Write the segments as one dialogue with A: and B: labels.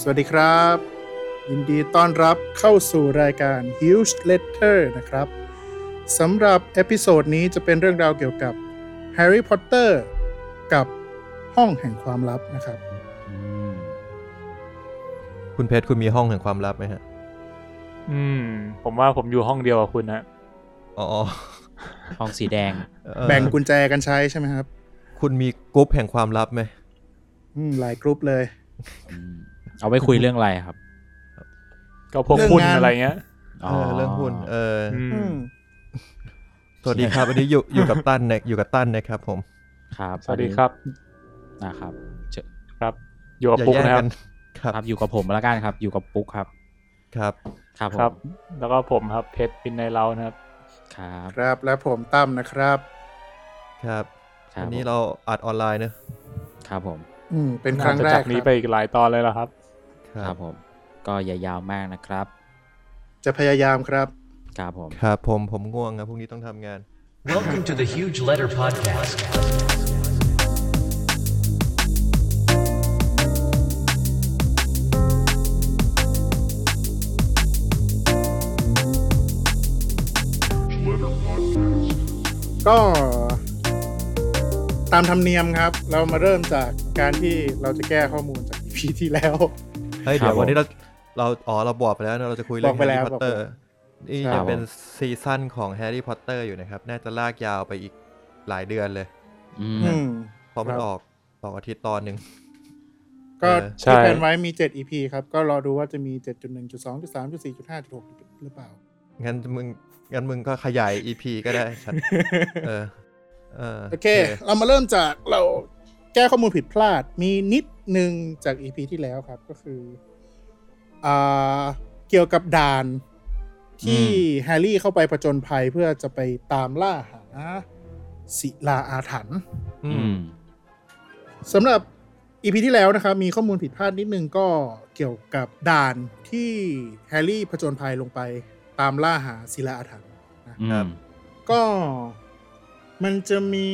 A: สวัสดีครับ ยินดีต้อนรับเข้าสู่รายการ Huge Letter นะครับสำหรับเอพิโซดนี้จะเป็นเรื่องราวเกี่ยวกับ Harry Potter กับห้องแห่งความลับนะครับ
B: คุณเพชรคุณมีห้องแห่งความลับไหมฮะ
C: อืม ผมว่าผมอยู่ห้องเดียวกับคุณนะ
B: อ๋อ
D: ทองสีแดง
B: เอ่อ
A: แบ่งกุญแจกันใช้ใช่ไหมครับ
B: คุณมีกรุ๊ปแห่งความลับไหม
A: อืมหลายกรุ๊ปเลย
D: เอาไว้คุยเรื่องอะไรครับ
C: ก็พวก
A: เรื่อง
C: คุณ
A: งาน
C: อะไรเงี้ย
B: เออเรื่องหุ้นเอออ
C: อื
A: อื
C: ม
A: ม
B: สวัสดีครับ วันนี้อยู่อยู่กับตั้นนะอยู่กับตั้นนะครับผม
D: ครับ
C: สวัสดีครับ
D: นะครับเจอ
C: ครับอยู่กับ
B: อย่า
C: ปุ๊ก
B: แย่ง
C: นะครั
B: กันครับ
C: บ
D: ครับอยู่กับผมแล้วกันครับ อยู่กับปุ๊กครับ
B: ครับ
D: ครับผม
C: ครับ แล้วก็ผมครับเพชรปินในเรานะครับ
D: ครับ
A: ครับและผมตั้มนะครับ
B: ครับ
D: ครั
B: วั
D: บ
B: นนี้เราอัดออนไลน์เนอะ
D: ครับผม
A: อืมเป็นครั้งแร
C: น่าจะจาก
A: ค
C: นี้ไป
A: รับ
C: อีกหลายตอนเลยละครับ
D: ครับผม ก็อย่ายาวมากนะครับ
A: จะพยายามครับ
D: ครับผม
B: ครับผมผมง่วงครับพรุ่งนี้ต้องทำงาน
E: Welcome to the Huge Letter Podcast.
A: ก็ตามธรรมเนียมครับ เรามาเริ่มจากการที่เราจะแก้ข้อมูลจาก EP ที่แล้ว
B: เฮ้ยเดี๋ยววันนี้เราเราอ๋อเราบอกไปแล้วนะเราจะคุยเรื่
A: บ
B: อ
A: องก
B: แฮ
A: ไป
B: ร์
A: แล้
B: รี่
A: ว
B: พอตเตอร์
A: บอกไป
B: นี่ยังเป็นซีซั่นของแฮร์รี่พอตเตอร์อยู่นะครับ น่าจะลากยาวไปอีกหลายเดือนเลย
D: อืม
A: อืม
B: เพราะมัน
A: ครับ
B: ออกสองอาทิตย์ตอนหนึ่ง
A: ก็
B: เออ
C: ใช่
A: ที่แพลนไว้มี 7 EP ครับ ก็รอดูว่าจะมี 7.1.2.3.4.5.6 หรือเปล่า
B: งั้นมึงงั้นมึงก็ขยาย EP ก็ได้ฉันเออเออ
A: โอเค เรามาเริ่มจากเราแก้ข้อมูลผิดพลาด มีนิดหนึ่งจาก EP ที่แล้วครับก็คืออ่าเกี่ยวกับด่านที่แฮร์รี่เข้าไปผจญภัยเพื่อจะไปตามล่าหาศิลาอาถรรพ์
B: อื
D: อื
B: ม
D: ม
A: สำหรับอีพีที่แล้วนะครับ มีข้อมูลผิดพลาดนิดนึงก็เกี่ยวกับด่านที่แฮร์รี่ผจญภัยลงไปตามล่าหาศิลาอาถรรพ์
D: อืม
A: ก็มันจะมี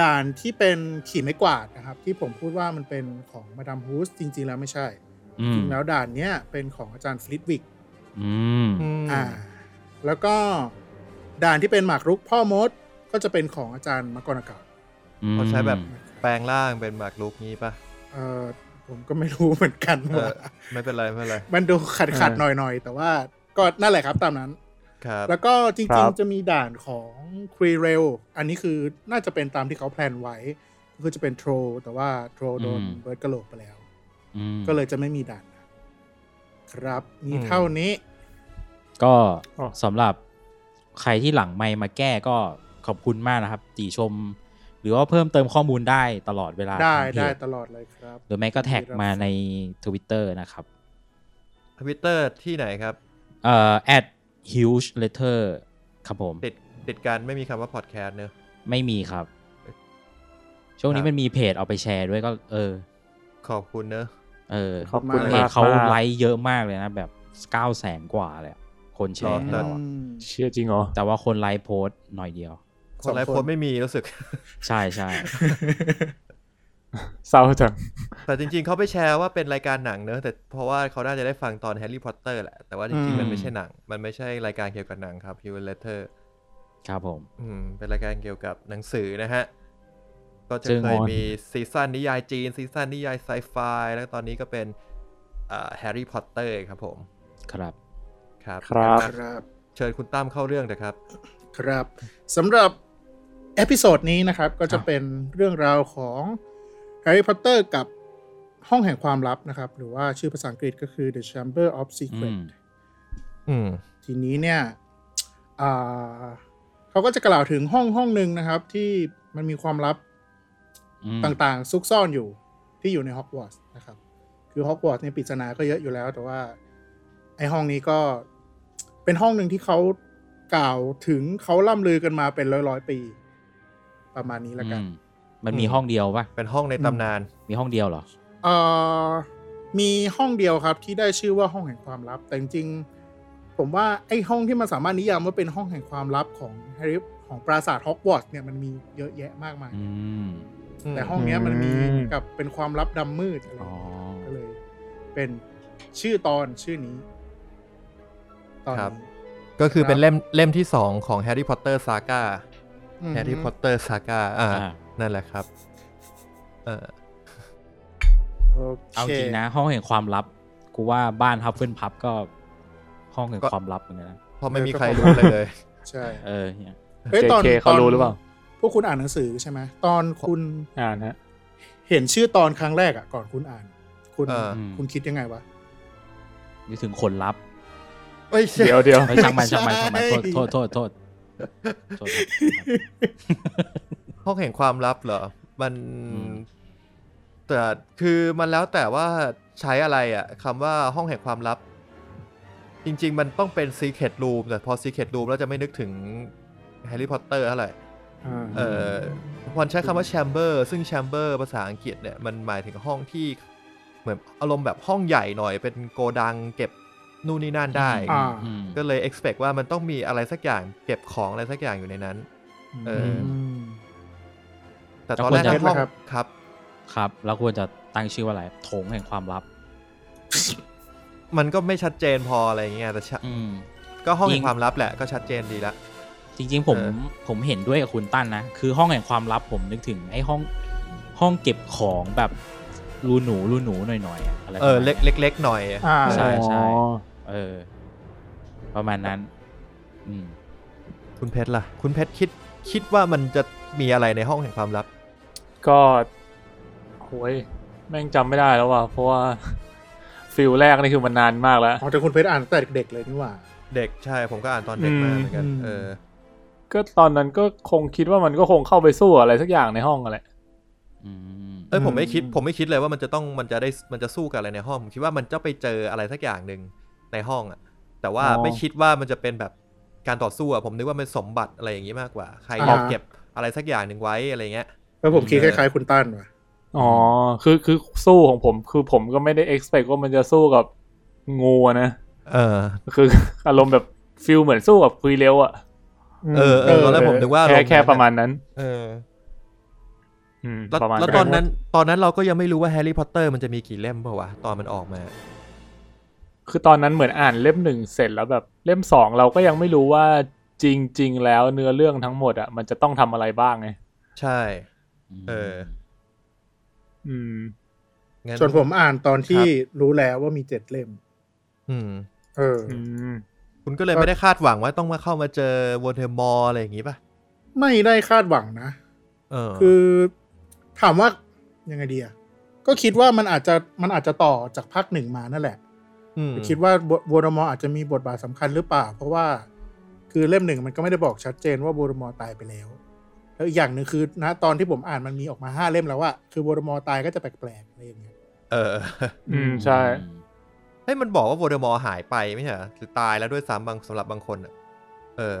A: ด่านที่เป็นขี่ไม้กวาดนะครับ ที่ผมพูดว่ามันเป็นของมาดามฮูสจริง ๆ แล้วไม่ใช่
D: อื
A: จ
D: ม
A: ริงๆแล้วด่านเนี้ยเป็นของอาจารย์ฟลิตวิก
D: อืม
A: อ่า แล้วก็ด่านที่เป็นหมากรุกพ่อมดก็จะเป็นของอาจารย์มกรกา
D: อืม
B: เขาใช้แบบแปลงร่างเป็นหมากรุกงี้ป่ะ
A: เออผมก็ไม่รู้เหมือนกัน
B: เออ
A: ว่า
B: ไม่เป็นไร ไม่เป็นไร
A: มันดูขัดขัด
B: เออ
A: หน่อยหน่อยๆ แต่ว่าก็นั่นแหละครับตามนั้น
B: ครับ
A: แล้วก็จ
C: ครั
A: ริง
C: บ
A: ๆ จะมีด่านของครีเรลอันนี้คือน่าจะเป็นตามที่เขาแพลนไว้ ก็คือจะเป็นโทรแต่ว่าโทรโดนเบิร์ดกระโหลกไปแล้ว
D: อืม
A: ก็เลยจะไม่มีด่านนั้นครับมี
B: อืม
A: เท่านี้
D: ก็
C: อ๋อ
D: สำหรับใครที่หลังไม่มาแก้ก็ขอบคุณมากนะครับ ติชม หรือว่าเพิ่มเติมข้อมูลได้ตลอดเวลา
A: ได้
D: ทางเพจ
A: ได้ตลอดเลยครับ
D: หรือไม่ก็แท็ก
A: ยินดีรับ
D: มาใน Twitter นะครับ
B: ทวิตเตอร์ที่ไหนครับ
D: เอ่อ at huge letter ครับผม
B: ติดติดกันไม่มีคำว่าพอดแคสต์เนอะ
D: ไม่มีครับ ช่วง
B: ค
D: นี้
B: รับ
D: มันมีเพจเอาไปแชร์ด้วยก็ เออ
B: ขอบคุณเนอะ
D: เออ
C: ขอบคุณ
D: เพจ
C: มาก
D: เขา
C: มาก
D: ไลค์เยอะมากเลยนะ แบบ9 0 0แสนกว่าเลยอะคนแชร์ให้
B: ร
D: เรา
A: อื
D: อะ
A: ม
C: เชื่อจริงเหรอ
D: แต่ว่าคนไลค์โพสต์หน่อยเดียว
B: ค
A: สอง
B: นไลฟ์
A: คน
B: โพสต์ไม่มีรู้สึก
D: ใช่ใช่
C: เศร้าจัง
B: แต่จริงๆเขาไปแชร์ว่าเป็นรายการหนังเนอะแต่เพราะว่าเขาน่าจะได้ฟังตอนแฮร์รี่พอตเตอร์แหละ แต่ว่าจริงๆ มันไม่ใช่หนัง มันไม่ใช่รายการเกี่ยวกับหนังครับ Human Letter
D: ครับผม
B: อืมเป็นรายการเกี่ยวกับหนังสือนะฮะ ก็จะ
D: ซึ่ง
B: เคยมีซีซั่นนิยายจีนซีซั่นนิยายไซไฟแล้วตอนนี้ก็เป็นแฮร์รี่พอตเตอร์ครับผม
D: ครับ
B: ครับ
C: ครับ
B: งั้น
A: ครับ
B: เชิญคุณตั้มเข้าเรื่องเถอะครับ
A: ครับสำหรับเอพิโซดนี้นะครับ ก็จะ
D: ครับ
A: เป็นเรื่องราวของ Harry Potter กับห้องแห่งความลับนะครับ หรือว่าชื่อภาษาอังกฤษก็คือ The Chamber of
D: อื
A: Secret
D: ม
B: อืม
A: ทีนี้เนี่ยอ่าเขาก็จะกล่าวถึงห้องห้องหนึ่งนะครับ ที่มันมีความลับ
D: อืม
A: ต่างๆ ซุกซ่อนอยู่ที่อยู่ในฮอกวอตส์นะครับ คือฮอกวอตส์เนี่ยปริศนาก็เยอะอยู่แล้ว แต่ว่า ไอห้องนี้ก็เป็นห้องหนึ่งที่เขากล่าวถึงเขาล่ำลือกันมาเป็นร้อยร้อยๆปี ประมาณนี้ละกัน
D: อืมมันมีห้องเดียวปะ
B: เป็นห้องในตำนาน
D: มีห้องเดียวเหรอ
A: เอ่อมีห้องเดียวครับที่ได้ชื่อว่าห้องแห่งความลับ แต่จริงๆผมว่าไอ้ห้องที่มันสามารถนิยามว่าเป็นห้องแห่งความลับของแฮร์รี่ของปราสาทฮอกวอตส์เนี่ยมันมีเยอะแยะมากมาย
D: อืม
A: แต่ห้องเนี้ยมันมี
C: อืม
A: กับเป็นความลับดำมืดอะไรอ
D: อ๋อ
A: เงี้ย
D: ย่าง
A: ก็เลย เป็นชื่อตอนชื่อนี้ ตอน
B: ครับ
A: นี้
B: ก็คือเป็นเล่มเล่มที่สองของแฮร์รี่พอตเตอร์ซาก้า
A: อืม
B: แฮร์รี่พอตเตอร์ซาก้าอ่า
D: อ่า
B: นั่นแหละครับเออ
A: โอ
D: เอา
A: เค
D: จริงนะ ห้องแห่งความลับ กูว่าบ้านฮับเฟิลพับก็ ห้องแห่งความลับเหมือนกันนะ
B: เพราะไม่มีใครรู้เลยเลย
A: ใช่
D: เออเนี่ย
A: เฮ้ยตอน
C: JK เขารู้หรือเปล่า
A: พวกคุณอ่านหนังสือใช่ไหมตอนคุณ
C: อ่านฮะ
A: เห็นชื่อตอนครั้งแรกอ่ะก่อนคุณอ่าน คุณ
B: เออ
A: คุณคิดยังไงวะ
D: นึกถึงคนลับ
B: เอ้ย
C: เดี๋ยวเดี๋ยว
D: เฮ้ยช่างมันช่างมันช่างมัน
A: ใช่
D: โทษโทษโทษโทษโทษครับ
B: ห้องแห่งความลับเหรอ มัน
D: อืม
B: แต่คือมันแล้วแต่ว่าใช้อะไรอะคำว่าห้องแห่งความลับ จริง ๆ มันต้องเป็น Secret Room แต่พอ Secret Room แล้วจะไม่นึกถึงแฮร์รี่พอตเตอร์เท่าไหร่
A: อ่า
B: เอ่อพอนใช้คำว่า chamber ซึ่ง chamber ภาษาอังกฤษเนี่ยมันหมายถึงห้องที่เหมือนอารมณ์แบบห้องใหญ่หน่อยเป็นโกดังเก็บนู่นนี่นั่นได้
A: อ่า
D: อืม
B: ก็เลย expect ว่ามันต้องมีอะไรสักอย่างเก็บของอะไรสักอย่างอยู่ในนั้น เออ
A: ม
B: แต่ตอนแรก
D: แล้วควรจะ
B: ห้อง
A: ครับ
B: ครับ
D: ครับ แล้วควรจะตั้งชื่อว่าอะไรโถงแห่งความลับ
B: มันก็ไม่ชัดเจนพออะไรอย่างเงี้ยแต่ชะ
D: อืม
B: ก็ห้อง
D: จริ
B: แห่ง
D: ง
B: ความลับแหละก็ชัดเจนดีละ
D: จริงๆผม
B: เออ
D: ผมเห็นด้วยกับคุณตั้นนะ คือห้องแห่งความลับผมนึกถึงไอ้ห้องห้องเก็บของแบบรูหนูรูหนูหน่อยๆอะอะไรประ
B: เออ
D: มาณ
B: เล็ก
D: นี้ย
B: เล็กๆหน่อย
A: อ่า
D: ใช่ใช่
C: อ๋อ
D: เออ ประมาณนั้น อืม
B: คุณเพชรล่ะ คุณเพชรคิดคิดว่ามันจะมีอะไรในห้องแห่งความลับ
C: ก็โอ้ยแม่งจำไม่ได้แล้วว่ะ เพราะว่า ฟิลแรกนี่คือมันนานมากแล้ว
A: อ๋อแต่คุณเพชรอ่านตั้งแต่เด็กๆเลยนี่หว่า
B: เด็กใช่ผมก็อ่านตอนเด็กมาเหมือนกัน
A: อืม
B: เออ
C: ก็ตอนนั้นก็คงคิดว่ามันก็คงเข้าไปสู้อะไรสักอย่างในห้องอะแหละ
D: อืม
B: เอ้ยผมไม่คิด
A: อืม
B: ผมไม่คิดเลยว่ามันจะต้องมันจะได้มันจะสู้กับอะไรในห้องผมคิดว่ามันจะไปเจออะไรสักอย่างหนึ่งในห้องอะแต่ว่า
C: อ๋อ
B: ไม่คิดว่ามันจะเป็นแบบการต่อสู้อะผมนึกว่ามันสมบัติอะไรอย่างนี้มากกว่า ใคร
A: อ่า
B: อยากเก็บอะไรสักอย่างหนึ่งไว้อะไรเงี้ย
A: แล้วผมคิดคล้ายๆคุณตั้นว่ะ
C: อ๋อ คือคือสู้ของผม คือผมก็ไม่ได้ expect ว่ามันจะสู้กับงูอะนะ
B: เออ
C: คือ อารมณ์แบบฟิลเหมือนสู้กับคุยเร็วอะ
B: เออเออตอนแรกผมนึกว่า
C: แค่
B: อณ์
C: แค่ประมาณนั้น
B: เออ
C: อืม
B: แล้ว
C: ประมาณ
B: แล้วตอนนั้นตอนนั้นเราก็ยังไม่รู้ว่าแฮร์รี่พอตเตอร์มันจะมีกี่เล่มเปล่าวะตอนมันออกมา
C: คือตอนนั้นเหมือนอ่านเล่มหนึ่งเสร็จแล้วแบบเล่มสองเราก็ยังไม่รู้ว่าจริง ๆ แล้วเนื้อเรื่องทั้งหมดอะมันจะต้องทำอะไรบ้างไง
B: ใช่ เออ
C: อืม
B: งั้น
A: ส่วนผมอ่านตอนที่รู้แล้วว่ามีเจ็ดเล่ม
B: อืม
A: เอออ
C: อืม
B: คุณก็เลยไม่ได้คาดหวังว่าต้องมาเข้ามาเจอวอเทอร์มอร์อะไรอย่างงี้ป่ะ
A: ไม่ได้คาดหวังนะ
B: เออ
A: คือถามว่ายังไงดีอะก็คิดว่ามันอาจจะมันอาจจะต่อจากภาคหนึ่งมานั่นแหละ
B: ม
A: คิดว่าบูรมออาจจะมีบทบาทสำคัญหรือเปล่า เพราะว่าคือเล่มหนึ่งมันก็ไม่ได้บอกชัดเจนว่าบูรมอตายไปแล้ว แล้วอีกอย่างหนึ่งคือนะตอนที่ผมอ่านมันมีออกมาห้าเล่มแล้วอะคือบูรมอตายก็จะแปลกๆอะไรอย่างเงี้ย
B: เออ
C: อืม ใช่
B: เฮ้ยมันบอกว่าโวลเดอมอร์หายไปไม่ใช่เหรอหรือตายแล้วด้วยซ้ำบางสำหรับบางคนอะเออ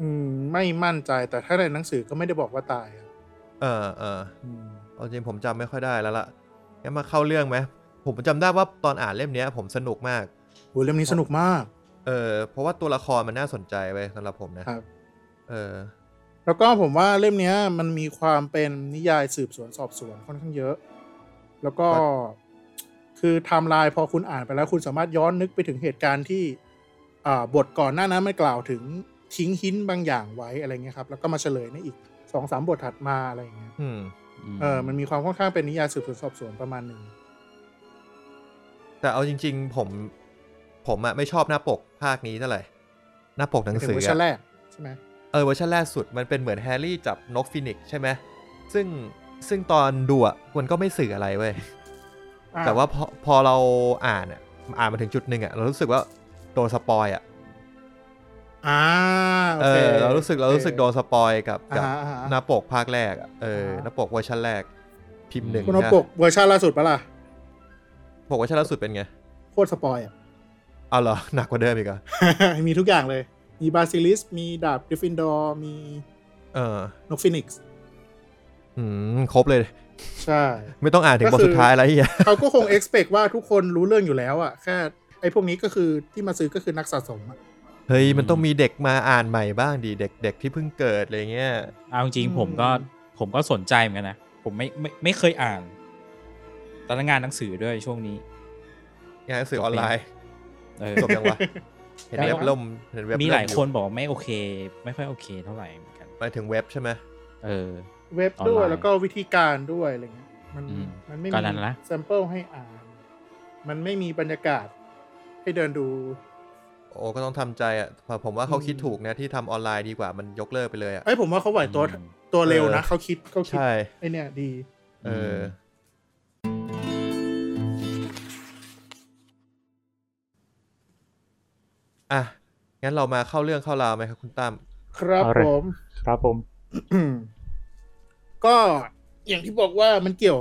A: อืมไม่มั่นใจแต่ถ้าในหนังสือก็ไม่ได้บอกว่าตายอะ
B: เออเออ
A: อืม
B: เอาจริงผมจำไม่ค่อยได้แล้วล่ะงั้นมาเข้าเรื่องไหมผมจำได้ว่าตอนอ่านเล่มเนี้ย ผมสนุกมาก
A: โหเล่มนี้สนุกมาก
B: เออ เพราะว่าตัวละครมันน่าสนใจไปสำหรับผมนะ
A: ครับ
B: เออ
A: แล้วก็ผมว่าเล่มเนี้ยมันมีความเป็นนิยายสืบสวนสอบสวนค่อนข้างเยอะ แล้วก็
B: ครับ
A: คือไทม์ไลน์พอคุณอ่านไปแล้วคุณสามารถย้อนนึกไปถึงเหตุการณ์ที่อ่าบทก่อนหน้านั้นมันกล่าวถึงทิ้งหินบางอย่างไว้อะไรเงี้ยครับ แล้วก็มาเฉลยในอีกสองสามบทถัดมาอะไรเงี้ย
B: อืม
A: เออมันมีความค่อนข้างเป็นนิยายสืบสวนสอบสวนประมาณหนึ่ง
B: แต่เอาจริง ๆ ผม ผมอะไม่ชอบหน้าปกภาคนี้เท่าไหร่ หน้าปกหนัง
A: ถึง
B: สือ
A: เวอร์ชัน
B: อะ
A: แรกใช่ไหม
B: เออเวอร์ชันแรกสุดมันเป็นเหมือนแฮร์รี่จับนกฟินิกซ์ใช่ไหมซึ่งซึ่งตอนดูอะมันก็ไม่สื่ออะไรเว้ย
A: อ่
B: แต่ว่าพอพอเราอ่านอะอ่านมาถึงจุดหนึ่งอะเรารู้สึกว่าโดนสปอยอะ
A: อ่าโอ
B: เอ
A: เค
B: อเรารู้สึกเรารู้สึกโดนสปอยกับ
A: อ่า
B: กับ
A: ฮะอ่าฮะ
B: หน้าปกภาคแรกอะเออ
A: อ่า
B: หน้าปกเวอร์ชันแรก พิมพ์หนึ่ง
A: คุณเอาปกเวอร์ชันล่าสุดปะล่ะ
B: ปกเวอร์ชันล่าสุดเป็นไง
A: โคตรสปอยอะ
B: เอาเหรอ หนักกว่าเดิมอีกเหรอ
A: มีทุกอย่างเลย มีบาซิลิส มีดาบกริฟฟินดอร์ มี
B: เออน
A: กฟินิกซ์
B: อืมครบเลย
A: ใช่
B: ไม่ต้องอ่านถึง
A: ก็
B: บท
A: คือ
B: สุดท้ายอะไรอย่างเงี้ย
A: เขาก็คง expect ว่าทุกคนรู้เรื่องอยู่แล้วอะแค่ไอ้พวกนี้ก็คือที่มาซื้อก็คือนักสะสมอะ
B: เฮ้ยมันต้องมีเด็กมาอ่านใหม่บ้างดีเด็กเด็กที่เพิ่งเกิดอะไรเงี้ย
D: เอาจริง
A: อืม
D: ๆผมก็ผมก็สนใจเหมือนกันนะ ผมไม่ไม่ไม่เคยอ่าน ตอนนั้นงานหนังสือด้วยช่วงนี้
B: งานหนังสือออนไลน์
D: เออ
B: จบยังวะเห็น
D: ได้
B: เว็บ
D: วะ
B: ล่มเห็นเว็บ
D: มี
B: ล่
D: หลาย
B: อ
D: คนบอกว่าไม่โอเค ไม่ค่อยโอเคเท่าไหร่เหมือนกัน
B: หมายถึงเว็บใช่ไหม
D: เออ
A: เว็บด้ว
D: ออน
A: ย
D: ไลน์
A: แล้วก็วิธีการด้วยอะไรเงี้ยมัน
D: อืม
A: มันไม่
D: ก็
A: มี
D: นั่นละ
A: แซมเปิลให้อ่าน มันไม่มีบรรยากาศให้เดินดู
B: โอ้ก็ต้องทำใจอ่ะผมว่าเขา
A: อืม
B: คิดถูกนะที่ทำออนไลน์ดีกว่ามันยกเลิกไปเลยอ่ะ
A: ไอ้ยผมว่าเขาไหวตัว
D: อืม
A: ตัวเร็วนะ
B: เออ
A: เขาคิดเขาคิด
B: ใช่
A: ไอเนี่ยดี
B: เอออ อ่ะ งั้นเรามาเข้าเรื่องเข้าราวไหมครับคุณตั้ม
A: ครับ
C: เอาเลย
A: ผม
C: ครับผม
A: ก็อย่างที่บอกว่ามันเกี่ยว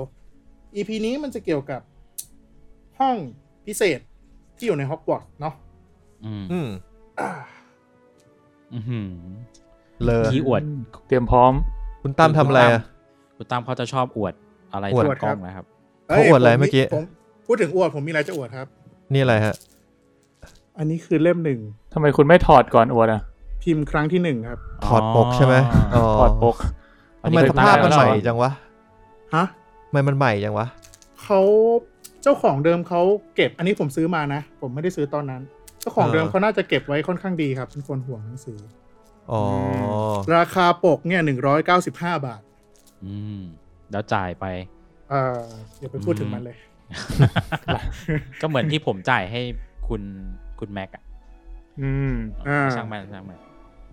A: EP นี้มันจะเกี่ยวกับห้องพิเศษที่อยู่ในฮอกวอตส์เนาะ
D: อืม
B: อืม
D: อื้อหือ
B: เลอ
D: ที่อวด
C: เตรียมพร้อม
B: คุณตั้มทำอะไรอ่ะ
D: คุณตามเขาจะชอบอวดอะไร
B: อวด
D: ทางกล้องนะครับ
B: เขาอวดอะไร
A: ยผ
B: เมื่อกี้
A: ผมพูดถึงอวดผมมีอะไรจะอวดครับ
B: นี่อะไรฮะ
A: อันนี้คือเล่มหนึ่ง
C: ทำไมคุณไม่ถอดก่อนอวดอ่ะ
A: พิมพ์ครั้งที่หนึ่งครับ
B: ถอดปกใช่ไหม
D: อ๋อ
C: ถอดปก
B: ทำไม
D: อันนี้
B: สภาพมัน
D: เป็น
B: ให
D: ภา
B: ม่
D: พ
B: จังวะ
A: ฮะ
B: ทำไมมันใหม่จังวะ
A: เขาเจ้าของเดิมเขาเก็บ อันนี้ผมซื้อมานะ ผมไม่ได้ซื้อตอนนั้น เจ้าของเดิม
B: อ่า
A: เขาน่าจะเก็บไว้ค่อนข้างดีครับเป็นคนห่วงหนังสือ
B: อ๋อ
A: ราคาปกเนี่ยหนึ่งร้อยเก้าสิบห้าบาท
D: อืมแล้วจ่ายไป
A: เอ่อเดี๋ยวไปพูดถึงมันเลย
D: ก็เหมือนที่ผมจ่ายให้คุณคุณแม็กอะ
C: อืม
A: อ่า
D: ช่างมันช่างมัน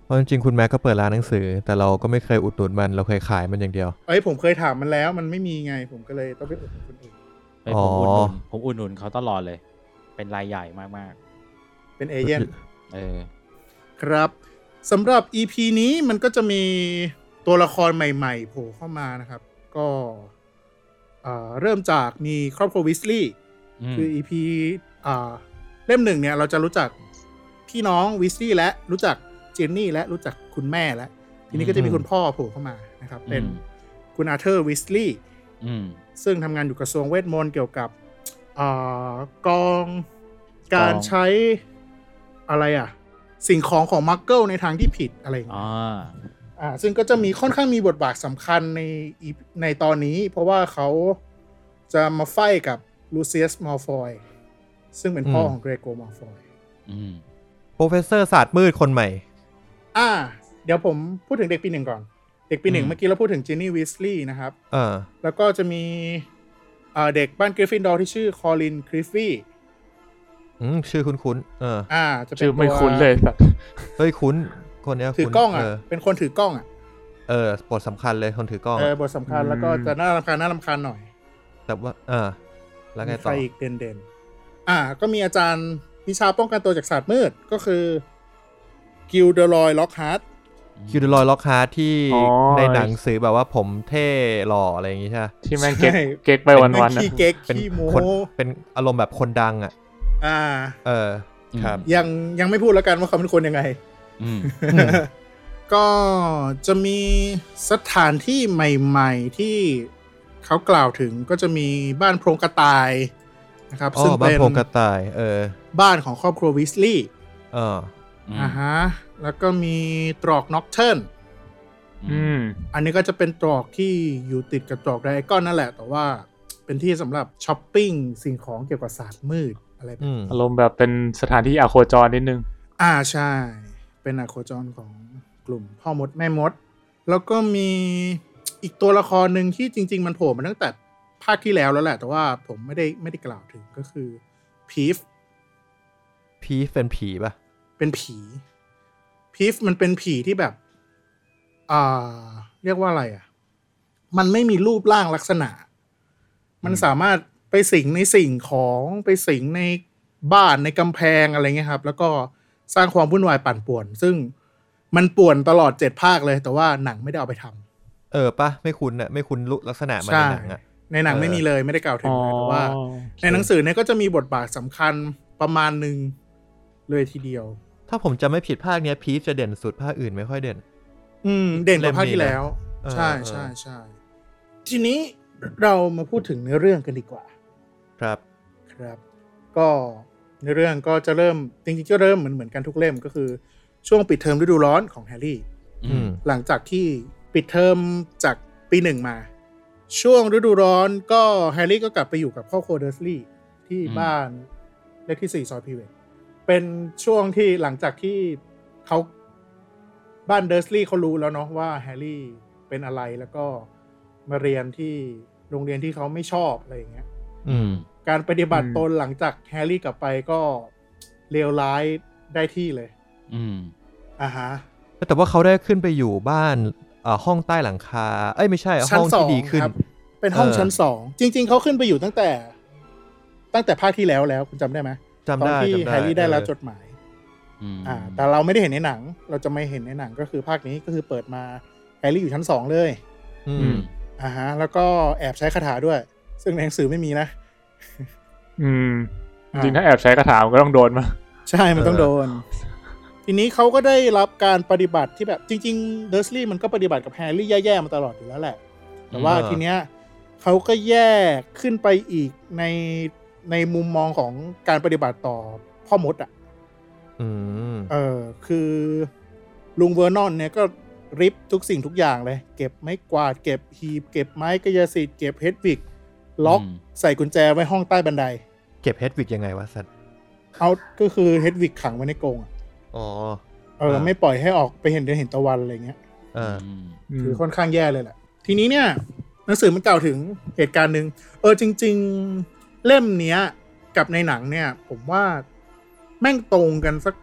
B: เพราะจริงๆคุณแม็กก็เปิดร้านหนังสือ แต่เราก็ไม่เคยอุดหนุนมัน เราเคยขายมันอย่างเดียว
A: เอ้ยผมเคยถามมันแล้ว มันไม่มีไง ผมก็เลยต้องไปอุดหนุนคนอื่น
D: ไปผมอุดหนุน
B: อ๋อ
D: ผมอุดหนุนเขาตลอดเลย เป็นรายใหญ่มาก
A: เป็นเอเย่น
D: ๆ เออ
A: ครับสำหรับ EP นี้มันก็จะมีตัวละครใหม่ๆโผล่เข้ามานะครับ ก็เอ่อเริ่มจากมีครอบครัววิสลีย์
D: อืม
A: คือ EP อ่าเล่มหนึ่งเนี่ยเราจะรู้จักพี่น้องวิสซี่และรู้จักเจนนี่และรู้จักคุณแม่และ ทีนี้ก็จะมีคุณพ่อโผล่เข้ามานะครับ เป็นคุณอาเธอร์วิสลี่
D: อืม
A: ซึ่งทำงานอยู่กระทรวงเวทมนต์เกี่ยวกับอ่ากองการ
D: กอง
A: ใช้อะไรอ่ะ สิ่งของของมักเกิลในทางที่ผิดอะไรอย่างเงี้ย
D: อ่า
A: อ่าซึ่งก็จะมีค่อนข้างมีบทบาทสำคัญในอีในตอนนี้ เพราะว่าเขาจะมาไฟท์กับลูเซียสมอลฟอยซึ่งเป็นพ่อ
B: อืม
A: ของเกรโกมอลฟอย
D: อืม
B: โปรเฟสเซอร์ศาสตร์มืดคนใหม่
A: อ่า เดี๋ยวผมพูดถึงเด็กปีหนึ่งก่อน เด็กปีหนึ่ง
D: อืม
A: เมื่อกี้เราพูดถึงเจนนี่วิสลีย์นะครับ
B: เออ
A: แล้วก็จะมีอ่าเด็กบ้านกริฟฟินดอร์ที่ชื่อคอลินคริฟฟี่
B: อืม ชื่อคุ้นๆเออ
A: อ่า จะเป็น
C: ชื่อไม่
A: ตัว
C: คุ้นเลยสัตว์
B: เฮ้ยคุ้น คนเนี้ย
A: ถื
B: คุ้
A: อน กล้องอ่ะ
B: เออ
A: เป็นคนถือกล้องอ่ะ
B: เออบทสำคัญเลยคนถือกล้อง
A: เออ
B: อะ
A: บทสำคัญแล้วก็จะน่ารำคาญน่ารำคาญหน่อย
B: แต่ว่า เออ แล้วไง
A: มี
B: ต่
A: ใคร
B: อ
A: อีกเด่นๆ อ่า ก็มีอาจารย์วิชาป้องกันตัวจากศาสตร์มืดก็คือกิลเดอรอยล็อกฮาร์ด
B: คิวเดลอยล็อกฮาร์ทที่
C: อ๋อ
B: ในหนังสือแบบว่าผมเท่หล่ออะไรอย่างงี้ใช่ปะ
C: ที่แม่งเก๊กเก๊กไปวันวันๆอะ
A: ขี้เก๊ก
B: เป็น
A: ขี้โม
B: คนเป็นอารมณ์แบบคนดังอ่ะ
A: อ่า
B: เออ ครับ
A: ยังยังไม่พูดแล้วกันว่าเขาเป็นคนยังไง
D: อืม
A: ก็จะมีสถานที่ใหม่ๆที่เขากล่าวถึงก็จะมีบ้านโพรงกระต่ายนะครับ
B: อ๋
A: ซึ่ง
B: อบ้าน
A: เป็น
B: โพกระต่าย เออ
A: บ้านของครอบครัววิสลีย์
B: เออ
A: อ่าฮะ แล้วก็มีตรอกน็อกเทิร์น
D: อื
C: อื
D: ม
C: ม
A: อันนี้ก็จะเป็นตรอกที่อยู่ติดกับตรอกไดก้อนนั่นแหละ แต่ว่าเป็นที่สำหรับช้อปปิ้งสิ่งของเกี่ยวกับศาสตร์มืดอะไรแบบ
B: อืม
C: อารมณ์แบบเป็นสถานที่อาโคจรนิดนึง
A: อ่าใช่ เป็นอาโคจรของกลุ่มพ่อมดแม่มด แล้วก็มีอีกตัวละครหนึ่งที่จริง ๆ มันโผล่มาตั้งแต่ภาคที่แล้วแล้วแหละ แต่ว่าผมไม่ได้ไม่ได้กล่าวถึงก็คือพีฟ
B: พีฟเป็นผีป่ะ
A: เป็นผีพีฟมันเป็นผีที่แบบอ่าเรียกว่าอะไรอ่ะ มันไม่มีรูปร่างลักษณะ มันสามารถไปสิงในสิ่งของไปสิงในบ้านในกำแพงอะไรเงี้ยครับ แล้วก็สร้างความวุ่นวายปั่นป่วน ซึ่งมันป่วนตลอดเจ็ดภาคเลย แต่ว่าหนังไม่ได้เอาไปทำ
B: เออป่ะ ไม่คุ้นอ่ะ ไม่คุ้นลุลักษณะมัน
A: ใช่
B: ในหนังอ่ะ
A: ในหนัง
B: เออ
A: ไม่มีเลยไม่ได้กล่าวถึงเลยแต่ว่า
C: อ๋อ
A: ในหนังสือเนี่ยก็จะมีบทบาทสำคัญประมาณหนึ่งเลยทีเดียว
B: ถ้าผมจำไม่ผิดภาคเนี้ยพีฟจะเด่นสุดภาคอื่นไม่ค่อยเด่น
A: อืม เด่นกว่าภาคที่แล้ว
B: เล่มนี้นะ
A: ใช่
B: เออ
A: ใช่ใช่ทีนี้เรามาพูดถึงเนื้อเรื่องกันดีกว่า
B: ครับ
A: ครับ ก็ในเรื่องก็จะเริ่มจริงๆก็เริ่มเหมือนเหมือนกันทุกเล่มก็คือ ช่วงปิดเทอมฤดูร้อนของแฮร์รี่
B: อืม
A: หลังจากที่ปิดเทอมจากปีหนึ่งมา ช่วงฤดูร้อนก็แฮร์รี่ก็กลับไปอยู่กับครอบครัวเดอร์สลีย์ที่
D: อืม
A: บ้านเลขที่สี่ซอยพีเวทเป็นช่วงที่หลังจากที่เขาบ้านเดอร์สลีย์เขารู้แล้วเนาะว่าแฮร์รี่เป็นอะไรแล้วก็มาเรียนที่โรงเรียนที่เขาไม่ชอบอะไรอย่างเงี้ย
D: อืม
A: การปฏิบัติ
C: อืม
A: ตนหลังจากแฮร์รี่กลับไปก็เลวร้ายได้ที่เลย
D: อืม
A: อ่าฮะ
B: แต่ว่าเขาได้ขึ้นไปอยู่บ้านเอ่อห้องใต้หลังคา เอ้ยไม่ใช่อะ
A: ชั้น
B: ห้อง
A: สอง
B: ที่ดีขึ้น
A: ครับ เป็นห้อง
B: เออ
A: ชั้นสองจริง ๆเขาขึ้นไปอยู่ตั้งแต่ ตั้งแต่ภาคที่แล้วแล้วคุณจำได้ไหม
B: จำ
A: ตอน
B: ได้
A: ที่
B: จำได้
A: แฮร์รี่ได้รับ
B: เออ
A: จดหมาย
D: อืม
A: อ่า แต่เราไม่ได้เห็นในหนัง เราจะไม่เห็นในหนังก็คือภาคนี้ก็คือเปิดมาแฮร์รี่อยู่ชั้นสองเลย
B: อื
D: อื
B: ม
D: ม
A: อ่าฮะ แล้วก็แอบใช้คาถาด้วย ซึ่งในหนังสือไม่มีนะ
C: อืม
A: อ่า
C: จริงถ้าแอบใช้กระถามนก็ต้องโดนมา
A: ใช่มันต้องโดน ทีนี้เขาก็ได้รับการปฏิบัติที่แบบจริงๆเดอร์สลีย์มันก็ปฏิบัติกับแฮร์รี่แย่ๆมาตลอดอยู่แล้วแหละ แต่ว่าทีเนี้ยเขาก็แยกขึ้นไปอีกในในมุมมองของการปฏิบัติต่อพ่อมดอ่ะ
B: อืม
A: เออคือลุงเวอร์นอนเนี่ยก็ริบทุกสิ่งทุกอย่างเลย เก็บไม้กวาด เก็บหีบ เก็บไม้กายสิทธิ์เก็บเฮดวิก ล็อก
D: อืม
A: ใส่กุญแจไว้ห้องใต้บันได
B: เก็บเฮดวิกยังไงวะสัตว์
A: เอาก็คือเฮดวิกขังไว้ในกรงอะ
B: อ๋อ
A: เออ
B: อ่า
A: ไม่ปล่อยให้ออกไปเห็นเดือนเห็นตะวันอะไรเงี้ย
B: เอออ
D: อืม
C: อืม
A: คือค่อนข้างแย่เลยแหละ ทีนี้เนี่ยหนังสือมันกล่าวถึงเหตุการณ์หนึ่งเออจริง ๆ เล่มเนี้ย กับในหนังเนี่ย ผมว่าแม่งตรงกันสัก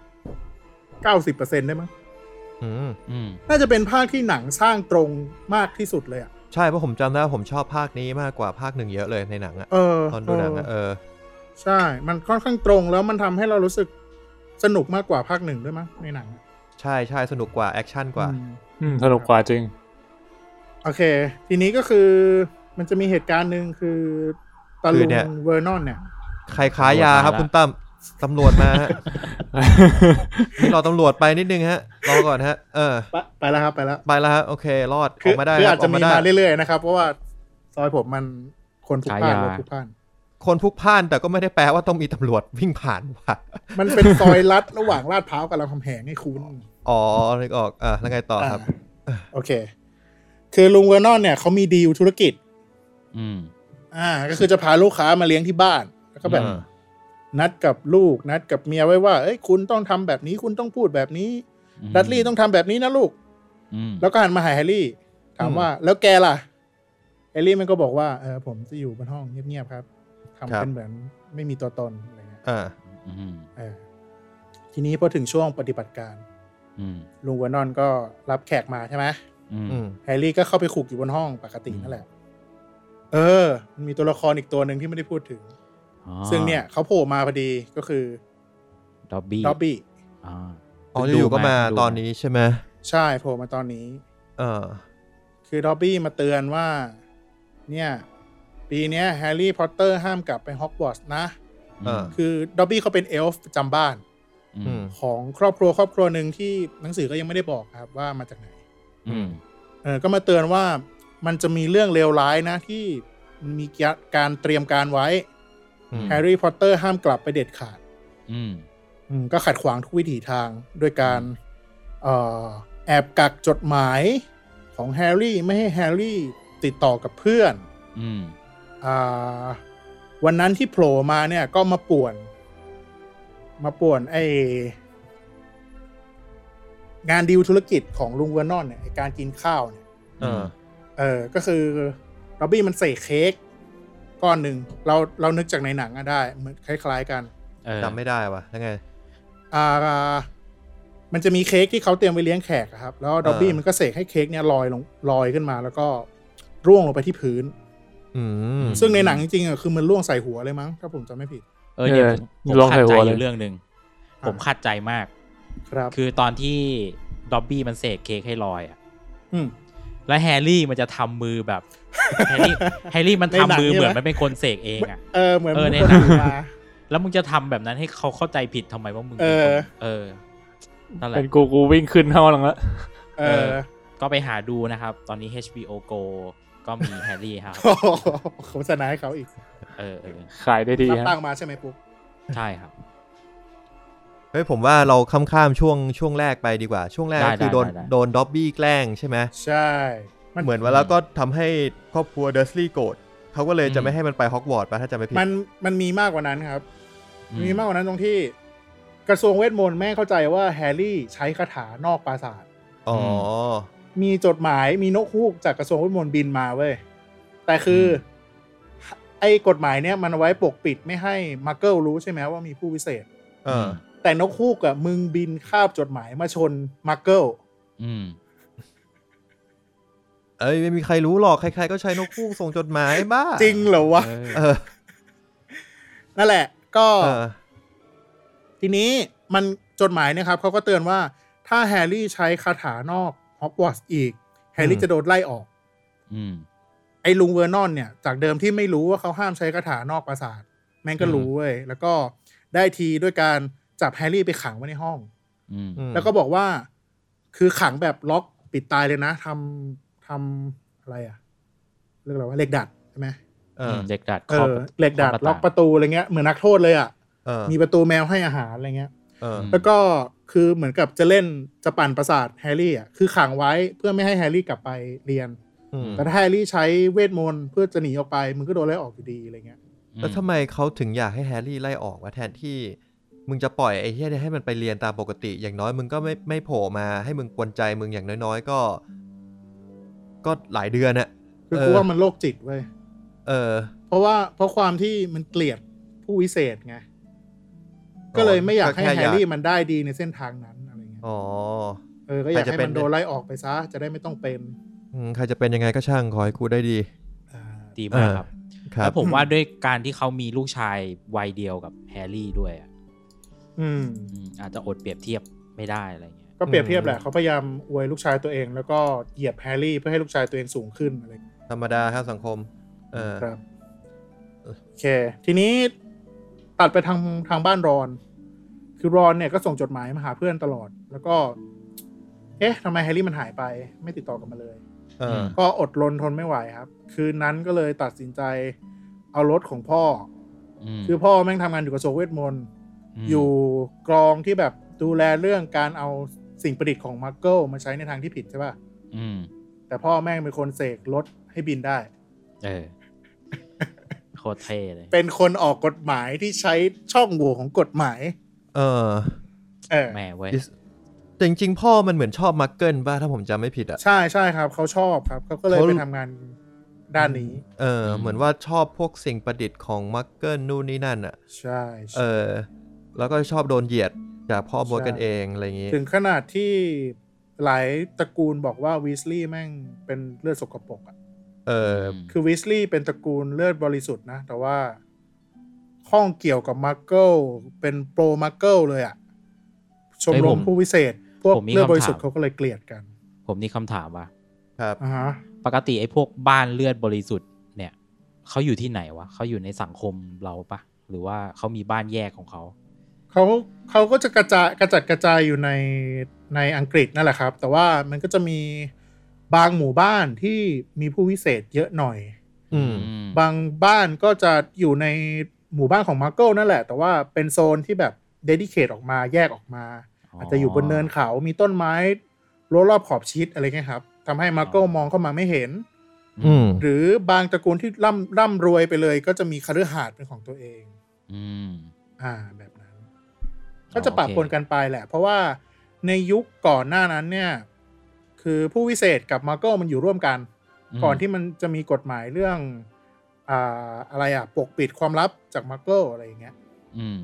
A: เก้าสิบเปอร์เซ็นได้มั้ง
B: อืม
D: อืม
A: น่าจะเป็นภาคที่หนังสร้างตรงมากที่สุดเลยอะ
B: ใช่เพราะผมจำได้ว่าผมชอบภาคนี้มากกว่าภาคหนึ่งเยอะเลยในหนังอะ
A: เออ
B: ตอนดูหนังอะ
A: เออ
B: เออ
A: ใช่ มันค่อนข้างตรงแล้วมันทำให้เรารู้สึกสนุกมากกว่าภาคหนึ่งด้วยมั้งในหนังอะ
B: ใช่ใช่สนุกกว่าแอคชั่นกว่า
A: อืม
C: อืมสนุกกว่าจริง
A: โอเค ทีนี้ก็คือมันจะมีเหตุการณ์หนึ่งคือตะ
B: คื
A: ลุ
B: องเนี่ย
A: เวอร์นอนเนี่ย
B: ใครขายยาครับ
D: ตำรวจมาละ
B: คุณตั้มตำรวจมาฮะ นี่รอตำรวจไปนิดนึงฮะรอก่อนฮะ เออ
A: ไปไปแล้วครับไปแล้ว
B: ไปแล้วฮะโอเค รอดอ
A: คือ
B: อกมาได้
A: คือ
B: ครั
A: อา
B: บ
A: จ
B: อ
A: จะ
B: อก
A: มี
B: มาได้
A: มาเรื่อยๆนะครับ เพราะว่าซอยผมมันคนพลุกพล่าน
D: ฉายา
A: รถพลุกพล่าน
B: คนพลุกพล่านแต่ก็ไม่ได้แปลว่าต้องมีตำรวจวิ่งผ่านว่ะ
A: มันเป็นซอยลัดระหว่างลาดพร้าวกับรามคำแหงให้คุณ
B: อ๋อนึกออกอ่ะแล้วไงต่อครับ
A: อ่าโอเค คือลุงเวอร์นอนเนี่ยเขามีดีลธุรกิจ
D: อืม
A: อ่า ก็คือจะพาลูกค้ามาเลี้ยงที่บ้าน แล้วก็แบบ
B: อ่า
A: นัดกับลูกนัดกับเมียไว้ว่า เอ้ยคุณต้องทำแบบนี้คุณต้องพูดแบบนี้ ดัตลี่ต้องทำแบบนี้นะลูก
D: อืม
A: แล้วก็หันมาหาแฮร์รี่ ถามว่าแล้วแกล่ะ แฮร์รี่มันก็บอกว่าเออผมจะอยู่บนห้องเงียบๆครับทำ
B: ครับ
A: เป็นเหมือนไม่มีตัวตนอะไรเงี้ย
B: อ่า
D: อืม
A: เออทีนี้พอถึงช่วงปฏิบัติการ
D: อืม
A: ลุงเวอร์นอนก็รับแขกมาใช่ไหม
D: อืม
B: อืม
A: แฮร์รี่ก็เข้าไปขุกอยู่บนห้องปกตินั่นแหละ เออมันมีตัวละครอีกตัวหนึ่งที่ไม่ได้พูดถึง
D: อ๋อ
A: ซึ่งเนี่ยเขาโผล่มาพอดีก็คือ
D: ดอบบี้
A: ด็อบบี้
D: อ่า
B: อ๋ออยู่ๆก็มา
D: ดูมา
B: ตอนนี้ใช่ไหม
A: ใช่โผล่มาตอนนี้
B: เออ
A: คือด็อบบี้มาเตือนว่า เนี่ย ปีเนี้ยแฮร์รี่พอตเตอร์ห้ามกลับไปฮอกวอตส์นะ
B: เออ
A: คือด็อบบี้เขาเป็นเอลฟ์ประจำบ้าน
D: อื
B: อื
D: ม
B: ม
A: ของครอบครัวครอบครัวหนึ่งที่หนังสือก็ยังไม่ได้บอกครับว่ามาจากไหน
D: อืม
A: เออ ก็มาเตือนว่ามันจะมีเรื่องเลวร้ายนะที่มีการเตรียมการไว้
B: อืม
A: แฮร์รี่พอตเตอร์ห้ามกลับไปเด็ดขาด
D: อืม
A: อืมก็ขัดขวางทุกวิถีทางด้วยการเอ่อแอบกักจดหมายของแฮร์รี่ไม่ให้แฮร์รี่ติดต่อกับเพื่อน
D: อืม
A: อ่าวันนั้นที่โผล่มาเนี่ยก็มาป่วน มาป่วนไองานดีลธุรกิจของลุงเวอร์นอนเนี่ยไอ้การกินข้าวเนี่ย
B: เออ
A: เออก็คือล็อบบี้มันเสกเค้กก้อนหนึ่งเราเรานึกจากในหนังอะได้เหมือนคล้าย ๆ กัน
D: เออ
B: จำไม่ได้ว่ะแล้วไง
A: อ่ามันจะมีเค้กที่เขาเตรียมไว้เลี้ยงแขกอะครับ แล้วล็อบบี้
B: เออ
A: มันก็เสกให้เค้กเนี่ยลอยลงลอยขึ้นมา แล้วก็ร่วงลงไปที่พื้น
B: อืม
A: ซึ่งในหนังจริงๆอะคือมันร่วงใส่หัวเลยมั้งถ้าผมจำไม่ผิด
D: เออเนี่ย
C: เออ
D: ผม
C: ลอง
D: ขัด
C: ใส่หั
D: ใจอ
C: วเลย
D: ยู่เรื่องหนึ่ง ผมขัดใจมาก
A: ครับ
D: คือตอนที่ดอบบี้มันเสกเค้กให้ลอยอ่ะ
A: อืม
D: แล้วแฮร์รี่มันจะทำมือแบบ แฮร์รี่ แฮร์รี่มันทำมือ
A: ในหนังเนี่ยนะ
D: เหมือนมันเป็นคนเสกเองอ่ะ
A: เออเหมือน
D: เออใน
A: คน
D: หนัง
A: ถือมา
D: แล้วมึงจะทำแบบนั้นให้เขาเข้าใจผิดทำไมว่ามึง
A: เอ
D: ป็น
A: อ
D: คนเออ นั่นแหละ
C: เป็นกูกูวิ่งขึ้นห้องแล้ว
A: เออ
D: ก็ไปหาดูนะครับ ตอนนี้ HBO Go ก็มีแฮร์รี่ครับ
A: โฆษณาให้เขาอีก
D: เออเออ
C: ขายได้ดี
A: รับ
C: ฮะ
A: ตังค์มาใช่ไหมปุ๊บ
D: ใช่ครับ
B: เฮ้ยผมว่าเราข้ามๆช่วงช่วงแรกไปดีกว่า ช่วงแรก
D: ได้
B: คือโดน
D: ได้ได้
B: โดนด็อบบี้แกล้งใช่ไหม
A: ใช่ มัน
B: เหมือนว่าแล้วก็ทำให้ครอบครัวเดอร์สลีย์โกรธเขาก็เลยจะไม่ให้มันไปฮอกวอตส์ปะถ้าจะไม่ผิด
A: มันมันมีมากกว่านั้นครับ
D: อืม
A: มีมากกว่านั้นตรงที่ กระทรวงเวทมนต์แม่เข้าใจว่าแฮร์รี่ใช้คาถานอกปราสาท
B: อ๋อ
A: มีจดหมายมีนกฮูกจากกระทรวงเวทมนต์บินมาเว้ย แต่คืออไอ้กฎหมายเนี่ยมันไว้ปกปิดไม่ให้มาร์เกิลรู้ใช่ไหมว่ามีผู้วิเศษ
B: เออ
A: แต่นกฮูกอะมึงบินคาบจดหมายมาชนมาร์เกิล
D: อืม
B: เอ้ยไม่มีใครรู้หรอก ใครๆก็ใช้นกคู่ส่งจดหมายบ้า
A: จริงเหรอวะ
B: เออ
A: นั่นแหละ ก็
B: เออ
A: ทีนี้มันจดหมายเนะครับเขาก็เตือนว่าถ้าแฮร์รี่ใช้คาถานอกฮอกวอตส์อีก แฮร์
B: อื
A: รี่
B: ม
A: จะโดนไล่ออก
D: อืม
A: ไอ้ลุงเวอร์นอนเนี่ย จากเดิมที่ไม่รู้ว่าเขาห้ามใช้คาถานอกปราสาท แม่งก็รู้เว้ย แล้วก็ได้ทีด้วยการจับแฮร์รี่ไปขังไว้ในห้อง
D: อืม
A: แล้วก็บอกว่าคือขังแบบล็อกปิดตายเลยนะทำทำอะไรอะเรียกอะไรว่าเหล็กดัดใช่ไหม
B: เออ
D: เด็กดัด
A: เอ
D: ครอบ
A: อเหล็กดัด
D: ครบหน้า
A: ล็
D: ต่า
A: อง กประตูอะไรเงี้ยเหมือนนักโทษเลยอะ
B: เออ
A: มีประตูแมวให้อาหารอะไรเงี้ย
B: เออ
A: แล้วก็คือเหมือนกับจะเล่นจะปั่นประสาทแฮร์รี่อ่ะคือขังไว้เพื่อไม่ให้แฮร์รี่กลับไปเรียน
B: อืม
A: แต่ถ้าแฮร์รี่ใช้เวทมนต์เพื่อจะหนีออกไปมึงก็โดนไล่ออกอยู่ดีอะไรเงี้ย
B: แล้วทำไมเขาถึงอยากให้แฮร์รี่ไล่ออกวะแทนที่ มึงจะปล่อยไอ้เฮียเนี่ยให้มันไปเรียนตามปกติ อย่างน้อยมึงก็ไม่ไม่โผล่มาให้มึงกวนใจมึงอย่างน้อยๆ ก็ ก็หลายเดือนอะ
A: คือ
B: เอ
A: กู
B: อ
A: ว่ามันโรคจิตเว้ย
B: เออ
A: เพราะว่าเพราะความที่มันเกลียดผู้วิเศษไง ก็เลยไม่อยากให้
B: ก็แค่
A: แฮ
B: อยาก
A: ร์รี่มันได้ดีในเส้นทางนั้นอะไรเงี้ย
B: อ๋อ
A: เออ ก็อยาก
B: ใครจะ
A: ให้
B: เป็
A: มัน นโดนไล่ออกไปซะ จะได้ไม่ต้องเป็น
B: อืมใครจะเป็นยังไงก็ช่างขอให้กูได้ดี
A: อ่า
D: ดีมากครับ
B: ครั
D: แล้
B: บ
D: วผมว่าด้วยการที่เขามีลูกชายวัยเดียวกับแฮร์รี่ด้วยอะ
A: อืม
D: อืมอาจจะอดเปรียบเทียบไม่ได้อะไรเงี้ย
A: ก็เปรียบเทียบแหละเขาพยายามอวยลูกชายตัวเอง แล้วก็เหยียบแฮร์รี่เพื่อให้ลูกชายตัวเองสูงขึ้นอะไรอย่างเงี้ย
B: ธรรมดาครับสังคม เออ
A: ครับ
B: เออ
A: โอเค ทีนี้ตัดไปทางทางบ้านรอน คือรอนเนี่ยก็ส่งจดหมายมาหาเพื่อนตลอด แล้วก็ เอ๊ะทำไมแฮร์รี่มันหายไป ไม่ติดต่อกลับมาเลย
B: เออ
A: ก็อดรนทนไม่ไหวครับ คืนนั้นก็เลยตัดสินใจเอารถของพ่ออ
D: ม
A: คือพ่อแม่งทำงานอยู่กระทรวงเวทมนต์
D: ม
A: อยู่กรองที่แบบดูแลเรื่องการเอาสิ่งประดิษฐ์ของมาร์เกิลมาใช้ในทางที่ผิดใช่ป่ะ
D: อืม
A: แต่พ่อแม่งเป็นคนเสกรถให้บินได้
D: เออ โคตรเท่เลย
A: เป็นคนออกกฎหมายที่ใช้ช่องโหว่ของกฎหมาย
B: เออ
A: เออ
D: แม่เว้ย
B: Is- แต่จริงๆ พ่อมันเหมือนชอบมาร์เกิลป่ะ ถ้าผมจำไม่ผิดอะ
A: ใช่ใช่ครับ เขาชอบครับ เขาก็เลย
B: เขา
A: ไปทำงานด้านนี้
B: เออ
D: อืม
B: เหมือนว่าชอบพวกสิ่งประดิษฐ์ของมาร์เกิลนู่นนี่นั่นอะ
A: ใช่ใช่
B: เออ แล้วก็ชอบโดนเหยียดจากพ่อมด
A: ใช่
B: กันเองอะไรอย่างงี้
A: ถึงขนาดที่หลายตระกูลบอกว่าวีสลีย์แม่งเป็นเลือดสกปรกอะ
B: เออ
A: คือวิสลีย์เป็นตระกูลเลือดบริสุทธิ์นะ แต่ว่าข้องเกี่ยวกับมาร์เกิลเป็นโปรมาร์เกิลเลยอะชม
D: เฮ้ย
A: ร
D: ผม
A: มผู้วิเศษ พวก
D: ผมมี
A: เลือดบริสุทธิ์
D: คำถาม
A: เขาก็เลยเกลียดกัน
D: ผมนี่คำถามว่า
B: ครับ
A: อ่าฮะ
D: ปกติไอ้พวกบ้านเลือดบริสุทธิ์เนี่ยเขาอยู่ที่ไหนวะเขาอยู่ในสังคมเราปะหรือว่าเขามีบ้านแยกของเขา
A: เขาเขาก็จะกระจายกระจัดกระจายอยู่ในในอังกฤษนั่นแหละครับ แต่ว่ามันก็จะมีบางหมู่บ้านที่มีผู้วิเศษเยอะหน่อย
B: อืม
A: บางบ้านก็จะอยู่ในหมู่บ้านของมาร์เกิลนั่นแหละ แต่ว่าเป็นโซนที่แบบเดดิเคทออกมาแยกออกมา
D: อ๋ออ
A: อาจจะอยู่บนเนินเขามีต้นไม้รั้วรอบขอบชิดอะไรเงี้ยครับทำให้มาร์เกิลมองเข้ามาไม่เห็น
B: อืม
A: หรือบางตระกูลที่ร่ำร่ำรวยไปเลย ก็จะมีคฤหาสน์เป็นของตัวเอง
D: อืม
A: อ่าแบบนั้น
D: อ๋อ
A: ก็จะปะ
D: โอเค
A: ปนกันไปแหละ เพราะว่าในยุคก่อนหน้านั้นเนี่ย คือผู้วิเศษกับมาร์เกิลมันอยู่ร่วมกัน
D: ม
A: ก่อนที่มันจะมีกฎหมายเรื่องอ่าอะไรอ่ะ ปกปิดความลับจากมาร์เกิลอะไรอย่างเงี้ย
D: อืม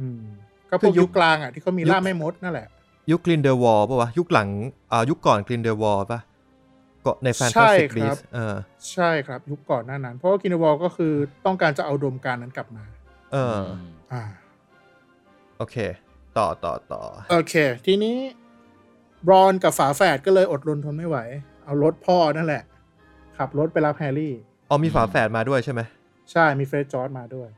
A: อืม ก็พ
B: คื
A: ว
B: อก ยุ
A: ยุ
B: ค
A: คกลางอ่ะที่เขามี
B: ยุค
A: ล่าแม่มดนั่นแหละ
B: ยุคกลินเดอร์วอลป่ะวะ ยุคหลัง อ่า ยุคก่อนกลินเดอร์วอลป่ะก็ในแฟน
A: ใช่
B: ตาซี
A: ครับ
B: บีสเออ
A: ใช่ครับ ยุคก่อนหน้านั้น เพราะว่ากินวอลก็คือต้องการจะเอาอุดมการณ์นั้นกลับมา
B: เออ
A: อ่า
B: โอเค ต่อต่อต่อ
A: โอเค ทีนี้บรอนกับฝาแฝดก็เลยอดรนทนไม่ไหว เอารถพ่อนั่นแหละ ขับรถไปรับแฮร์รี่
B: อ๋อมีฝาแฝดมาด้วยใช่ไหม
A: ใช่มีเฟรดจอร์ดมาด้วย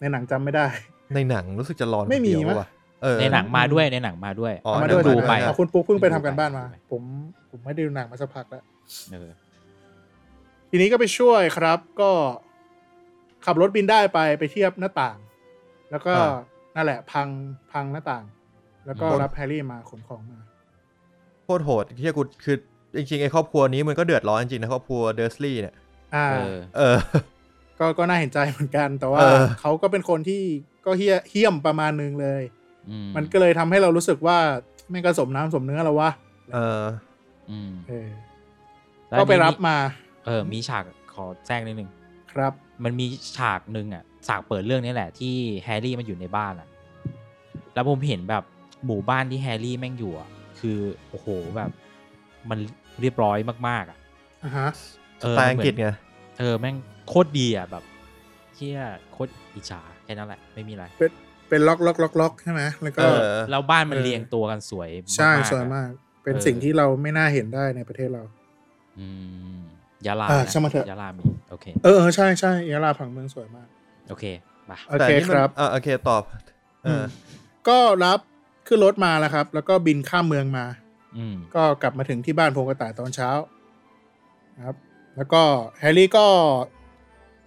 A: ในหนังจำไม่ได้
B: ในหนังรู้สึกจะร้อนคน
A: ไม่มี
B: เดียว
A: มั้ย
B: ว่ะเออ
D: ในหนังมาด้วยในหนังมาด้วย
B: อ๋อ
A: เอามา
D: เดี๋
A: ด้วยยว
D: ดูไป
B: หนังมาด้วย
A: เอาคุณปุ๊กเพิ่งไปทำกัน
D: ดูไป
A: บ้านมา ผมผมไม่ได้ดูหนังมาสักพักแล้ว
D: เออ
A: ทีนี้ก็ไปช่วยครับก็ขับรถบินได้ไปไปเทียบหน้าต่าง แล้วก็
B: อ่า
A: นั่นแหละ พังพังหน้าต่าง แล้วก็
B: อืม
A: รับแฮร์รี่มาขนของมา
B: โคตรโหดที่กูคือ จริงๆไอ้ครอบครัวนี้มันก็เดือดร้อนจริงๆนะครอบครัวเดอร์สลีย์เนี่ย
A: อ่า
D: เออ
B: เออ
A: ก็ก็น่าเห็นใจเหมือนกัน แต่ว่า
B: เออ
A: เขาก็เป็นคนที่ก็เฮี้ยเฮี้ยมประมาณนึงเลย
D: อื
A: มันก็เลยทำให้เรารู้สึกว่าไม่งกระสมน้ำสมเนื้อแล้ววะ
B: เออ
D: อืม
A: เออ
D: แล้ว
A: ก็ไปรับ
D: มี
A: มา
D: เออ มีฉากขอแทรกนิดนึง
A: ครับ
D: มันมีฉากหนึ่งอ่ะฉากเปิดเรื่องนี่แหละ ที่แฮร์รี่มันอยู่ในบ้านอ่ะ แล้วผมเห็นแบบหมู่บ้านที่แฮร์รี่แม่งอยู่อ่ะ คือโอ้โหแบบ มันเรียบร้อยมากๆอ่ะ
A: อ่าฮะ
D: เออ
B: แปลอังกฤษ
D: มันเหมือน
B: ไง
D: เออแม่งโคตรดีอ่ะแบบเที่ยโคตรอิจฉาแค่นั้นแหละ ไม่มีอะไร
A: เป็นล็อกล็อกล็อกล็อกใช่ไหมแล้วก็
B: เออ
D: แล้วบ้านมัน
A: เออ
D: เรียงตัวกันสวย
A: ใช่
D: ๆ
A: สวย
D: อะ
A: มาก เป็น
D: เออ
A: สิ่งที่เราไม่น่าเห็นได้ในประเทศเรา
D: อืมยาลา
A: อ่ะ
D: นะ
A: ช่างมันเถอะ
D: ยาลามีโอเค
A: เออเออใช่ใช่ยะลาผังเมืองสวยมาก
D: โอเคมา
A: โอ
B: แต่
A: เค
B: นี่
A: ค
B: มัน
A: รับ
B: อ่ะโอเคตอบเอออ
A: ม ก็รับขึ้นรถมาแล้วครับ แล้วก็บินข้ามเมืองมา
D: อืม
A: ก็กลับมาถึงที่บ้านพงกระต่ายตอนเช้านะครับ แล้วก็แฮร์รี่ก็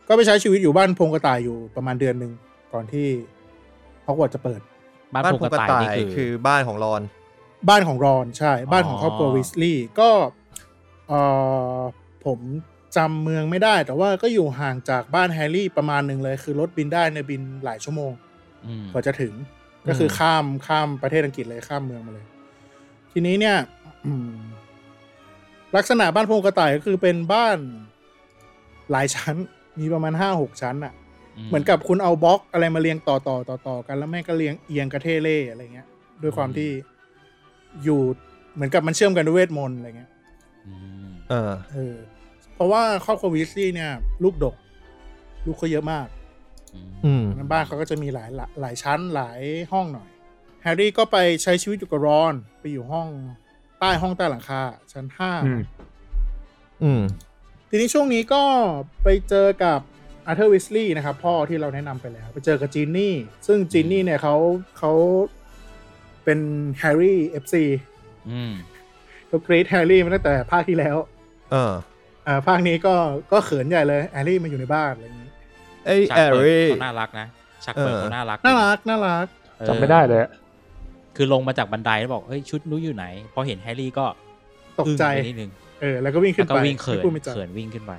A: ก็ไปใช้ชีวิตอยู่บ้านพงกระต่ายอยู่ประมาณเดือนหนึ่งก่อนที่ฮอกวอตส์จะเปิด
D: บ้าน
B: บ้าน
D: พง
B: ภู
D: กระ
B: กระ
D: ต่าย
B: ต่า
D: นี่
B: ย
D: คื
B: คือ
D: อ
B: บ้านของรอน
A: บ้านของรอนใช่ บ้านของครอบครัว
D: อ๋อ
A: วิสลีย์ก็เออผมจำเมืองไม่ได้ แต่ว่าก็อยู่ห่างจากบ้านแฮร์รี่ประมาณหนึ่งเลย คือรถบินได้ในยบินหลายชั่วโมง
D: ม
A: กว่าจะถึงก็คืออ
B: ม
A: ข้ามข้ามประเทศอังกฤษเลยข้ามเมืองมาเลย ทีนี้เนี่ยอืมลักษณะบ้านพงกระต่ายก็คือเป็นบ้านหลายชั้น มีประมาณห้าหกชั้นอะ่ะ เหมือนกับคุณเอาบล็อกอะไรมาเรียงต่อต่อต่อต่อกันแล้วแม่งก็เรียงเอียงกระเทเล่อะไรเงี้ย ด้วยความที่อยู่เหมือนกับมันเชื่อมกันด้วยเวทมนต์อะไรเงี้ย
D: อืม
B: เออ
A: เออเพราะว่าครอบครัววิสลีย์เนี่ย ลูกดก ลูกเขาเยอะมาก
D: อืม
B: อืม
A: บ้านเขาก็จะมีหลายหลายหลายชั้นหลายห้องหน่อย แฮร์รี่ก็ไปใช้ชีวิตอยู่กับรอน ไปอยู่ห้องใต้ห้องใต้หลังคา ชั้นห้า
C: อืม
B: อืม
A: ทีนี้ช่วงนี้ก็ไปเจอกับอาร์เธอร์วิสลีย์นะครับ พ่อที่เราแนะนำไปแล้ว ไปเจอกับจีนนี่ ซึ่งจีนนี่เนี่ยเขาเขาเป็นแฮร์รี่เอฟซี
D: อืม
A: เขากรีดแฮร์รี่มาตั้งแต่ภาคที่แล้ว
B: เออ
A: อ่าภาคนี้ก็ก็เขินใหญ่เลยแฮร์รี่มาอยู่ในบ้านอะไรอย่างนี้
B: ไอย
D: ฉาก
B: แอ
D: เปิด
B: รี่
D: เขาน่ารักนะฉากเปิด
B: เออ
D: เขาน่ารัก
A: น่ารักน่ารัก
D: เออ
C: จำไม่ได้เลยอะ
D: คือลงมาจากบันไดแล้วบอกเฮ้ยชุดนู้อยู่ไหน พอเห็นแฮร์รี่ก็
A: ตกใจ
D: อึ้งไปนิดนึง
A: เออ แล้วก็วิ่งขึ้
D: แล้
A: น
D: วก็
A: ไป
D: วิ่งเขิน
A: ไม่พูดไม่จา
D: เขินวิ่งขึ้นไป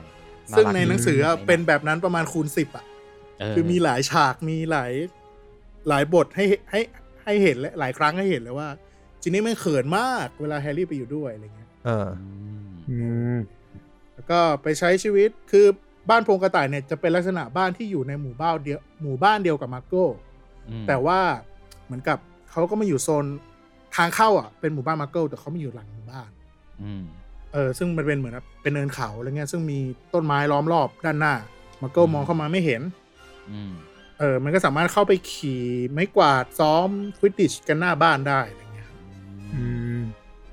D: า
A: ซึ่ง
D: รัก
A: ใน
D: ดี
A: หนังสืออะ
D: ใหง
A: เป็นแบบนั้นประมาณคูณสิบอ่ะ
D: เ
A: คือมีหลายฉากมีหลายหลายบทให้ให้ให้เห็นและหลายครั้งให้เห็นเลยว่าจินนี่ไม่งเขินมากเวลาแฮร์รี่ไปอยู่ด้วยอะไรเงี้ย
B: เออ
D: อืม
C: อืม
A: แล้วก็ไปใช้ชีวิตคือบ้านโพรงกระต่ายเนี่ยจะเป็นลักษณะบ้านที่อยู่ในหมู่บ้านเดียวหมู่บ้านเดียวกับมาร์โก้
D: อืม
A: แต่ว่าเหมือนกับเขาก็มาอยู่โซนทางเข้าอ่ะเป็นหมู่บ้านมาร์โก้แต่เขาไม่อยู่หลังหมู่บ้าน
D: อืม
A: เออซึ่งมันเป็นเหมือนแบบเป็นเนินเขาอะไรเงี้ยซึ่งมีต้นไม้ล้อมรอบด้านหน้ามาร์โก้มองเข้ามาไม่เห็น
D: อืม
A: เออ มันก็สามารถเข้าไปขี่ไม้กวาดซ้อมควิดดิชกันหน้าบ้านได้อะไรเงี้ยครับ
C: อืม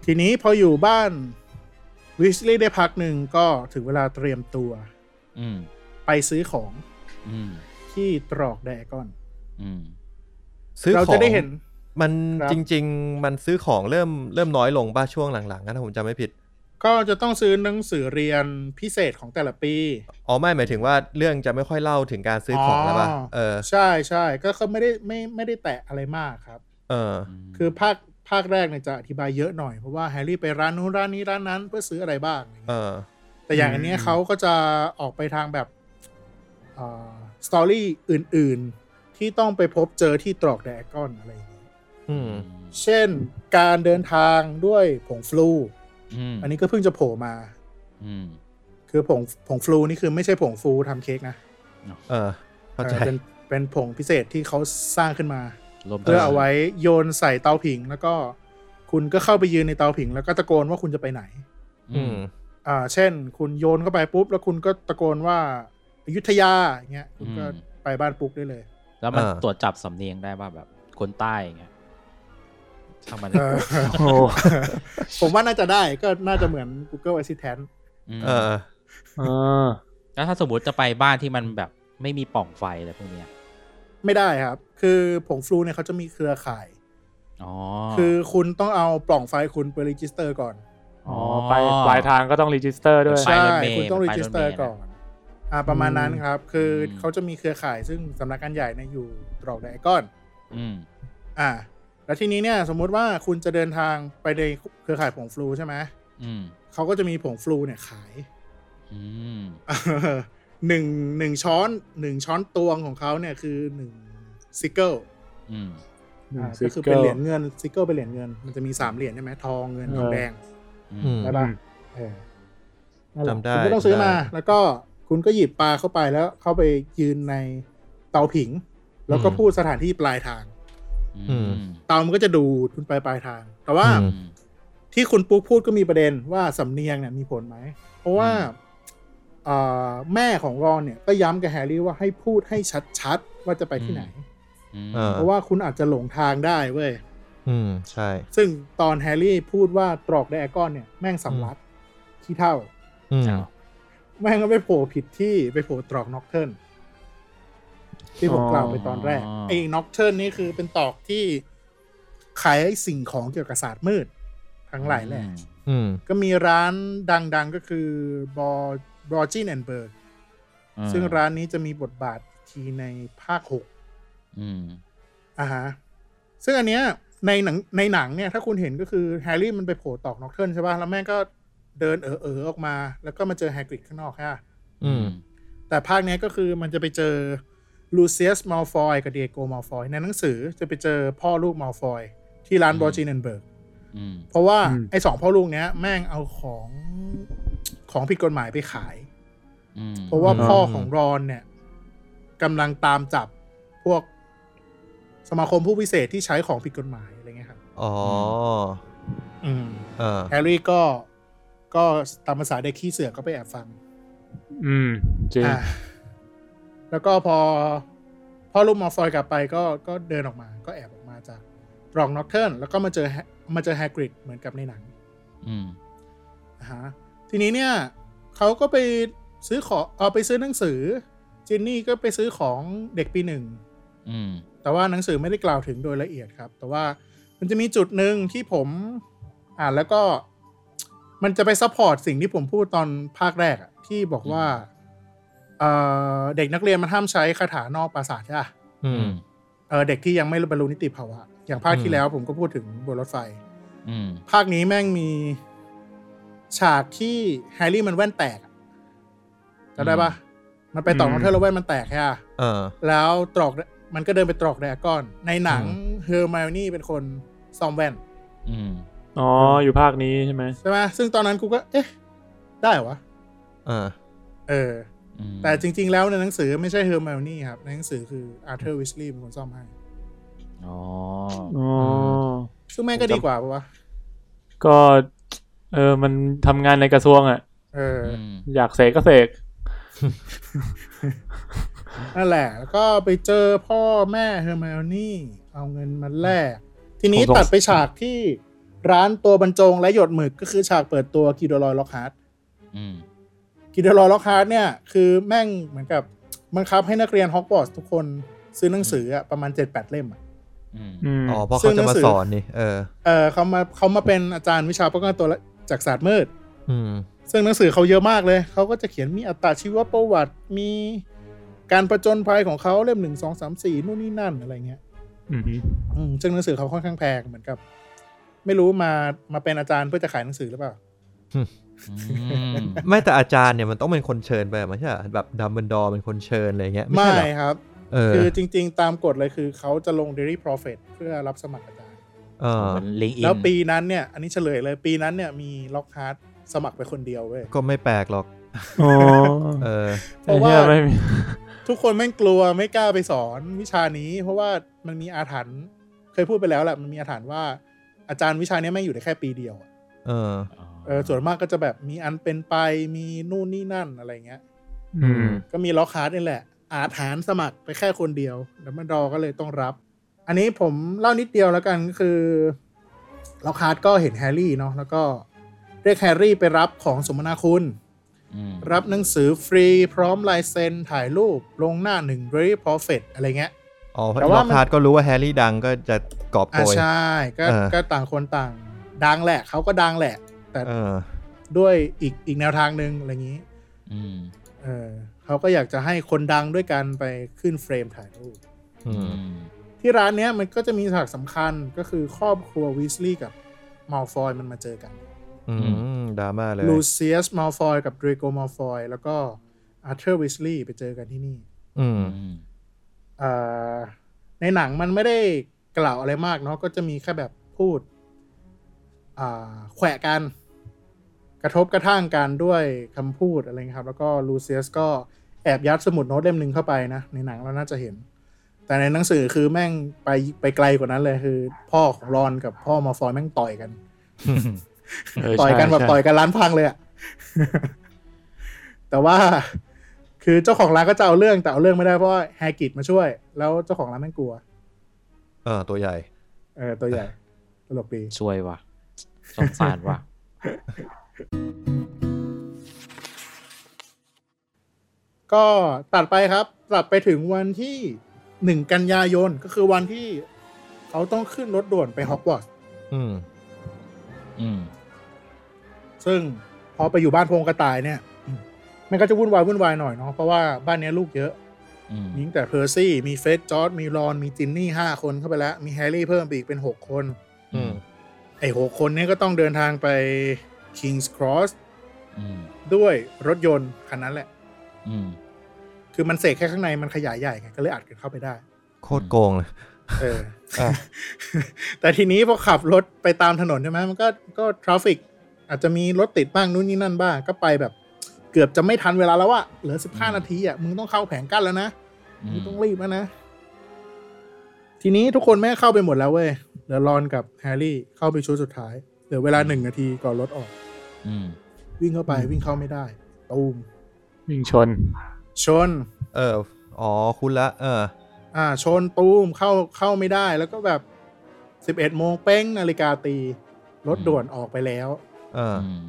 A: ทีนี้พออยู่บ้านวิสลีย์ได้พักหนึ่งก็ถึงเวลาเตรียมตัว
D: อืม
A: ไปซื้อของ
D: อืม
A: ที่ตรอกไดอาก้อน
D: อืม
B: ซื้อ
A: เรา
B: ของ
A: จะได้เห็น
B: มัน
A: ครับ
B: จริง ๆ มันซื้อของเริ่มเริ่มน้อยลงบ้าช่วงหลังๆนะถ้าผมจำไม่ผิด
A: ก็จะต้องซื้อหนังสือเรียนพิเศษของแต่ละปี
B: อ๋อไม่หมายถึงว่าเรื่องจะไม่ค่อยเล่าถึงการซื้อของแล้วป่ะ
A: อ๋อ
B: เออ
A: ใช่ใช่ก็เขาไม่ได้ไม่ไม่ได้แตะอะไรมากครับ
B: เออ
A: คือภาคภาคแรกเนี่ยจะอธิบายเยอะหน่อย เพราะว่าแฮร์รี่ไปร้านนู้นร้านนี้ร้านนั้นเพื่อซื้ออะไรบ้างอะไรเงี้ย
B: เออ
A: แต่อย่างอันเนี้ย
C: อืม
A: เขาก็จะออกไปทางแบบสตอรี่อ story อื่น ๆ ที่ต้องไปพบเจอที่ตรอกแดกอนอะไรอย่างเงี้ย
B: อืม
A: เช่นการเดินทางด้วยผงฟลู
D: อืม
A: อันนี้ก็เพิ่งจะโผล่มา
D: อืม
A: คือผงผงฟลูนี่คือไม่ใช่ผงฟูทำเค้กนะ
B: เออ เข้าใจ
A: เออเป็นเป็นผงพิเศษที่เขาสร้างขึ้นมา
D: รวม
A: เพื่อเอาไว้โยนใส่เตาผิง แล้วก็คุณก็เข้าไปยืนในเตาผิง แล้วก็ตะโกนว่าคุณจะไปไหน
D: อื
B: อื
D: ม
B: ม
A: อ่าเช่น คุณโยนเข้าไปปุ๊บ แล้วคุณก็ตะโกนว่าอยุธยาอย่างเงี้ยคุณก็
D: อืม
A: ไปบ้านปุ๊กได้เลย
D: แล้วมัน
B: เออ
D: ตรวจจับสำเนียงได้ป่ะแบบคนใต้อย่างเงี้ยช่างมัน
A: เออ
C: โอ้
A: ผมว่าน่าจะได้ก็น่าจะเหมือน Google Assistant
D: ม
B: เออ
C: เออ
D: แล้วถ้าสมมติจะไปบ้านที่มันแบบไม่มีปล่องไฟอะไรพวกเนี้ย
A: ไม่ได้ครับ คือผงฟลูเนี่ยเขาจะมีเครือข่าย
D: อ๋อ
A: คือคุณต้องเอาปล่องไฟคุณไปรีจิสเตอร์ก่อน
C: อ๋อไปปลายทางก็ต้องรีจิสเตอร์ด้วย
D: ใช่ Iron Man
A: คุณต้องรีจิสเตอร์
D: Iron Man
A: ก่อน อ่าประมาณนั้นครับ คืออ
D: ม
A: เขาจะมีเครือข่ายซึ่งสำนักงานใหญ่เนี่ยอยู่ตรอกไดอาก้อน
D: อืม
A: อ่า แล้วทีนี้เนี่ยสมมุติว่าคุณจะเดินทางไปในเครือข่ายผงฟลูใช่ไหม
D: อืม
A: เขาก็จะมีผงฟลูเนี่ยขาย
D: อืม
A: หนึ่งหนึ่งช้อนหนึ่งช้อนตวงของเขาเนี่ยคือหนึ่งซิกเกิล
D: อืม
C: หนึ่ง
A: อ่า
C: ซิ
A: ก็
C: ก
A: คือ
C: เกิ
A: เป็น
C: ล
A: เหรียญเงินซิกเกิลเป็นเหรียญเงิน มันจะมีสามเหรียญใช่ไหมทองเงิน
C: เออ
A: ทองแดง
D: อืม
A: ใช่ปะ
C: อืม
A: เออนั่นแหละ
B: จำได้
A: คุณก็ต้องซื้อมา
B: จำได้
A: แล้วก็คุณก็หยิบปลาเข้าไปแล้วเข้าไปยืนในเตาผิง แล้วก็
B: อืม
A: พูดสถานที่ปลายทาง
D: อืม
A: เตามันก็จะดูดคุณไปปลายทาง แต่ว่า
B: อืม
A: ที่คุณปุ๊กพูดก็มีประเด็นว่าสำเนียงเนี่ยมีผลไหม เพราะว่า
D: อืม
A: เอ่อแม่ของรอนเนี่ยก็ย้ำกับแฮร์รี่ว่าให้พูดให้ชัดๆ ว่าจะไปที่ไหน
D: อืม
B: เออ
A: เพราะว่าคุณอาจจะหลงทางได้เว้ย
B: อืมใช่
A: ซึ่งตอนแฮร์รี่พูดว่าตรอกไดแอกอนเนี่ยแม่งสำลักขี้เท่า
B: อืม
A: แม่งก็ไปโผล่ผิดที่ไปโผล่ตรอกน็อกเทิร์นที่ผม
C: อ๋อ
A: กล่าวไปตอนแรกไอ้น็อกเทิร์นนี่คือเป็นตรอกที่ขายสิ่งของเกี่ยวกับศาสตร์มืด ทั้งหลายแหละ
B: อืม
A: ก็มีร้านดังๆก็คือบอบอจินแอนเบิร์ก
D: อืม
A: ซึ่งร้านนี้จะมีบทบาททีในภาคหก
D: อืม
A: อ่าฮะซึ่งอันเนี้ยในหนังในหนังเนี่ยถ้าคุณเห็นก็คือแฮร์รี่มันไปโผล่ตอกน็อกเทิร์นใช่ป่ะ แล้วแม่งก็เดินเออเออๆออกมา แล้วก็มาเจอแฮกริดข้างนอกฮะ
B: อืม
A: แต่ภาคเนี้ยก็คือมันจะไปเจอลูเซียสม l ลฟอยกับเดียโกม l ลฟอยในหนังสือจะไปเจอพ่อลูกม l ลฟอยที่ร้าน
D: อืม
A: บอจินแอนเบิร์ก
D: อืม
A: เพราะว่า
C: อืม
A: ไอ้สองพ่อลูกเนี้ยแม่งเอาของของผิดกฎหมายไปขาย
D: อืม
A: เพราะว่า
B: อืม
A: พ่อของรอนเนี่ยกำลังตามจับพวกสมาคมผู้พิเศษที่ใช้ของผิดกฎหมายอะไรเงี้ยครับ
B: อ๋อ
A: อืม
B: เออ
A: แฮร์รี่ก็ก็ตามภาษาเด็กขี้เสือกก็ไปแอบฟัง
C: อืมจริง
A: อ่าแล้วก็พอพ่อลูกมอร์ฟอยกลับไปก็ก็เดินออกมา ก็แอบออกมาจากตรองน็อกเทิร์นแล้วก็มาเจอแฮมาเจอแฮกริดเหมือนกับในหนัง
D: อืม
A: อ่าฮะทีนี้เนี่ยเขาก็ไปซื้อของเอาไปซื้อหนังสือเจนนี่ก็ไปซื้อของเด็กปีหนึ่ง
D: อืม
A: แต่ว่าหนังสือไม่ได้กล่าวถึงโดยละเอียดครับ แต่ว่ามันจะมีจุดหนึ่งที่ผมอ่านแล้วก็มันจะไปซัพพอร์ตสิ่งที่ผมพูดตอนภาคแรกอะที่บอกว่าเอ่อเด็กนักเรียนมันห้ามใช้คาถานอกปราสาทใช่ปะ
B: อื
D: อื
B: ม
D: ม
A: เออเด็กที่ยังไม่บรรลุนิติภาวะ อย่างภาค
B: อื
A: ที่
B: ม
A: แล้วผมก็พูดถึงบนรถไฟ
D: อืม
A: ภาคนี้แม่งมีฉากที่แฮร์รี่มันแว่นแตกอะจำได้ปะมันไปตอกน้องเธอร์แล้วแว่นมันแตกใช่ปะ
B: เออ
A: แล้วตรอกมันก็เดินไปตรอกไดอาก้อน ในหนังเฮอร์ไมโอนี่เป็นคนซ่อมแว่น
D: อืม
C: อ๋ออยู่ภาคนี้ใช่ไหม
A: ใช่ไหมซึ่งตอนนั้นกูก็ เอ๊ะ ได้เหรอวะ
B: เออ
A: เออ
D: อืม
A: แต่จริง ๆ แล้วในหนังสือไม่ใช่เฮอร์ไมโอนี่ครับ ในหนังสือคืออาร์เธอร์วิชลีย์เป็นคนซ่อมให้
D: อ๋อ
C: อ๋ออ
A: ซึ่งแม่งก็ดีกว่าปะวะ
C: ก็เออมันทำงานในกระทรวงอ่ะ
A: เอออ
D: อืม
C: อยากเสกก็เสก
A: นั่นแหละ แล้วก็ไปเจอพ่อแม่เฮอร์ไมโอนี่ เอาเงินมาแลก ทีนี้
C: ผมสง
A: ตัดไปฉากที่ร้านตัวบรรจงและหยดหมึกก็คือฉากเปิดตัวกิโดรอยล็อกฮาร์ด
D: อืม
A: กิโดรอยล็อกฮาร์ดเนี่ย คือแม่งเหมือนกับบังคับให้นักเรียนฮอกวอตส์ทุกคนซื้อหนังสืออะประมาณ 7-8 เล่มอะ
D: อืม
C: อืม
B: อ๋อเพราะเขาจะมาสอนนี่ เออ
A: เออเขามาเขามาเป็นอาจารย์วิชาป้องกันตัวและจากศาสตร์มืด
B: อืม
A: ซึ่งหนังสือเขาเยอะมากเลย เขาก็จะเขียนมีอัตราชีวประวัติ มีการประจนภัยของเขาเล่มหนึ่งสองสามสี่นู่นนี่นั่นอะไรเงี้ย
C: อืม
A: อืมซึ่งหนังสือเขาค่อนข้างแพงเหมือนกับ ไม่รู้มามาเป็นอาจารย์เพื่อจะขายหนังสือหรือเปล่า
B: ไม่แต่อาจารย์เนี่ยมันต้องเป็นคนเชิญไปอะไม่ใช่เหรอแบบดัมเบิลดอร์เป็นคนเชิญอะไรอย่างเงี้ย
A: ไม่
B: ใช่เหรอ
A: ครับ
B: เออ
A: คือจริง ๆ ตามกฎเลยคือเขาจะลง Dairy Profit เพื่อรับสมัครอาจารย์
B: เออ
D: ลิงก์อิน
A: แล้วปีนั้นเนี่ย อันนี้เฉลยเลยปีนั้นเนี่ยมีล็อกฮาร์ดสมัครไปคนเดียวเว้ย
B: ก็ไม่แปลกหรอก
C: อ๋อ
B: เออ
A: เพราะว่า
C: ไอ้หี้ยไม่มี
A: ทุกคนแม่งกลัวไม่กล้าไปสอนวิชานี้ เพราะว่ามันมีอาถรรพ์เคยพูดไปแล้วแหละมันมีอาถรรพ์ว่าอาจารย์วิชาเนี้ยแม่งอยู่ได้แค่ปีเดียวอะ
B: เออ
A: เออส่วนมากก็จะแบบมีอันเป็นไปมีนู่นนี่นั่นอะไรเงี้ย
C: อืม
A: ก็มีล็อกฮาร์ดนี่แหละ อาหารสมัครไปแค่คนเดียวดัมเบิลดอร์ก็เลยต้องรับ อันนี้ผมเล่านิดเดียวแล้วกันก็คือล็อกฮาร์ดก็เห็นแฮร์รี่เนาะแล้วก็เรียกแฮร์รี่ไปรับของสมนาคุณ
D: อืม
A: รับหนังสือฟรีพร้อมลายเซ็นถ่ายรูปลงหน้าหนึ่ง very profit อะไรเงี้ย
B: อ๋อ
A: แต่
B: แต่
A: ว่า
B: ว่า
A: มัน
B: พาร์ทก็รู้ว่าแฮร์รี่ดังก็จะกอบโก
A: อ่าย ใช่ก็
B: เออ
A: ก็ต่างคนต่างดังแหละ เขาก็ดังแหละ แต่
B: เออ
A: ด้วยอีกอีกแนวทางหนึ่งอะไรอย่างนี้
D: อืม
A: เออเขาก็อยากจะให้คนดังด้วยกันไปขึ้นเฟรมถ่ายรูป
B: อืม
D: อืม
A: ที่ร้านเนี้ยมันก็จะมีฉากสำคัญก็คือครอบครัววิสลีย์กับม a ลฟอยมันมาเจอกัน
B: อ อืมดราม่าเลย
A: ลูเซียสมาฟอยกับดร a โกมาฟอยแล้วก็อาร์เธอร์วิสลีย์ไปเจอกันที่นี่
B: อืม
D: อืม
A: เอ่อในหนังมันไม่ได้กล่าวอะไรมากเนาะก็จะมีแค่แบบพูดอ่าแขวะกัน กระทบกระทั่งกันด้วยคำพูดอะไรเงี้ยครับ แล้วก็ลูเซียสก็แอบยัดสมุดโน้ตเล่มหนึ่งเข้าไปนะ ในหนังเราน่าจะเห็น แต่ในหนังสือคือแม่งไปไปไกลกว่านั้นเลยคือ พ่อของรอนกับพ่อมาฟอยแม่งต่อยกัน
C: เใช่
A: ต่อยกันแบบ
C: ใช่
A: ต่อยกันร้านพังเลยอะ แต่ว่าคือเจ้าของร้านก็จะเอาเรื่องแต่เอาเรื่องไม่ได้เพราะว่าแฮกิดมาช่วย แล้วเจ้าของร้านแม่งกลัว
B: เออ ตัวใหญ่
A: เออตัวใหญ่ตลกดี
D: ช่วยว่ะสงสารว่ะ
A: ก็ตัดไปครับ ตัดไปถึงวันที่หนึ่งกันยายนก็คือวันที่เขาต้องขึ้นรถด่วนไปฮอกวอตส์
B: อืม
D: อืม
A: ซึ่งพอไปอยู่บ้านโพงกระต่ายเนี่ย มันก็จะวุ่นวายวุ่นวายหน่อยเนาะเพราะว่าบ้านเนี้ยลูกเยอะ
D: อืม
A: มีตั้งแต่เพอร์ซี่มีเฟสจอร์ดมีรอนมีจินนี่ห้าคนเข้าไปแล้ว มีแฮร์รี่เพิ่มไปอีกเป็นหกคน
B: อืม
A: ไอ้หกคนเนี้ก็ต้องเดินทางไป King's Cross
D: อืม
A: ด้วยรถยนต์คันนั้นแหละ
D: อืม
A: คือมันเสกแค่ข้างในมันขยายใหญ่ไงก็เลยอัดกันเข้าไปได้
B: โคตรโกงเลย
A: เออ
B: อ่ะ
A: แต่ทีนี้พอขับรถไปตามถนนใช่ไหมมันก็ก็ทราฟิก อาจจะมีรถติดบ้างนู่นนี่นั่นบ้าง ก็ไปแบบ เกือบจะไม่ทันเวลาแล้วอะเหลือสิบห้านาทีอะมึงต้องเข้าแผงกั้นแล้วนะ
D: อื
A: มึ
D: ม
A: งต้องรีบแล้วนะ ทีนี้ทุกคนแม่งเข้าไปหมดแล้วเว้ยเหลือรอนกับแฮร์รี่เข้าไปชุดสุดท้ายเหลือเวลาหนึ่งนาทีก่อนรถออก
D: อืม
A: วิ่งเข้าไปวิ่งเข้าไม่ได้ตูม
C: วิ่งชน
A: ชน
B: เออ อ๋อ คุณละ เออ
A: อ่า ชนตูมเข้าเข้าไม่ได้ แล้วก็แบบสิบเอ็ดโมงเป้งนาฬิกาตี รถ
D: อืม
A: ด่วนออกไปแล้ว
B: เออ
D: อืม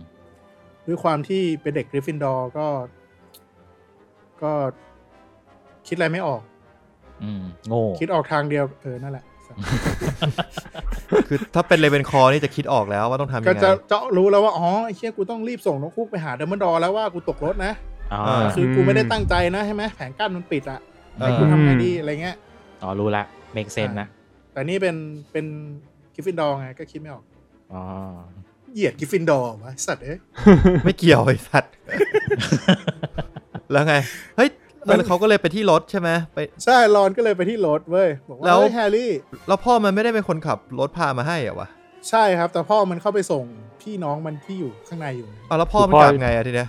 A: ด้วยความที่เป็นเด็กกริฟฟินดอร์ก็ ก็ คิดอะไรไม่ออก
D: อืม โง่
A: คิดออกทางเดียว เออ นั่นแหละ
B: คือถ้าเป็นเลเวนคอนี่จะคิดออกแล้วว่าต้องทำยัง
A: ก็
B: ไง
A: จะจะรู้แล้วว่า อ๋อ ไอ้เชี่ยกูต้องรีบส่งนกคุกไปหาเดมอนดอร์แล้วว่ากูตกรถนะ
D: อ๋อ
B: เออ
A: คืออ
C: ม
A: กูไม่ได้ตั้งใจนะใช่ไหมแผงกั้นมันปิดอะ
B: เออ
A: กูทำไงดีอะไรเงี้ย
D: อ๋อ รู้ละ make sense นะ
A: แต่นี่เป็นเป็นกริฟฟินดอร์ไงก็คิดไม่ออก
D: อ๋อ
A: เหยียดกริฟฟินดอร์วะไอ้สัตว์เอ้ย
B: ไม่เกี่ยวไอ้สัตว์ แล้วไง เฮ้ยแล้วเขาก็เลยไปที่รถใช่ไหมไป
A: ใช่รอนก็เลยไปที่รถเว้ย บอกว่า
B: แล้ว
A: เฮ้ยแฮร์รี่
B: แล้วพ่อมันไม่ได้เป็นคนขับรถพามาให้เหรอะวะ
A: ใช่ครับ แต่พ่อมันเข้าไปส่งพี่น้องมันที่อยู่ข้างในอยู่
B: เอาแล้วพ่อมันกลับไงอะทีเนี้ย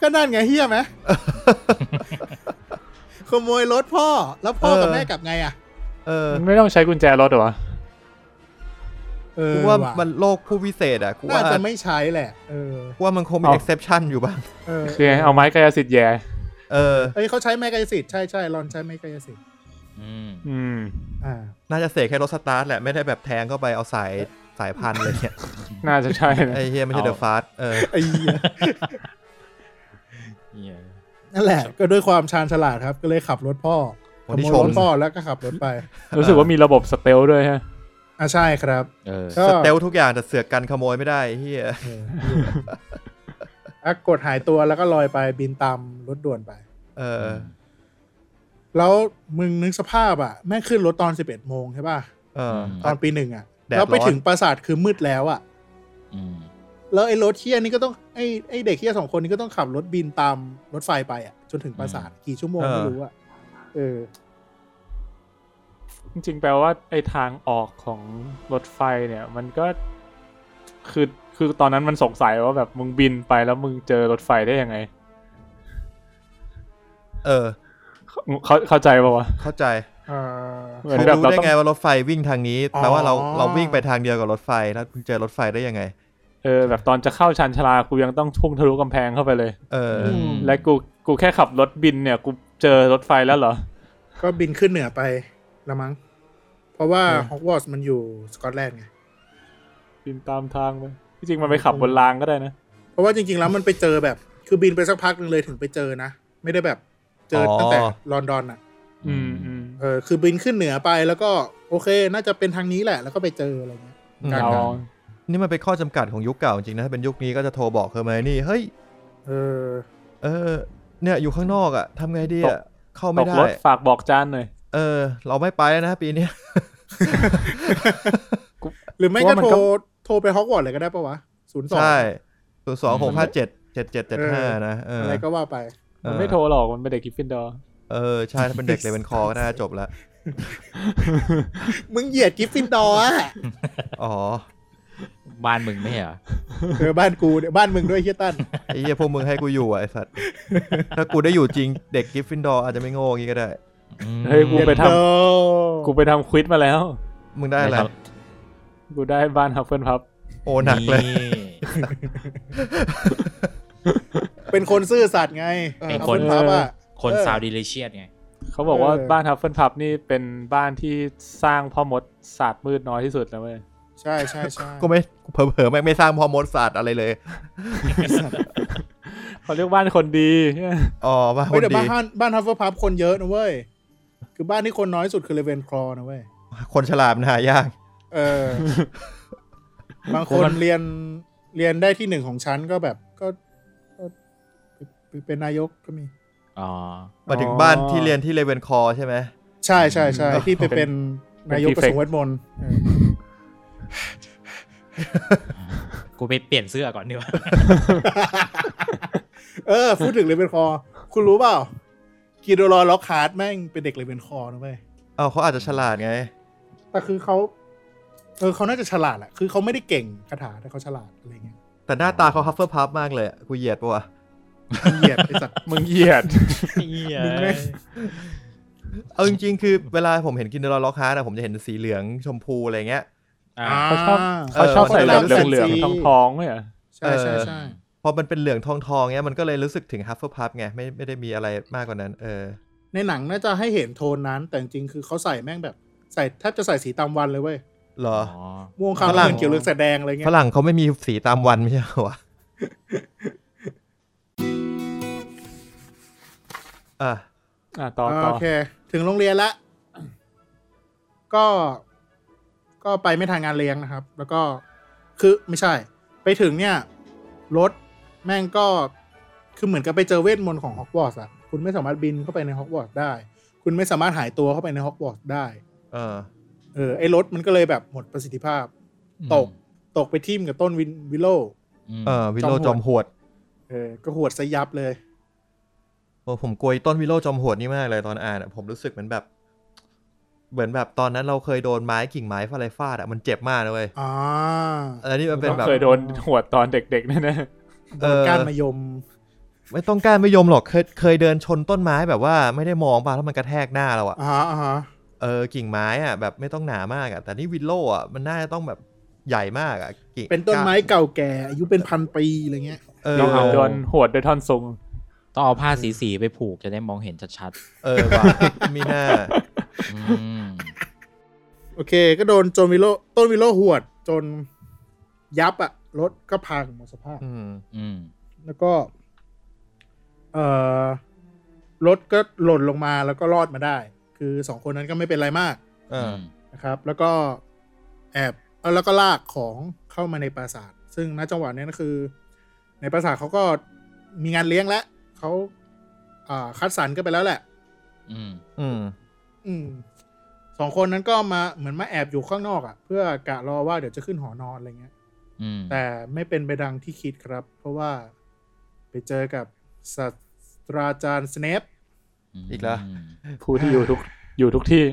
A: ก็นั่นไงเฮีย ไหม ขโมยรถพ่อ แล้วพ่อกับ
B: เออ
A: แม่กลับไงอ่ะ
B: เออ
C: มันไม่ต้องใช้กุญแจรถเหรอ
A: เออ
B: กูว่า
A: ะ
B: มันโลกผู้วิเศษอะกู
A: น่า
B: ว่า
A: จะไม่ใช้แหละ เออ
B: กูว่ามันคงมี
C: เอา
B: เอ็กเซปชันอยู่บ้าง
A: เออ
C: คือเอาไม้กายสิทธิ์แย่
B: เออ
A: เอ้ยเขาใช้แม่กายสิทธิ์ใช่ใช่รอนใช้แม่กายสิทธิ์
D: อืม
C: อืม
A: อ่า
B: น่าจะเสกแค่รถสตาร์ทแหละ ไม่ได้แบบแทงเข้าไปเอาสายสายพันเลยเนี่ย
C: น่าจะใช่นะ
B: ไอ้เฮียไม่ใช่
D: เอา
B: เดอะฟาสเออ
A: ไอ้เหี้ย
D: เหี้ย
A: นั่นแหละ ก็ด้วยความชาญฉลาดครับ ก็เลยขับรถพ่อ
B: ค
A: ข
B: นที่
A: โมย
B: ช
A: ร
B: ม
A: ถพ่อแล้วก็ขับรถไป
C: รู้สึกว่ามีระบบสเตลด้วยฮะ
A: อ่ะใช่ครับ
D: เออ
A: ก็
B: สเตลทุกอย่างแต่เสือกกันขโมยไม่ได้ไอ้เฮีย
A: อะกดหายตัวแล้วก็ลอยไปบินตามรถด่วนไป
B: เออ
A: แล้วมึงนึกสภาพอ่ะ แม่งขึ้นรถตอน 11 โมงใช่ป่ะ
B: เออ
A: ตอนปีหนึ่งอ่ะ
B: แดดร้อน
A: แล้วไปถึงปราสาทคือมืดแล้วอ่ะ
D: อืม
A: แล้วไอ้รถเที่ยนี่ก็ต้องไอ้ไอ้เด็กเที่ยสองคนนี้ก็ต้องขับรถบินตามรถไฟไปอ่ะ จนถึงปราสาทกี่ชั่วโมงไม่รู้อ่ะเออ
C: จริงๆ แปลว่าไอ้ทางออกของรถไฟเนี่ย มันก็คือคือตอนนั้นมันสงสัยว่าแบบมึงบินไปแล้วมึงเจอรถไฟได้ยังไง
B: เออ
C: เขาเข้าใจป่าวะ
B: เข้าใจ
A: เออ
C: เหมือน
B: เขารู้
C: แบบเรา
B: ได้
C: ต้อง
B: ไงว่ารถไฟวิ่งทางนี้
A: อ๋อ
B: แปลว่าเราเราวิ่งไปทางเดียวกับรถไฟแล้วคุณเจอรถไฟได้ยังไง
C: เออแบบตอนจะเข้าชานชาลากูยังต้องพุ่งทะลุกำแพงเข้าไปเลย
B: เอออ
D: ม
C: และกูกูแค่ขับรถบินเนี่ย กูเจอรถไฟแล้วเหรอ
A: ก็บินขึ้นเหนือไปละมั้ง เพราะว่า
C: เออ
A: ฮอกวอตส์มันอยู่สกอตแลนด์ไง
C: บินตามทางไปที่จริงมันไปขับบนรางก็ได้นะ
A: เพราะว่าจริงๆแล้วมันไปเจอแบบ คือบินไปสักพักหนึ่งเลยถึงไปเจอนะ ไม่ได้แบบเจอตั้งแต่
B: อ๋อ
A: ลอนดอนอ่ะ
C: อืมอืม
A: เออคือบินขึ้นเหนือไปแล้วก็โอเค น่าจะเป็นทางนี้แหละ แล้วก็ไปเจออะไรเงี้ย
B: ม
A: กร
C: เรา
A: อ๋อ
B: นี่มันเป็นข้อจำกัดของยุคเก่าจริงนะถ้าเป็นยุคนี้ก็จะโทรบอกเธอไหมนี่เฮ้ย
A: เออ
B: เออเนี่ยอยู่ข้างนอกอ่ะทำไงดีอ่ะเข้า
C: ต
B: ไม่
C: ก
B: ได้
C: รถฝากบอกจานหน่อย
B: เออ เราไม่ไปแล้วนะปีเนี้ย
A: หรือไม่
C: เพ
A: ก็
C: ราะว่ามัน
A: โท
C: ก็
A: รโทรไปฮอกวอตส์เลยก็ได้ปะวะ ศูนย์สอง
B: ใช่ศูนย์สองหกห้าเจ็ดเจ็ดเจ็ดเจ็ดห้า
A: อ
B: นะเออ
A: อะไรก็ว่าไป
C: มันไม่โทรหรอกมันเป็นเด็กกริฟฟินดอร์
B: เออใช่ถ้าเป็นเด็กเลยเป็นคอก็น่าจะจบละ
A: มึงเหยียดกริฟฟินดอร์อะ
B: อ๋อ
D: บ้านมึงไม่ใช่เหรอ
A: เออบ้านกูเนี่ยบ้านมึงด้วยเฮียตั้น
B: ไอ้เหี้ยพวกมึงให้กูอยู่อ่ะไอ้สัตว์ ถ้ากูได้อยู่จริงเด็กกริฟฟินดอร์อาจจะไม่โง่อย่างงี้ก็ได้
C: เฮ้ยกูไปท กูไปทำควิดมาแล้ว
B: มึงได้อะไร
D: ไม่ครับ
C: กูได้บ้านฮับเฟิลพับ
B: โอหนักเลย
A: เป็นคนซื่อสัตย์ไง
D: เป็น
A: อา
D: คน
A: พับอ่ะ
D: คน
A: เออ
D: ซาวดีเลเชียสไง
C: เขาบอกว่า
A: เออ
C: บ้านฮับเฟิลพับนี่เป็นบ้านที่สร้างพ่อมดศาสตร์มืดน้อยที่สุดนะเว้ย
A: ใช่ใช่ใช่
B: ก็ไม่เผลอๆแม่งไม่สร้างพอมดศาสตร์อะไรเลย
C: เขาเรียกบ้านคนดี
B: อ๋อมาค
A: ไม่
B: น
A: แต่
B: ดี
A: บ้านบ้านฮัฟเฟิลพับคนเยอะนะเว้ย คือบ้านที่คนน้อยสุดคือเลเวนครอนะเว้ย
B: คนฉลาดมันหายาก
A: เอ อ บางค
D: ผม
A: น
D: ว่า
A: เรียนเรียนได้ที่หนึ่งของชั้นก็แบบก็ก็ไปเป็นนายกก็มี
D: อ๋อ
B: มาถึง
C: อ๋อ
B: บ้านที่เรียนที่เลเวนคอร์ใช่ไหม
A: ใช่ใช่ใช่ที่ไปเป็น
C: เป็น
A: นายกกระทรวง
C: prefect
A: เวทมนต์เออ
D: กูไปเปลี่ยนเสื้อก่อนดีกว่า
A: เออ พูดถึงเลเวนคอร์คุณรู้เปล่ากีโดรอล็อกฮาร์ดแม่งเป็นเด็กเลเวนคอร์นะเว้ย
B: เอาเขาอาจจะฉลาดไง
A: แต่คือเขา เออเขาน่าจะฉลาดแหละ คือเขาไม่ได้เก่งคาถาแต่เขาฉลาดอะไรเงี้ย
B: แต่หน้าตาเขาฮัฟเฟิลพับมากเลยอะกูเหยียดปะวะ
A: เหยียดไอ้สัตว์
C: มึงเหยียด
A: มึงแม่ง
B: เอาจริงๆ คือเวลาผมเห็นกินเดอร์ล็อกฮาร์ดอะผมจะเห็นสีเหลืองชมพูอะไรเงี้ย
D: อ่า
C: เขาชอบ
B: เออ
C: เขาชอบ
B: คน
C: ใส่
B: เว
C: เห
B: ลา
C: ลืองเหลืองทองทองๆเนี่ย
A: ใช่ใช่ใช่
B: พอมันเป็นเหลืองทองทองๆเงี้ยมันก็เลยรู้สึกถึงฮัฟเฟิลพับไงไม่ไม่ได้มีอะไรมากกว่านั้น เออ
A: ในหนังน่าจะให้เห็นโทนนั้น แต่จริงๆคือเขาใส่แม่งแบบ ใส่แทบจะใส่สีตามวันเลยเว้ย
B: เหรอ
A: ม่วงขาว
B: ฝรั่ง
A: เงินเขียวเหลืองแสดงอะไรเงี้
B: ฝ
A: ย
B: รั่งเขาไม่มีสีตามวันไม่ใช่เหรอวะอ่ะ
C: อ่ะต่อต่อ
A: โอเค ถึงโรงเรียนละ ก็ ก็ไปไม่ทันงานเลี้ยงนะครับ แล้วก็ คือไม่ใช่ ไปถึงเนี่ย รถแม่งก็ คือเหมือนกับไปเจอเวทมนต์ของฮอกวอตส์อะคุณไม่สามารถบินเข้าไปในฮอกวอตส์ได้ คุณไม่สามารถหายตัวเข้าไปในฮอกวอตส์ได้
B: เออ
A: เออ ไอ้รถมันก็เลยแบบหมดประสิทธิภาพ ตก ตกไปทิ่มกับต้นวินวิโล
B: เออวิโรจน์จอมโหวด
A: เออ ก็หวดสยับเลย
B: โอ้ผมกลัวไอ้ต้นวิโรจน์จอมโหดนี่มากเลยตอนอ่านอะผมรู้สึกเหมือนแบบ เหมือนแบบตอนนั้นเราเคยโดนไม้กิ่งไม้ฟาอะไรฟาดอะมันเจ็บมากนะเลย
A: อ่า
B: เออนี่มันเป็น
C: ต้อง
B: แบบ
C: เคยโดนหวดตอนเด็กๆแน่
B: เออ
A: การมายม
B: ไม่ต้องการไม่ยอมหรอกเคยเคยเดินชนต้นไม้แบบว่าไม่ได้มองป่ะแล้วมันกระแทกหน้าเราอะ
A: อ่าฮะอ่าฮะ
B: เออกิ่งไม้อะแบบไม่ต้องหนามากอะแต่นี่วิโรจน์อะมันน่าจะต้องแบบใหญ่มากอะกิ่ง
A: เป็นต้นไม้เก่าแก่ อายุเป็นพันปีอะไรเงี้ย
B: เออ
C: ๆต้อง
D: เา
C: โดนหวดด้วยท่อนซุง
D: ต้องเอาผ้าสีสีๆไปผูกจะได้มองเห็นชัด
B: เออว่ะมีหน้า
D: ๆอืม
A: โอเค ก็โดนโจนวิโลต้นวิโลหวด จนยับอะรถก็พังหมดสภาพ
B: อืม
D: อืม
A: แล้วก็ เอ่อ รถก็หล่นลงมาแล้วก็รอดมาได้ คือสองคนนั้นก็ไม่เป็นไรมาก
B: เอออ
A: นะครับ แล้วก็แอบเอ่อแล้วก็ลากของเข้ามาในปราสาท ซึ่งณจังหวะนี้ก็คือ ในปราสาทเขาก็มีงานเลี้ยงแล้วเขาอ่าคัดสรรกันไปแล้วแหละ
D: อืม
B: อืม
A: อืมสองคนนั้นก็มาเหมือนมาแอบอยู่ข้างนอกอะ่ะ เพื่อกะรอว่าเดี๋ยวจะขึ้นหอนอนอะไรเงี้ย
D: อืม
A: แต่ไม่เป็นไปดังที่คิดครับ เพราะว่าไปเจอกับศาสตราจารย์สเนป
D: ม
C: ผู้ที่อยู่ทุกอยู่ทุกที่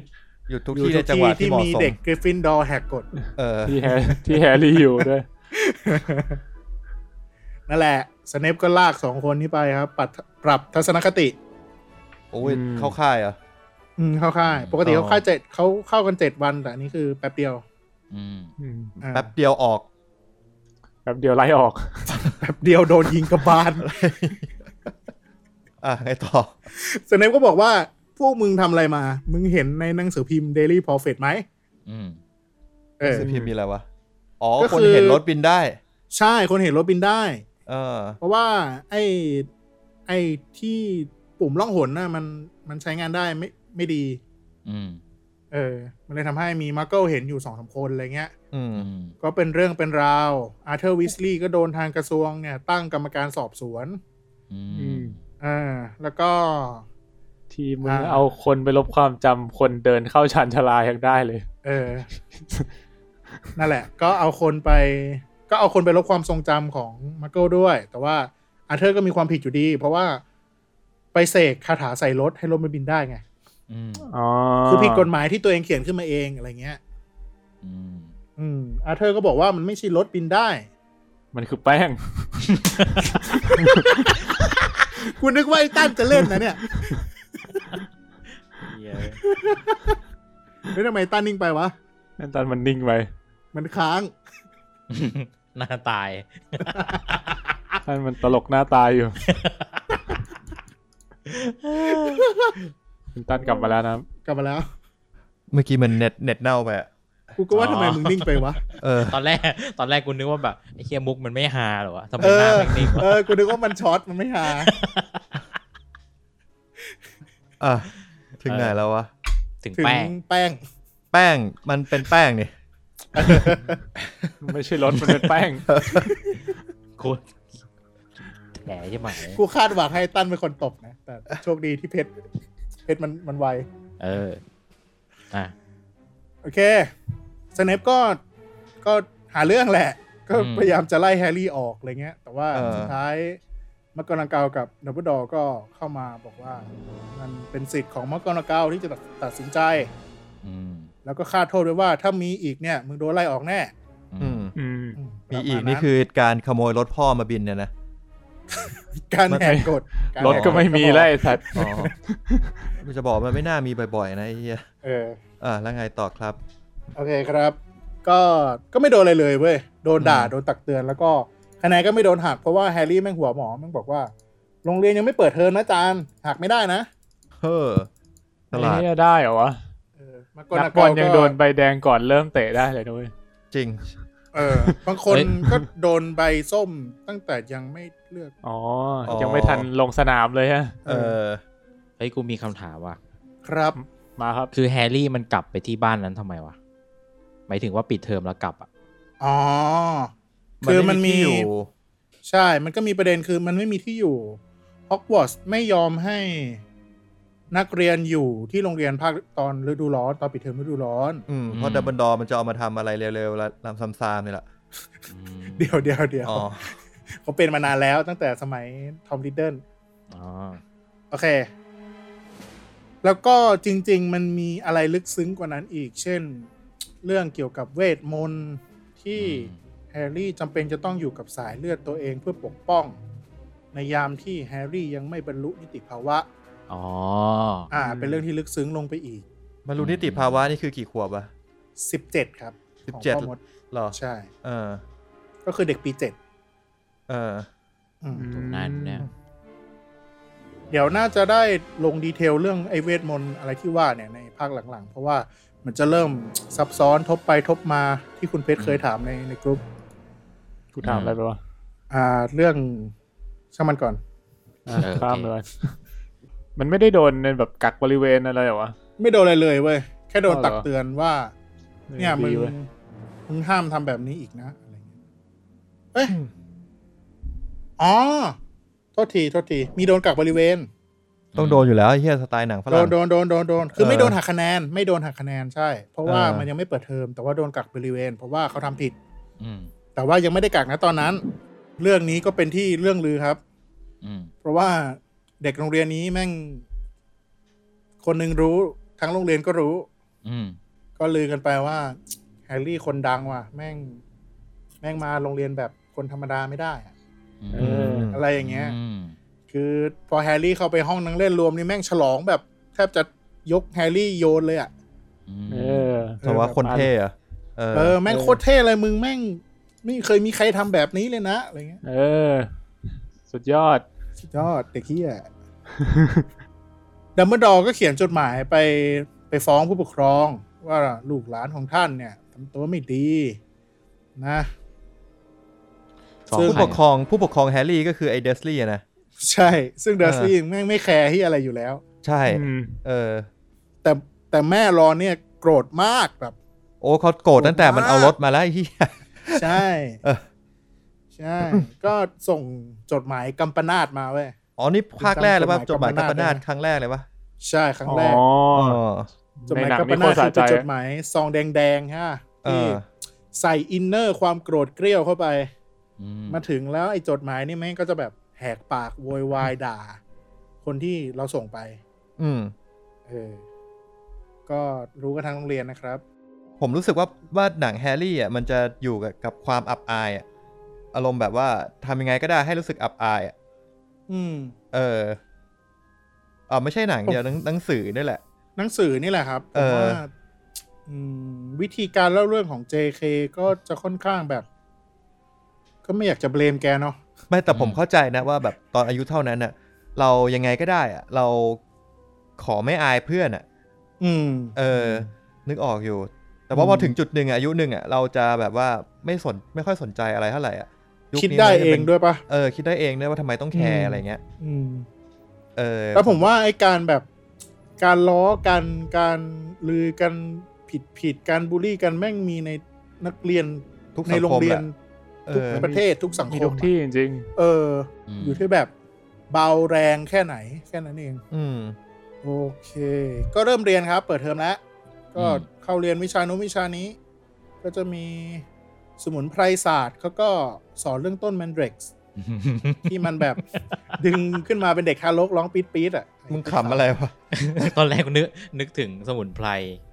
B: อยู่ทุกที่ในจังหวะที่เหมาะ
A: มี
B: สม
A: เด็กกริฟฟินดอร์แหกกฎ
B: เออ
C: ที่แฮร์ที่แฮร์รี่อยู่ด้วย
A: นั่นแหละสเนปก็ลากสองคนนี้ไปครับปรับปรับทัศนคติ
B: โอ้ย
C: อืม
B: เข้าค่ายเหรอ่ะ
A: อืมเข้าค่าย ปกติ
B: อ๋อ
A: เขาค่ายเจ็ดเขาเข้ากันเจ็ดวัน แต่อันนี้คือแป๊บเดียว
D: อืม
C: อืม
A: อ่า
B: แป๊บเดียวออก
C: แบบเดียวไล่ออก
A: แป๊บเดียวโดนยิงกระบาล
B: อ่ะไงต่อ
A: สเนปก็บอกว่าพวกมึงทำอะไรมา มึงเห็นในหนังสือพิมพ์ Daily Prophet ไหม
D: อืม
A: เออ
B: สือพิมพ์มีอะไรวะ อ๋อ
A: ก็
B: คน
A: คือ
B: เห็นรถบินได้
A: ใช่ คนเห็นรถบินได้
B: เออ
A: เพราะว่าไอ้ไอ้ที่ปุ่มล่องหนน่ะมันมันใช้งานได้ไม่ไม่ดี
D: อืม
A: เออ มันเลยทำให้มีมาร์เกิลเห็นอยู่สองสามคนอะไรเงี้ย
B: อืม
D: อืม
A: ก็เป็นเรื่องเป็นราว อาร์เธอร์วิสลีย์ก็โดนทางกระทรวงเนี่ย ตั้งกรรมการสอบสวน
D: อื
C: อื
D: ม
C: ม
A: อ่าแล้วก็
C: ที่มึง
A: อ่า
C: เอาคนไปลบความจำคนเดินเข้า ชานชาลายังได้เลย
A: เออ นั่นแหละ ก็เอาคนไป ก็เอาคนไปลบความทรงจำของมาร์เกิลด้วย แต่ว่าอาร์เธอร์ก็มีความผิดอยู่ดี เพราะว่าไปเสกคาถาใส่รถให้รถมันบินได้ไง
D: อืม
C: อ๋อ
A: คือผิดกฎหมายที่ตัวเองเขียนขึ้นมาเองอะไรเงี้ย
D: อืม
A: อืมอาร์เธอร์ก็บอกว่ามันไม่ใช่รถบินได้
C: มันคือแป้ง
A: คุณนึกว่าไอ้ตั้นจะเล่นนะเนี่ย
D: เหี้ย
A: เฮ้ยทำไมตั้นนิ่งไปวะ
C: นั่นตอนมันนิ่งไป
A: มันค้าง
D: หน้าตาย
C: ท่านมันตลกหน้าตายอยู่ คุณตั้นกลับมาแล้วนะครับ
A: กลับมาแล้ว
B: เมื่อกี้มันเน็ตเน็ตเน่าไปอะ
A: กูก็ว่าทำไมมึงนิ่งไปวะ
B: เออ
D: ตอนแรก ตอนแรกกูนึกว่าแบบไอ้เคียมุกมันไม่ฮาหรอวะทำไม
A: เอ
D: หน้า
A: อ
D: แม่งนิ่งวะ
A: เออ กูนึกว่ามันช็อตมันไม่หา
B: อ่ะ ถึงไหนแล้ววะ
D: ถึง
A: ถึง
D: แป้ง
A: แป้ง
B: แป้งมันเป็นแป้งนี่
C: ไม่ใช่รถมันเป็นแป้ง
D: กูแหล่ใช่ไหม
A: กูคาดหวังให้ตั้นเป็นคนตบนะ แต่โชคดีที่เพชร เพชรมันมันไว
D: เออ อ่ะ
A: โอเคสเนปก็ก็หาเรื่องแหละ ก็
D: อืม
A: พยายามจะไล่แฮร์รี่ออกอะไรเงี้ย แต่ว่า
B: เออ
A: สุดท้ายมักกอนาเกากับดับเบิลดอร์ก็เข้ามาบอกว่า มันเป็นสิทธิ์ของมักกอนาเกาที่จะตัดตัดสินใจ
D: อืม
A: แล้วก็คาดโทษไว้ว่าถ้ามีอีกเนี่ย มึงโดนไล่ออกแน่
B: อืม
C: อืม
A: อื
B: มีอี
A: ป
B: ก
A: ระาณ
B: นี่คือการขโมยรถพ่อมาบินเนี่ยนะ
A: การแหกกฎาร
C: ถก็ไม่มีไล่
A: แหกกฎ
C: สัตว์
B: อ๋ อกูจะบอกมันไม่น่ามีบ่อยๆ นะไอ้เหี้ย
A: เออ
B: อ่ะแล้วไงต่อครับ
A: โอเคครับ ก็ก็ไม่โดนอะไรเลยเว้ย โดนด่า
B: อืม
A: โดนตักเตือนแล้วก็คะแนนก็ไม่โดนหักเพราะว่าแฮร์รี่แม่งหัวหมอแม่งบอกว่า โรงเรียนยังไม่เปิดเทอมนะจานหักไม่ได้นะ
B: เฮ้อตลาด
C: ไอ้เหี้ยได้เหรอวะ
A: เออมา
C: นักบอลยังโดนใบแดงก่อนเริ่มเตะได้เลยด้วย
B: จริง
A: เออบางคนก็โดนใบส้มตั้งแต่ยังไม่เลือก
C: อ๋อ
B: อ๋อ
C: ยังไม่ทันลงสนามเลยฮะ
B: เออ
D: เฮ้ย กูมีคำถามว่ะ
A: ครับ
C: มาครับ
D: คือแฮร์รี่มันกลับไปที่บ้านนั้นทำไมวะ หมายถึงว่าปิดเทอมแล้วกลับอ่ะ
A: อ๋อ คือมันมี
B: ที่อยู่
A: ใช่ มันก็มีประเด็นคือมันไม่มีที่อยู่ฮอกวอตส์ไม่ยอมให้นักเรียนอยู่ที่โรงเรียนภาคตอนฤดูร้อนตอนปิดเทอมฤดูร้อน
B: อืมเพ
D: อื
B: ราะ
D: ม
B: ดับเบิลดอร์มันจะเอามาทำอะไรเร็วๆละลำซ้ำๆนี่แหละ
D: อืม
A: เดี๋ยวเดี๋ยวเดี๋ยว
B: อ๋อ
A: เขาเป็นมานานแล้วตั้งแต่สมัยทอมลิดเดิล
D: อ๋อ
A: โอเค แล้วก็จริง ๆ มันมีอะไรลึกซึ้งกว่านั้นอีก เช่น เรื่องเกี่ยวกับเวทมนต์ที่
D: อืม
A: แฮร์รี่จำเป็นจะต้องอยู่กับสายเลือดตัวเองเพื่อปกป้อง ในยามที่แฮร์รี่ยังไม่บรรลุนิติภาวะ
D: อ๋อ
A: อ่า
C: อืม
A: เป็นเรื่องที่ลึกซึ้งลงไปอีก
B: มารู้นิติภาวะนี่คือกี่ขวบอะ
A: 17 ครับของ
B: 17
A: พ่อมด
B: เหรอ
A: ใช่
B: เออ
A: ก็คือเด็กปี 7
B: เออ
A: อืม
D: ตรงนั้นเนี่ย
A: เดี๋ยวน่าจะได้ลงดีเทลเรื่องไอเวทมนต์อะไรที่ว่าเนี่ยในภาคหลังๆ เพราะว่ามันจะเริ่มซับซ้อนทบไปทบมาที่คุณเพชรเคยถามในในกลุ่ม
C: กูถามอะไรไปวะ
A: อ่าเรื่องช่างมันก่อน
C: อ่ะ
D: เออ
C: ข้าม
D: โอเค
C: เลย มันไม่ได้โดนในแบบกักบริเวณอะไรเหรอวะ
A: ไม่โดนอะไรเลยเว้ย แค่โดน
C: อ๋อเหรอ
A: ตักเตือนว่า เนี่ยมึง
C: ดีเว้ย
A: มึงห้ามทำแบบนี้อีกนะอะไรเงี้ยเอ้ยอ๋อโทษทีโทษทีมีโดนกักบริเวณ
B: ต้องโดนอยู่แล้วไอ้เฮียสไตล์หนังฝ
A: โด
B: รั่
A: น
B: ง
A: โดนโดนโดนโดนคือ
B: เออ
A: ไม่โดนหักคะแนน ไม่โดนหักคะแนนใช่ เพราะว่า
B: เออ
A: มันยังไม่เปิดเทอม แต่ว่าโดนกักบริเวณ เพราะว่าเขาทำผิด
D: อืม
A: แต่ว่ายังไม่ได้กักนะตอนนั้น เรื่องนี้ก็เป็นที่เรื่องลือครับ
D: อืม
A: เพราะว่าเด็กโรงเรียนนี้แม่ง คนหนึ่งรู้ ทั้งโรงเรียนก็รู้
D: อืม
A: ก็ลือกันไปว่าแฮร์รี่คนดังว่ะ แม่ง แม่งมาโรงเรียนแบบคนธรรมดาไม่ได้อะ
D: อืม
C: เอ
D: อืม
C: อ
A: อะไรอย่างเงี้ย
D: อืม
A: คือพอแฮร์รี่เข้าไปห้องนั่งเล่นรวมนี่แม่งฉลองแบบแทบจะยกแฮร์รี่โยนเลยอะ
D: อืม
C: เออ
B: แต่ว่าคนเท่อะ
A: เออแม่งโคตรเท่เลยมึงแม่ง ไม่เคยมีใครทำแบบนี้เลยนะอะไรเงี้ย
C: เออ สุดยอด
A: สุดยอดเด็กเฮีย ดัมเบิลดอร์ก็เขียนจดหมายไปไปฟ้องผู้ปกครอง ว่าลูกหลานของท่านเนี่ยทำตัวไม่ดี นะ
D: สอง
A: ซึ่ง
D: พัน
B: ผู้ปกครองผู้ปกครองแฮร์รี่ก็คือไอ้เดสลี่อะนะ
A: ใช่ ซึ่งเดอร์ซี่แม่งไม่แคร์ที่อะไรอยู่แล้ว
B: ใช่
C: อืม
B: เออ
A: แต่แต่แม่รอนเนี่ยโกรธมากแบบ
B: โอ้เขาโกรธตั้งแต่มันเอารถมาแล้วไอ้เฮีย
A: ใช่
B: เออ
A: ใช่ ก็ส่งจดหมายกัมปนาตมาเว้ย
B: อ๋อ นี่ภาคแรกเลยป่ะ
A: จ
B: จ
A: ด
B: ด
A: หมาม
B: หาย ย
A: กั
B: กั
A: ม
B: ม
A: ป
B: ป
A: นา
B: นา
A: ต
B: ตครั้งแรกเลยป่ะ
A: ใช่ ครั้ง
C: อ๋
A: แรก
C: อ
B: อ๋อ
A: จดหมาย
C: ในหนัง
A: กัปปนาต
C: นี่
A: คือ
C: โคตรสะใจ
A: จดหมายซองแดงๆฮะ
B: เอ
A: ที่
B: อ
A: ใส่อินเนอร์ความโกรธเกรี้ยวเข้าไป
D: อื
A: มาถึงแล้วไอ้จดหมายนี่แม่งก็จะแบบแหกปากโวยวายด่า คนที่เราส่งไป
B: อืม
A: เออ ก็รู้กันทั้งโรงเรียนนะครับ
B: ผมรู้สึกว่าว่าหนังแฮร์รี่อ่ะมันจะอยู่กับกับความอับอายอ่ะอารมณ์แบบว่าทำยังไงก็ได้ให้รู้สึกอับอายอ่ะ
A: อืม
B: เออเออไม่ใช่หนังเดียวหนังหนังสือนี่แหละ
A: หนังสือนี่แหละครับผ
B: เอ
A: ม
B: อ
A: ว่ามวิธีการเล่าเรื่องของ JK ก็จะค่อนข้างแบบ ก็ไม่อยากจะเบลมแกเนาะ
B: ไม่แต่ผมเข้าใจนะว่าแบบตอนอายุเท่านั้นอ่ะ เรายังไงก็ได้อ่ะเราขอไม่อายเพื่อนอ่ะ
A: อืม
B: เออ นึกออกอยู่ แต่ว่าพอถึงจุดหนึ่งอะอายุหนึ่งอ่ะเราจะแบบว่าไม่สนไม่ค่อยสนใจอะไรเท่าไหร่อ่ะยุ
A: คิด
B: นี้
A: ได้
B: มันจะ
A: เอ
B: ป็
A: ง
B: น
A: ด้วยปะ
B: เออคิดได้เองด้วยว่าทำไมต้องแค
A: อื
B: ร์
A: ม
B: อะไรเงี้ย
A: อืม
B: เออ
A: แล้วผมว่าไอ้การแบบการล้อกันการลือกันผิดผิดๆการบูลลี่กันแม่งมีในนักเรียน
B: ทุกสังคม
A: ในโรงเรียน
B: แหละ
A: ทุก
B: เออ
A: ประเทศทุกสังค
C: มี
A: ม
C: ทุกที่จริง
A: เออ
D: ม
A: อยู่ที่แบบเบาแรงแค่ไหน แค่นั้นเอง
B: อืม
A: โอเค ก็เริ่มเรียนครับ เปิดเทอมแล้ว ก็เข้าเรียนวิชานู้นวิชานี้ ก็จะมีสมุนไพรศาสตร์เขาก็สอนเรื่องต้นแมนเดรกซ์ที่มันแบบ ดึงขึ้นมาเป็นเด็กฮาโลกร้องปี๊ดปี๊ดๆอ่ะ
B: มึงขำอะไรวะ
D: ตอนแรกนึกนึกถึงสมุนไพร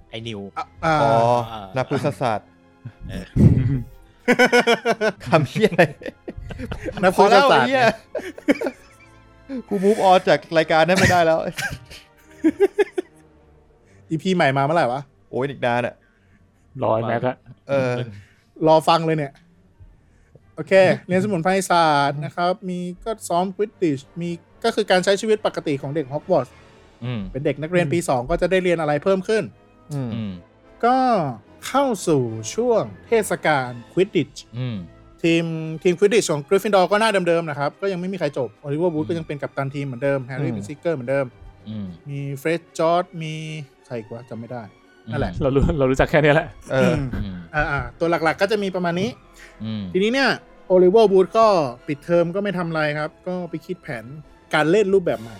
D: ไอ้นิว
A: อ่ะอ่า
B: อ๋อ
D: อ่า
B: นักพุทธศาสตร์ คำเพี้ยอะไร
A: นะพอแล้ว
B: ไอ้
A: ไอ้
B: เหี้
A: เนี่ย ย
B: กูมูฟออนจากรายการนั้นไม่ได้แล้ว
A: อีพีใหม่มาเมื่อไหร่วะ
B: โอ้ยอีกนานอ่ะ
C: ร้อยแม็กอะ
B: เออ
A: รอฟังเลยเนี่ย โอเค เรียนสมุนไพรศาสตร์นะครับ มีก็ซ้อมควิดดิชมีก็คือการใช้ชีวิตปกติของเด็กฮอกวอตส์
D: อืม
A: เป็นเด็กนักเรียนปีสองก็จะได้เรียนอะไรเพิ่มขึ้น
B: อืม
D: อืม
A: ก็เข้าสู่ช่วงเทศกาลควิดดิช
D: อืม
A: ทีมทีมควิดดิชของกริฟฟินดอร์ก็หน้าเดิมๆนะครับ ก็ยังไม่มีใครจบโอลิเวอร์วูดก็ยังเป็นกัปตันทีมเหมือนเดิมแฮร์รี่เป็นซิกเกอร์เหมือนเดิม
D: อืม
A: มีเฟรดจอร์ดมีใครอีกวะจำไม่ได้ นั่นแหละ
C: เรารู้ เรารู้จักแค่เนี้ยแหละ
B: เออ
D: อืม
A: อ่าๆตัวหลักๆก็จะมีประมาณนี้
D: อืม
A: ทีนี้เนี่ยโอลิเวอร์วูดก็ปิดเทอมก็ไม่ทำอะไรครับ ก็ไปคิดแผนการเล่นรูปแบบใหม่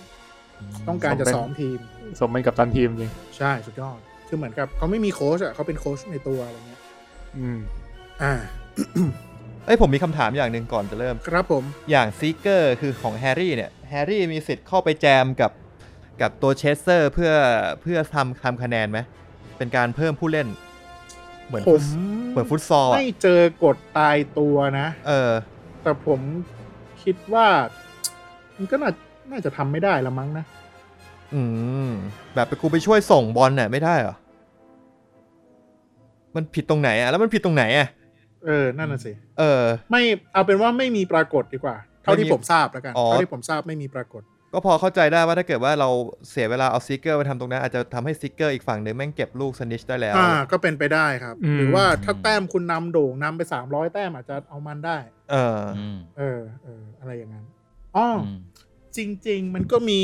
A: ต้องการจะ
C: เป็น
A: ซ้อมทีม
C: สมเป็นกับตันทีมจริง
A: ใช่สุดยอด คือเหมือนกับเขาไม่มีโค้ชอ่ะเขาเป็นโค้ชในตัวอะไรเงี้ย
C: อืม
A: อ่า
B: เอ้ยผมมีคำถามอย่างหนึ่งก่อนจะเริ่ม
A: ครับผม
B: อย่างซีเกอร์คือของแฮร์รี่เนี่ย แฮร์รี่มีสิทธิ์เข้าไปแจมกับ กับตัวเชสเตอร์เพื่อเพื่อทำทำคะแนนไหม เป็นการเพิ่มผู้เล่น เหมือน
A: ผ
B: ฟุ
A: ม
B: ตเหมือนฟุตซอลอะ
A: ไม่เจอกฎตายตัวนะ
B: เออ
A: แต่ผมคิดว่า มันก็น่าน่าจะทำไม่ได้ละมั้งนะ
B: อืม แบบไปกูไปช่วยส่งบอลน่ะไม่ได้เหรอ มันผิดตรงไหนอ่ะ แล้วมันผิดตรงไหนอ่ะ
A: เออ นั่นน่ะสิ
B: เออ
A: ไม่เอาเป็นว่าไม่มีปรากฏดีกว่า เท่าที่ผมทราบแล้วกัน
B: อ๋อ
A: เท่าที่ผมทราบไม่มีปรากฏ
B: ก็พอเข้าใจได้ว่าถ้าเกิดว่าเราเสียเวลาเอาซิกเกอร์ไปทำตรงนั้น อาจจะทำให้ซิกเกอร์อีกฝั่งหนึ่งแม่งเก็บลูกสนิชได้แล้ว
A: อ่าก็เป็นไปได้ครับ
C: อืม
A: หรือว่าถ้าแต้มคุณนำโด่งนำไปสามร้อยแต้มอาจจะเอามันได้
B: เออ
D: อืม
A: เออเอออะไรอย่างนั้นอ๋อ
D: อื
A: อ
D: ม
A: จริง ๆ มันก็มี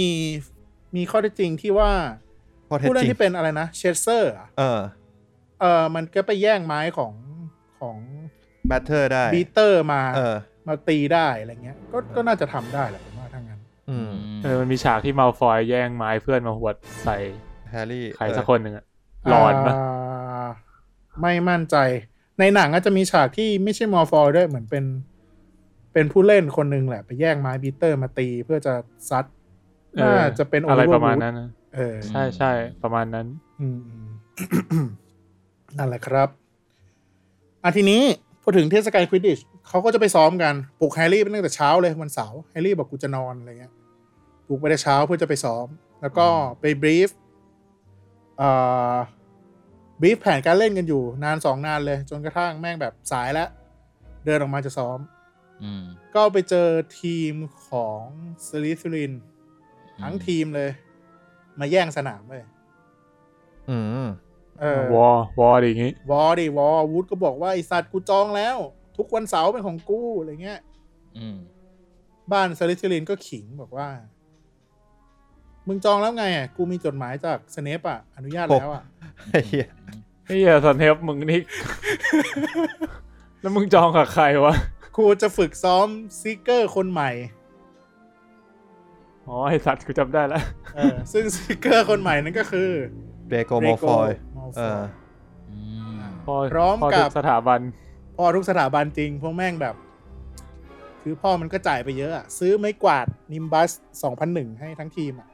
A: มีข้อเท็จจริงที่ว่า
B: พอเท็จ
A: ผู้เล่
B: จริ
A: น
B: ง
A: ที่เป็นอะไรนะเชสเซอร์
B: เออ
A: เออมันก็ไปแย่งไม้ของของ
B: แบตเตอร์ได้
A: บีเตอร์มา
B: เออ
A: มาตีได้อะไรเงี้ย ก็ก็น่าจะทำได้แหละผมว่าทั้างนั้น
B: อืม
C: เออมันมีฉากที่มาฟอยแย่งไม้เพื่อนมาหวดใส่
B: แฮร์รี่
C: ใคร
B: เออ
C: สักคนหนึ่งอะหลอนปะ
A: อ่าไม่มั่นใจ ในหนังอาจจะมีฉากที่ไม่ใช่มอร์ฟอยด้วยเหมือนเป็น เป็นผู้เล่นคนหนึ่งแหละ ไปแย่งไม้บีเตอร์มาตีเพื่อจะซัด
C: เออ
A: น่าจะเป็นโอ
C: อะไร
A: ลิเว
C: ป
A: อ
C: ระ
A: ร์
C: มาณ
A: วูด
C: นั้นนะ
A: เออ
C: ใช่ใช่ประมาณนั้น
A: อืมอืม นั่นแหละครับอ่ะทีนี้พอถึงเทศกาลควิดดิชเขาก็จะไปซ้อมกันปลุกแฮร์รี่เป็นตั้งแต่เช้าเลยวันเสาร์แฮร์รี่บอกกูจะนอนอะไรเงี้ยปลุกไปแต่เช้าเพื่อจะไปซ้อม แล้วก็ไปบรีฟเอ่อบรีฟแผนการเล่นกันอยู่ นานสองนานเลย จนกระทั่งแม่งแบบสายแล้ว เดินออกมาจะซ้อม
D: อืม
A: ก็ไปเจอทีมของสลิสลินทั้งทีมเลย มาแย่งสนามเลย
B: อืม
A: เออ
C: วอวออะไรอย่างงี้
A: วอดิวอวูดก็บอกว่าไอสัตว์กูจองแล้ว ทุกวันเสาร์เป็นของกูอะไรเงี้ย
D: อืม
A: บ้านซาลิซิลินก็ขิงบอกว่า มึงจองแล้วไงอ่ะกูมีจดหมายจากสเนปอ่ะ อนุญาตแล้วอ่ะ
B: ไอ้เหี้ย
C: ไอ้เหี้ยสันเทปมึงนี่ แล้วมึงจองกับใครวะ
A: ครูจะฝึกซ้อมซิกเกอร์คนใหม่
C: อ๋อไอสัตว์กูจำได้แล้ว
A: เออซึ่งซิกเกอร์คนใหม่นั้นก็คือ
B: เดโกมอลฟอย
A: เรโกมอลฟ
B: เอ
A: อ
B: อ
A: ย
D: อืม
C: พอ
A: พร้อม
C: พ
A: กับ
C: ถึงสถาบัน
A: พ่อทุกสถาบันจริง พวกแม่งแบบ คือพ่อมันก็จ่ายไปเยอะอะซื้อไม้กวาดนิมบัสสองพันหนึ่งให้ทั้งทีมอะ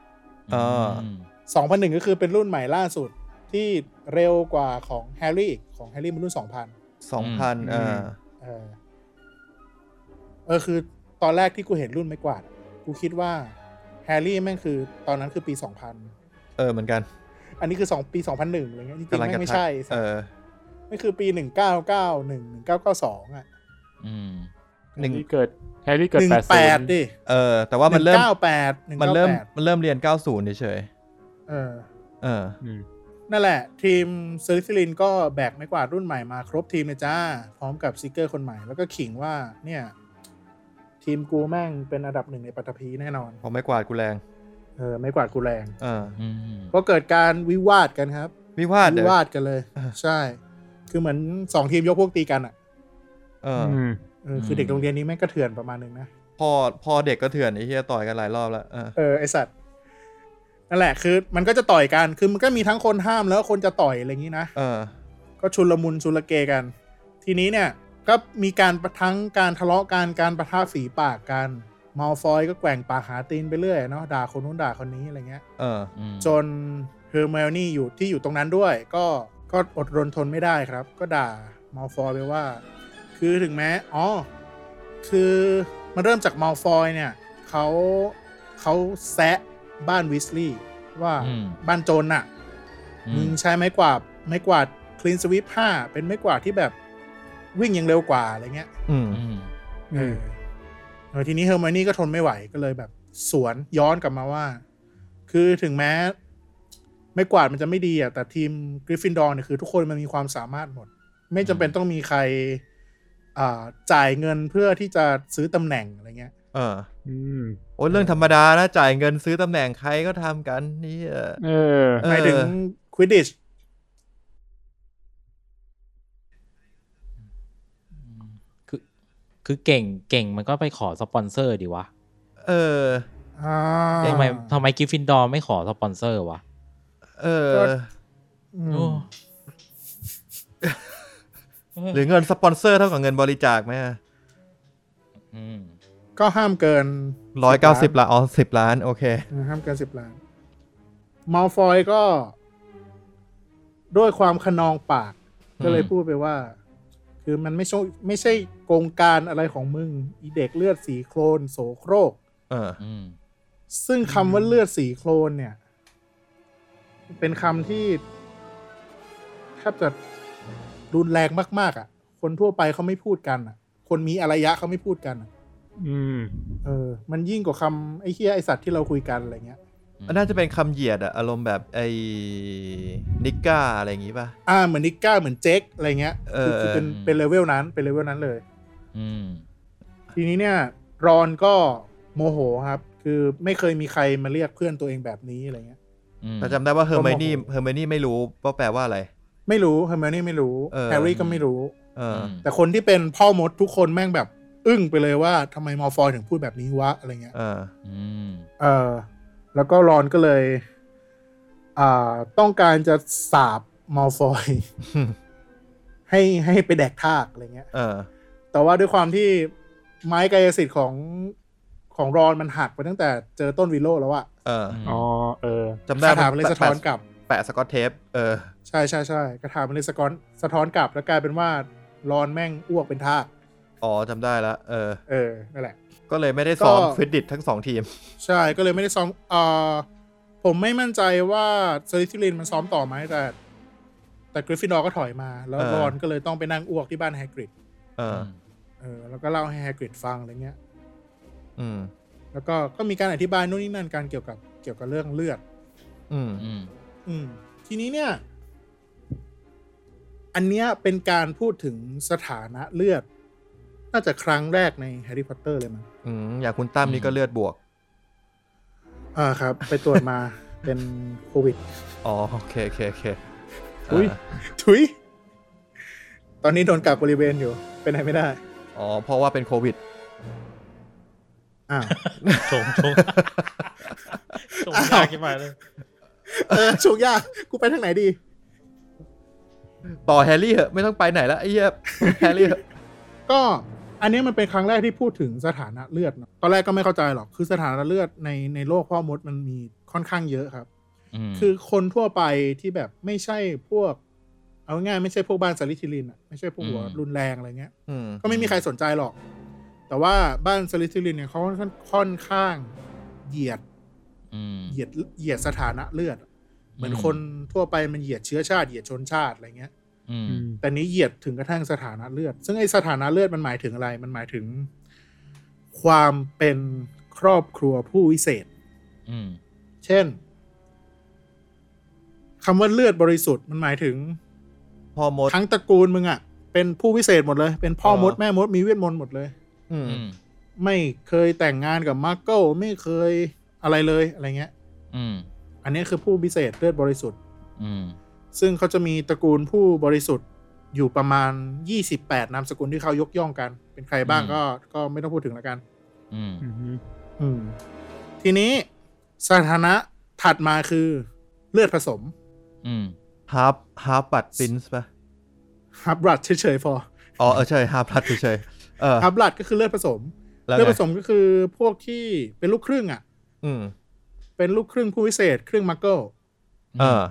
B: เออ
D: ม
A: สองพันหนึ่งก็คือเป็นรุ่นใหม่ล่าสุดที่เร็วกว่าของแฮร์รี่อีกของแฮร์รี่มันรุ่นสองพัน
B: สองพันเอออ
A: เออเออคือตอนแรกที่กูเห็นรุ่นไม่กวาดอะกูคิดว่าแฮร์รี่แม่งคือตอนนั้นคือปีสองพัน
B: เออเหมือนกัน
A: อันนี้คือสองปีสองพันหนึ่งอะไรเงี้ยจริง
B: กำ
A: ๆ
B: ลัง
A: แม่
B: จะ
A: งไม่
B: ทัก
A: ใช่
B: เออ
A: ไม่คือปีหนึ่งเก้าเก้าหนึ่งหนึ่งเก้าเก้าสองอ่ะ
D: อืม
B: หนึ่ง
C: แฮร์รี่เกิดแฮร์รี่เกิด
A: หนึ่ง
C: แปด
A: แปด
C: น
A: ดิ
B: เออ แต่ว่ามันเริ่ม
A: เก้าแปดหนึ่ง
B: มัน
A: เก้า
B: เริ่ม
A: แปด
B: มันเริ่มเรียน 90เฉย
A: เออ
B: ๆเออ
C: อืม
A: นั่นแหละ ทีมเซอร์ซิลินก็แบกไม้กวาดรุ่นใหม่มาครบทีมเลยจ้า พร้อมกับซิกเกอร์คนใหม่ แล้วก็ขิงว่าเนี่ย ทีมกูแม่งเป็นอันดับหนึ่งในปัตภีแน่นอน
B: พอไม่กวาดกูแรง
A: เออไม้กวาดกูแรง
B: เออ
D: อืม
A: ก็เกิดการวิวาทกันครับ
B: วิวาทเหร
A: วิ
B: อ
A: วาทกันเลย
B: อ่า
A: ใช่ คือเหมือนสองทีมยกพวกตีกันอ่ะ
B: เออ
C: อืม
A: เออคืออ
D: ม
A: เด็กโรงเรียนนี้แม่งก็เถื่อนประมาณหนึงนะ
B: พ่อพ่อเด็กก็เถื่อนไอ้เหี้ยต่อยกันหลายรอบแล้วเออ
A: เออไอสัตว์นั่นแหละคือ มันก็จะต่อยกัน คือมันก็มีทั้งคนห้ามแล้วคนจะต่อยอะไรอย่างนี้นะ
B: เออ
A: ก็ชุลมุนชุลเกกัน ทีนี้เนี่ยก็มีการประทั้งการทะเลาะกันการประทะฝีปากกันมอลฟอยก็แกว่งปากหาตีนไปเรื่อยเนาะด่าคนนู้นด่าคนนี้อะไรเงี้ย
B: เออ
D: อืม
A: จนเฮอร์เมลนี่อยู่ที่อยู่ตรงนั้นด้วย ก็ก็อดรนทนไม่ได้ครับ ก็ด่ามอลฟอยไปว่า คือถึงแม้อ๋อคือมันเริ่มจากมอลฟอยเนี่ยเขาเขาแซะบ้านวิสลีย์ว่า
D: อืม
A: บ้านโจรน่ะ
D: อื
A: มึ
D: ม
A: งใช้ไม้กวาดไม้กวาดคลีนสวิปห้าเป็นไม้กวาดที่แบบวิ่งอยังเร็วกว่าอะไรเงี้ย
B: อืม
D: อืม
A: เออเออทีนี้เฮอร์ไมโอนี่ก็ทนไม่ไหวก็เลยแบบสวนย้อนกลับมาว่า คือถึงแม้ ไม้กวาดมันจะไม่ดีอ่ะแต่ทีมกริฟฟินดอร์เนี่ยคือทุกคนมันมีความสามารถหมด ไม่จำเป็นต้องมีใครอ่าจ่ายเงินเพื่อที่จะซื้อตำแหน่งอะไรเงี้ย
B: เออ
C: อืม
B: โอ้ยเรื่องธรรมดานะ จ่ายเงินซื้อตำแหน่งใครก็ทำกันนี่เออ
C: เออ
B: เออ
A: หมายถึงควิดดิช
D: คือคือเก่งเก่งมันก็ไปขอสปอนเซอร์ดีวะ
B: เออ
A: อ่า
D: ทำไมทำไมกริฟฟินดอร์ไม่ขอสปอนเซอร์วะ
B: เออ
A: ก็ อืม
D: โอ้
B: หรือเงินสปอนเซอร์เท่ากับเงินบริจาคไหม
D: ม
A: ก็ห้ามเกิน
B: ร้อยเก้าสิบล้านอ๋อสิบล้าน โอเค
A: นะห้ามเกินสิบล้านมาลฟอยก็ ด้วยความขนองปาก ก็เลยพูดไปว่า คือมันไม่ใช่ไม่ใช่โกงการอะไรของมึง อีเด็กเลือดสีโครน โสโครก
B: เออ
D: อืม
A: ซึ่งคำว่าเลือดสีโครนเนี่ย เป็นคำที่แทบจะรุนแรงมาก ๆ อ่ะ คนทั่วไปเขาไม่พูดกันอ่ะ คนมีอารยะเขาไม่พูดกันอะ
C: อืม
A: เออ มันยิ่งกว่าคำไอ้เฮียไอสัตว์ที่เราคุยกันอะไรเงี้ย
B: มันน่าจะเป็นคำเหยียดอะอารมณ์แบบไอ้นิก้าอะไรอย่างงี้ป่ะ
A: อ่าเหมือนนิก้าเหมือนเจ๊กอะไรเงี้ยคือคือเป็น
B: เออ
A: เป็นเลเวลนั้นเป็นเลเวลนั้นเลย
D: อืม
A: ทีนี้เนี่ยรอนก็โมโหครับ คือไม่เคยมีใครมาเรียกเพื่อนตัวเองแบบนี้อะไรเงี้ย
D: อืม
B: แต่จำได้ว่าเฮอร์ n มนี่
A: ก็โมโห
B: เฮอร์ n มนี่ไม่รู้ว่าแปลว่าอะไร
A: ไม่รู้เฮอร์เมนี่ไม่รู้
B: เออ
A: แฮร์รี่ก็ไม่รู้
B: เอออ
A: แต่คนที่เป็นพ่อมดทุกคนแม่งแบบ อึ้งไปเลยว่าทำไมมอร์ฟอยถึงพูดแบบนี้วะอะไรเงี้ย
B: เออ
D: อืม
A: เออแล้วก็รอนก็เลย อ่าต้องการจะสาบมอร์ฟ อย ให้ให้ไปแดกทากอะไรเงี้ย
B: เออ
A: แต่ว่าด้วยความที่ไม้กายสิทธิ์ของของรอนมันหักไปตั้งแต่เจอต้นวิโลแล้วอะ
B: เออ
D: ม
C: อ๋อ เออ
B: จำได้
A: คาถามันเลย
B: แป
A: สะท้อนกลับ
B: แปะสกอตเทป เออ
A: ใช่ใช่ใช่คาถามันเลยสะก้อนสะท้อนกลับแล้วกลายเป็นว่ารอนแม่งอ้วกเป็นทาก
B: อ๋อจำได้ละเออ
A: เออนั่นแหละ
B: ก็เลยไม่ได้ซ้อม
A: ก็
B: ฟิตดิตทั้งสองทีม
A: ใช่ก็เลยไม่ได้ซ้อมเอ่อผมไม่มั่นใจว่าเซอริทิลินมันซ้อมต่อไหมแต่ แต่กริฟฟินดอร์ก็ถอยมา แล้ว
B: เออ
A: รอนก็เลยต้องไปนั่งอ้วกที่บ้านแฮกริด
B: เออ
A: เออแล้วก็เล่าให้แฮกริดฟังอะไรเงี้ย
B: อืม
A: แล้วก็ก็มีการอธิบายนู่นนี่นั่นการเกี่ยวกับเกี่ยวกับเรื่องเลือด
B: อืม
D: อืม
A: อืมทีนี้เนี่ย อันเนี้ยเป็นการพูดถึงสถานะเลือด น่าจะครั้งแรกในแฮร์รี่พอตเตอร์เลยมั้ง
B: อืม อย่างคุณตั้มนี่ก็เลือดบวก
A: อ่าครับ ไปตรวจมา เป็นโควิด
B: อ๋อ โอเคโอเคโอเค
C: อุ๊ย
B: เออ
A: ถุย ตอนนี้โดนกักบริเวณอยู่ เป็นไหนไม่ได้
B: อ๋อ เพราะว่าเป็นโควิด
A: อ่า
D: ชงชง ชงยากขึ้นมาเลย
A: เออชูกยากกูไปทางไหนดี
B: ต่อแฮร์รี่เหอะไม่ต้องไปไหนละไอ้เหี้ยแฮร์รี่เหอะ
A: ก็อันนี้มันเป็นครั้งแรกที่พูดถึงสถานะเลือดเนอะตอนแรกก็ไม่เข้าใจหรอก คือสถานะเลือดในในโลกพ่อมดมันมีค่อนข้างเยอะครับ
D: ม
A: คือคนทั่วไปที่แบบไม่ใช่พวก เอาง่ายๆไม่ใช่พวกบ้านสาริทิลินอะไม่ใช่พวกหัวรุนแรงอะไรเงี้ย
B: อืม
A: ก็ไม่มีใครสนใจหรอก แต่ว่าบ้านสลิทิลินเนี่ยเขาค่อนข้างค่อนข้างเหยียด
D: ม
A: เหยียดเหยียดสถานะเลือดอะเหมือน
D: อืม
A: คนทั่วไปมันเหยียดเชื้อชาติเหยียดชนชาติอะไรเงี้ย
D: อืม
A: แต่นี้เหยียดถึงกระทั่งสถานะเลือด ซึ่งไอสถานะเลือดมันหมายถึงอะไร มันหมายถึง ความเป็นครอบครัวผู้วิเศษ
D: อืม
A: เช่นคำว่าเลือดบริสุทธิ์มันหมายถึง
B: พ่อมด
A: ทั้งตระกูลมึงอะเป็นผู้วิเศษหมดเลย เป็นพ่อมด
B: อ๋อ
A: แม่มดมีเวทมนต์หมดเลย
B: อืม
D: อืม
A: ไม่เคยแต่งงานกับมาร์เกิลไม่เคยอะไรเลยอะไรเงี้ย
D: อืม
A: อันนี้คือผู้พิเศษเลือดบริสุทธิ์
D: อืม
A: ซึ่งเขาจะมีตระกูลผู้บริสุทธิ์อยู่ประมาณ 28 นามสกุลที่เขายกย่องกัน เป็นใครบ้าง
D: อืม
A: ก็ก็ไม่ต้องพูดถึงแล้วกัน
D: อืม
C: อือฮึ
A: อืม ทีนี้สถานะถัดมาคือเลือดผสม
D: อืม
B: ฮาร์ปฮาร์ปบัตตินส์ป่ะ
A: ฮับรัดเฉยๆพอ
B: อ๋อเออใช่ฮาร์ปบัตเฉยๆเออ
A: ฮับรัดก็คือเลือดผสม
B: แล้ว
A: เลือด
B: ไง
A: ผสมก็คือพวกที่เป็นลูกครึ่งอ่ะ
B: อืม
A: เป็นลูกครึ่งผู้วิเศษ ครึ่งมาร์เกิล
B: เออ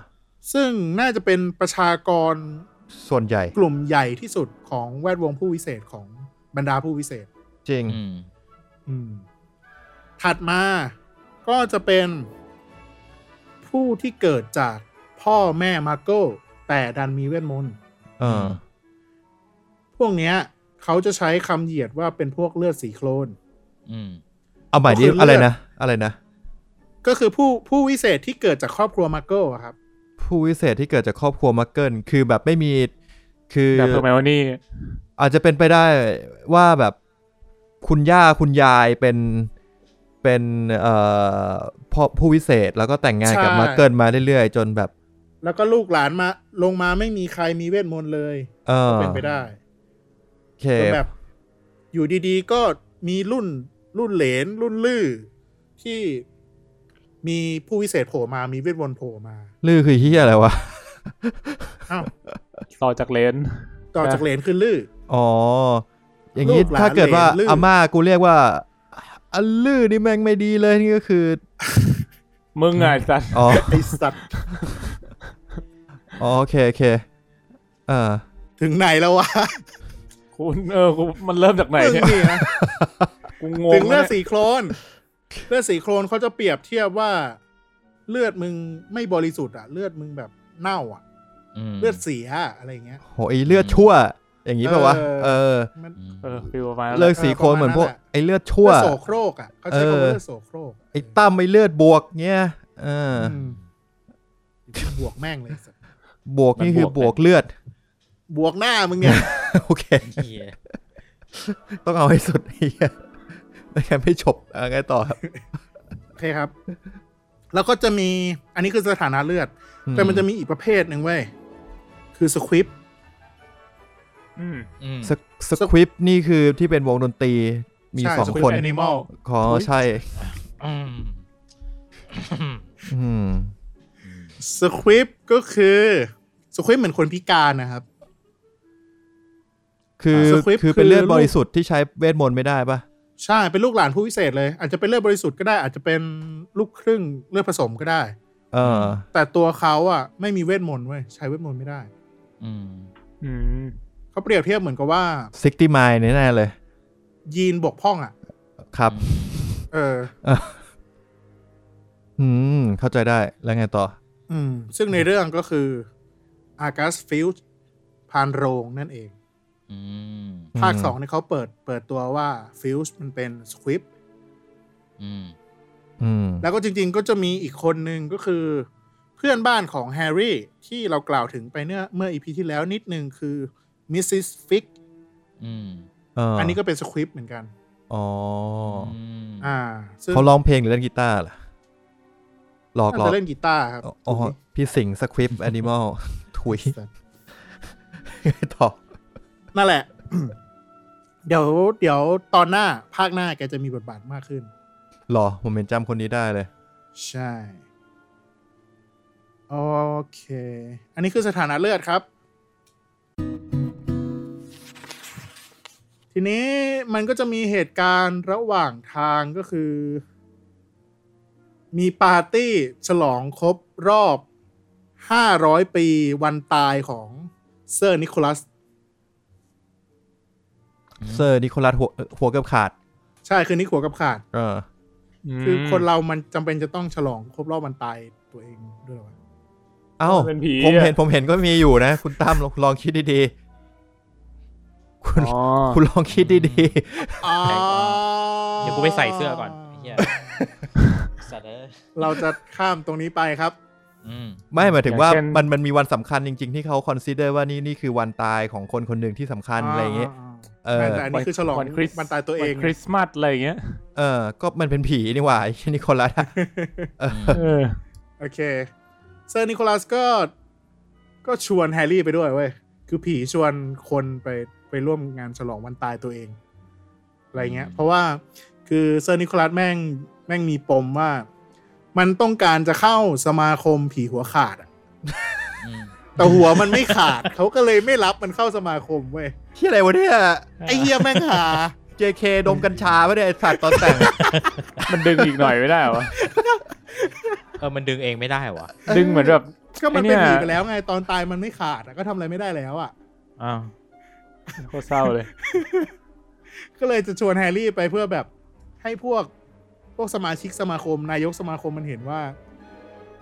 A: ซึ่งน่าจะเป็นประชากร
B: ส่วนใหญ่
A: กลุ่มใหญ่ที่สุดของแวดวงผู้วิเศษของบรรดาผู้วิเศษ
B: จริง
D: อืม
A: อืม ถัดมาก็จะเป็นผู้ที่เกิดจากพ่อแม่มาร์โก้แต่ดันมีเวทมนต์
B: เออ
A: พวกเนี้ย เขาจะใช้คำเหยียดว่าเป็นพวกเลือดสีโคลน
D: อืม
B: เอาใหม่ดิ
A: ก็คืออ
B: อะไรนะ อะไรนะ
A: ก็คือผู้ผู้วิเศษที่เกิดจากครอบครัวมาร์โก้อะครับ
B: ผู้วิเศษที่เกิดจากครอบครัวมักเกิลคือแบบไม่มี คือ
C: แต่เพิ่มไหมว่านี่
B: อาจจะเป็นไปได้ว่าแบบคุณย่าคุณยายเป็นเป็นเอ่อพ่อผู้วิเศษแล้วก็แต่งงานกับ
A: ใช่
B: มักเกิลมาเรื่อยๆ จนแบบ
A: แล้วก็ลูกหลานมาลงมาไม่มีใครมีเวทมนต์เลย
B: เออ
A: เป็นไปได้
B: โอเค
A: ก็แบบ อยู่ดีๆ ก็มีรุ่นรุ่นเหลนรุ่นลือที่มีผู้วิเศษโผล่มามีเวทมนต์โผล่มา
B: ลือคือเฮียอะไรวะ
A: อ้าว
C: ต่อจากเลน
A: ต่อจากเหรนคือลือ
B: อ๋อ อย่างนี้
A: ลูกหลาน
B: ถ้าเกิดว่า
A: เหลนลื่ออ
B: อาม่ากูเรียกว่าอันลือนี่แม่งไม่ดีเลยนี่ก็คือ
C: มึงอ่ะจัด
B: อ๋อ
A: ไอสัตว์
B: อ๋อโอเคโอเคเออ
A: ถึงไหนแล้ววะ
C: คุณเออกูมันเริ่มจากไหน
A: ถึง
C: เนี่ย
A: นี่นะ
C: กูงง
A: ถึงเลือด
C: แล้วนี่ย
A: สีโครนเลือดสีโครนเขาจะเปรียบเทียบว่า เลือดมึงไม่บริสุทธิ์อะเลือดมึงแบบเน่าอะ
D: อืม
A: เลือดเสียอะอะไรอย่างเงี้ย
B: โหไอเลือดชั่ว อย่างนี้ป่าวะ
A: เอ
B: เออ
A: มัน
C: เออฟิลประมาณนั้น
B: เลิก
A: เออ
B: สีโคนเหมือนพวก
A: ประมาณนั้น
B: ไอเลือด
A: เลื
B: ชั่ว
A: อดโสโครกอะเขาใช้คำว่าเลือดโสโครก
B: ไอตั้มไอเลือดบวกเงี้ยเอออ
A: มบวกแม่งเลยไอ้สัตว์
B: บวกนี่คือบวกเลือด
A: บวกหน้ามึงเนี่ย
B: โอเค ต้องเอาให้สุดไอ้เหี้ยไม่งั้นไม่จบเอ่ไงต่อครับ
A: โอเคครับ แล้วก็จะมี อันนี้คือสถานะเลือด แต่มันจะมีอีกประเภทหนึ่งเว้ย คือสควิป
C: อืม
D: อืม
B: สคสควิปต์นี่คือที่เป็นวงดนตรีมี
A: ใช่
B: สอง
A: สควิปต์
B: คน
A: แอนิมอล
B: ขอใช่
D: อืม
B: อืม
A: สควิปก็คือสควิปเหมือนคนพิการนะครับ
B: คือ
A: สควิปต์
B: คือเป็นเลือด
A: คือลูก
B: บริสุทธิ์ที่ใช้เวทมนต์ไม่ได้ปะ
A: ใช่เป็นลูกหลานผู้พิเศษเลย อาจจะเป็นเลือดบริสุทธิ์ก็ได้ อาจจะเป็นลูกครึ่งเลือดผสมก็ได้
B: เออ
A: แต่ตัวเขาอ่ะไม่มีเวทมนต์เว้ยใช้เวทมนต์ไม่ได้
D: อืม
C: อืม
A: เขาเปรียบเทียบเหมือนกับว่า
B: ซิกตี้ไมล์แน่ๆเลย
A: ยีนบกพร่องอ่ะ
B: ครับ
A: เออ
B: อืม เข้าใจได้แล้วไงต่อ
A: อืม ซึ่งในเรื่องก็คืออากาสฟิลด์พานโรงนั่นเอง
D: อืม
A: ภาคสองเนี่ยเขาเปิดเปิดตัวว่าฟิลส์มันเป็นสควิป
D: อืม
B: อืม
A: แล้วก็จริงๆ ก็จะมีอีกคนหนึ่งก็คือ เพื่อนบ้านของแฮร์รี่ ที่เรากล่าวถึงไปเนื่อเมื่ออีพีที่แล้วนิดนึงคือมิสซิสฟิก
D: อืม
B: เออ
A: อั
B: อั
A: นนี้ก็เป็นสคริปต์เหมือนกัน
B: อ๋อ
D: ม
A: อ่า ซึ่ง
B: เขาร้องเพลงหรือเล่นกีตาร์ล่ะหลอกหล
A: น่า
B: อก
A: จะเล่นกีตาร์ครับ
B: อ๋อพี่สิงสคริปต์แอนิมอล ถุยต่อ
A: นั่นแหละ เดี๋ยวเดี๋ยวตอนหน้าภาคหน้าแกจะมีบทบาทมากขึ้น
B: หรอผมเป็นจำคนนี้ได้เลย
A: ใช่ โอเค อันนี้คือสถานะเลือดครับ ที ทีนี้มันก็จะมีเหตุการณ์ระหว่างทางก็คือ มีปาร์ตี้ฉลองครบรอบ 500 ปีวันตายของเซอร์นิโคลัส
B: เซอร์นิโคลัสหัวหัวเกือบขาด
A: ใช่คือนิโคลัสกับขาด
B: เออ
A: คือ
C: ม
A: คนเรามันจำเป็นจะต้องฉลองครบรอบวันตายตัวเองด้วยเหรอวะ
B: เอ้า
C: เป็นผี
B: ผมเห็น
C: อะ
B: ผมเห็นก็มีอยู่นะ คุณตั้มลองลองคิดดีๆ คุณ
C: อ๋อ
B: คุณลองคิดดี
A: อ๋อ
D: เดี๋ยวกูไปใส่เสื้อก่อนไอ้เหี้ยสัตว์เอ้ย
A: เราจะข้ามตรงนี้ไปครับ
D: อืม
B: ๆ ไม่หมายถึงว่า
C: อย่างเช่น
B: มันมันมีวันสำคัญจริง ๆ ที่เขาคอนซิเดอร์ว่านี่นี่คือวันตายของคนคนหนึ่งที่สำคัญอะไรอย่างเงี้ย เออ
A: ใช่แต่อันนี้คือฉลอง
C: วันคริส
A: วันตายตัวเอง
C: นคริสต์มาสอะไรอย่างเงี้ย
B: เออ ก็มันเป็นผีนี่หว่าไอ้นิโคลัสอะ เออ
C: เออ
A: โอเค เซอร์นิโคลัสก็ก็ชวนแฮร์รี่ไปด้วยเว้ย คือผีชวนคนไปไปร่วมงานฉลองวันตายตัวเอง อะไรเงี้ย
D: อืม
A: เพราะว่าคือเซอร์นิโคลัสแม่งแม่งมีปมว่า มันต้องการจะเข้าสมาคมผีหัวขาดอะ
D: อืม
A: แต่หัวมันไม่ขาด เขาก็เลยไม่รับมันเข้าสมาคมเว้ย
B: ที่อะไรวะเนี่ย
A: ไอเฮียแม่งหา
B: JK ดมกัญชาไม่ได้ไอ้สัตว์ตอนแต่ง
C: มันดึงอีกหน่อยไม่ได้เหรอวะ
D: เออ มันดึงเองไม่ได้วะ
C: ดึงเหมือนแบบ
A: ก็มันเป็น
C: ไอ้เนี่
A: ผี
C: ย
A: ไปแล้วไงตอนตายมันไม่ขาดอะก็ทำอะไรไม่ได้แล้วอ่ะ
D: อ้าว
C: โคตรเศร้าเลย
A: ก็เลยจะชวนแฮร์รี่ไปเพื่อแบบให้พวกพวกสมาชิกสมาคม นายกสมาคมมันเห็นว่า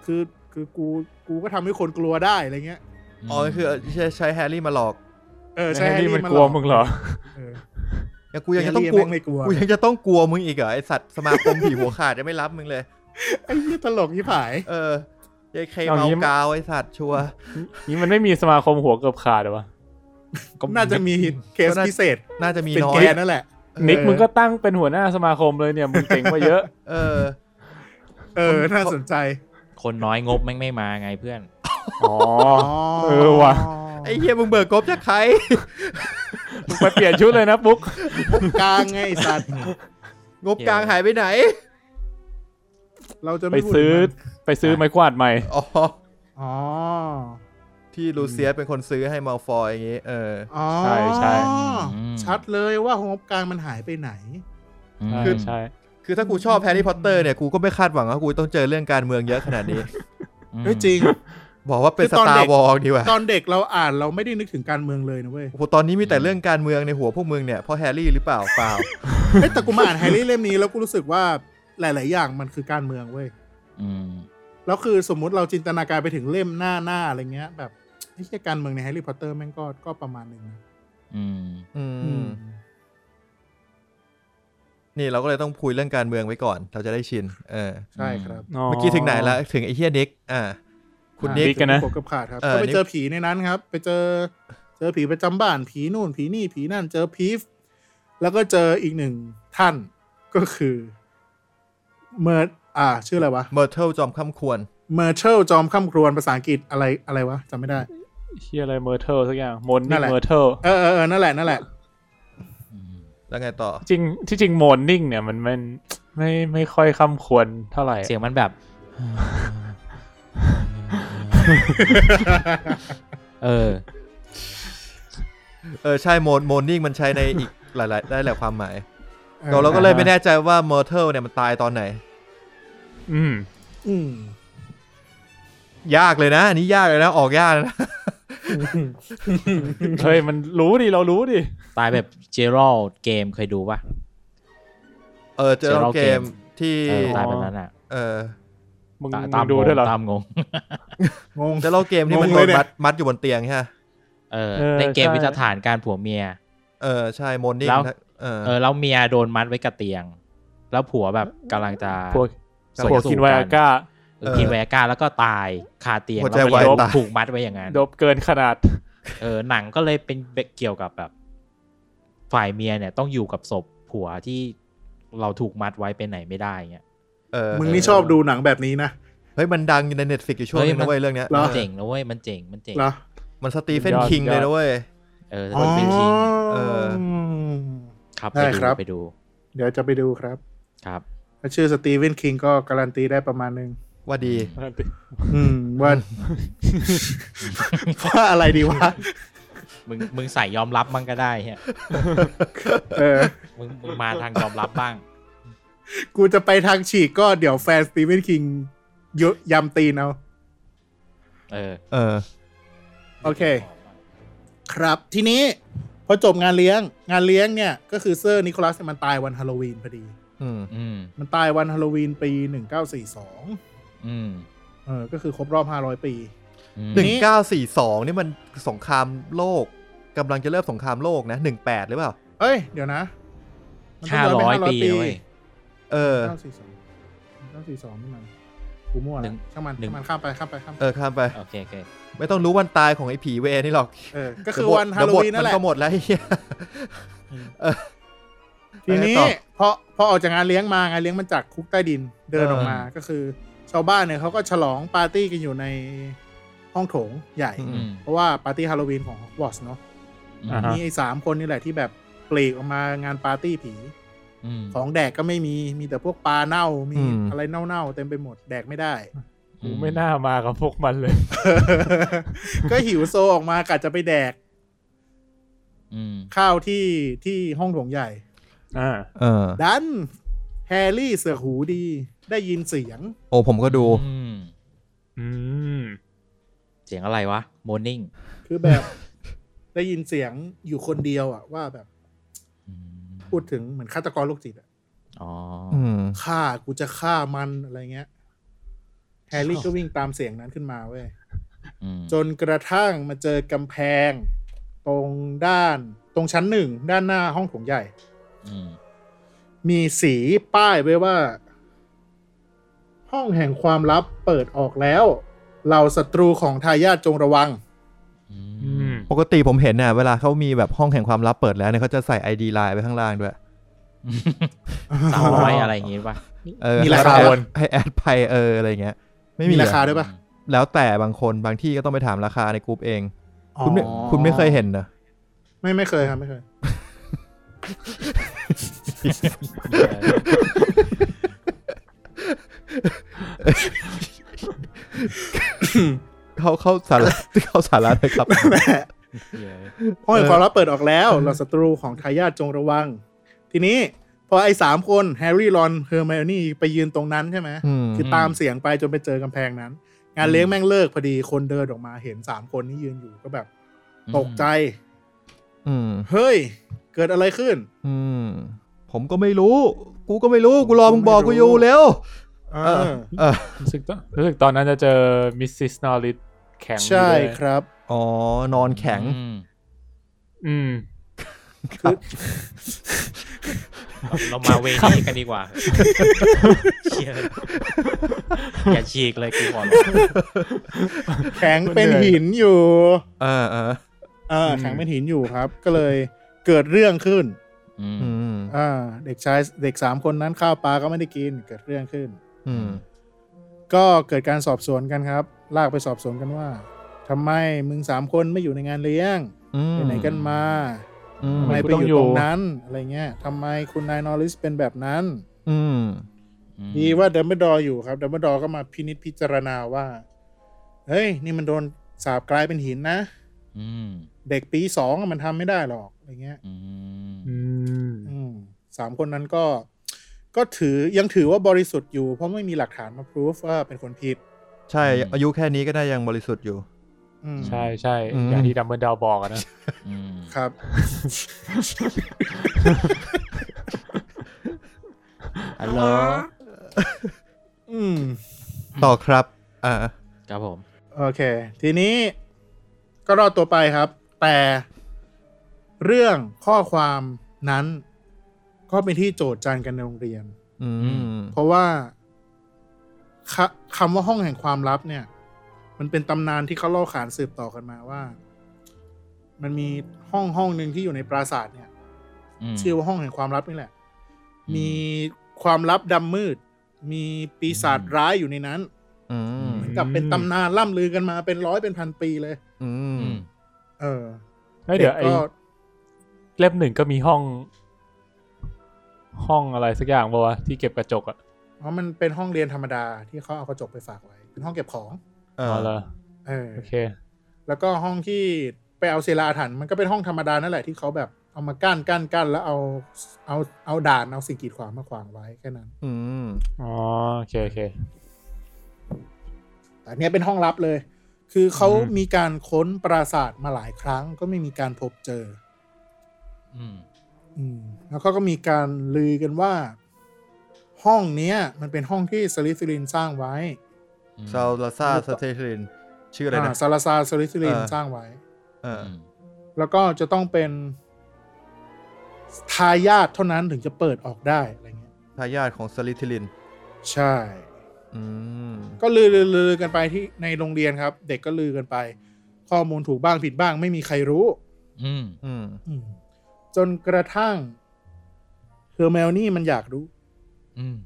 A: คือคือกูกูก็ทำให้คนกลัวได้อะไรเงี้ย
B: อ๋อคือใช้ใช้แฮร์รี่มาหลอก
A: เออใช่
C: ใช่
A: แฮร์
C: ที่
A: รี่
C: มัน
A: มัน
C: กลัว
A: หอ
C: มึงเหรอ
A: เออ
B: ยังกูยังจะต้องก
A: แฮร์
B: ลั
A: รี่
B: ว
A: แม่งไม่กลัว
B: กูยังจะต้องกลัวมึงอีกเหรอไอสัตว์สมาคมผีหัวขาดจะไม่รับมึงเลย
A: ไอ้เหี้ยตลกยี่ผาย
B: เออ JK
C: เอา
B: เมา
C: งี้
B: กาวไอสัตว์ชัวร์
C: นี่มันไม่มีสมาคมหัวเกือบขาดเหรอวะ
D: ก็
A: น่าจะมีเคส
B: ก็น่า
A: พิเศษ
B: น่าจะมี
A: เป็น
B: น้อ
A: แก
B: ย
A: นั่นแหละ
B: เออ
C: นิกมึงก็ตั้งเป็นหัวหน้าสมาคมเลยเนี่ยมึงเจ๋งกว่าเยอะ
B: เออ
A: เออน่าสนใจ
D: คนน้อยงบแม่งไม่มาไงเพื่อน
C: อ๋อ
A: อ๋อ
C: เออว่ะ
B: ไอ้เฮียมึงเบิกกบจากใคร
C: มึงไปเปลี่ยนชุดเลยนะปุ๊ก
A: กลางไงไอ้สัตว์
B: งบกลางหายไปไหน
A: เราจะ
C: ไป
A: ไม่พูด
C: ซื้อ
A: ถึงมัน
C: ไปซื้อไม้กวาดใหม่
B: อ๋อ
A: อ๋อ
B: ที่ลูเซียสเป็นคนซื้อให้มาลฟอยอย่างงี้ เออ
A: อ๋อ
C: ใช่ใช่
D: อืม
A: ชัดเลยว่าหงบกลางมันหายไปไหน
D: อืม
C: ใช่
B: คือ
C: ใช่
B: คือถ้ากูชอบแฮร์รี่พอตเตอร์เนี่ยกูก็ไม่คาดหวังว่ากูต้องเจอเรื่องการเมืองเยอะขนาดนี้
D: อืม
A: เฮ้ยจริง
B: บอกว่าเป็น
A: คื
B: ส
A: อตอน
B: ตา
A: เด็
B: ร์
A: ก
B: วอลดีกว่า
A: ตอนเด็กเราอ่านเราไม่ได้นึกถึงการเมืองเลยนะเว้ย
B: โอ้โหตอนนี้มีแต่เรื่องการเมืองในหัวพวกมึงเนี่ยเพราะแฮร์รี่หรือเปล่าเปล่า
A: เฮ้ยแต่กูมาอ่านแฮร์รี่เล่มนี้แล้วกูรู้สึกว่าหลาย ๆ อย่างมันคือการเมืองเว้ย
D: อืม
A: แล้วคือสมมุติเราจินตนาการไปถึงเล่มหน้าหน้าอะไรเงี้ย แบบไอ้แค่การเมืองในแฮร์รี่พอตเตอร์แม่งก็ก็ประมาณหนึ่งนะ
D: อืม
B: อืม นี่เราก็เลยต้องพูดเรื่องการเมืองไว้ก่อน เราจะได้ชิน เออ
A: ใช่ครับ
C: อ๋
B: เมื่อกี้ถึงไหนละถึงไอ้เฮียนิก อ่า คุณนิ
C: บิ๊
B: ก
C: กันนะ
A: ผมกับขาดครับ
B: เออ
A: ก็ไป
B: นี่
A: เจอผีในนั้นครับ ไปเจอเจอผีประจำบ้านผีนู่นผีนี่ผีนั่นเจอพีฟแล้วก็เจออีกหนึ่งท่านก็คือเมิร์ดอ่า ชื่ออะไรวะ
B: เมอร์เทลจอมค่ำควร
A: เมอร์เชลจอมข้ามครวนภาษาอังกฤษอะไรอะไรวะจำไม่ได้
C: เฮียอะไรเมอร์เทลสักอย่างมน
A: นั่น
C: นิ่ง
A: แหละ
C: เมอร์เทล
A: เออเออเออนั่นแหละนั่นแหละ
B: แล้วไงต่อ
C: จริงที่จริงมนนิ่งเนี่ยมันไม่ไม่ไม่ค่อยคำควรเท่าไหร่
D: เสียงมันแบบ เออ
B: เออ ใช่โมนโมนนิ่งมันใช้ในอีก หลายๆได้หลายความหมายเราเราก็เลยไม่แน่ใจว่าเมอร์เทลเนี่ยมันตายตอนไหน
C: อืม
A: อืม
B: ยากเลยนะ อันนี้ยากเลยนะ ออกยากเลยนะ
C: เฮ้ยมันรู้ดิเรารู้ดิ
D: ตายแบบเจอรัลเกมเคยดูปะ
B: เออ เจอ
D: Gerald
B: เกม
D: Game
B: ที่
D: เออตายแบบนั้นอ่ะ
B: เออ
C: มึง
D: ตาย
C: มึ
D: ตาม
C: งดู
D: งง
C: ด้วยเหรอ
D: ตามงง
A: งง
B: เจอเกมที่มัน
A: งง
B: โด
A: เลย
B: น
A: เนี่ย
B: มัดมัดอยู่บนเตียงใช่ไหม
D: เออ
C: เออ
D: ในเกม
C: ใช่
D: วิสถานการผัวเมีย
B: เออ ใช่โมนนิ่ง
D: แล้ว
B: เออ
D: เออ แล้วเมียโดนมัดไว้กับเตียง แล้วผัวแบบกำลังจะ
C: พวก
D: สว
C: พวก
D: สู่
C: กินไวอาก้า
D: เออกินไวอาก้าแล้วก็ตายคาเตียง
B: หัวใจ
D: แล้วก็
B: วาย
D: โดน
B: ตาย
D: ถูกมัดไว้อย่างนั้น
C: ดบเกินขนาด
D: เออหนังก็เลยเป็นเกี่ยวกับแบบ ฝ่ายเมียเนี่ยต้องอยู่กับศพผัวที่เราถูกมัดไว้ไปไหนไม่ได้เงี้ย
B: เออ
A: มึงนี่ชอบดูหนังแบบนี้นะ
B: เฮ้ยมันดังอยู่ในเน็ตฟิกอยู่ช่วงนึง
D: เฮ้ยมัน
B: นะเว้ยเรื่องเนี้ย
A: หร
D: มัน
B: เออ
D: เจ๋งนะเว้ยมันเจ๋งมันเจ๋ง
A: เหรอ
B: มันสตีเฟน
C: ยอด
B: คิงเลย
C: ยอด
B: นะเว้ย
D: เออ
A: อ๋
D: คนเป็นคิง
B: เออ
D: ครับ
A: ได้
D: ไป
A: ค
D: ดู
A: รับ
D: ไปดู
A: เดี๋ยวจะไปดูครับ
D: ครับ
A: ถ้าชื่อสตีเวนคิงก็การันตีได้ประมาณหนึง
B: ว่าดี
A: อืมว่าว่าอะไรดีวะ
D: มึงมึงใส่ยอมรับมั่งก็ได้เฮีย
A: เออ
D: มึงมึงมาทางยอมรับบ้าง
A: กูจะไปทางฉีกก็เดี๋ยวแฟนสตีเวนคิงยุยำตีนเอา
D: เออ
B: เออ
A: โอเค ครับทีนี้พอจบงานเลี้ยง งานเลี้ยงเนี่ย ก็คือเซอร์นิโคลัสเนี่ยมันตายวันฮาโลวีนพอดี
B: อืม
D: อืม
A: มันตายวันฮาโลวีนปี 1942
D: อืม
A: เออก็คือครบรอบ 500 ปี
D: อืม
B: หนึ่งเก้าสี่สองนี่มันสงครามโลกกำลังจะเริ่มสงครามโลกนะหนึ่งแปดหรือเปล่า
A: เอ้ย เดี๋ยวนะมันต้
D: ห้า
A: น
D: ง
A: ไป
D: ร้อยปีนะเว้ย
B: เออ
A: 1942 1942นี่มันกูมั่ว
D: หนึ่
A: แล้ว
D: ง
A: ช่างมัน
D: หนึ่ง
A: ช่างมันข้ามไปข้ามไปข้ามไป
B: เออ ข้ามไป
D: โอเคโอเค
B: ไม่ต้องรู้วันตายของไอ้ผีเวรนี่หรอก
A: เออก็คือวันฮาโลวีนนั่นแห
B: เดี๋ยบทมั
A: ละ
B: ก็หมดแล้วไอ้เหี้ย
A: ทีนี้
B: ไปต่อ
A: พอพอออกจากงานเลี้ยงมางานเลี้ยงมันจากคุกใต้ดินเดินออกมาก็คือ ชาวบ้านเนี่ยเขาก็ฉลองปาร์ตี้กันอยู่ในห้องโถงใหญ่
D: อืม
A: เพราะว่าปาร์ตี้ฮาโลวีนของวอตส์เนาะ
C: อ่าฮะ
A: มีไอ้สามคนนี่แหละที่แบบเปลีกออกมางานปาร์ตี้ผี
D: อืม
A: ของแดกก็ไม่มีมีแต่พวกปลาเน่ามี
B: อืม
A: อะไรเน่าๆเต็มไปหมดแดกไม่ได้
C: กูไม่น่ามากับพวกมันเลย
A: ก็หิวโซออกมากะจะไปแดก
D: อืม
A: ข้าวที่ที่ห้องโถงใหญ่
C: อ่า
B: เออ
A: ดันแฮร์รี่เสือกหูดีได้ยินเสียง
B: โอ้ผมก็ดู
D: อืม
C: อืม
D: เสียงอะไรวะ โมนนิ่ง
A: คือแบบ ได้ยินเสียงอยู่คนเดียวอะว่าแบบพูดถึงเหมือนฆาตกรโรคจิตอะ
D: อ๋อ
B: อืม
A: ฆ่ากูจะฆ่ามันอะไรเงี้ย แฮร์รี่ก็วิ่งตามเสียงนั้นขึ้นมาเว้ย
D: อืม
A: จนกระทั่งมาเจอกำแพง ตรงด้าน ตรงชั้นหนึ่ง ด้านหน้าห้องโถงใหญ่
D: อืม
A: มีสีป้ายไว้ว่า ห้องแห่งความลับเปิดออกแล้ว เราศัตรูของทายาทจงระวัง
D: อื
C: อื
D: ม
C: ม
B: ปกติผมเห็นน่ะ เวลาเขามีแบบห้องแห่งความลับเปิดแล้วเนี่ยเขาจะใส่ ID ไลน์ไว้ข้างล่างด้วย
D: เสาไว้อะไรอย่างงี้ป่ะ
B: เออ
A: มีราคา
B: ให้แอดให้แอดไปเอออะไรเงี้ย ไม่มี
A: มีราคา
B: เหอ
A: ด้วยปะ
B: แล้วแต่บางคนบางที่ก็ต้องไปถามราคาในกลุ่มเอง คุณไม่
A: อ๋อ
B: คุณไม่เคยเห็นนะ
A: ไม่ไม่เคยครับไม่เค ย
B: เขาเขาสาระ เขาสาระเลยครับ
D: เยอะ
A: ห้องแห่งความลับเปิดออกแล้ว เราศัตรูของทายาทจงระวัง ทีนี้พอไอ้สามคนแฮร์รี่รอนเฮอร์ไมโอนี่ไปยืนตรงนั้นใช่ไหม
B: อืม
A: คือตามเสียงไปจนไปเจอกำแพงนั้น งานเลี้ยงแม่งเลิกพอดีคนเดินออกมาเห็นสามคนที่ยืนอยู่ก็แบบ ตกใจ
B: อืม
A: เฮ้ย เกิดอะไรขึ้น
B: อืม ผมก็ไม่รู้ กูก็ไม่รู้ กูรอมึงบอกกูอยู่เร็ว
A: เอ
B: เออ
A: อ
B: เออ
C: รู้สึกตอนรู้สึกตอนนั้นจะเจอมิสซิสนอริสแข็งอยู่
A: ใช่
C: ด้วย
A: ครับ
B: อ๋อ นอนแข็ง
D: อืม
C: อืม
D: เรามาเวนี้กันดีกว่าเชี่ยอย่าฉีกเลยกูขอร้อง
A: แข็งเป็น
C: เหนื่อย
A: หินอยู่
B: เออเออ
A: เออแข็งเป็นหินอยู่ครับ ก็เลยเกิดเรื่องขึ้น
D: อืม
B: อืม
A: อ่า เด็กชายเด็กสามคนนั้นข้าวปลาก็ไม่ได้กินเกิดเรื่องขึ้น
B: อืม
A: ก็เกิดการสอบสวนกันครับ ลากไปสอบสวนกันว่าทำไมมึงสามคนไม่อยู่ในงานเลี้ยง
B: อืม
A: ไปไหนกันมา
B: อืม
A: ทำไม
C: กู
A: ไป
C: ต้อง
A: อ
C: อยู่
A: ยู่ตรงนั้นอะไรเงี้ยทำไมคุณนายนอริสเป็นแบบนั้น
B: อืม
A: ดีว่าเดมเบลดอร์อยู่ครับเดมเบลดอร์ก็มาพินิจพิจารณาว่า เฮ้ย นี่มันโดนสาบกลายเป็นหินนะ
D: อืม
A: เด็กปีสองอะมันทำไม่ได้หรอกอะไรเงี้ย
D: อืม
C: อืม
A: อืมสามคนนั้นก็ ก็ถือยังถือว่าบริสุทธิ์อยู่ เพราะไม่มีหลักฐานมาพิสูจว่าเป็นคนผิด
B: ใช่ อายุแค่นี้ก็ได้ยังบริสุทธิ์อยู่
A: อืม
C: ใช่ใช่
B: อืม
C: อย่างที่ดัมเบิลดาวบอกอะนะ
D: อืม
A: ครับ
D: ฮัลโหล
A: อืม
B: ต่อครับ อ่า
D: ครับผม
A: โอเค ทีนี้ก็รอดตัวไปครับ แต่เรื่องข้อความนั้น ก็เป็นที่โจทย์จันกันในโรงเรียน
B: อืม
A: เพราะว่าคคำว่าห้องแห่งความลับเนี่ย มันเป็นตำนานที่เขาเล่าขานสืบต่อกันมาว่า มันมีห้องห้องหนึ่งที่อยู่ในปราสาทเนี่ย
D: ม
A: ชื่อว่าห้องแห่งความลับนี่แหละ
D: อืม
A: มีความลับดำมืด มีปีศาจร้ายอยู่ในนั้น
B: อืม
A: เหมือนกับเป็นตำนานล่ำลือกันมาเป็นร้อยเป็นพันปีเลย
B: อืม
D: อืม
A: เออ
C: เฮ้ยเดี๋ยวไอ้
A: ด็กก็
C: เล่มหนึ่งก็มีห้อง ห้องอะไรสักอย่างปะวะที่เก็บกระจกอะ
A: เพราะมันเป็นห้องเรียนธรรมดาที่เขาเอากระจกไปฝากไว้ เป็นห้องเก็บของ
B: เอ
C: อ๋
B: อ
C: อเหรอ
A: เออ
C: โอเค
A: แล้วก็ห้องที่ ไปเอาเซลาอาถรรพ์มันก็เป็นห้องธรรมดานั่นแหละที่เขาแบบเอามากั้นกั้นกั้นแล้วเอาเอาเอาด่านเอาสิ่งกีดขวางมาขวางไว้แค่นั้น
B: อืม
C: อ๋อโอเคโอเค
A: แต่อันเนี้ยเป็นห้องลับเลย คือเขา
C: อืม
A: มีการค้นปราสาทมาหลายครั้ง ก็ไม่มีการพบเจอ
D: อืม
A: อืมแล้วเขาก็มีการลือกันว่า ห้องเนี้ย มันเป็นห้องที่สลิสลินสร้างไว้
B: ซาลาซาสเตชลิน ชื่ออะไรนะ
A: ซาลาซาสลิสลิน
B: เออ
A: สร้างไว้
B: เอออ
A: แล้วก็จะต้องเป็นทายาทเท่านั้นถึงจะเปิดออกได้อะไรเงี้ย
B: ทายาทของสลิทิลิน
A: ใช่
B: อืม
A: ก็ลือลือลือกันไปที่ในโรงเรียนครับ เด็กก็ลือกันไป ข้อมูลถูกบ้างผิดบ้าง ไม่มีใครรู้
D: อืม
B: อืม
A: อืมจนกระทั่งเฮอร์เมลนี่มันอยากรู้
D: อืม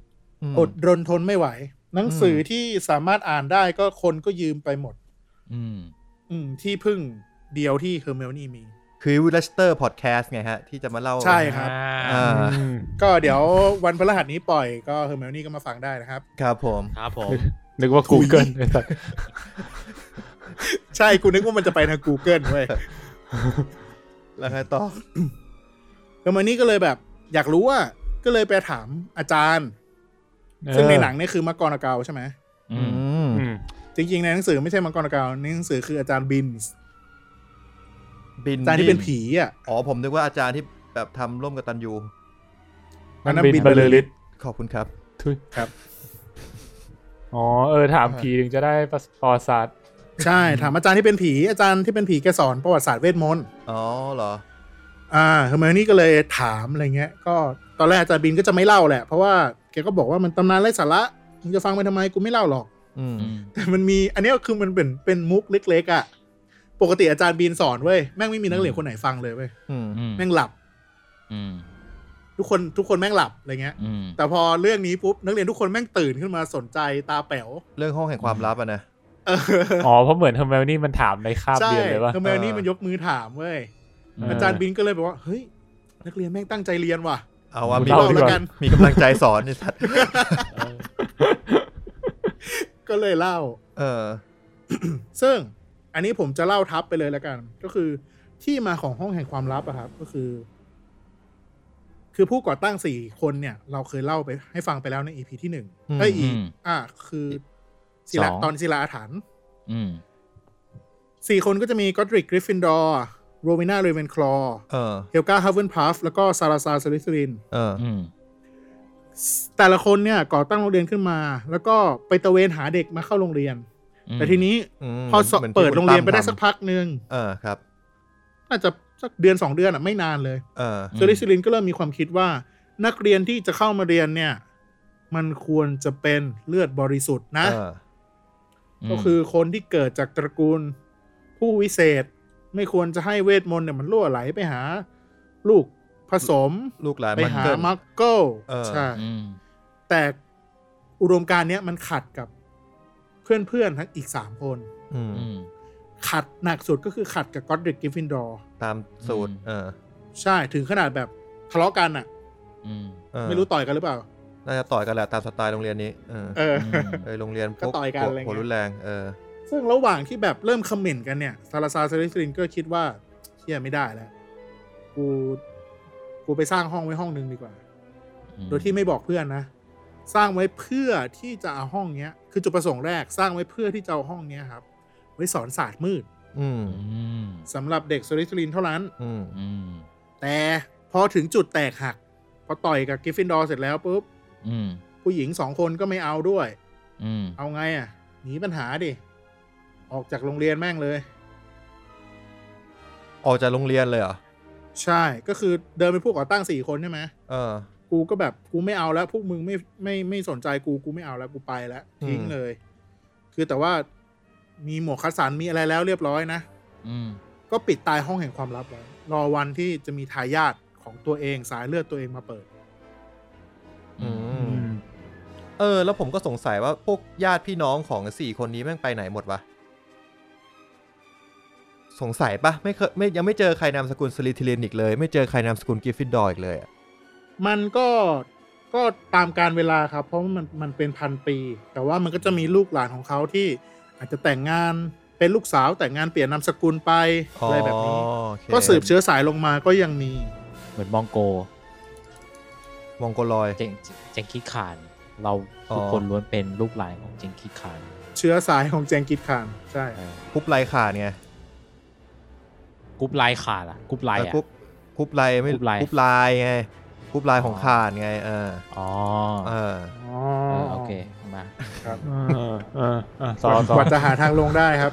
A: อดรนทนไม่ไหว หนังสืออที่สามารถอ่านได้ก็คนก็ยืมไปหมด
D: อืม
A: อืมที่พึ่งเดียวที่เฮอร์เมลนี่มี
B: คือวิลเลสเตอร์พอดแคสต์ไงฮะ ที่จะมาเล่า
A: ใช่ครับ
B: อ่า
C: อืม
A: ก็เดี๋ยววันพฤหัสนี้ปล่อยก็เฮอร์เมลนี่ก็มาฟังได้นะครับ
B: ครับผม
D: ครับผม
C: นึกว่า Google ไอ้สัส
A: ใช่กูนึกว่ามันจะไปทาง Google เว้ย
B: แล้วไงต่อ
A: เฮอร์เมลนี่ก็เลยแบบ อยากรู้อ่ะก็เลยไปถามอาจารย์ ซึ่งในหนังเนี่ยคือมังกรอเกาใช่ไหม
D: อื
B: อื
D: ม
B: ม
C: อืม
A: จริงๆในหนังสือไม่ใช่มังกรอเกาในหนังสือคืออาจารย์บินส์
B: บิน
A: อาจารย์ที่เป็นผีอ่ะ
B: อ๋อ ผมนึกว่าอาจารย์ที่แบบทำร่วมกับตันยู
A: อันนั้น
C: บิน
A: บิน
C: บรรลือฤทธิ์
B: ขอบคุณครับ
C: ทุย
A: ครับ
C: อ๋อเออถามผีถึงจะได้ประประวัติศาสตร์
A: ใช่ ถามอาจารย์ที่เป็นผีอาจารย์ที่เป็นผีแกสอนประวัติศาสตร์เวทมนต์
B: อ๋อเหรอ
A: อ่าเฮอร์ไมโอนี่ก็เลยถามอะไรเงี้ย ก็ตอนแรกอาจารย์บินก็จะไม่เล่าแหละ เพราะว่าแกก็บอกว่ามันตำนานไร้สาระมึงจะฟังไปทำไมกูไม่เล่าหรอก
B: อืม
D: อืม
A: แต่มันมีอันเนี้ยคือมันเป็นเป็นมุกเล็กๆอะ่ะ ปกติอาจารย์บินสอนเว้ยแม่งไม่มีนักเรียนคนไหนฟังเลยเว้ย
B: อืม
D: อืม
A: แม่งหลับ
D: อืม
A: ทุกคนทุกคนแม่งหลับอะไรเงี้ย
D: อืม
A: แต่พอเรื่องนี้ปุ๊บนักเรียนทุกคนแม่งตื่นขึ้นมาสนใจตาแป๋ว
B: เรื่องห้องแห่งความลับอะนะ
A: เออ
C: อ๋อเพราะเหมือนเฮอร์เมลนี่มันถามในคาบ
A: ใช่
C: เรียนเลยว่า
A: เฮอร์ไมโอนี่มันยกมือถามเว้ย
C: เออ
A: อาจารย์บินก็เลยบอกว่าเฮ้ยนักเรียนแม่งตั้งใจเรียนว่ะ
B: เอาว่ามี
C: เล่าดีกว่า
B: มีกำลังใจสอนไอ้สัตว์
A: ก็เลยเล่า
B: เออ
A: ซึ่งอันนี้ผมจะเล่าทับไปเลยแล้วกัน ก็คือที่มาของห้องแห่งความลับอะครับ ก็คือ คือผู้ก่อตั้งสี่คนเนี่ย เราเคยเล่าไปให้ฟังไปแล้วในอีพีที่หนึ่ง
B: อืม
A: ไอยอี
D: อืม
A: อ่ะคือศิลา
D: สอง
A: ตอนศิลาอาถรรพ์
D: อืม
A: สี่คนก็จะมีกอดริกกริฟฟินดอร์โรเวน่าเรเวนคลอ
B: เออ
A: เฮลกาฮาเวนพัฟแล้วก็ซาราซาสลิสริน
B: เออ
D: อืม
A: แต่ละคนเนี่ย ก่อตั้งโรงเรียนขึ้นมา แล้วก็ไปตระเวนหาเด็กมาเข้าโรงเรียน แต่ทีนี้
B: อืม
A: พอสอบ
B: หมืนที่
A: เปิดโรงเรียนไปได้
B: คุณ
A: สั
B: ตั้
A: ก
B: มท
A: พักหนึ่ง
B: ำเออ ครับ
A: น่าจะสักเดือนสองเดือนอ่ะไม่นานเลย
B: เออ
D: ม
A: เซอริซิลินก็เริ่มมีความคิดว่า นักเรียนที่จะเข้ามาเรียนเนี่ย มันควรจะเป็นเลือดบริสุทธิ์นะ
B: เออ
A: ก็คือคนที่เกิดจากตระกูลผู้วิเศษ ไม่ควรจะให้เวทมนต์เนี่ยมันล่วไหลไปหา ลูกผสม
B: ลูกหลาน
A: ไป
B: มัน
A: หา
B: เกิน
A: มักเกิล
B: เออ
A: ใช่
D: อืม
A: แต่อุดมการณ์เนี้ยมันขัดกับเพื่อนๆทั้งอีกสามคน
B: อืม
D: อืม
A: ขัดหนักสุดก็คือขัดกับก็อดริกกริฟฟินดอร์
B: ตามสูตร
D: อืม
B: เออ
A: ใช่ถึงขนาดแบบทะเลาะกันอ่ะ
D: อืม
B: เออ
A: ไม่รู้ต่อยกันหรือเปล่า
B: น่าจะต่อยกันแหละตามสไตล์โรงเรียนนี้ เออ
A: เออ
B: เออโรงเรียนพว
A: ก็ต่อยกันอะไรเงี้ย
B: หัวรุนแรง เออ
A: ซึ่งระหว่างที่แบบเริ่มคอมเมนต์กันเนี่ย ซาลาซาเซริสลินก็คิดว่าเชี่ยไม่ได้แล้ว กู กูไปสร้างห้องไว้ห้องหนึ่งดีกว่า โดยที่ไม่บอกเพื่อนนะ สร้างไว้เพื่อที่จะเอาห้องเนี้ย คือจุดประสงค์แรก สร้างไว้เพื่อที่จะเอาห้องเนี้ยครับ ไว้สอนศาสตร์มืด
B: อืม
D: อืม
A: สำหรับเด็กเซริสลินเท่านั้น
B: อืม
D: อืม
A: แต่พอถึงจุดแตกหัก พอต่อยกับกริฟฟินดอร์เสร็จแล้วปุ๊บ
D: อืม
A: ผู้หญิงสองคนก็ไม่เอาด้วย
D: อืม
A: เอาไงอ่ะ หนีปัญหาดิ ออกจากโรงเรียนแม่งเลย
B: ออกจากโรงเรียนเลยเหรอ
A: ใช่ ก็คือเดินเป็นผู้ก่อตั้งสี่คนใช่ไหม
B: เออ
A: กูก็แบบกูไม่เอาแล้ว พวกมึงไม่ไม่ไม่สนใจกูกูไม่เอาแล้วกูไปแล้ว
B: อืม
A: ทิ้งเลย คือแต่ว่ามีหมวกคัดสรรมีอะไรแล้วเรียบร้อยนะ
D: อืม
A: ก็ปิดตายห้องแห่งความลับไว้รอวันที่จะมีทายาทของตัวเองสายเลือดตัวเองมาเปิด
D: อืม
B: อืม เออ แล้วผมก็สงสัยว่าพวกญาติพี่น้องของสี่คนนี้แม่งไปไหนหมดวะ สงสัยปะไม่เคยไม่ยังไม่เจอใครนามสกุลสลิทิเลนอีกเลย ไม่เจอใครนามสกุลกริฟฟินดอร์อีกเลยอะ
A: มันก็ก็ตามการเวลาครับ เพราะมันมันเป็นพันปี แต่ว่ามันก็จะมีลูกหลานของเขาที่อาจจะแต่งงาน เป็นลูกสาวแต่งงานเปลี่ยนนามสกุลไปอะไรแบบนี้
B: โอเค
A: ก็สืบเชื้อสายลงมาก็ยังมี
D: เหมือนมองโก
B: มองโกลอย
D: เจงเจงคิดขาน เรา
B: อ๋อ
D: ทุกคนล้วนเป็นลูกหลานของเจงคิดขาน
A: เชื้อสายของแจงกิดขานใช่
D: เออก
B: รุ๊ปไลน์ขาดไง
D: กรุ๊ปไลน์ขาดอะกรุ๊ปไลน์
B: เออ
D: อะ
B: กรุ๊ปกรุ๊ปไลน์ไม่
D: กรุ๊ปไลน์
B: กรุ๊ปไลน์ไงกรุ๊ปไลน์ของ
D: อ๋อ
B: ขาดไงเออ
D: อ๋อ
B: เออ
A: อ๋อ
D: เออโอเคมา
C: เออเออเออต่อก ต่อ
A: ว่าจะหาทางลงได้ครับ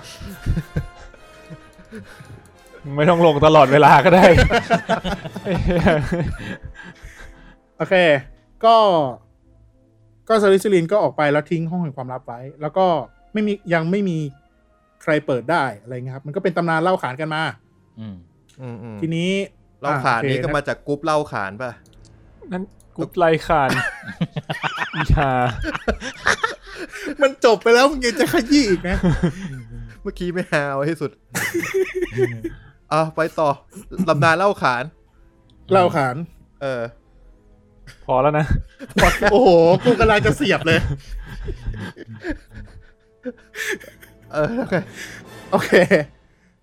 C: ไม่ต้องลงตลอดเวลาก็ได้
A: โอเค ก็ ก็ซาลิซิลินก็ออกไปแล้วทิ้งห้องแห่งความลับไว้ แล้วก็ไม่มียังไม่มีใครเปิดได้อะไรเงี้ยครับ มันก็เป็นตำนานเล่าขานกันมา
D: อืม
B: อืมอืม
A: ทีนี้
B: เล่าขาน
A: อ่ะ
B: นี้
A: โอเค
B: ก็มาจากกรุ๊ปเล่าขานป่ะ
C: นั่นกรุ๊ปไลคานอีชา
A: มันจบไปแล้วมึงยังจะขยี้อีกนะ
B: เมื่อกี้ไม่หาเอาให้ สุด อ่ะไปต่อลำนานเล่าขาน
A: เล่าขาน
B: เออ
C: พอแล้วนะ
A: โอ้โห กูกำลังจะเสียบเลย
B: เออ โอเค
A: โอเค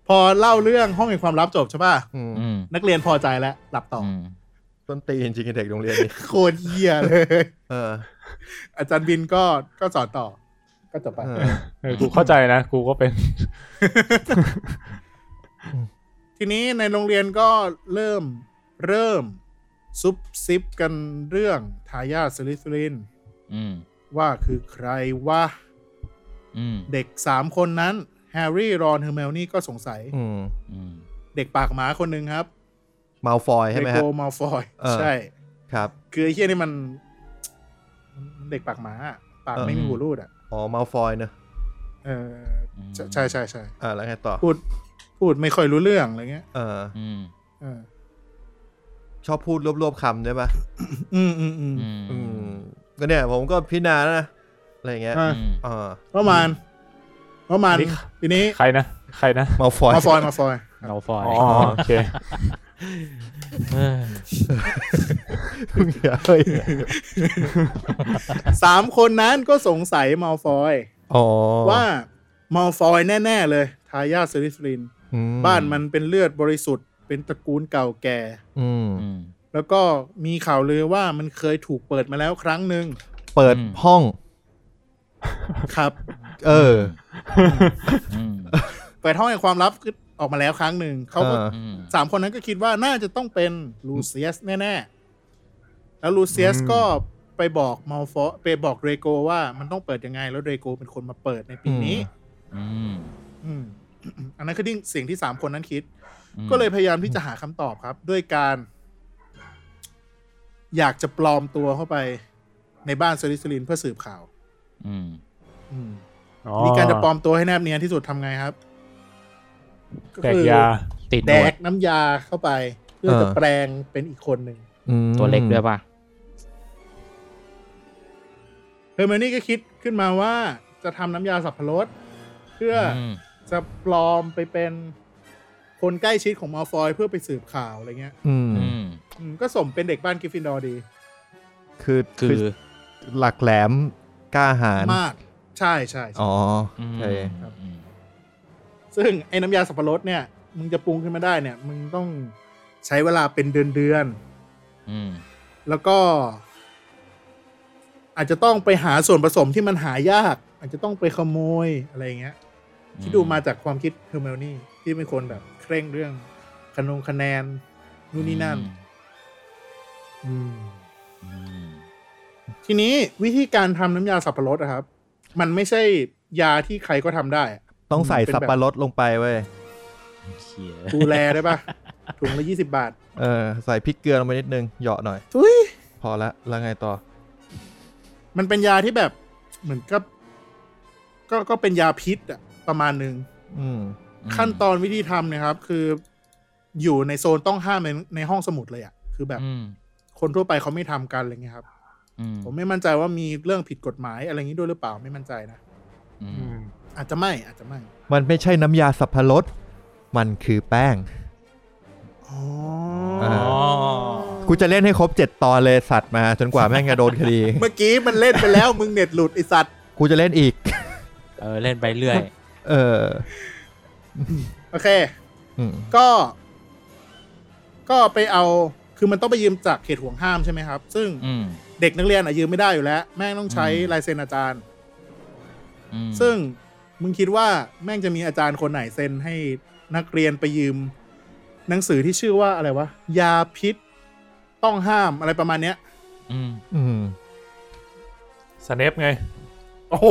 A: พอเล่าเรื่องห้องแห่งความลับจบใช่ป่ะ
B: อืม
D: อืม
A: นักเรียนพอใจแล้ว หลับต่ออ
D: อืม
B: ต้นตีนจริงๆไอ้เด็กโรงเรียนนี่
A: โคตรเยี่ยเลย
B: เออ
A: อาจารย์บินก็ก็สอนต่อ ก็จบไป
B: เออ
C: เออกูเข้าใจนะ กูก็เป็น
A: ทีนี้ในโรงเรียนก็เริ่มเริ่มซุบซิบกันเรื่องทายาทสลิสลิน
D: อืม
A: ว่าคือใครว่า
D: อืม
A: เด็กสามคนนั้นแฮร์รี่รอนเฮอร์เมลนี่ก็สงสัย
B: อืม
D: อืม
A: เด็กปากหมาคนหนึ่งครับ
B: มาฟอยใช่
A: เด
B: ไหมค
A: โก
B: รับ
A: มาฟอย
B: เออ
A: ใช่
B: ครับ
A: คือไอ้เฮียนี่มันมันเด็กปากหมาอะปาก
B: เออ
A: ไม่มีหูรูดอ่ะ
B: อ๋อมาฟอยเนอะ
A: เออใช่ใช่ใช่ใช่
B: อ่าแล้วไงต่อ
A: พูดพูดไม่ค่อยรู้เรื่องอะไรเงี้ย
B: เออ
D: อืม
A: เออ
B: ชอบพูดรวบๆคำด้วยป่ะ
A: อืมอืมอืม
D: อืม
B: อืม ก็เนี่ยผมก็พิจารณานะ อะไรอย่างเงี้ย
A: อ่ะ
D: อืม
B: เออ
A: ประมาณประมาณ
C: อันนี้
A: ทีนี้
C: ใครนะ ใครนะ
B: มาฟอย
A: มา ฟอยมาฟอยครับ
D: เราฟอย
C: อ๋อ โอเค
D: เออ
A: สามคนนั้นก็สงสัยมาฟอย
B: อ๋อ
A: ว่ามาฟอยแน่ ๆ เลย ทายาทสลิสลิน
B: อืม
A: บ้านมันเป็นเลือดบริสุทธิ์ เป็นตระกูลเก่าแก่
B: อืม
D: อืม
A: แล้วก็มีข่าวลือว่ามันเคยถูกเปิดมาแล้วครั้งหนึ่ง
B: เปิด
D: อืม
B: ห้อง
A: ครับ
B: เออ
D: อืม
A: เปิดห้องแห่งความลับคือออกมาแล้วครั้งหนึ่งเขาก็
B: เออ
D: อืม
A: สามคนนั้นก็คิดว่าน่าจะต้องเป็นลูเซียสแน่ ๆ แล้วลูเซียส
C: อืม
A: ก็ไปบอกมาฟอยไปบอกเรโกว่ามันต้องเปิดยังไง แล้วเรโกเป็นคนมาเปิดในปีนี้
D: อืม
A: อืม อันนั้นคือที่สิ่งที่สามคนนั้นคิด
D: อืม
A: ก็เลยพยายามที่จะหาคำตอบครับ ด้วยการ อยากจะปลอมตัวเข้าไปในบ้านสลิสลินเพื่อสืบข่าว
D: อืม
A: อืม
C: อ๋อ
A: มีการจะปลอมตัวให้แนบเนียนที่สุดทำไงครับ
C: แตกยา
D: ติดห
A: แด
D: นวด
A: กน้ำยาเข้าไป เพื่อจะ
B: เออ
A: แปลงเป็นอีกคนหนึ่ง
B: อืม
D: ตัวเล็กด้วยป่ะ
A: เฮอร์เมนี่ก็คิดขึ้นมาว่าจะทำน้ำยาสับพรสเพื่ออ
D: ม
A: จะปลอมไปเป็นคนใกล้ชิดของมาฟอยเพื่อไปสืบข่าวอะไรเงี้ย
B: อืม
D: อืม
A: อืมก็สมเป็นเด็กบ้านกริฟฟินดอร์ดี
B: คือ
D: คือ
B: หลักแหลมกล้าหาญ
A: มาก ใช่ใช่ใช่
B: อ๋ออ
D: อืม
B: โอเค
A: ครับ
D: อืม
A: ซึ่งไอ้น้ำยาสับปะรดเนี่ย มึงจะปรุงขึ้นมาได้เนี่ย มึงต้องใช้เวลาเป็นเดือนเดือน
D: อืม
A: ๆแล้วก็ อาจจะต้องไปหาส่วนผสมที่มันหายาก อาจจะต้องไปขโมยอะไรอย่างเงี้ย ที่ดูมาจากความคิดเฮอร์เมลนี่ที่เป็นคนแบบเคร่งเรื่องคะนงคะแนนนู่นนี่นั่น อืม
D: อืม
A: ทีนี้วิธีการทำน้ำยาสับปะรดอะครับ มันไม่ใช่ยาที่ใครก็ทำได้อะ
B: ต้องใส่
A: เป็นแบบ
B: สับปะรดลงไปเว้ย
D: เขีย
A: ดูแลได้ปะถุงละยี่สิบบาท
B: เออ ใส่พริกเกลือลงไปนิดนึง เหยาะหน่อย
A: ทุย
B: พอละ แล้วไงต่อ
A: มันเป็นยาที่แบบเหมือนกับก็ก็เป็นยาพิษอะประมาณหนึ่ง
B: อืม
A: ขั้นตอนวิธีทำเนะครับ คืออยู่ในโซนต้องห้ามในในห้องสมุดเลยอะคือแบบ
D: อืม
A: คนทั่วไปเขาไม่ทำกันอะไรเงี้ยครับ
D: อืม
A: ผมไม่มั่นใจว่ามีเรื่องผิดกฎหมายอะไรอย่างนี้ด้วยหรือเปล่าไม่มั่นใจนะ
D: อื
C: อื
D: ม
C: ม
A: อาจจะไม่อาจจะไม่
B: มันไม่ใช่น้ำยาสับปะรด มันคือแป้ง
A: อ๋อ
B: อ๋อ กูจะเล่นให้ครบ 7 ตอนเลยสัตว์มา จนกว่าแม่งจะโดนคดี
A: เมื่อกี้มันเล่นไปแล้ว มึงเน็ตหลุดไอสัตว์
B: กูจะเล่นอีก
D: เออ เล่นไปเรื่อย
B: เออ
A: โอเค
B: อืม
A: ก็ ก็ไปเอา คือมันต้องไปยืมจากเขตห่วงห้ามใช่ไหมครับ ซึ่ง
D: อืม
A: เด็กนักเรียนอะยืมไม่ได้อยู่แล้ว แม่งต้องใช้
D: อืม
A: ลายเซ็นอาจารย์
D: อืม
A: ซึ่งมึงคิดว่าแม่งจะมีอาจารย์คนไหนเซ็นให้นักเรียนไปยืม หนังสือที่ชื่อว่าอะไรวะ ยาพิษ ต้องห้ามอะไรประมาณเนี้ย
D: อืม
B: อืม
C: สเนปไง
A: โอ้โห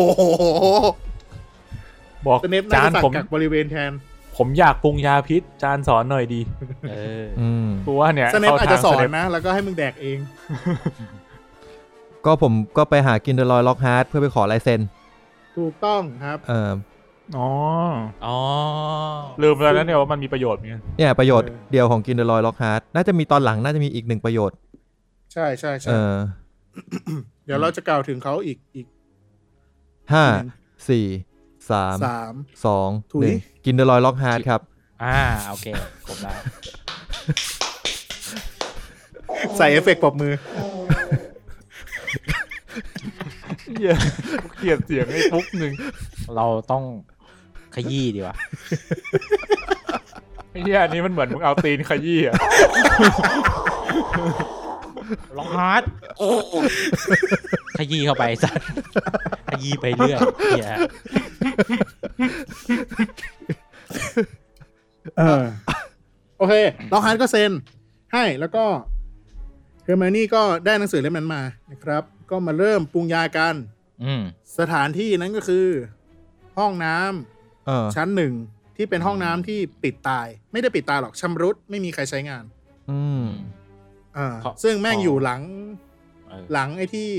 C: บอก
A: สเนปน่า
C: จา
A: จะ
C: น
A: สั่
C: ผม
A: งกักบริเวณแทน
C: ผมอยากปรุงยาพิษ จานสอนหน่อยดี
D: เออ
B: อืม
C: กูว่าเนี่ย
A: สเนป
C: ข้
A: อาจจะ
C: ทง
A: สอน
C: Snape
A: นะ แล้วก็ให้มึงแดกเอง
B: ก็ผมก็ไปหากินเดอรอยล็อกฮาร์ดเพื่อไปขอลายเซ็น
A: ถูกต้องครับ
B: เออ
C: อ๋อ
D: อ๋อ
C: ลืมไปแล้วนะเนี่ยว่ามันมีประโยชน์เหมือนกัน
B: เนี่ยประโยชน์
A: เออ
B: เดียวของกินเดอรอยล็อกฮาร์ดน่าจะมีตอนหลังน่าจะมีอีกหนึ่งประโยชน์
A: ใช่ใช่
B: เอ
A: ใช่
B: อ
A: เดี๋ยวเราจะกล่าวถึงเขาอีกอีก
B: ห้า
A: หนึ่ง
B: สี่สาม
A: สาม
B: สอง
A: ถุย
B: หนึ่งกินเดอรอยล็อกฮาร์ดครับ
D: อ่าโอเคครบแล้ว
A: ใส่เอฟเฟกต์ปรบมือ
C: เหี้ยเกลียดเสียงไอ้ปุ๊กหนึ่ง
D: เราต้องขยี้ดีวะ
C: ไอ้เหี้ยอันนี้มันเหมือนมึงเอาตีนขยี้อะ
D: ลองฮาร์ดขยี้เข้าไปสัตว์ขยี้ไปเรื่อยเหี้ย
A: เออ โอเคล็อกฮาร์ดก็เซ็น ให้แล้วก็เฮอร์ไมโอนี่ก็ได้หนังสือเล่มนั้นมานะครับ ก็มาเริ่มปรุงยากัน
D: อืม
A: สถานที่นั้นก็คือ ห้องน้ำ
B: เออ
A: ชั้นหนึ่งที่เป็นห้องน้ำที่ปิดตาย ไม่ได้ปิดตายหรอกชำรุดไม่มีใครใช้งาน
B: อื
D: อื
B: ม
D: ม
A: อ่า
D: ครับ
A: ซึ่งแม่งอยู่หลัง
D: เออ
A: หลังไอ้ที่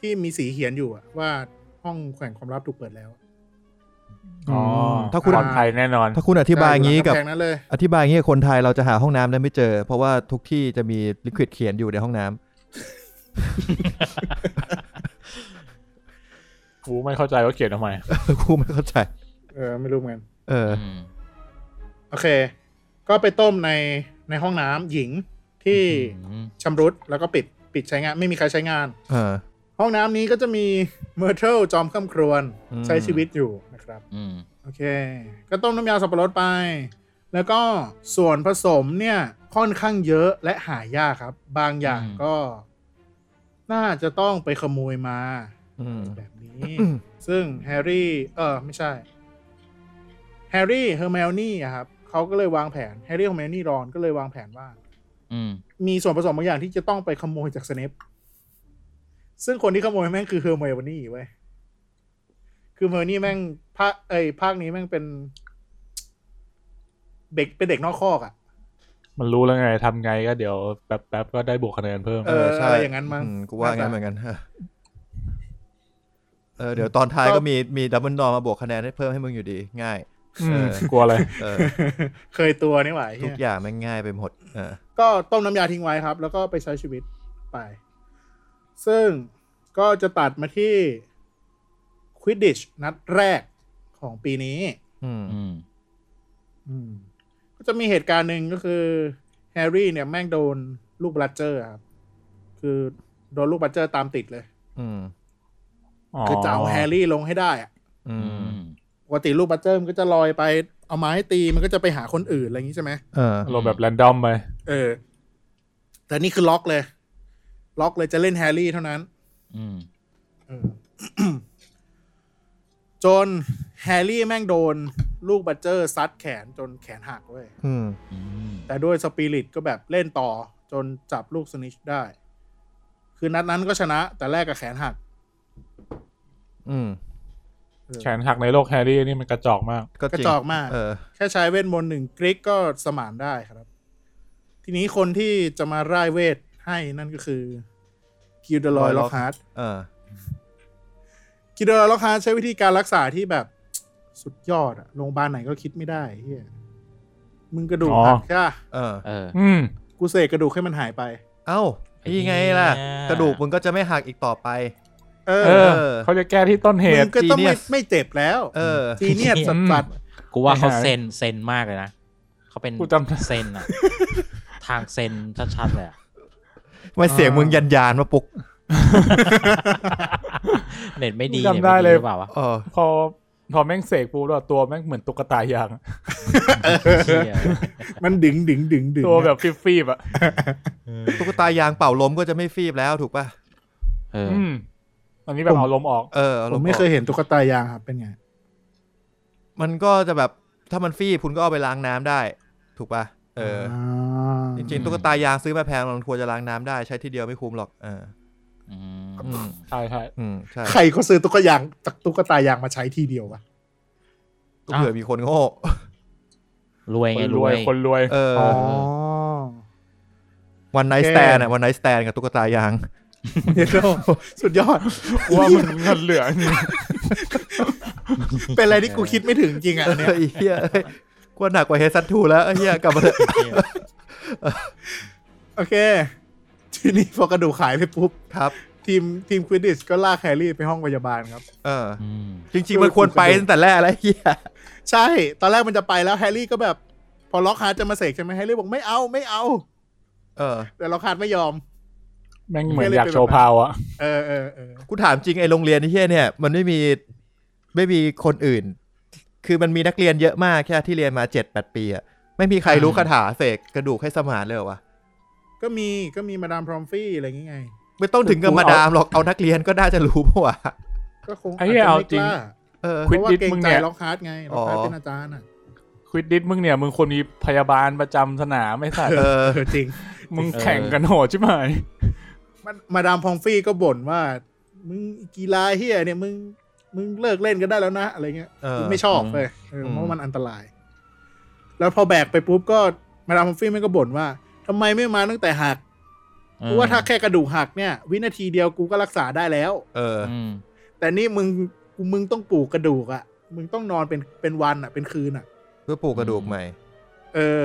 A: ที่มีสีเขียนอยู่อะว่าห้องแขวงความลับถูกเปิดแล้ว
C: อ๋อ
B: ถ้าคุณ
C: ปลอดภัยแน่นอน
B: ถ้าคุณอธิบายอย่างนี้กับ
A: ใช่หลัำแพงนั้นเลย
B: อธิบายอย่างนี้กับคนไทยเราจะหาห้องน้ำได้ไม่เจอ เพราะว่าทุกที่จะมีลิควิดเขียนอยู่ในห้องน้ำ
C: กูไม่เข้าใจว่าเขียนทำไม
B: กูไม่เข้าใจ
A: เออไม่รู้เหมือนกัน
B: เออ
D: ม
A: โอเค ก็ไปต้มในในห้องน้ำหญิงที่
D: อืม
A: ชำรุดแล้วก็ปิดปิดใช้งาน ไม่มีใครใช้งาน
B: เออ
A: ห้องน้ำนี้ก็จะมีเมอร์เทลจอมข้ามครวน
B: อืม
A: ใช้ชีวิตอยู่นะครับ
D: อืม
A: โอเค ก็ต้มน้ำยาสับปะรดไป แล้วก็ส่วนผสมเนี่ยค่อนข้างเยอะและหายากครับ บางอย่างก็ น่าจะต้องไปขโมยมา
B: อืม
A: แบบนี้ ซึ่งแฮร์รี่ เออ ไม่ใช่ แฮร์รี่ เฮอร์เมลนี่อะครับ เขาก็เลยวางแผน แฮร์รี่ เฮอร์เมลนี่รอน ก็เลยวางแผนว่า
D: อืม
A: มีส่วนผสมบางอย่างที่จะต้องไปขโมยจากสเนป ซึ่งคนที่ขโมยแม่งคือเฮอร์เมลนี่เว้ย คือเฮอร์นี่แม่งภาคเอ้ยภาคนี้แม่งเป็น เด็กเป็นเด็กนอกคอกอะ
C: มันรู้แล้วไงทำไงก็เดี๋ยวแป๊บแป๊บๆก็ได้บวกคะแนนเพิ่ม
A: เอออะไรอย่างนั้นมั้ง
B: อืกูว่างั้นเหมือนกัน ฮะเออเดี๋ยวตอนท้ายก็มีมีดับเบิลดอมาบวกคะแนนให้เพิ่มให้มึงอยู่ดี ง่าย
C: อืม
B: เออ
C: กลัวอะไร
B: เออ
A: เคยตัวนี่หว่าไอ้
B: ทุ
A: เหี้
B: ก
A: ย
B: อย่างแมันง่ายไปหมดเออ
A: ก็ต้มน้ำยาทิ้งไว้ครับ แล้วก็ไปใช้ชีวิตไป ซึ่งก็จะตัดมาที่ควิดดิชนัดแรกของปีนี้
B: อืม
D: อืม
A: อืม ก็จะมีเหตุการณ์หนึ่งก็คือ แฮร์รี่เนี่ยแม่งโดนลูกบลัดเจอร์ครับ คือโดนลูกบลัดเจอร์ตามติดเลย
B: อืม
A: คือจะเอาแฮร์รี่ลงให้ได้อะ
B: อื
D: อื
B: ม
D: ม
A: ปกติลูกบลัดเจอร์มันก็จะลอยไป เอาไม้ตีมันก็จะไปหาคนอื่นอะไรอย่างนี้ใช่ไหม
B: เออ
C: เราแบบแรนดอมไป
A: เออ แต่นี่คือล็อกเลย ล็อกเลยจะเล่นแฮร์รี่เท่านั้น
D: อืม
A: จนแฮร์รี่แม่งโดน ลูกบัตเจอร์ซัดแขนจนแขนหักเว้ย
B: อืม
D: อืม
A: แต่ด้วยสปิริตก็แบบเล่นต่อ จนจับลูกสนิชได้ คือนัดนั้นก็ชนะ แต่แรกกับแขนหัก
B: อืม
A: เออ
C: แขนหักในโลกแฮร์รี่นี่มันกระจอกมาก
B: ก็
A: กระ
B: จริง
A: จอกมาก
B: เออ
A: แค่ใช้เวทมนต์หนึ่งกริกก็สมานได้ครับ ทีนี้คนที่จะมาร่ายเวทให้นั่นก็คือกิลเดลอย
B: Gilderoy
A: ล็อกฮาร์ด
B: เออ
A: กิโดราล็อกฮาร์ดใช้วิธีการรักษาที่แบบ สุดยอดอะโรงพยาบาลไหนก็คิดไม่ได้เฮียมึงกระดูก
C: อ๋อ
A: หักใช่ปะ
B: เออ
D: เออ
C: อืม
A: กูเสกกระดูกให้มันหายไป
B: เอ้านี่ไงล่ะ
D: เนี่ย
B: กระดูกมึงก็จะไม่หักอีกต่อไป
A: เอ
C: เอ
A: อ
C: อ เขาจะแก้ที่ต้นเห
A: มึ
C: ตุ
A: งก็ต้องไม่
B: genius
A: ไม่เจ็บแล้ว
B: เออ
A: จีเนียสสัตว์สัตว์
D: กูว่าเขา
C: ไม่หาย
D: เซนเซนมากเลยนะเขาเป็น
C: กูจำได้
D: เซนอะทางเซนชัดๆเลยอะ
B: ไม่เสียงมึงยันยานมาปุก
D: เน็ตไม่ดี
C: กูจำได้
D: น็ตม่
C: เลย
D: หรือเปล่าวะ
B: เออ
C: พอ พอแม่งเสกปุ๊บแล้วตัวแม่งเหมือนตุ๊กตายาง
D: เชี่ย
A: มันดึงดึงดึงดึง
C: ตัวแบบฟีบๆอ่ะ
B: ตุ๊กตายางเป่าลมก็จะไม่ฟีบแล้วถูกป่ะ
D: เออ
C: อืมอันนี้แบบเอาลมออก
B: เอออา
A: ผ
B: ล
A: มไม่เคยเห็นตุ๊กตายางครับเป็นไง
B: มันก็จะแบบถ้ามันฟีบคุณก็เอาไปล้างน้ำได้ ถูกป่ะ เอออจริงๆตุ๊กตายางซื้อมาแพงมันควรจะล้างน้ำได้ใช้ทีเดียวไม่คุ้มหรอกเออ
D: อืม
B: อืม
C: ใช่ใช่
B: อืมใช่
A: ใครเขาซื้อตุ๊กยางจากตุ๊กตายางมาใช้ทีเดียววะ
B: ก็เผื่อมีคนโง่
D: รวย
C: ค
D: ไง
C: น
D: ร
C: ร
D: ว
C: วย ยคนรวย
B: เออ
A: อ
B: วันไนท์สแตนอะวันไนท์สแตนกับตุ๊กตายาง
A: เดี๋ยวสุดยอด
C: กูว่ามันเงินเหลือนี่
A: เป็นอะไรที่กูคิดไม่ถึงจริง อ่ะ
B: เอ
A: อั
B: อน
A: เนี่ย
B: ไอ้เหี้ยเอ้ยกว่าหนักกว่าเฮซัตทูแล้วไอ้เหี้ยกลับมาเลย
A: โอเค ทีนี้พอกระดูกหายไปปุ๊บ
B: ครับ
A: ทีมทีมควิดดิชก็ลากแฮร์รี่ไปห้องพยาบาลครับ
B: เออ
D: อืม
B: จริง ๆ มันควรไปตั้งแต่แรกแล้วไอ้เหี้ย
A: ใช่ ตอนแรกมันจะไปแล้วแฮร์รี่ก็แบบ พอล็อกฮาร์ดจะมาเสกใช่ไหมแฮร์รี่บอกไม่เอาไม่เอา
B: เออ
A: แต่ล็อกฮาร์ดไม่ยอม
C: แม่งเหมือนอยากโชว์พาวอ่ะ
A: เออเออเออ
B: กูถามจริงไอ้โรงเรียนไอ้เหี้ยเนี่ยมันไม่มีไม่มีคนอื่น คือมันมีนักเรียนเยอะมากแค่ที่เรียนมาเจ็ดแปดปีอะไม่มีใครรู้คาถาเสกกระดูกให้สมานเลยเหรอวะ
A: ก็มีก็มีมาดามพรอมฟี่อะไรอย่างงี้ไง
B: ไม่ต้องถึงกับมาดามหรอกเอานักเรียนก็น่าจะรู้ปะวะ
A: ก็คง
C: ไอ้เหี้ย
A: จจะ
C: เอา
A: ไม่
C: จริ
A: ก
C: ง
A: ล้
B: เออ
A: เพราะว่า
C: Quidditch
A: เกรง
C: มึง
A: ใจ
C: เนี่ย
A: ล็อกฮาร์ดไงล็อกฮาร์ด
B: อ๋อ
A: เป็นอาจารย์อ่ะ
C: ควิดดิสมึงเนี่ยมึงควรมีพยาบาลประจำสนามไม่สัตว์
B: เออ
A: เออจริง
C: มึงแข่งกันโหดใช่ไหม
A: มันมาดามพองฟี่ก็บ่นว่า มึงกีฬาเฮียเนี่ยมึงมึงเลิกเล่นกันได้แล้วนะอะไรเงี้ย
B: เออ
A: กูไม่ชอบ
D: อืม
A: เลยเออเพ
B: อืม
A: ราะมันอันตราย แล้วพอแบกไปปุ๊บก็มาดามพองฟี่มันก็บ่นว่าทำไมไม่มาตั้งแต่หักเพราะว่าถ้าแค่กระดูกหักเนี่ย วินาทีเดียวกูก็รักษาได้แล้ว
B: เออ
D: อืม
A: แต่นี่มึงกูมึงต้องปลูกกระดูกอะมึงต้องนอนเป็นเป็นวันอะเป็นคืนอะ
B: เพื่อปลูกกระดูกใหม่
A: เออ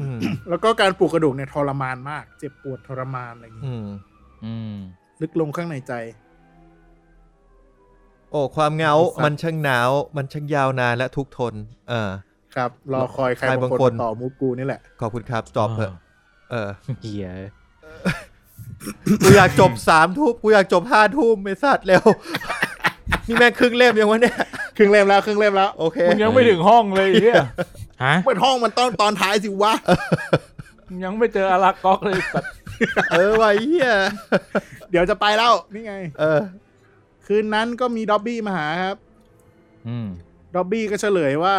B: อืม
A: แล้วก็การปลูกกระดูกเนี่ยทรมานมาก เจ็บปวดทรมานอะไรอย่างงี้
B: อืม
D: อืม
A: ลึกลงข้างในใจ
B: โอ้ความเหงา
A: สัตว์
B: มันช่างหนาว มันช่างยาวนานและทุกข์ทน เออ
A: ครับ รอคอยใคร
B: ใคร
A: บาง
B: บาง
A: ค
B: คน น
A: มาต่อมูฟกูนี่แหละ
B: ขอบคุณครับ จบเถอะ เออ
D: เหี้ย
B: กูอยากจบสามทุ่มกูอยากจบห้าทุ่มไม่สัตว์เร็ว นี่แม่งครึ่งเล่มยังวะเนี่ย
A: ครึ่งเล่มแล้วครึ่งเล่มแล้ว
B: โอเค
C: มึงยังไม่ถึงห้องเลยไอ้เฮีย
D: ฮะ
A: เปิดห้องมันตอนตอนท้ายสิวะ
C: มึงยังไม่เจออารักก๊อกเลยสัตว์
B: เออไวะไอ้เฮีย
A: เดี๋ยวจะไปแล้ว นี่ไง
B: เออ
A: คืนนั้นก็มีด็อบบี้มาหาครับ
D: อืม
A: ด็อบบี้ก็เฉลยว่า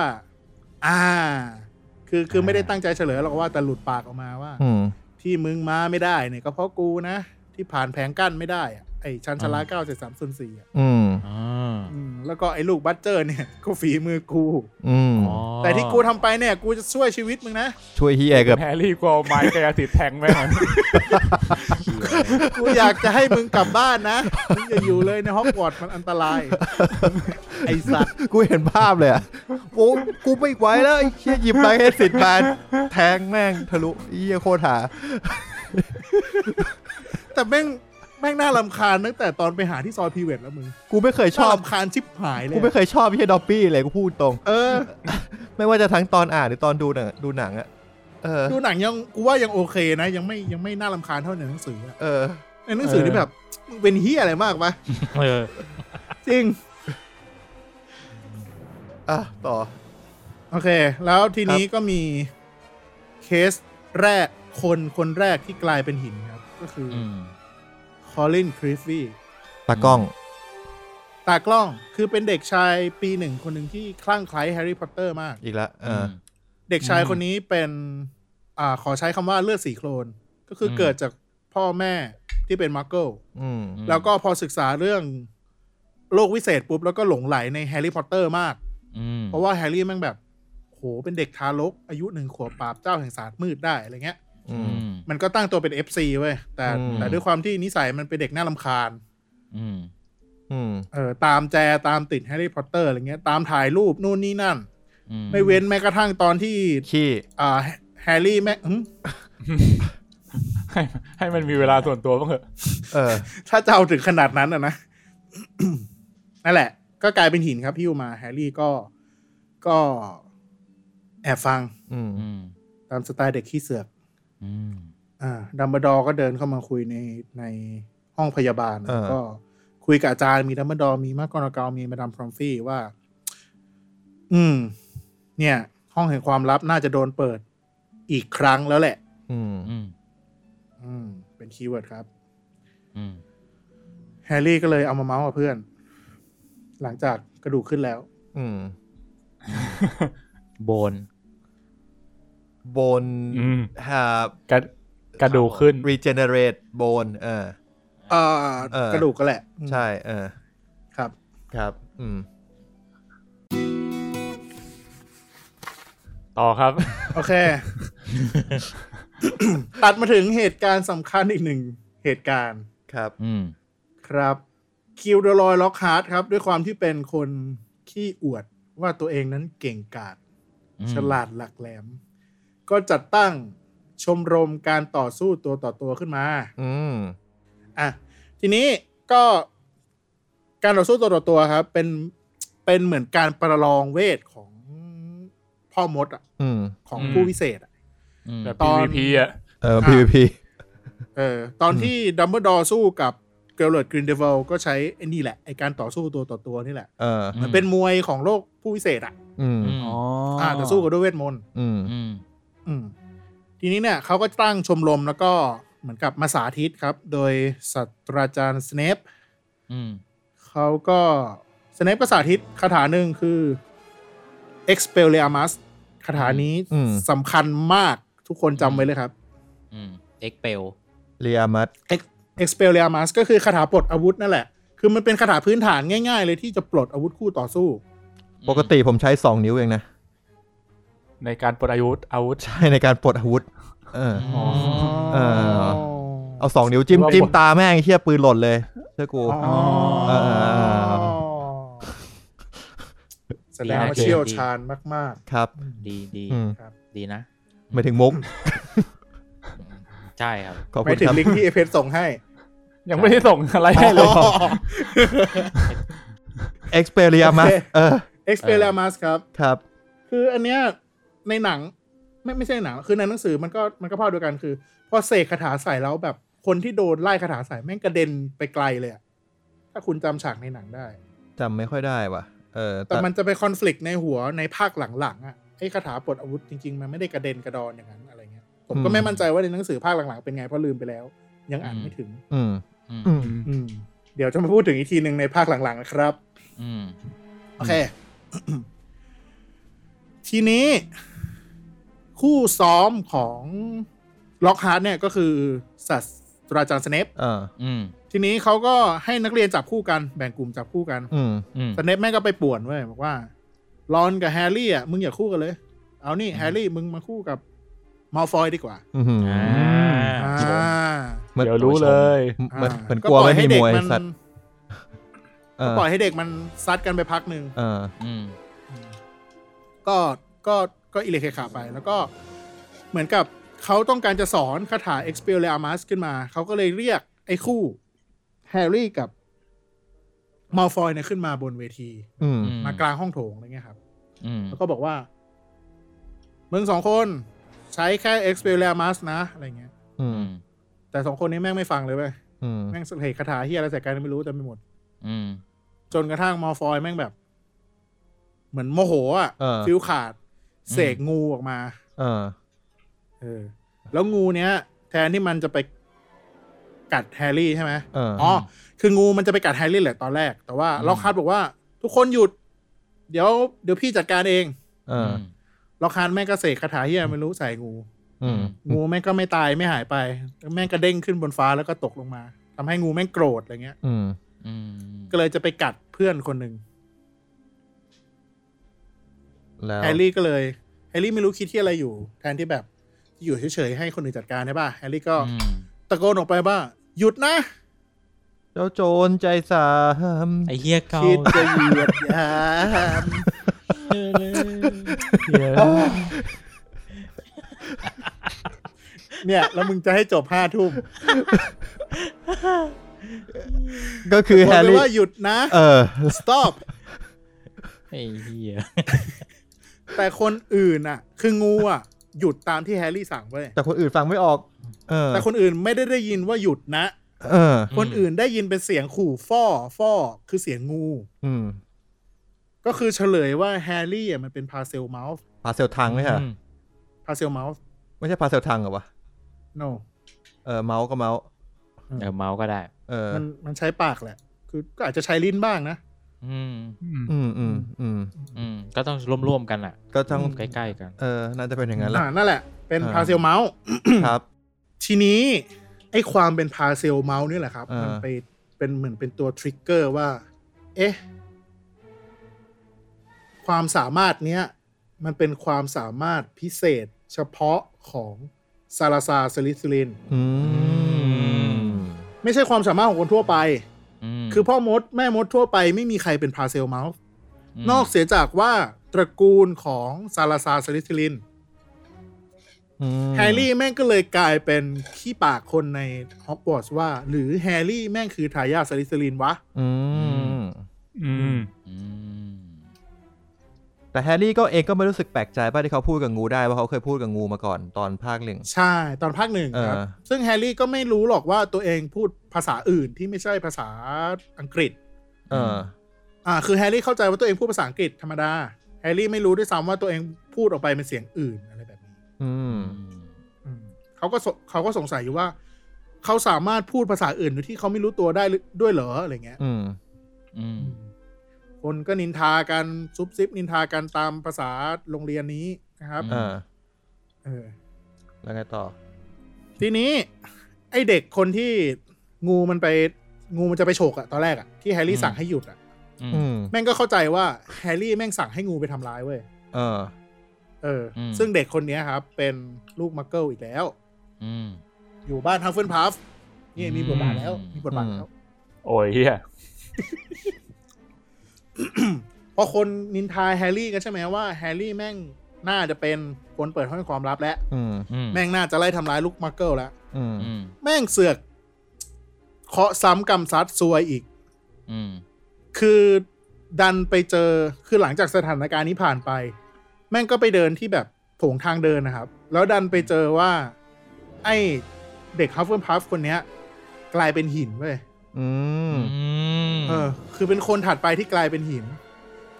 A: อ่า คือคือไม่ได้ตั้งใจเฉลยหรอกว่าแต่หลุดปากออกมาว่า
B: อืม
A: ที่มึงมาไม่ได้เนี่ยก็เพราะกูนะ ที่ผ่านแผงกั้นไม่ได้อะไอ้ชันชลา
D: อ่า
A: เก้าเจ็ดสามส่วนสี่อะ
B: อืม
D: อ๋อ
A: อืมแล้วก็ไอ้ลูกบัตเจอร์เนี่ย ก็ฝีมือกู
B: อืม
D: อ๋อ
A: แต่ที่กูทำไปเนี่ย กูจะช่วยชีวิตมึงนะ
B: ช่วยเฮียเกับ
C: แฮร์รี่กูเอาไม้กายสิทธิ์แทงแม่งมัน
A: กูอยากจะให้มึงกลับบ้านนะมึงอย่าอยู่เลยในฮอกวอตส์มันอันตราย ไอ้สัตว์
B: กูเห็นภาพเลยอ่ะกูกูไม่ไหวแล้วไอ้เฮียหยิบไปให้สิทธิ์มาแทงแม่งทะลุไอ้เฮียโคตรหา
A: แต่แม่งแม่งน่ารำคาญตั้งแต่ตอนไปหาที่ซอยพีเวทแล้วมึง
B: กูไม่เคยช
A: ชอ
B: อ
A: บบ รำคาญชิบหายเลย
B: กูไม่เคยชอบไอ้เฮียดอปปี้เลยกูพูดตรง
A: เออ
B: ไม่ว่าจะทั้งตอนอ่านหรือตอนดูหนังดูหนังอะเออ
A: ดูหนังยังกูว่ายังโอเคนะ ยังไม่ยังไม่น่ารำคาญเท่าในหนังสืออะ
B: เออ
A: ในหนังสือนี่แบบมึงเป็นเฮียอะไรมากวะ
D: เออ
A: จริง
B: อ่ะ ต่อ
A: โอเค แล้วทีนี้ก็มีเคสแรกคนคนแรกที่กลายเป็นหินครับ ก็คือ
D: อืม
A: คอลินคริฟฟี่
B: ตากล้อง
A: ตากล้องคือเป็นเด็กชายปีหนึ่งคนหนึ่งที่คลั่งไคล้แฮร์รี่พอตเตอร์มาก
B: อีกแล้วเอออ
A: เด็กชาย
D: อืม
A: คนนี้เป็นอ่าขอใช้คำว่าเลือดสีโคลน ก็คือเกิดจากพ่อแม่ที่เป็นมาร์เกิล
B: อืม
A: แล้วก็พอศึกษาเรื่องโลกวิเศษปุ๊บ แล้วก็หลงไหลในแฮร์รี่พอตเตอร์มาก
D: อืม
A: เพราะว่าแฮร์รี่แม่งแบบ โห เป็นเด็กทารก อายุหนึ่งขวบปราบเจ้าแห่งศาสตร์มืดได้อะไรเงี้ย
B: อื
D: อื
B: ม
D: ม
A: มันก็ตั้งตัวเป็น FC เว้ย แต่
B: อืม
A: แต่ด้วยความที่นิสัยมันเป็นเด็กน่าลำคาญ
D: อืม
B: อืม
A: เออตามแจตามติดแฮร์รี่พอตเตอร์อะไรเงี้ย ตามถ่ายรูปนู่นนี่นั่น
D: อืม
A: ไม่เว้นแม้กระทั่งตอนที่
B: ขี้
A: อ่า แฮร์รี่แม่งอืม
C: ให้ให้มันมีเวลาส่วนตัวบ้างเถอะ
B: เออ
A: ถ้าจะเอาถึงขนาดนั้นอะนะ นั่นแหละ ก็กลายเป็นหินครับพี่อูมาแฮร์รี่ก็ก็แอบฟัง
B: อืม
D: อืม
A: ตามสไตล์เด็กขี้เสือก
D: อืม
A: อ่าดัมเบลดอร์ก็เดินเข้ามาคุยในในห้องพยาบาล
B: เออ
A: แล้วก็ คุยกับอาจารย์มีดัมเบิลดอร์มีมากกรกามีมาดามพรอมฟี่ว่า อืม เนี่ย ห้องแห่งความลับน่าจะโดนเปิดอีกครั้งแล้วแหละ
B: อืม
D: อืม
A: อืม เป็นคีย์เวิร์ดครับ
D: อืม
A: แฮร์รี่ก็เลยเอามาเมาส์กับเพื่อน หลังจากกระดูกขึ้นแล้ว
B: อืม
D: โบน
B: โบน
C: อืม
B: ฮะ
C: กระกระดูกขึ้น
B: รีเจเนเรตโบนเออ
A: อ่า
B: เออ
A: กระดูกก็แหละ
B: ใช่ เออ
A: ครับ
B: ครับ อืม
C: ต่อครับ
A: โอเค ตัดมาถึงเหตุการณ์สำคัญอีกหนึ่งเหตุการณ์
B: ครับ
D: อืม
A: ครับคิวเดอรอยล็อกฮาร์ดครับ ด้วยความที่เป็นคนขี้อวดว่าตัวเองนั้นเก่งกาจ
D: อืม
A: ฉลาดหลักแหลม ก็จัดตั้งชมรมการต่อสู้ตัวต่อตัวขึ้นมา
B: อืม
A: อ่ะ ทีนี้ก็การต่อสู้ตัวต่อตัวครับ เป็นเป็นเหมือนการประลองเวทของพ่อมดอะ
B: อืม
A: ของ
C: อืม
A: ผู้วิเศษอะ
D: อืม
C: แบบ
A: ตอน
C: PVP อ่ะ
B: เออ
A: อ่ะ
B: PVP
A: เออตอนที่ดัมเบิลดอร์สู้กับเกลเลอร์กรินเดเวลก็ใช้ไอ้นี่แหละไอการต่อสู้ตัวต่อตัวนี่แหละ
B: เออ
A: มันเป็นมวยของโลกผู้วิเศษอ่ะ
B: อืม
D: ม
A: อ่าแต่สู้กันด้วยเวทมนต์
B: อืม
D: อืม
A: อืม ทีนี้เนี่ยเขาก็ตั้งชมรมแล้วก็เหมือนกับมาสาธิตครับ โดยศาสตราจารย์สเนป
D: อืม
A: เขาก็สเนปก็สาธิตคาถาหนึ่งคือ Expelliarmus คาถานี้
B: อืม
A: สำคัญมากทุกคนจำไว้เลยครับ
D: อืม เอ็กเปล
B: เรียมัด
A: Ex- Expelliarmus ก็คือคาถาปลดอาวุธนั่นแหละ คือมันเป็นคาถาพื้นฐานง่ายๆเลยที่จะปลดอาวุธคู่ต่อสู้
B: ปกติผมใช้ 2 นิ้วเองนะ
C: ในการปลดอาวุธอาวุธ
B: ใช่ในการปลดอาวุธ เออ
D: อ๋อ
B: เออ เอาสองนิ้วจิ้ม
C: ว่าปลด
B: จิ้มตาแม่งไอ้เฮียปืนหล่นเลยเชื่อกู
A: อ๋อ
B: เออเออเออ
A: แสดงว่าเชี่ยวชาญมาก
B: ครับ
D: ดีดี
B: อืม
A: ครับ
D: ดีนะ
B: ไม่ถึงมุก
D: ใช่ครับ
B: ขอบ
A: ๆ
B: คุ
A: ไม่
B: ณ
A: ถึ
B: ค
A: ง
B: รับ
A: ลิงก์ที่เอเพจส่งให้
C: ยังไม่ได้ส่งอะไรให้เลย
A: อ๋อโอ
B: Experiamus
A: เค
B: เออ
A: Expelliarmus ครับ
B: ครับ
A: คืออันเนี้ยในหนังไม่ไม่ใช่ในหนัง คือในหนังสือมันก็มันก็ภาพเดียวกันคือพอเสกคาถาใส่แล้วแบบคนที่โดนไล่คาถาใส่แม่งกระเด็นไปไกลเลยอะถ้าคุณจำฉากในหนังได้
B: จำไม่ค่อยได้ว่ะ เออ
A: แต่มันจะไปคอน FLICT ในหัวในภาคหลังๆอะไอ้คาถาปลดอาวุธจริงๆ มันไม่ได้กระเด็นกระดอนอย่างนั้นอะไรเงี้ยผมก็ไม่มั่นใจว่าในหนังสือภาคหลังๆเป็นไงเพราะลืมไปแล้ว ยังอ่านไม่ถึง
B: อืม
D: อืม
B: อืม
A: อืมเดี๋ยวจะมาพูดถึงอีกทีหนึ่งในภาคหลังๆนะครับ
D: อืม
A: โอเค ทีนี้ คู่ซ้อมของล็อกฮาร์ดเนี่ยก็คือศาสตราจารย์สเนป
B: เออ
D: อืม
A: ทีนี้เขาก็ให้นักเรียนจับคู่กันแบ่งกลุ่มจับคู่กัน
B: อืม
D: อืม
A: สเนปแม่งก็ไปป่วนเว้ยบอกว่าลอนกับแฮร์รี่อ่ะมึงอย่าคู่กันเลย เอานี่แฮร์รี่มึงมาคู่กับมอลฟอยดีกว่า
B: อืม
D: อ่า
A: อ่า
B: เหมือน
C: เดี๋ยวรู้เลย
B: เหมือนเหมือน
A: ก็
B: กลั
A: ป
B: ว
A: ล่อ
B: ไม่
A: ยให้
B: มี
A: เด็ก
B: มวย
A: มัน
B: สัตว์เอ
A: ก็
B: อ
A: ปล่อยให้เด็กมันซัดกันไปพักหนึ่ง
B: เออ
D: อืม
A: ก็ก็ก็อิเลเคขาไปแล้วก็เหมือนกับเขาต้องการจะสอนคาถา e x p e l l i a m u s ขึ้นมา เขาก็เลยเรียกไอ้คู่ แฮร์รี่กับมอลฟอยเนี่ยขึ้นมาบนเวที
B: อืม
A: มากลางห้องโถงอะไรเงี้ยครับ
D: อืม
A: แล้วก็บอกว่า มึงสองคนใช้แค่ e x p e l l i a m u s นะ อะไรเงี้ย
B: อื
D: อื
B: ม
D: ม
A: แต่สองคนนี้แม่งไม่ฟังเลยเว้ย
B: อืม
A: แม่งเหตุคาถาเฮียอะไรใส่กันไม่รู้แต่ไปหมด
D: อืม
A: จนกระทั่งมอลฟอยแม่งแบบ เหมือนโมโหอ่ะ
B: เออ
A: ฟิวขาด เสกงูออกมา
B: เออ
A: เออแล้วงูเนี้ย แทนที่มันจะไปกัดแฮร์รี่ใช่ไหม
B: เออ
A: อ๋อ คืองูมันจะไปกัดแฮร์รี่แหละตอนแรก แต่ว่า
D: อืม
A: ล็อกฮาร์ดบอกว่า ทุกคนหยุด เดี๋ยวเดี๋ยวพี่จัดการเอง
B: เออ
A: ล็อกฮาร์ดแม่งก็เสกคาถาเฮียไม่รู้ใส่งู
B: อืม
A: งูแม่งก็ไม่ตายไม่หายไปแล้วแม่งก็เด้งขึ้นบนฟ้าแล้วก็ตกลงมาทำให้งูแม่งโกรธอะไรเงี้ย
B: อืม
D: อืม
A: ก็เลยจะไปกัดเพื่อนคนหนึ่ง
B: แล้ว
A: แฮร์รี่ก็เลยแฮร์รี่ไม่รู้คิดที่อะไรอยู่ แทนที่แบบอยู่เฉยๆให้คนอื่นจัดการใช่ป่ะแฮร์รี่ก็
D: อืม
A: ตะโกนออกไปว่าหยุดนะ
B: เจ้าโจรใจสาม
D: ไอเฮียเก่า
A: คิดจะเหยียดหยามเนี่ย แล้วมึงจะให้จบห้าทุ่ม
B: ก็คื
A: บ
B: อ
A: อก
B: แฮร์
A: เลย
B: รี่
A: ว่าหยุดนะ
B: เออ
A: stop
D: ไอเฮีย
A: แต่คนอื่นอ่ะ คืองูอ่ะ หยุดตามที่แฮร์รี่สั่งเว้ย
B: แต่คนอื่นฟังไม่ออก เออ
A: แต่คนอื่นไม่ได้ได้ยินว่าหยุดนะ
B: เออ
A: คนอื่นได้ยินเป็นเสียงขู่ฟ่อฟ่อคือเสียงงู
B: อืม
A: ก็คือเฉลยว่าแฮร์รี่อ่ะมันเป็นพาเซลเมาส์
B: พาเซลทังไหมฮะ
D: อืม
A: พาเซลเมาส์
B: ไม่ใช่พาเซลทังเหรอวะ
A: no
B: เออเมาส์ก็เมาส์
D: เออเมาส์ก็ได้
B: เออ
A: มันมันใช้ปากแหละ คือก็อาจจะใช้ลิ้นบ้างนะ
D: อืม
B: อืมอืมอืม
D: อืมก็ต้องร่วมๆกันอ่ะ
B: ก็ต้อง
A: อืม
D: ใกล้ๆกัน
B: เออน่าจะเป็นอย่างนั้นแหละ
A: อ่านั่นแหละ เป็น
B: อ่า
A: พาเซลเมาส์
B: ครับ
A: ทีนี้ไอ้ความเป็นพาเซลเมาส์นี่แหละครับ
B: อ่ามั
A: มันไปเป็นเหมือนเป็นตัวทริกเกอร์ว่า เอ๊ะ ความสามารถเนี้ย มันเป็นความสามารถพิเศษเฉพาะของซาลาซาสลิสลิน
B: อืม
A: ไม่ใช่ความสามารถของคนทั่วไป
D: ม
A: คือพ่อมดแม่มดทั่วไปไม่มีใครเป็นพาเซลเมาส์
D: ม
A: นอกเสียจากว่าตระกูลของซาลาซาสลิสลิน
B: อืม
A: แฮร์รี่แม่งก็เลยกลายเป็นขี้ปากคนในฮอกวอตส์ว่า หรือแฮร์รี่แม่งคือทายาทสลิสลินวะ
B: อืม
C: อืม
D: อืม
B: แต่แฮร์รี่ก็เองก็ไม่รู้สึกแปลกใจป่ะที่เขาพูดกับงูได้ว่าะเขาเคยพูดกับงูมาก่อนตอนภาคหนึ่ง
A: ใช่ตอนภาคหนึ่งครับ
B: เออ
A: ซึ่งแฮร์รี่ก็ไม่รู้หรอกว่าตัวเองพูดภาษาอื่นที่ไม่ใช่ภาษาอังกฤษ
B: เออ
A: อ่า คือแฮร์รี่เข้าใจว่าตัวเองพูดภาษาอังกฤษธรรมดา แฮร์รี่ไม่รู้ด้วยซ้ำว่าตัวเองพูดออกไปเป็นเสียงอื่นอะไรแบบนี้
B: อืม
A: อืมเขาก็สเขาก็สงสัยอยู่ว่า เขาสามารถพูดภาษาอื่นโดยที่เขาไม่รู้ตัวได้หรือด้วยเหรออะไรเงี้ย
B: อืม
D: อืม
A: คนก็นินทากันซุบซิบนินทากันตามภาษาโรงเรียนนี้นะครับ
B: เออ
A: เออ
B: แล้วไงต่อ
A: ทีนี้ ไอเด็กคนที่งูมันไปงูมันจะไปฉกอะตอนแรกอะที่แฮร์รี่สั่งให้หยุดอะ
D: อื
B: อื
D: ม
B: ม
A: แม่งก็เข้าใจว่าแฮร์รี่แม่งสั่งให้งูไปทำร้ายเว้ย
B: เออ
A: เอออ
D: ม
A: ซึ่งเด็กคนเนี้ยครับ เป็นลูกมักเกิลอีกแล้ว
D: อืม
A: อยู่บ้านทัฟเฟิลพัฟนี่มีบทบาทแล้ว
D: อืม
A: มีบทบาทแล้ว
C: โอ้ยเฮีย
A: พอคนนินทาแฮร์รี่กันใช่ไหมว่าแฮร์รี่แม่งน่าจะเป็นคนเปิดห้องความลับแล้ว
B: อืม
D: อืม
A: แม่งน่าจะไล่ทำร้ายลูกมักเกิลแล้ว
B: อืม
D: อืม
A: แม่งเสือกเคาะซ้ำกำซัดซวยอีก
D: อืม
A: คือดันไปเจอคือหลังจากสถานการณ์นี้ผ่านไป แม่งก็ไปเดินที่แบบโถงทางเดินนะครับ แล้วดันไปเจอว่า ไอเด็กฮัฟเฟิลพัฟคนเนี้ย กลายเป็นหินเว้ย
B: อืม
D: อืม
A: เออ คือเป็นคนถัดไปที่กลายเป็นหิน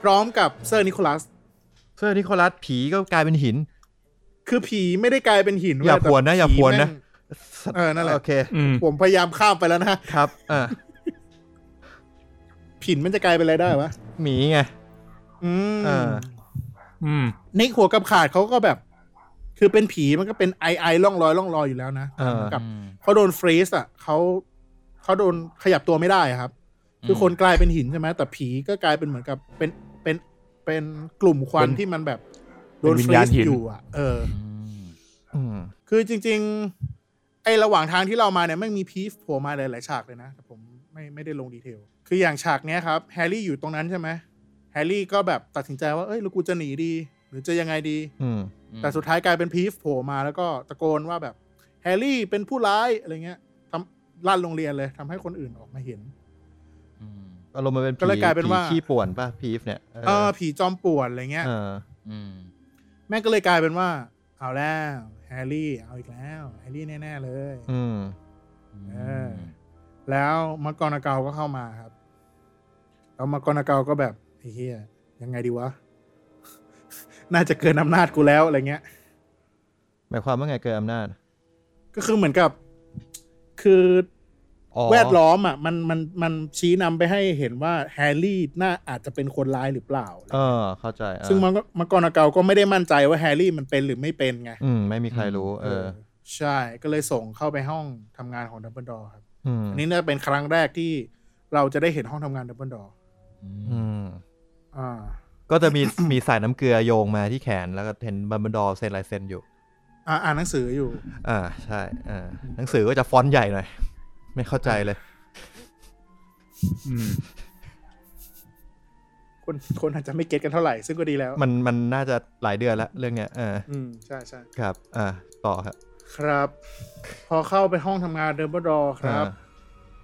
A: พร้อมกับเซอร์นิโคลัส
B: เสื้อนิโคลัสผีก็กลายเป็นหิน
A: คือผีไม่ได้กลายเป็นหินเว้
B: อย่าพวนนะ
A: แต่
B: อย่าพวนนะ
A: ผีแม่ง เออนั่นแหละ
B: โอเค
C: อืม
A: ผมพยายามข้ามไปแล้วนะครับ
B: เออ
A: ผินมันจะกลายเป็นอะไรได้วะ
B: หมีไง
A: อืม
B: เออ
C: อืม
A: นิกหัวกับขาดเขาก็แบบ คือเป็นผีมันก็เป็นไอไอร่องรอยร่องรอยอยู่แล้วนะ
B: เออ
A: กับ
D: อืม
A: เขาโดนฟรีซอ่ะเขาเขาโดนขยับตัวไม่ได้อะครับ คือคนกลายเป็นหินใช่ไหมแต่ผีก็กลายเป็นเหมือนกับเป็นเป็นเป็นกลุ่มควัน
C: เป็น
A: ที่มันแบบโดน
C: เป็นวิ
A: ฟ
C: ญ
A: รี
C: ญาณ
A: ซ
C: หิน
A: อยู่อ่ะเออ
D: อืม
B: อืม
A: คือจริง ๆ ไอระหว่างทางที่เรามาเนี่ยไม่งมีพีฟโผล่มาหลายๆฉากเลยนะแต่ผมไม่ไม่ได้ลงดีเทล คืออย่างฉากเนี้ยครับ แฮร์รี่อยู่ตรงนั้นใช่ไหมแฮร์รี่ก็แบบตัดสินใจว่าเอ้ยแล้วกูจะหนีดี หรือจะยังไงดี
B: อืม
A: แต่สุดท้ายกลายเป็นพีฟโผล่มาแล้วก็ตะโกนว่าแบบแฮร์รี่เป็นผู้ร้ายอะไรเงี้ยทำลั่นโรงเรียนเลยทำให้คนอื่นออกมาเห็น
D: อืม
B: อารมณ์มันเป็นผี
A: ก็เลยกลายเป็นว่า
B: ผีขี้ป่วนป่ะพีฟเนี่ยเออ
A: เออผีจอมป่วนอะไรเงี้ย
B: เออ
D: อืม
A: แม่งก็เลยกลายเป็นว่า เอาแล้วแฮร์รี่เอาอีกแล้วแฮร์รี่แน่ๆเลย
B: อืม
A: เออ แล้วมักกอนาเกาก็เข้ามาครับแล้วมักกอนาเกาก็แบบไอ้เฮียยังไงดีวะ น่าจะเกินอำนาจกูแล้วอะไรเงี้ย
B: หมายความว่าไงเกินอำนาจ
A: ก็คือเหมือนกับ คือ
B: อ๋อ
A: แวดล้อมอ่ะมันมันมันชี้นำไปให้เห็นว่าแฮร์รี่น่าอาจจะเป็นคนร้ายหรือเปล่า
B: เออ เข้าใจเออ
A: ซึ่งมังกมังกรนาเกาก็ไม่ได้มั่นใจว่าแฮร์รี่มันเป็นหรือไม่เป็นไง
B: อืม ไม่มีใครรู้ เออ
A: ใช่ ก็เลยส่งเข้าไปห้องทำงานของดัมเบิลดอร์ครับ
B: อืม
A: อันนี้น่าจะเป็นครั้งแรกที่เราจะได้เห็นห้องทำงานดัมเบิลดอร์
B: อืม
A: อ่า
B: ก็จะมี มีสายน้ำเกลือโยงมาที่แขนแล้วก็เห็นบัมบันดอร์เซ็นลายเซ็นอยู่
A: อ่าอ่านหนังสืออยู่
B: อ่า ใช่อ่าหนังสือก็จะฟอนต์ใหญ่หน่อย ไม่เข้าใจเลย
C: อืม
A: คนคนอาจจะไม่เก็ตกันเท่าไหร่ ซึ่งก็ดีแล้ว
B: มัน มันน่าจะหลายเดือนละเรื่องเนี้ยเออ
A: อืมใช่ใช่
B: ครับ อ่า ต่อครับ
A: ครับ พอเข้าไปห้องทำงานดัมเบิลดอร์ครับ
B: อ่า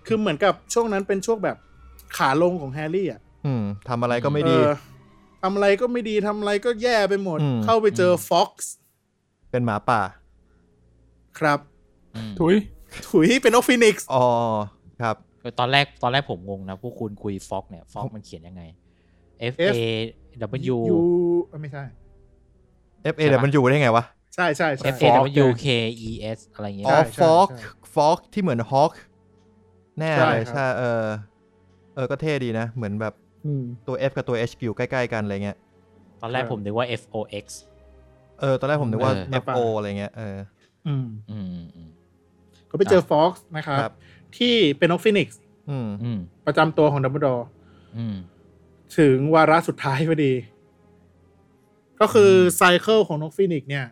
A: คือเหมือนกับช่วงนั้นเป็นช่วงแบบขาลงของแฮร์รี่อ่ะ
B: อืมทำอะไรก็ไม่ดี
A: เออทำอะไรก็ไม่ดีทำอะไรก็แย่ไปหมด
B: อืม
A: เข้าไปเจอฟ็อกซ์
B: เป็นหมาป่า
A: ครับ
D: อืม
C: ถุย
A: ถุยเป็นนกฟินิกซ์
B: อ๋อครับ
D: ตอนแรกตอนแรกผมงงนะ พวกคุณคุยฟ็อกเนี่ยฟ็อกมันเขียนยังไง F A W
A: ยูเอ้ยไม่ใช่
B: F A เดี๋ยวมันอยู่ได้ไงวะ
A: ใช่ใช่ใช่
D: F A W K E S อะไรอย่างเงี้ย
B: อ๋อ
A: ใช่
B: ฟอก
A: ใช่
B: ฟอกที่เหมือนฮอ k แน่
A: ใช่
B: เลย
A: ครับ
B: ใช่เออ เออก็เท่ดีนะ เหมือนแบบ
A: อืม
B: ตัว F กับตัว H อยู่ใกล้ ๆ กันอะไรเงี้ย
D: ตอนแรกผมนึกว่า F O X
B: เออ ตอนแรกผมนึกว่า
D: เออ
B: F O อะไรเงี้ย เออ
A: อืม
D: อืมอืม
A: ก็ไปเจอฟ็อกซ์นะครับ
B: ครับ
A: ที่เป็นนกฟินิกซ์
B: อืม
D: อืม
A: ประจำตัวของดัมเบิลดอร์
D: อืม
A: ถึงวาระสุดท้ายพอดี ก็คือไซเคิลของนกฟินิกซ์เนี่ย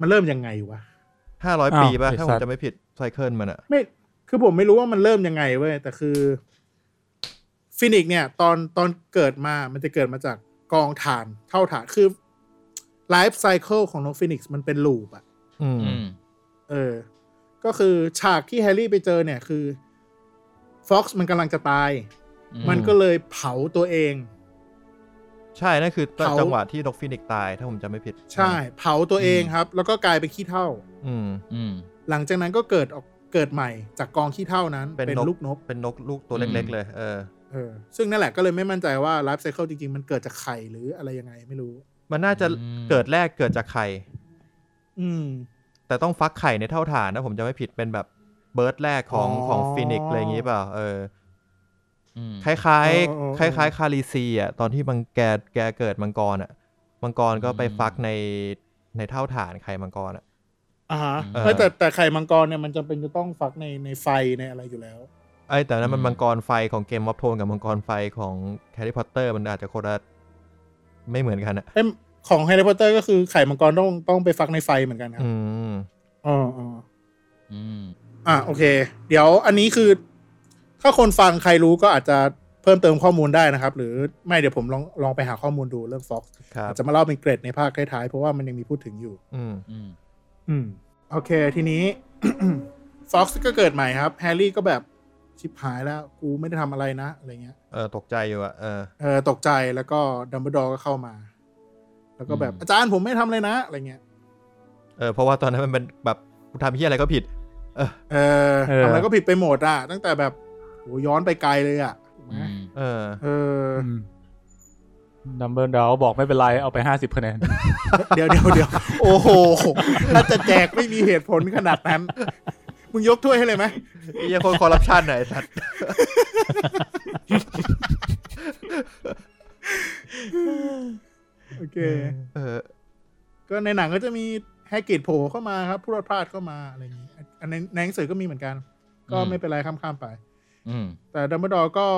A: มันเริ่มยังไงวะ
B: ห้าร้อยปีป่ะ
C: อ้าว
B: ถ้าผ
C: ไอ้สั
B: ม
C: ตว์
B: จะไม่ผิดไซเคิลมันอะ
A: ไม่ คือผมไม่รู้ว่ามันเริ่มยังไงเว้ย แต่คือฟินิกซ์เนี่ย ตอนตอนเกิดมา มันจะเกิดมาจากกองฐาน เท่าฐาน คือไลฟ์ไซเคิลของนกฟินิกซ์มันเป็นลูปอะ
B: อืม
D: อืม
A: เออ ก็คือฉากที่แฮร์รี่ไปเจอเนี่ยคือฟ็อกซ์มันกำลังจะตาย
D: อื
A: มันก็เลยเผาตัวเอง
B: ใช่ นั่นคือ
A: เขา
B: จังหวะที่นกฟินิกซ์ตาย ถ้าผมจะไม่ผิด
A: ใช่ เผาตัวเองครับ แล้วก็กลายเป็นขี้เท่า
B: อืม
D: อืม
A: หลังจากนั้นก็เกิดออกเกิดใหม่จากกองขี้เท่านั้น
B: เป็น
A: เป็น
B: นก
A: ลูกนก
B: เป็นนกลูกตัวเล็ก ๆ เลย เออ
A: เออซึ่งนั่นแหละก็เลยไม่มั่นใจว่าไลฟ์ไซเคิลจริง ๆ มันเกิดจากไข่หรืออะไรยังไงไม่รู้
B: มันน่าจะ
D: อืม
B: เกิดแรกเกิดจากไข่
A: อืม
B: แต่ต้องฟักไข่ในเท่าฐานนะผมจะไม่ผิดเป็นแบบเบิร์ดแรกของ
A: อ๋อ
B: ของฟินิกซ์อะไรอย่างงี้เปล่าเออ
D: อืม
B: คล้าย
A: อ๋ออ๋อ
B: ๆ
A: อ๋
B: ค
A: อ
B: ล้ายๆ คาริซีอ่ะตอนที่มังแกแกเกิดมังกรอ่ะ มังกรก็ไป
D: อืม
B: ฟักในในเท่าฐานไข่มังกรอ่ะ
A: อ่าฮะ
D: เออ
A: เฮ้ยแต่แต่ไข่มังกรเนี่ยมันจำเป็นจะต้องฟักในในไฟในอะไรอยู่แล้ว
B: ไอ้ยแต่นั้นมัน
D: อืม
B: มังกรไฟของเกมมอบโทนกับมังกรไฟของแฮร์รี่พอตเตอร์มันอาจจะโคตรไม่เหมือนกันอ่ะ
A: เอ้ยของแฮร์รี่พอตเตอร์ก็คือไข่มังกรต้องต้องไปฟักในไฟเหมือนกันครับ
B: อืม
A: อ๋ออ๋อ
D: อืม
A: อ่ะโอเค เดี๋ยวอันนี้คือ ถ้าคนฟังใครรู้ก็อาจจะเพิ่มเติมข้อมูลได้นะครับ หรือไม่เดี๋ยวผมลองลองไปหาข้อมูลดูเรื่อง Fox
B: ครับ
A: อาจจะมาเล่าเป็นเกรดในภาคท้ายๆ เพราะว่ามันยังมีพูดถึงอยู่
B: อืม
D: อืม
A: อืม โอเค ทีนี้ Fox ก็เกิดใหม่ครับ แฮร์รี่ก็แบบชิบหายแล้ว กูไม่ได้ทำอะไรนะ อะไรเงี้ย
B: เออตกใจอยู่อ่ะเออ
A: เออตกใจแล้วก็ดัมเบิลดอร์ก็เข้ามา แล้วก็แบบ
D: อืม
A: อาจารย์ผมไม่ทำเลยนะอะไรเงี้ย
B: เออเพราะว่าตอนนั้นมันเป็นแบบกูทำเฮียอะไรก็ผิด เออ
A: เออ
C: เออ
A: ทำอะไรก็ผิดไปหมดอะตั้งแต่แบบโหย้อนไปไกลเลยอะถูกไหม
D: อืม
B: เออ
A: เออ
C: ดัมเบิลดาวบอกไม่เป็นไร เอาไปห้าสิบคะแนน
A: เดี๋ยวเดี๋ยวเดี๋ยวโอ้โห ถ้าจะแจกไม่มีเหตุผลขนาดนั้น มึงยกถ้วยให้เลยไหม
B: ไอ้เหี้ยคนคอร์รัปชันไหนะไอ้สัตว์
A: โอเค
B: เออ
A: ก็ในหนังก็จะมีแฮกเกตโผล่เข้ามาครับ ผู้รอดพลาดเข้ามาอะไรอย่างนี้อันในในหนังสือก็มีเหมือนกัน ก็ไม่เป็นไรข้ามข้ามๆไป
D: อืม
A: แต่ดัมเบิลดอร์ก็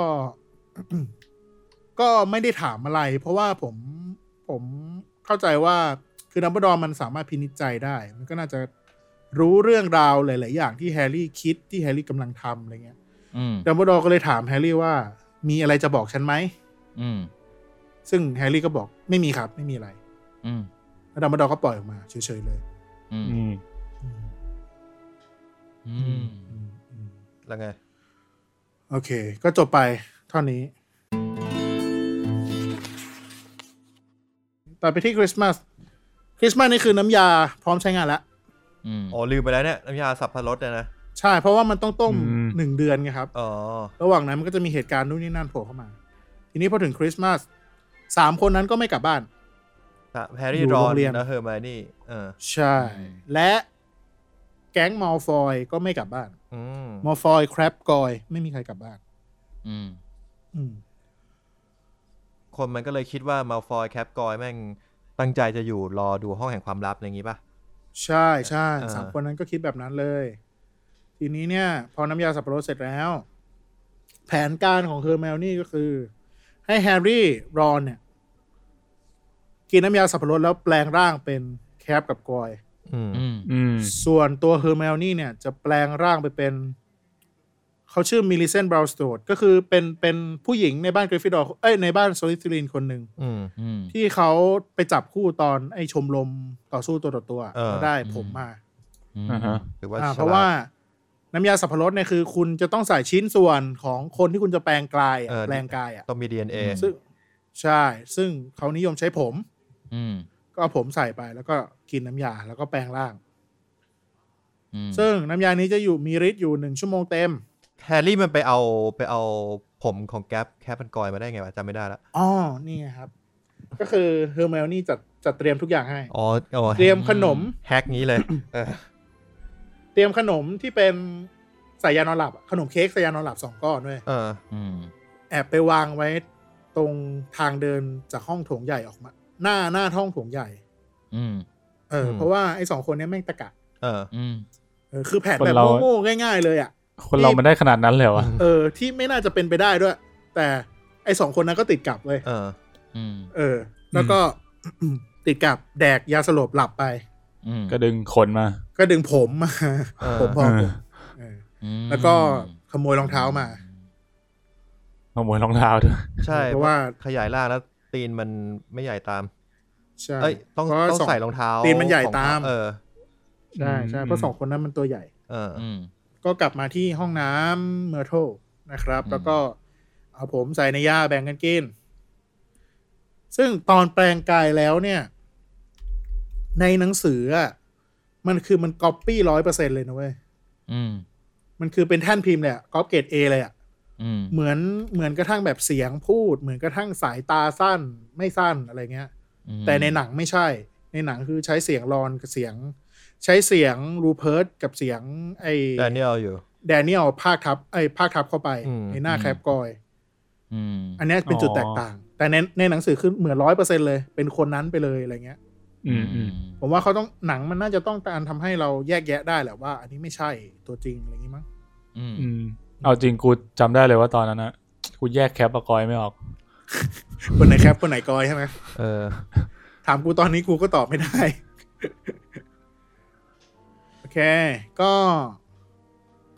A: ก็ไม่ได้ถามอะไร เพราะว่าผมผมเข้าใจว่าคือดัมเบิลดอร์มันสามารถพินิจใจได้ มันก็น่าจะรู้เรื่องราวหลาย ๆ อย่างที่แฮร์รี่คิดที่แฮร์รี่กำลังทำอะไรเงี้ย
D: อืม
A: ดัมเบิลดอร์ก็เลยถามแฮร์รี่ว่า มีอะไรจะบอกฉันไหม
D: อืม
A: ซึ่งแฮร์รี่ก็บอกไม่มีครับไม่มีอะไร
D: อืม
A: แล้วดัมเบิลดอร์ก็ปล่อยออกมาเฉยๆเลย
D: อืม อืม
B: แล้วไง
A: โอเค ก็จบไปเท่านี้ต่อไปที่คริสต์มาสคริสต์มาสนี่คือน้ำยาพร้อมใช้งานแล้ว
D: อืม
B: อ๋อ ลืมไปแล้วเนี่ย น้ำยาสับพะรดเนี่ยนะ
A: ใช่เพราะว่ามันต้องต้ม
C: อืม
A: หนึ่งเดือนไงครับ
B: อ๋อ
A: ระหว่างนั้นมันก็จะมีเหตุการณ์นู่นนี่นั่นโผล่เข้ามา ทีนี้พอถึงคริสต์มาสสามคนนั้นก็ไม่กลับบ้าน
B: แฮ
A: อ
B: ร์รี่
A: ยู่
B: รอ
A: โรง
B: น
A: เรียน
B: นะเฮอร์ไมโอนี่ เออ
A: ใช่ และแก๊งมอลฟอยก็ไม่กลับบ้าน
B: อืม
A: มอลฟอยครับกอย ไม่มีใครกลับบ้าน
D: อืม
A: อืม
B: คนมันก็เลยคิดว่ามาลฟอยแคปกอยแม่งตั้งใจจะอยู่รอดูห้องแห่งความลับอะไรอย่างงี้ป่ะ
A: ใช่ใช่
B: เออ
A: สามคนนั้นก็คิดแบบนั้นเลย ทีนี้เนี่ย พอน้ำยาสับปะรดเสร็จแล้ว แผนการของเฮอร์แมลนี่ก็คือ ให้แฮร์รี่รอนเนี่ย กินน้ำยาสับปะรดแล้วแปลงร่างเป็นแคปกับกอย
B: อืม
D: อืม
C: อืม
A: ส่วนตัวเฮอร์แมลนี่เนี่ย จะแปลงร่างไปเป็น เขาชื่อมิลิเซนบราวสโตดก็คือเป็นเป็นผู้หญิงในบ้านกริฟฟิดอร์เอ้ยในบ้านโซลิสลินคนหนึ่ง
B: อืม
D: อืม
A: ที่เขาไปจับคู่ตอนไอ้ชมรมต่อสู้ตัวต่อตัว
B: เออ
A: แล้วได้ผมมา
D: อืม
C: อ่าฮะ
B: หรือว่า
A: อ่า
B: ฉลด
A: เพราะว่าน้ำยาสับปะรดเนี่ยคือ คุณจะต้องใส่ชิ้นส่วนของคนที่คุณจะแปลงกลายอะ
B: เออ
A: แปลงกายอ่ะ
B: ต้องมี DNA
A: ซึ่งใช่ ซึ่งเขานิยมใช้ผม
D: อืม
A: ก็เอาผมใส่ไปแล้วก็กินน้ำยาแล้วก็แปลงร่าง
D: อืม
A: ซึ่งน้ำยานี้จะอยู่มีฤทธิ์อยู่หนึ่งชั่วโมงเต็ม
B: แฮร์รี่มันไปเอาไปเอาผมของแก๊ปแคปมันกอยมาได้ไงวะจำไม่ได้ละ
A: อ๋อ นี่ไงครับ ก็คือเฮอร์เมลนี่จัดจัดเตรียมทุกอย่างให้
B: อ๋ออ๋อ
A: เตรียมขนม
B: แฮกนี้เลยเออ
A: เตรียมขนมที่เป็นสายยานอนหลับอะขนมเค้กสายยานอนหลับสองก้อนด้วย
B: เออ
D: อืม
A: แอบไปวางไว้ตรงทางเดินจากห้องโถงใหญ่ออกมา หน้าหน้าห้องโถงใหญ่
D: อืม
A: เอออ
B: ม
A: เพราะว่าไอ้สองคนเนี้แม่งตะกะ
B: เออ
D: อืม
A: เออคือแผน
C: คน
A: แบบ
C: เรา
A: โง่ๆง่าย ๆ เลยอ่ะ
C: คนเรามันได้ขนาดนั้นเลยวะ
A: เออ ที่ไม่น่าจะเป็นไปได้ด้วย แต่ไอ้สองคนนั้นก็ติดกลับเลย
B: เออ
D: อืม
A: เออ แล้วก็ ติดกับแดกยาสลบหลับไป
D: อืม
C: ก็ดึงขนมา
A: ก็ดึงผมมา
B: เออ
A: ผมพอกผ
C: เออ
A: มเออ
D: อืม
A: แล้วก็ขโมยรองเท้ามา
C: ขโมยรองเท้าด้วย
B: ใช่
A: เพราะว่า
B: ขยายล่างแล้วตีนมันไม่ใหญ่ตาม
A: ใช่
B: เอ้ยต้อง
A: เพราะว่า
B: ต้อง
A: ส
B: ใส่รองเท้า
A: ตีนมันใหญ่
B: ของเข
A: ตาม
B: เออ
A: ใช่ใช่เพราะสองคนนั้นมันตัวใหญ่
B: เออ
D: อืม
A: ก็กลับมาที่ห้องน้ำเมอร์โทนะครับ
D: อืม
A: แล้วก็เอาผมใส่ในย่าแบ่งกันกิน ซึ่งตอนแปลงกายแล้วเนี่ย ในหนังสืออะมันคือมันก๊อปปี้ร้อยเปอร์เซ็นเลยนะเว้ย
D: อืม
A: มันคือเป็นแท่นพิมพ์เลยอะก๊อปเกรดเอเลยอะ
D: อืม
A: เหมือนเหมือนกระทั่งแบบเสียงพูด เหมือนกระทั่งสายตาสั้นไม่สั้นอะไรเงี้ย
D: อืม
A: แต่ในหนังไม่ใช่ ในหนังคือใช้เสียงรอนกับเสียง ใช้เสียงรูเพิร์ตกับเสียงไอ
B: แต่เนี่ยเอาอยู่
A: แดเนียลภาคทับไอ้ยภาคทับเข้าไป
B: อืม
A: ในหน้าแคปกอย
D: อืม
A: อันเนี้ยเป็นจุดแตกต่าง แต่ในในหนังสือคือเหมือนร้อยเปอร์เซ็นเลย เป็นคนนั้นไปเลยอะไรเงี้ย
C: อืมอืม
A: ผมว่าเขาต้องหนังมันน่าจะต้องการทำให้เราแยกแยะได้แหละว่า อันนี้ไม่ใช่ตัวจริงอะไรอย่างงี้มั้ง
D: อืม
C: อืมเอาจริงกูจำได้เลยว่าตอนนั้นอะกูแยกแคปกับกอยไม่ออก
A: คนไหนแคปคนไหนกอยใช่ไหม
B: เออ
A: ถามกูตอนนี้กูก็ตอบไม่ได้ โอเค ก็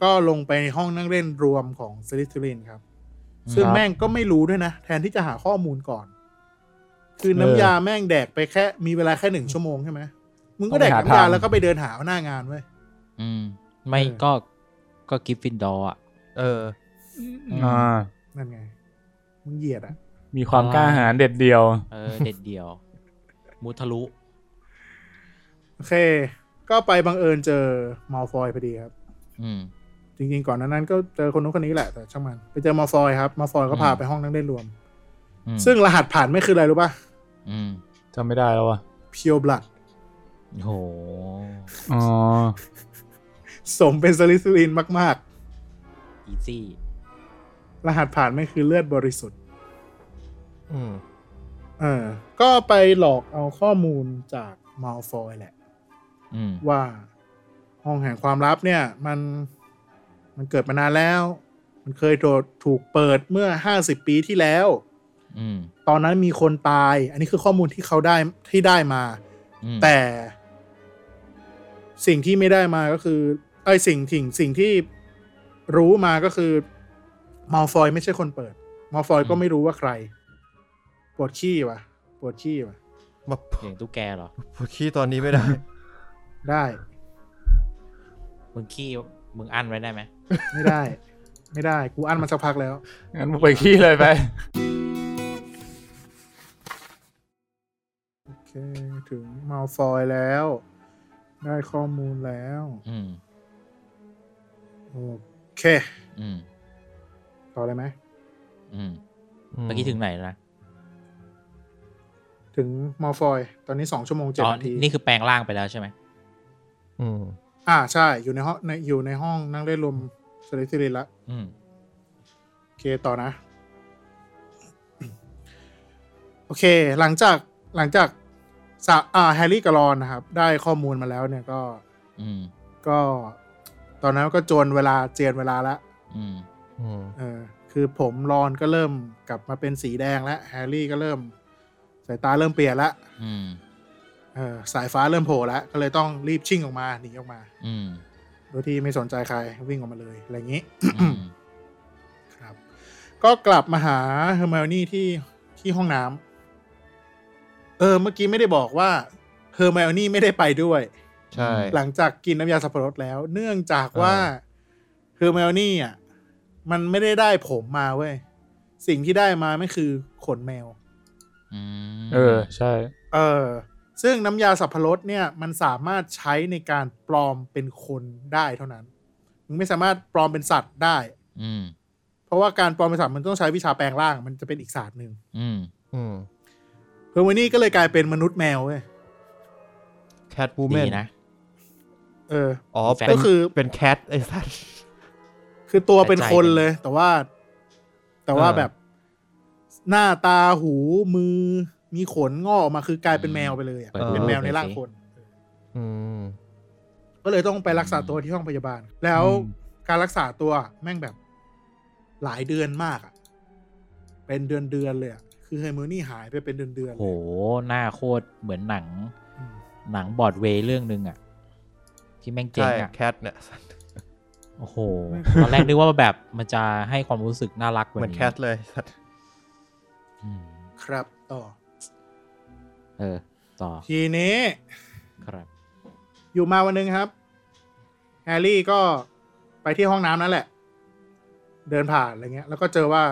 A: ก็ลงไปในห้องนั่งเล่นรวมของซิลิทรินครับ ซึ่ง
C: ครับ
A: แม่งก็ไม่รู้ด้วยนะ แทนที่จะหาข้อมูลก่อน คือน้ำ
C: เออย
A: าแม่งแดกไปแค่ มีเวลาแค่หนึ่งชั่วโมงใช่ไหมมึงก็
C: ต้
A: แด
C: อง
A: ก
C: ไปหา
A: น้ำยา
C: ทาง
A: แล้วก็ไปเดินหาหน้างานเว้ย
D: อืมไม่
A: เออ
D: ก็ก็กิฟฟินดอร์อ่ะ
B: เออ
D: ม
C: อ่า
A: นั่นไง มึงเหยียดอะ
C: มีความกล้าหาญเด็ดเดียว
D: เออ เด็ดเดียว มุทะลุ
A: โอเค ก็ไปบังเอิญเจอมอลฟอยพอดีครับ
D: อืม
A: จริงๆ ก่อนหนานั้นก็เจอคนนู้นคนนี้แหละแต่ช่างมัน ไปเจอมอลฟอยครับมอลฟอยก็พา
D: อืม
A: ไปห้องนั่งเล่นรวม
D: อืม
A: ซึ่งรหัสผ่านไม่คืออะไรรู้ป่ะ
D: อืม
C: จำไม่ได้แล้ววะ
A: เพียวบลัด
D: โห
C: อ๋อ
A: สมเป็นซลิซูลินมาก
D: อีซี่
A: ๆ รหัสผ่านไม่คือเลือดบริสุทธิ์
B: อืม
A: เออ ก็ไปหลอกเอาข้อมูลจากมอลฟอยแหละ
D: อืม
A: ว่าห้องแห่งความลับเนี่ย มันมันเกิดมานานแล้ว มันเคยโดดถูกเปิดเมื่อห้าสิบปีที่แล้ว
D: อืม
A: ตอนนั้นมีคนตาย อันนี้คือข้อมูลที่เขาได้ที่ได้มา
D: อืม
A: แต่ สิ่งที่ไม่ได้มาก็คือไอ้ยสิ่งถิ่งสิ่งที่รู้มาก็คือมอลฟอยไม่ใช่คนเปิดมอลฟอยก็ไม่รู้ว่าใครปวดขี้วะปวดขี้วะ
B: มา
D: เสียงตุ๊กแกเหรอ
B: พูดขี้ตอนนี้ไม่ได้
A: ได้
D: มึงขี้ มึงอั้นไว้ได้ไหม
A: ไม่ได้ ไม่ได้ กูอั้นมาสักพักแล้ว
C: งั้นมึงไปขี้เลยไป
A: โอเค ถึงมาฟอยแล้ว ได้ข้อมูลแล้ว
D: อืม
A: โอเค
D: อืม
A: ต่อเลยไหม
D: อืมเมื่อกี้ถึงไหนแล้วนะ
A: ถึงมอลฟอย ตอนนี้สองชั่วโมงเจ็ด
D: อ๋อ
A: นาที
D: นี่คือแปลงร่างไปแล้วใช่ไหม
B: อืม
A: อ่าใช่อยู่ในห้องในอยู่ในห้องนั่งเล่นลมสลิทิรินละ
D: อืม
A: โอเค ต่อนะ โอเค หลังจากหลังจากสาอ่าแฮร์รี่กับรอนนะครับ ได้ข้อมูลมาแล้วเนี่ยก็
D: อืม
A: ก็ ตอนนั้นก็จวนเวลาเจียนเวลาละ
D: อืม
B: อืม
A: เออคือผมรอนก็เริ่มกลับมาเป็นสีแดงแล้วแฮร์รี่ก็เริ่ม สายตาเริ่มเปลี่ยนละ
D: อืม
A: เออสายฟ้าเริ่มโผล่แล้วก็เลยต้องรีบชิ่งออกมาหนีออกมา
D: อืม
A: โดยที่ไม่สนใจใครวิ่งออกมาเลย อะไรอย่างนี้
D: อืม
A: ครับ ก็กลับมาหาเฮอร์ไมโอนี่ที่ที่ห้องน้ำเออ เมื่อกี้ไม่ได้บอกว่าเฮอร์ไมโอนี่ไม่ได้ไปด้วย
B: ใช่
A: หลังจากกินน้ำยาสับปะรดแล้ว เนื่องจากว่าเฮอร์ไมโอนี่อ่ะมันไม่ได้ได้ผมมาเว้ยสิ่งที่ได้มาไม่คือขนแมว
D: อืม
C: เออ ใช่
A: เออ ซึ่งน้ำยาสับพรสเนี่ยมันสามารถใช้ในการปลอมเป็นคนได้เท่านั้นมึงไม่สามารถปลอมเป็นสัตว์ได้
D: อืม
A: เพราะว่าการปลอมเป็นสัตว์มันต้องใช้วิชาแปลงร่าง มันจะเป็นอีกศาสตร์หนึ่ง
D: อืม
B: อืม
A: เพอร์โมนี่ก็เลยกลายเป็นมนุษย์แมวเว้ย
B: แคทบูแม
D: ดี
B: น
D: นะ
A: เออ
B: อ๋อ
D: แฟน
B: เป็
A: ก็
B: น
A: คือ
B: เป็นแคทไอ้สัส
A: คือตัวเป็น
D: ใจ
A: คน
D: เป็น
A: เลย แต่ว่า แต่ว่า
B: เออ
A: แบบหน้าตาหูมือ มีขนงอกออกมาคือกลายเป็นแมวไปเลยอะ
D: เปิด
A: เป็น
D: รู
A: แมวในร่าง
D: หอยสิ
A: คน
B: อืม
A: ก็เลยต้องไปรักษาตัวที่ห้องพยาบาล แล้วการรักษาตัวแม่งแบบหลายเดือนมากอะเป็นเดือนเดือนๆเลยอะคือเฮอร์มิโอนี่หายไปเป็นเดือนเดือนๆ
D: โห
A: เลย
D: หน้าโคตรเหมือนหนัง
A: อืม
D: หนังบอร์ดเวย์เรื่องหนึงอะที่แม่งเจ๋ง
B: ใช่
D: อะ
B: แคทเนี่ย
D: โอ้โห ตอนแรกนึกว่าแบบมันจะให้ความรู้สึกน่ารักกว่า
B: เหมือน
D: นี้
B: แคทเลยสัส
D: อืม
A: ครับ ต่อ
D: เออ ต่อ
A: ทีนี้
D: ครับ
A: อยู่มาวันหนึ่งครับ แฮร์รี่ก็ไปที่ห้องน้ำนั่นแหละ เดินผ่านอะไรเงี้ย แล้วก็เจอว่า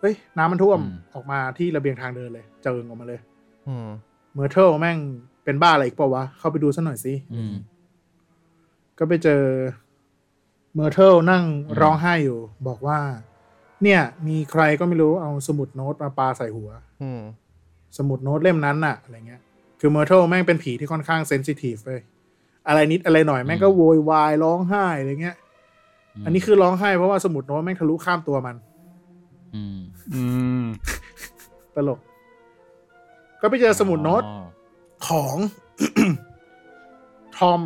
A: เฮ้ย น้ำมันท่วม
D: อืม
A: ออกมาที่ระเบียงทางเดินเลย เจิงออกมาเลย
B: อืม
A: เมอร์เทิลแม่งเป็นบ้าอะไรอีกเปล่าวะ เข้าไปดูซะหน่อยสิ
D: อืม
A: ก็ไปเจอเมอร์เทิลนั่ง
D: อืม
A: ร้องไห้อยู่ บอกว่า เนี่ย มีใครก็ไม่รู้เอาสมุดโน้ตมาปาใส่หัว
B: อืม
A: สมุดโน้ตเล่มนั้นน่ะอะไรเงี้ย คือเมอร์เทลแม่งเป็นผีที่ค่อนข้างเซนซิทีฟเลย อะไรนิดอะไรหน่อยแม่งก็โวยวายร้องไห้อะไรเงี้ย อันนี้คือร้องไห้เพราะว่าสมุดโน้ตแม่งทะลุข้ามตัวมัน
D: ม
C: อืม
A: ตลก ก็ไปเจอสมุดโน้ต
D: อ๋อ
A: ของ ทอม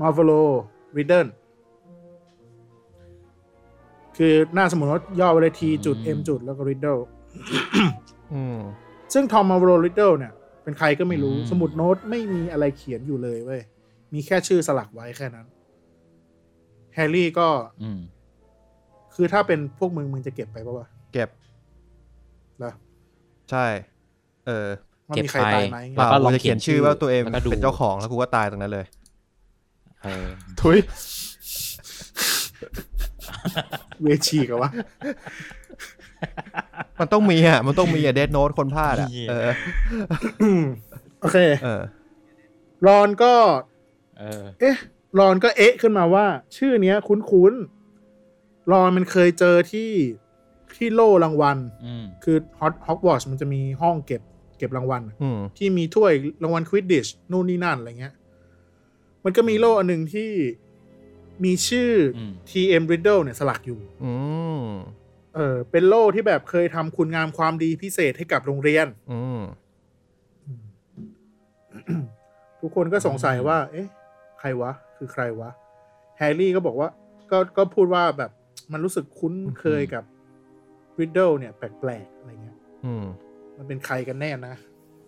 A: มาร์ฟโลริดเดิลคือหน้าสมุดโน้ตย่อไว้เลยทีจุดเอ็มจุดแล้วก็ริดเดิล
B: อืม
A: ซึ่งทอมมาโรลิดเดิลเนี่ย เป็นใครก็ไม่รู้ สมุดโน้ตไม่มีอะไรเขียนอยู่เลยเว้ย มีแค่ชื่อสลักไว้แค่นั้น แฮร์รี่ก็
D: อืม
A: คือถ้าเป็นพวกมึง มึงจะเก็บไปปะวะ
B: เก็บ
A: นะ
B: ใช่ เออ
A: ว่ามีใคร
D: เก็บไป
A: ตายไหม
D: แล้
A: เงี้
D: วย ก็
B: กู
D: ลอง
B: จะ
D: เขี
B: เขี
D: ย
B: ย
D: น
B: น
D: ชื่
B: ชื่
D: อ
B: อว่าตัวเอง
D: แล้วก็ดู
B: เป็นเจ้าของแล้วกูก็ตายตรงนั้นเลย
D: เออ
C: ทุย
A: เวชีกับวะ
B: มันต้องมีอ่ะ มันต้องมีอ่ะเดดโน e คนพลาดอ่ะ
D: เหี้ย
B: เออ
A: โอเค
B: เออ
A: รอนก็
D: เออ
A: เอ๊ะ รอนก็เอ๊ะขึ้นมาว่า ชื่อเนี้ย คุ้นๆ รอนมันเคยเจอที่ที่โล่รางวัล
D: อืม
A: คือฮอตฮอกวอตส์มันจะมีห้องเก็บเก็บรางวัลอะ
B: อืม
A: ที่มีถ้วยรางวัลควิดดิชนู่นนี่นั่นอะไรเงี้ย มันก็มีโล่อันหนึ่งที่มีชื่ออ
D: ม
A: TM Riddle เนี่ยสลักอยู่
B: อืม
A: เออ เป็นโล่ที่แบบเคยทำคุณงามความดีพิเศษให้กับโรงเรียน
B: อืม
A: ทุกคนก็สงสัยว่า เอ๊ะ ใครวะ คือใครวะ แฮร์รี่ก็บอกว่า ก็ก็พูดว่าแบบมันรู้สึกคุ้นเคยกับ Riddle เนี่ย แปลกๆอะไรเงี้ย
B: อืม
A: มันเป็นใครกันแน่นะ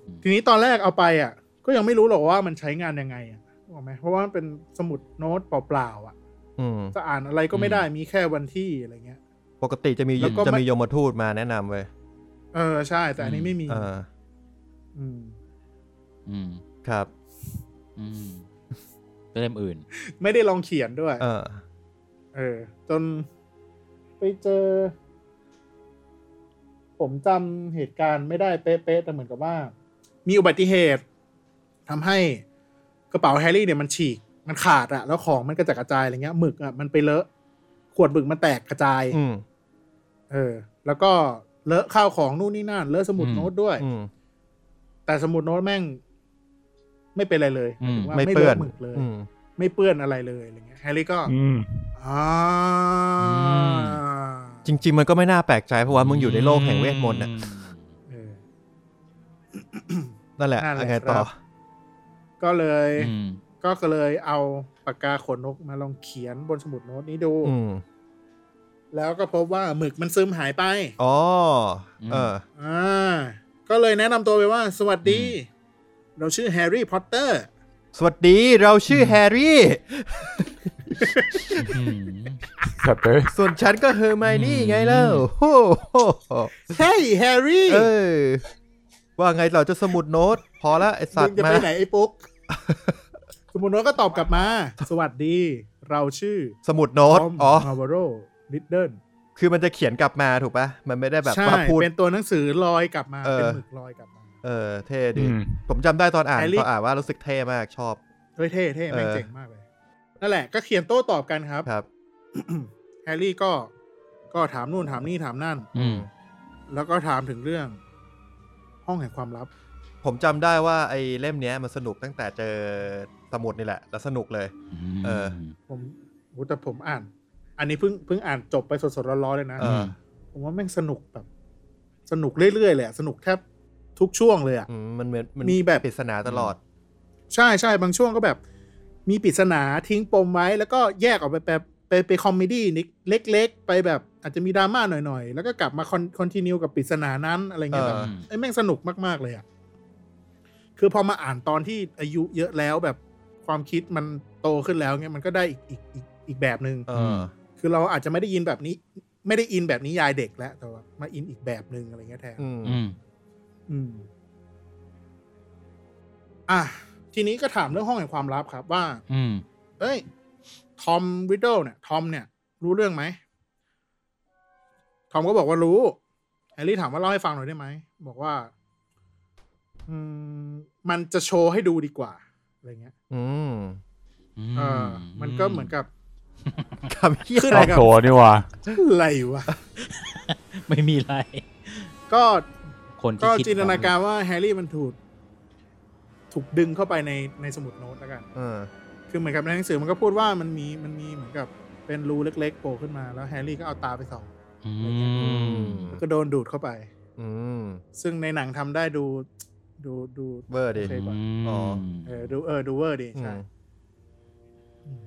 D: อืม
A: ทีนี้ตอนแรกเอาไปอ่ะ ก็ยังไม่รู้หรอกว่ามันใช้งานยังไงอ่ะถูกไหมเพราะว่ามันเป็นสมุดโน้ตเปล่าๆอ่ะ
B: อืม
A: จะอ่านอะไรก็ไม่ได้มีแค่วันที่อะไรเงี้ย
B: ปกติจะมี
A: แล้วก็ไม่
B: จะมียมทูตมาแนะนำเว้ย
A: เออใช่ แต่อันนี้ไม่มี
B: เออ
A: อืม
D: อืม
B: ครับ
D: อืมเล่มอื่น
A: ไม่ได้ลองเขียนด้วย
B: เออ
A: เออ จนไปเจอ ผมจำเหตุการณ์ไม่ได้เป๊ะๆแต่เหมือนกับว่า มีอุบัติเหตุทำให้กระเป๋าแฮร์รี่เนี่ยมันฉีก มันขาดอะแล้วของมันกระจัดกระจายอะไรเงี้ยหมึกอะมันไปเลอะ ขวดหมึกมันแตกกระจาย
B: อืม
A: เออ แล้วก็เลอะข้าวของนู่นนี่นั่นเลอะสมุด
D: อืม
A: โน้ตด้วย
B: อืม
A: แต่สมุดโน้ตแม่ง ไม่เป็นอะไรเลย
D: อืม
A: ว่า
B: ไม่
A: ไม่
B: เปื้
A: เล
B: อน
A: อะหมึกเลย
B: อืม
A: ไม่เปื้อนอะไรเลยอะไรเงี้ยแฮร์รี่ก็
C: อืม
A: อ่า
D: ม
B: จริง ๆ มันก็ไม่น่าแปลกใจเพราะว่ามึงอยู่ในโลกแห่งเวทมนต์น่ะ
A: เออ
B: นั่นแหละ
A: นั่นแหละ
B: ยังไงต่อ
A: ครับ ก็เลย
D: อืม
A: ก็เลยเอาปากกาขนนกมาลองเขียนบนสมุดโน้ตนี้ดู
B: อืม
A: แล้วก็พบว่าหมึกมันซึมหายไป
B: อ๋อ
D: อืม
B: เออ
A: อ่าก็เลยแนะนำตัวไปว่า สวัสดี เราชื่อแฮร์รี่พอตเตอร์
B: สวัสดีเราชื่อแฮร์รี่
D: อืม
C: แบบเอ้ย
B: ส่วนฉันก็เฮอร์ไมนี่ไงเล่าโอ้โห
A: เฮ้ยแฮร์รี่
B: เออ ว่าไงเราจะสมุดโน้ต พอละไอสั
A: มึ
B: ต
A: ง
B: ว์
A: จะ
B: มา
A: ไปไหนไอ้ปุ๊ ก สมุดโน้ตก็ตอบกลับมา สวัสดี เราชื่อ
B: สมุดโน้ต
A: ทอม
B: อ๋อ
A: มาวโรลิดเดิล
B: คือมันจะเขียนกลับมาถูกปะมันไม่ได้แบบ
A: ใช่
B: ว่าพูด
A: เป็นตัวหนังสือลอยกลับมา
B: เออ
A: เป็นหมึกลอยกลับมา
B: เออเท่ดี
C: อืม
B: ผมจำได้ตอนอ่าน
A: แฮร์รี่
B: ตอนอ่านว่ารู้สึกเท่มากชอบ
A: เฮ้ยเท่เท่แม่ง
B: เออ
A: เจ๋งมากเลยนั่นแหละก็เขียนโต้ตอบกันครับ
B: ครับ
A: แฮร์รี่ก็ก็ถามนู่นถามนี่ถามนั่น
D: อืม
A: แล้วก็ถามถึงเรื่อง ห้องแห่งความลับ
B: ผมจำได้ว่าไอ้เล่มเนี้ยมันสนุกตั้งแต่เจอสมุดนี่แหละ แล้วสนุกเลย เออ
A: ผมโหแต่ผมอ่าน อันนี้เพิ่งเพิ่งอ่านจบไปสดๆร้อนๆเลยนะ
B: เออ
A: ผมว่าแม่งสนุกแบบ สนุกเรื่อยๆเลยอะสนุกแทบทุกช่วงเลยอะ
B: อืมมันเหมือนน
A: มีแบบ
B: ปริศนาตลอด
A: ใช่ใช่บางช่วงก็แบบ มีปริศนาทิ้งปมไว้ แล้วก็แยกออกไปแบบไปไปคอมเมดี้นิดเล็ก ๆ ไปแบบอาจจะมีดราม่าหน่อยๆ แล้วก็กลับมาคอนคอนติเนียกับปริศนานั้นอะไรเงี้ยแบบ
B: เออ
A: ไอ้แม่งสนุกมาก ๆ เลยอ่ะ คือพอมาอ่านตอนที่อายุเยอะแล้วแบบความคิดมันโตขึ้นแล้วเงี้ยมันก็ได้อีกอีกอีกอีกแบบหนึง่ง
B: เออ
A: คือเราอาจจะไม่ได้ยินแบบนี้ ไม่ได้อินแบบนิยายเด็กแล้วแต่ว่ามาอินอีกแบบหนึ่งอะไรเงี้ยแทน
B: อืม
D: อืม
A: อืม อ่ะ ทีนี้ก็ถามเรื่องห้องแห่งความลับครับว่า
D: อืม
A: เอ้ย ทอมวิดเดิลเนี่ย ทอมเนี่ย รู้เรื่องไหม ทอมก็บอกว่ารู้ แฮร์รี่ถามว่าเล่าให้ฟังหน่อยได้ไหม บอกว่า อืม มันจะโชว์ให้ดูดีกว่า อะไรเงี้ย
B: อืม
A: เออ มันก็เหมือนกับ
B: คำเหี้ย
A: ขึ้น
C: ช
A: เล
C: อย บ
A: ครับ
C: โชว์นี่หว่า
A: อะไรวะ
D: ไม่มีอะไร
A: ก็
D: คนที่
A: ก็
D: คิด
A: จินตนาการว่าแฮร์รี่มันถูก ถูกดึงเข้าไปในในสมุดโน้ตแล้วกัน
B: เออ
A: คือเหมือนกับในหนังสือมันก็พูดว่ามันมีมันมีเหมือนกับเป็นรูเล็กๆโผล่ขึ้นมาแล้วแฮร์รี่ก็เอาตาไปส่อง
D: อื
B: อื
D: ม
B: ม
A: แล้วก็โดนดูดเข้าไป
B: อืม
A: ซึ่งในหนังทำได้ดูดูดู
B: เวอร์ดิ
A: โคกว่า
B: อ๋อ
A: เออดูเออดูเวอร์ดีใช่
B: อืม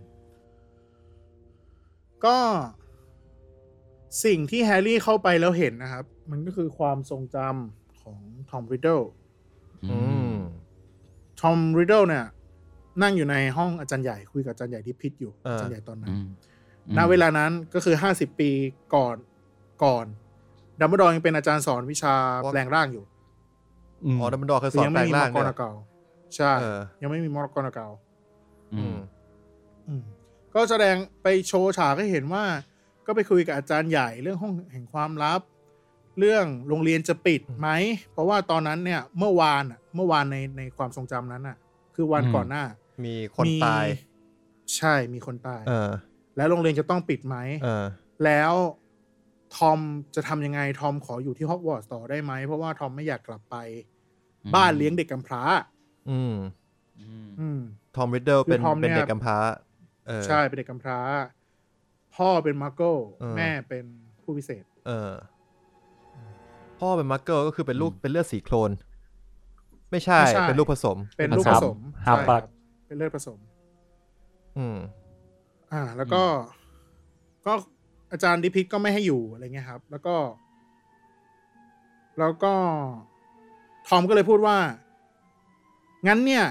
A: ก็สิ่งที่แฮร์รี่เข้าไปแล้วเห็นนะครับ มันก็คือความทรงจำของทอมริดเดิล
B: อืม
A: ทอมริดเดิลเนี่ย นั่งอยู่ในห้องอาจารย์ใหญ่คุยกับอาจารย์ใหญ่ที่พิษอยู่
B: เอออ
A: อาจารย์ใหญ่ตอนนั้น ณเวลานั้นก็คือ 50 ปีก่อนก่อนดัมเบิลดอร์ยังเป็นอาจารย์สอนวิชา
B: ว่า
A: แปลงร่างอยู่
B: อ๋อดัมเบิลดอร์เคย
A: คื
B: สอ
A: อน ยั
B: แปล
A: ไม่
B: ง
A: มีม
B: ร่า
A: อง ก
B: เนี่ย
A: รเกาใช่
B: เออ
A: ยังไม่มีมอรกรเกา
B: อืม
A: อืมก็แสดงไปโชว์ฉากให้เห็นว่า ก็ไปคุยกับอาจารย์ใหญ่เรื่องห้องแห่งความลับ เรื่องโรงเรียนจะปิดไหม เพราะว่าตอนนั้นเนี่ยเมื่อวานอะเมื่อวานในในความทรงจำนั้นอ่ะ คือวัน
D: อืม
A: ก่อนหน้า
B: มีคน
A: มี
B: ตาย
A: ใช่มีคนตาย
B: เออ
A: แล้วโรงเรียนจะต้องปิดไหม
B: เออ
A: แล้วทอมจะทำยังไง ทอมขออยู่ที่ฮอกวอตส์ต่อได้ไหม เพราะว่าทอมไม่อยากกลับไป บ้านเลี้ยงเด็กกำพร้า
B: อืม
A: อืม
B: ทอมริดเดิลเป็น
A: คือทอม
B: เป็น
A: เนี่ย
B: เด็กกำพร้า เออ
A: ใช่เป็นเด็กกำพร้า พ่อเป็นมาร์โก้
B: เออ
A: แม่เป็นผู้พิเศษ
B: เออ พ่อเป็นมักเกิลก็คือเป็นลูกเป็นเลือดสีโคลน ไม่ใช่
A: ไม่ใช่
B: เป็นลูกผสม
A: เป็นลูกผสม
C: ฮา
A: ใช่ค
C: ปั
A: รั
C: ด
A: บเป็นเลือดผสม
B: อืม
A: อ่า แล้วก็ ก็อาจารย์ดิพิกก็ไม่ให้อยู่อะไรเงี้ยครับ แล้วก็ แล้วก็ ทอมก็เลยพูดว่า งั้นเนี่ย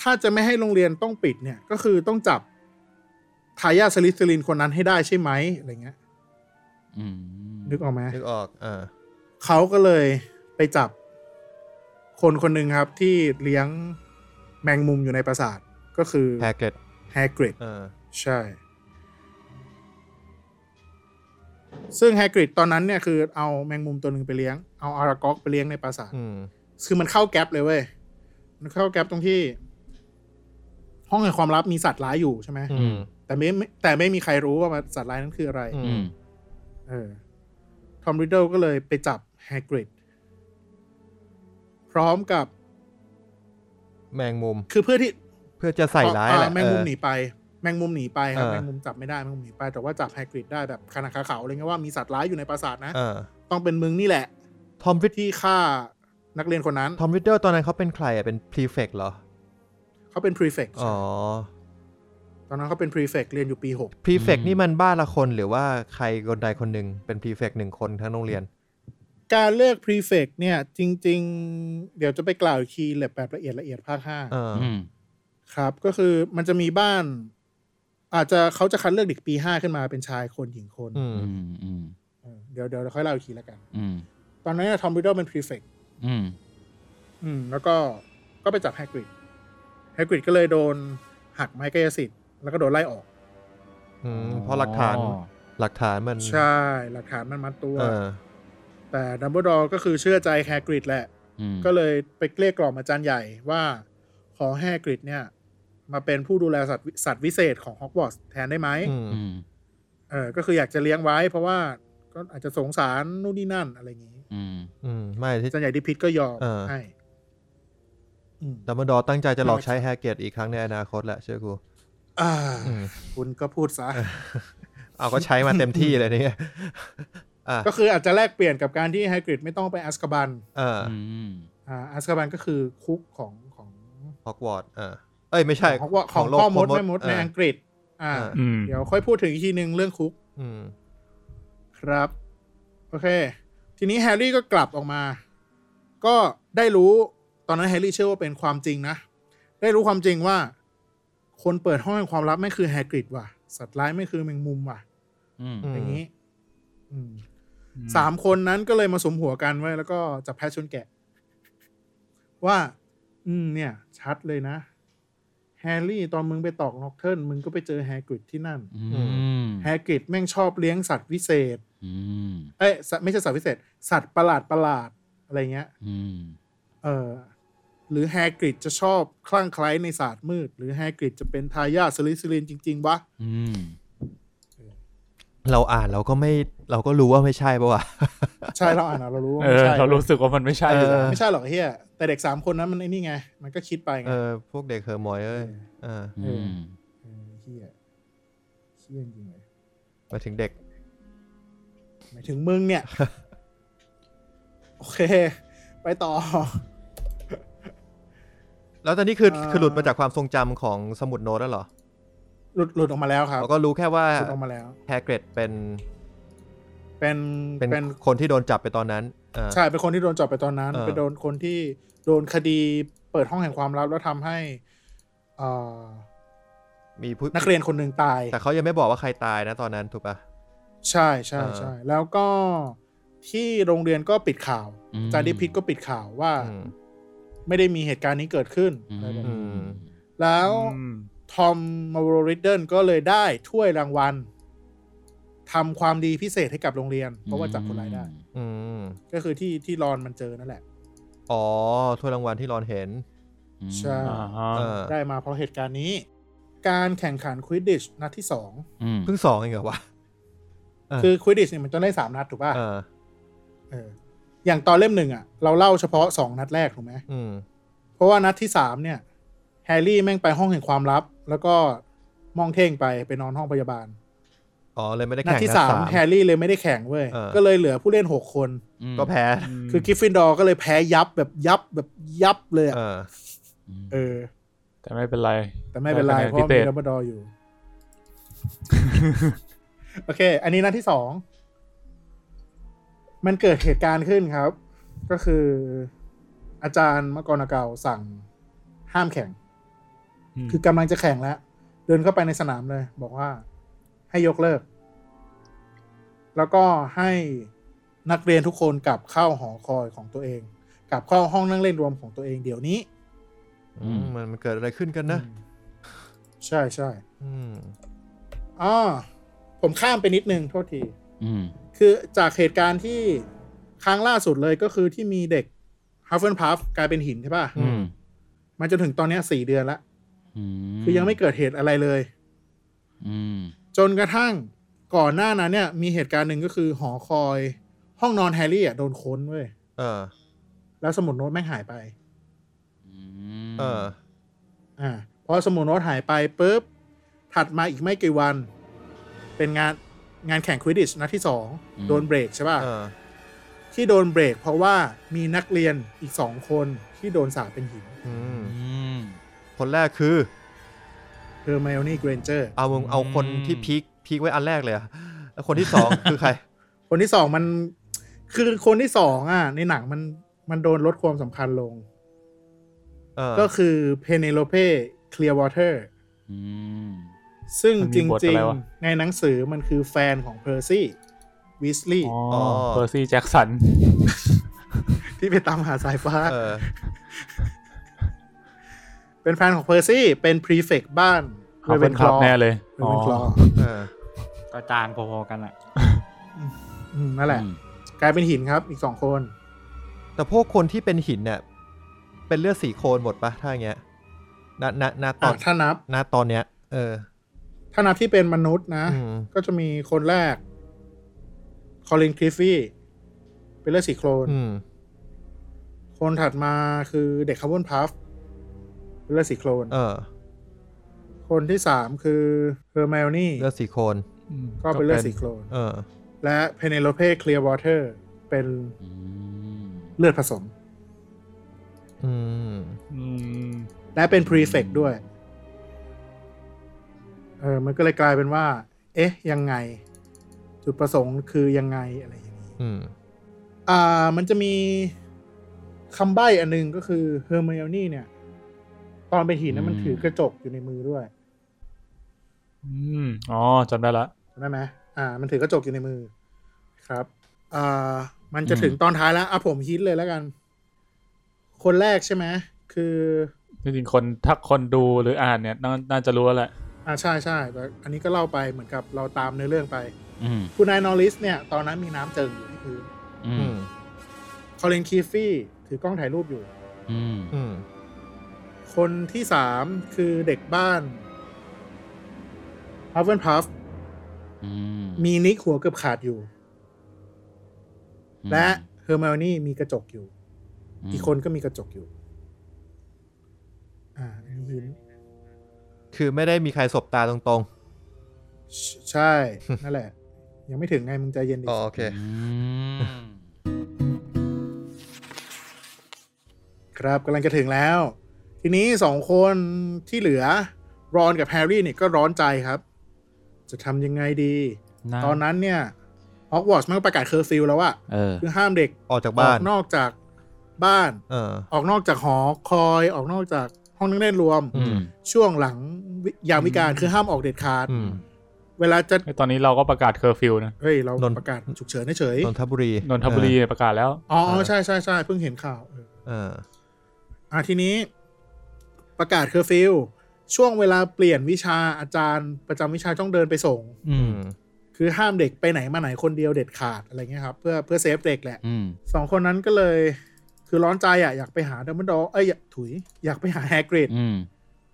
A: ถ้าจะไม่ให้โรงเรียนต้องปิดเนี่ย ก็คือต้องจับทายาทสลิสลินคนนั้นให้ได้ใช่ไหมอะไรเงี้ย นึกออกไหม
B: นึกออก เออ
A: เขาก็เลยไปจับ คนคนหนึ่งครับ ที่เลี้ยงแมงมุมอยู่ในปราสาท ก็คือ
B: แฮกเกต
A: แฮกริด
B: เออ
A: ใช่ ซึ่งแฮกริดตอนนั้นเนี่ยคือเอาแมงมุมตัวหนึ่งไปเลี้ยง เอาอารากอกไปเลี้ยงในปราสาท
B: อืม
A: คือมันเข้าแก๊ปเลยเว้ย มันเข้าแก๊ปตรงที่ ห้องแห่งความลับมีสัตว์ร้ายอยู่ใช่ไหม
B: อืม
A: แต่ไม่ไม่แต่ไม่มีใครรู้ว่ามันสัตว์ร้ายนั้นคืออะไร
B: อืม
A: เออ ทอมริดเดิลก็เลยไปจับแฮกริดพร้อมกับ
B: แมงมุม
A: คือเพื่อที่
B: เพื่อจะใส่ร้ายแหละ
A: อ่แมงมุม
B: เออ
A: หนีไป แมงมุมหนีไปครับ
B: เออ
A: แมงมุมจับไม่ได้ แมงมุมหนีไป แต่ว่าจับไฮกริดได้แบบคานาคาเขาอะไรเงี้ยว่ามีสัตว์ร้ายอยู่ในปราสาทนะ
B: เออ
A: ต้องเป็นมึงนี่แหละ
B: ทอมริด
A: ที่ฆ่านักเรียนคนนั้น
B: ทอมริดเดิลตอนนั้นเขาเป็นใครอ่ะ เป็นพรีเฟกเหรอ
A: เขาเป็น prefect
B: อ๋อ
A: ตอนนั้นเขาเป็น prefect เรียนอยู่ปีหก
B: พรีเฟกนี่มันบ้านละคนหรือว่าใครคนใดคนหนึ่งเป็นพรีเฟกหนึ่งคนทั้งโรงเรียน
A: การเลือก prefect เนี่ย จริง ๆ เดี๋ยวจะไปกล่าวอีกทีแหละแบบละเอียดละเอียดภาคห้า
B: เออ
A: ครับ ก็คือมันจะมีบ้าน อาจจะเขาจะคัดเลือกเด็กปีห้าขึ้นมาเป็นชายคนหญิงคน
B: อืม
A: เออเดี๋ยวเดี๋ยวเราค่อยเล่าอีกทีแล้วกัน ตอนนั้นเนี่ยทอมบิดเดิลเป็น prefect อืมแล้วก็ก็ไปจับแฮกริดแฮกริดก็เลยโดนหักไม้กายสิทธิ์แล้วก็โดนไล่ออก
B: อืม เพราะหลักฐาน หลักฐานมัน
A: ใช่หลักฐานมันมัดตัว
B: เออ
A: แต่ดัมเบิลดอร์ก็คือเชื่อใจแฮกริดแหละ
D: อืม
A: ก็เลยไปเกลี้ยกล่อมอาจารย์ใหญ่ว่า ขอให้แฮกริดเนี่ย มาเป็นผู้ดูแลสัตว์วิสัตว์วิเศษของฮอกวอตส์แทนได้ไหม
B: อืม
D: อืม
A: เออก็คืออยากจะเลี้ยงไว้ เพราะว่าก็อาจจะสงสารนู่นนี่นั่นอะไรอย่างนี้
D: อืม
B: อืมไม่ที่
A: อาจารย์ใหญ่ดิพิษก็ยอม
B: เออ
A: ให้อืม
B: ดัมเบิลดอร์ตั้งใจจะหลอกใช้แฮเกตอีกครั้งในอนาคตแหละเชื่อกู
A: อ่า
B: อืม
A: คุณก็พูดซะ
B: เอาก็ใช้มาเต็มที่เลยเนี่ยอ่ะ
A: ก็คืออาจจะแลกเปลี่ยนกับการที่แฮกริดไม่ต้องไปอัสคาบัน
B: เออ
D: อืม
A: อ่าอัสคาบันก็คือคุกของของ
B: ฮอกวอตส์เออเอ้ยไม่ใช่
A: ของพ่อของพ่อมดแม่มดในอังกฤษ อ่า
B: า
C: อืม
A: เดี๋ยวค่อยพูดถึงอีกทีหนึ่งเรื่องคุก
B: อืม
A: ครับ โอเค ทีนี้แฮร์รี่ก็กลับออกมา ก็ได้รู้ตอนนั้นแฮร์รี่เชื่อว่าเป็นความจริงนะ ได้รู้ความจริงว่า คนเปิดห้องแห่งความลับไม่คือแฮกริดว่ะ สัตว์ร้ายไม่คือแมงมุมว่ะ
D: อืม
A: อย่างนี้ อืมสามคนนั้นก็เลยมาสมหัวกันไว้ยแล้วก็จับแพะชนแกะ ว่า อืม เนี่ย ชัดเลยนะ แฮร์รี่ตอนมึงไปตอกนอกเทิร์นมึงก็ไปเจอแฮกริดที่นั่น
D: อืม
A: แฮกริดแม่งชอบเลี้ยงสัตว์วิเศษ
D: อืม
A: เอ้ยสัตว์ไม่ใช่สัตว์พิเศษ สัตว์ประหลาดประหลาดอะไรเงี้ย
D: อืม
A: เออ หรือแฮกริดจะชอบคลั่งไคล้ในศาสตร์มืด หรือแฮกริดจะเป็นทายาทสลิสลินจริง ๆ วะ
D: อืม
B: เราอ่านเราก็ไม่เราก็รู้ว่าไม่ใช่ปะวะ
A: ใช่เราอ่านอะเรารู้ว่า
C: เอ
A: ไม่
C: อ
A: ใช่
C: เรารู้สึกว่ามันไม่ใช่อยู่แล้ว
B: เออ
A: ไม่ใช่หรอกเฮียแต่เด็กสามคนนั้นมันไอ้นี่ไง มันก็คิดไปไง
B: เออ พวกเด็กเหอะหมอยเอ้ยเอ่า
D: อืม
A: เออเฮียเฮียจริงเลย
B: มายถึงเด็ก
A: หมายถึงมึงเนี่ย โอเค ไปต่อ
B: แล้วตอนนี้คือ
A: เอ่อ
B: คือหลุดมาจากความทรงจำของสมุดโน้ตแล้วเหรอ
A: หลุดหลุดออกมาแล้วครับ
B: เราก็รู้แค่ว่า
A: หลุดออกมาแล้ว
B: แฮเกรดเป็น
A: เป็น
B: เป็น
A: เป็น
B: คนที่โดนจับไปตอนนั้นเออ
A: ใช่ เป็นคนที่โดนจับไปตอนนั้น
B: เออ
A: เป็นโดนคนที่โดนคดีเปิดห้องแห่งความลับแล้วทำให้เอ่อ
B: มีผู้
A: นักเรียนคนหนึ่งตาย
B: แต่เขายังไม่บอกว่าใครตายนะตอนนั้นถูกปะ
A: ใช่ใช่
B: เออ
A: ใช่แล้วก็ที่โรงเรียนก็ปิดข่าวอาจารย์ดิพิษก็ปิดข่าวว่า
B: อืม
A: ไม่ได้มีเหตุการณ์นี้เกิดขึ้น
D: อื
A: อะไรแบบ
B: อื
A: นี้
B: ม
D: ม
A: แล้ว
C: อืม
A: ทอมมาโรริดเดิลก็เลยได้ถ้วยรางวัลทำความดีพิเศษให้กับโรงเรียน เพราะว่าจับคนร้ายได้
B: อืม
A: ก็คือที่ที่รอนมันเจอนั่นแหละ
B: อ๋อถ้วยรางวัลที่รอนเห็น
D: อืม
A: ใช่
C: อ่าฮะ
B: เออ
A: ได้มาเพราะเหตุการณ์นี้ การแข่งขันควิดดิชนัดที่สอง
D: อืม
B: เพิ่งสองเองเหรอวะเ
A: คือควิดดิชเนี่ยมันจะได้สามนัดถูกป่ะ
B: เออ
A: เอออย่างตอนเล่มหนึ่งอ่ะ เราเล่าเฉพาะสองนัดแรกถูกไหม
B: อืม
A: เพราะว่านัดที่สามเนี่ย แฮร์รี่แม่งไปห้องแห่งความลับ แล้วก็มองเท่งไปไปนอนห้องพยาบาล
B: อ๋อเลยไม่ได้
A: นัด
B: แข่ง
A: ที่
B: นัด
A: สาม
B: สาม
A: แฮร์รี่เลยไม่ได้แข่งเว้ย
B: เออ
A: ก็เลยเหลือผู้เล่นหกคน
B: ก็แพ้
A: คือกิฟฟินดอร์ก็เลยแพ้ยับแบบยับแบบยับเลยอะ
B: เออ
A: เออ
C: แต่ไม่เป็นไร
A: แต่ไม่เป็นไร
C: ได้คะแนน
A: เพราะมี
C: พิเศษ
A: ดัมเบิลดอร์ อยู่ โอเค อันนี้นัดที่สอง มันเกิดเหตุการณ์ขึ้นครับ ก็คืออาจารย์มกรนาเกาสั่งห้ามแข่ง
C: ม
A: คือกำลังจะแข่งแล้ว เดินเข้าไปในสนามเลย บอกว่าให้ยกเลิก แล้วก็ให้นักเรียนทุกคนกลับเข้าหอคอยของตัวเอง กลับเข้าห้องนั่งเล่นรวมของตัวเองเดี๋ยวนี้
B: อืมมันมันเกิดอะไรขึ้นกันนะ
A: ใช่ใช่
B: อืม
A: อ๋อผมข้ามไปนิดนึงโทษที
D: อืม
A: คือจากเหตุการณ์ที่ครั้งล่าสุดเลยก็คือที่มีเด็กฮัฟเฟิลพัฟกลายเป็นหินใช่ป่ะ
B: อื
D: อืม
A: มาจนถึงตอนเนี้ยสี่เดือนละ
D: อืม
A: คือยังไม่เกิดเหตุอะไรเลย
D: อืม
A: จนกระทั่งก่อนหน้านั้นเนี่ย มีเหตุการณ์หนึ่งก็คือหอคอยห้องนอนแฮร์รี่อ่ะโดนค้นเว้ย
B: เออ
A: แล้วสมุดโน้ตแม่งหายไป
D: อืม
B: เออ
A: อ่าพอสมุดโน้ตหายไปปุ๊บ ถัดมาอีกไม่กี่วัน เป็นงานงานแข่งควิดดิชนัดที่สองโดนเบรกใช่ป่ะ
B: เออ
A: ที่โดนเบรกเพราะว่ามีนักเรียนอีกสองคนที่โดนสาปเป็นหิน
B: อืม
D: อืม
B: คนแรกคือ
A: เฮอร์ไมโอนี่เกรนเจอร์
B: เอามึงเอาคน
D: อืม
B: ที่พีคพีคไว้อันแรกเลยอะแล้วคนที่สอง คือใคร
A: คนที่สองมันคือคนที่สองอ่ะ ในหนังมันมันโดนลดความสำคัญลง
B: เออ
A: ก็คือเพเนโลเป เคลียร์วอเตอร์
D: อืม
A: ซึ่ง
C: มัน
A: จ
C: มี
A: ริง
C: บท
A: ๆ
C: อะไรวะ
A: ในหนังสือมันคือแฟนของเพอร์ซี่วิสลีย์
C: อ๋อเพอร์ซี่แจ็คสัน
A: ที่ไปตามหาสายฟ้า
B: เออ
A: เป็นแฟนของเพอร์ซี่ เป็นพรีเฟกบ้าน
C: เขาเป็นครับแน่เลย
A: เรเวนคลอว์
B: เออ
D: ก็จางพอๆกันแหละ
A: นั่นแหละ
D: อืม
A: กลายเป็นหินครับอีกสองคน
B: แต่พวกคนที่เป็นหินเนี่ยเป็นเลือดสีโคนหมดปะถ้าอย่างเงี้ยณณณตอ
A: อ่ะ
B: น
A: ถ้านับ
B: ณตอนเนี้ย เออ
A: ถ้านับที่เป็นมนุษย์นะ
B: อืม
A: ก็จะมีคนแรก คอลินคลิฟฟี่เป็นเลือดสีโครน
B: อืม
A: คนถัดมาคือเด็กคาร์บอนพัฟเป็นเลือดสีโครน
B: เออ
A: คนที่สามคือเฮอร์ไมโอนี่
B: เลือดสีโคน
A: ก็เป็นเลือดสีโครน
B: เออ
A: และเพเนโลเป้เคลียร์วอเตอร์เป็น
D: อืม
A: เลือดผสม
B: อืม
C: อืม
A: และเป็นพรีเฟกด้วย เออ มันก็เลยกลายเป็นว่า เอ๊ะ ยังไง จุดประสงค์คือยังไงอะไรอย่างนี้
B: อืม
A: อ่า มันจะมีคำใบ้อันหนึงก็คือเฮอร์ i ม n นี่เนี่ย ตอนไปหินนั้นมันถือกระจกอยู่ในมือด้วย
C: อืมอ๋อจำได้ละ
A: จำได้ไหมอ่า มันถือกระจกอยู่ในมือ ครับ อ่า มันจะถึงตอนท้ายแล้วอ่ะผมฮิตเลยแล้วกัน คนแรกใช่ไหม คือ
C: จริงๆคนถ้าคนดูหรืออ่านเนี่ยน่าน่าจะรู้แล้วแหละ
A: อ่าใช่ใช่แต่อันนี้ก็เล่าไปเหมือนกับเราตามเนื้อเรื่องไป
D: อืม
A: คุณนายนอริสเนี่ย ตอนนั้นมีน้ำเจิ่งอยู่ที่พื้น
D: อื
B: อื
D: ม
B: ม
A: คอลินคีฟี่ถือกล้องถ่ายรูปอยู่
D: อืม
B: อืม
A: คนที่สามคือเด็กบ้านพัฟเฟิลพัฟ
D: อืม
A: มีนิกหัวเกือบขาดอยู่ และเฮอร์ i ม n นี่มีกระจกอยู่
D: ม
A: อีกคนก็มีกระจกอยู่ อ่าอันนี้หิน
B: คือไม่ได้มีใครสบตาตรง
A: ใช่ใช่ นั่นแหละ ยังไม่ถึงไงมึงใจเย็นดิ
B: ๆอ๋อโอเค
D: อืม
A: ครับกำลังจะถึงแล้ว ทีนี้สองคนที่เหลือ รอนกับแฮร์รี่เนี่ยก็ร้อนใจครับ จะทำยังไงดี
D: ะ
A: ตอนนั้นเนี่ยฮอกวอตส์มันก็ประกาศเคอร์ฟิวแล้วอะ
D: เออ
A: คือห้ามเด็ก
B: ออกจาก
A: อ
B: บ้า
A: อน กนอกจากบ้าน
B: เออ
A: ออกนอกจากหอคอย ออกนอกจากห้องนั่งเล่นรวม
B: อืม
A: ช่วงหลังวิยามวิการคือห้ามออกเด็ดขาด
B: อืม
A: เวลาจะ
C: ไอ้ตอนนี้เราก็ประกาศเคอร์ฟิวนะ
A: เฮ้ย เรา
B: นนท์
A: ประกาศฉุกเฉินเฉย
B: นนทบุรี
C: นนทบุรีเนี่ยประกาศแล้ว
A: ๆอ๋อ
B: เออ
A: ใช่ใช่ใช่เพิ่งเห็นข่าวเออ
B: เออ
A: อ่ะทีนี้ ประกาศเคอร์ฟิวช่วงเวลาเปลี่ยนวิชาอาจารย์ประจำวิชาต้องเดินไปส่ง
D: อื
B: อื
D: ม
B: ม
A: คือห้ามเด็กไปไหนมาไหนคนเดียวเด็ดขาดอะไรเงี้ยครับเพื่อเพื่อเซฟเด็กแหละ
D: อืม
A: สองคนนั้นก็เลย คือร้อนใจอ่ะอยากไปหาดัมเบิลดอร์เอ้ยอยากถุย อยากไปหาแฮกริด
D: อืม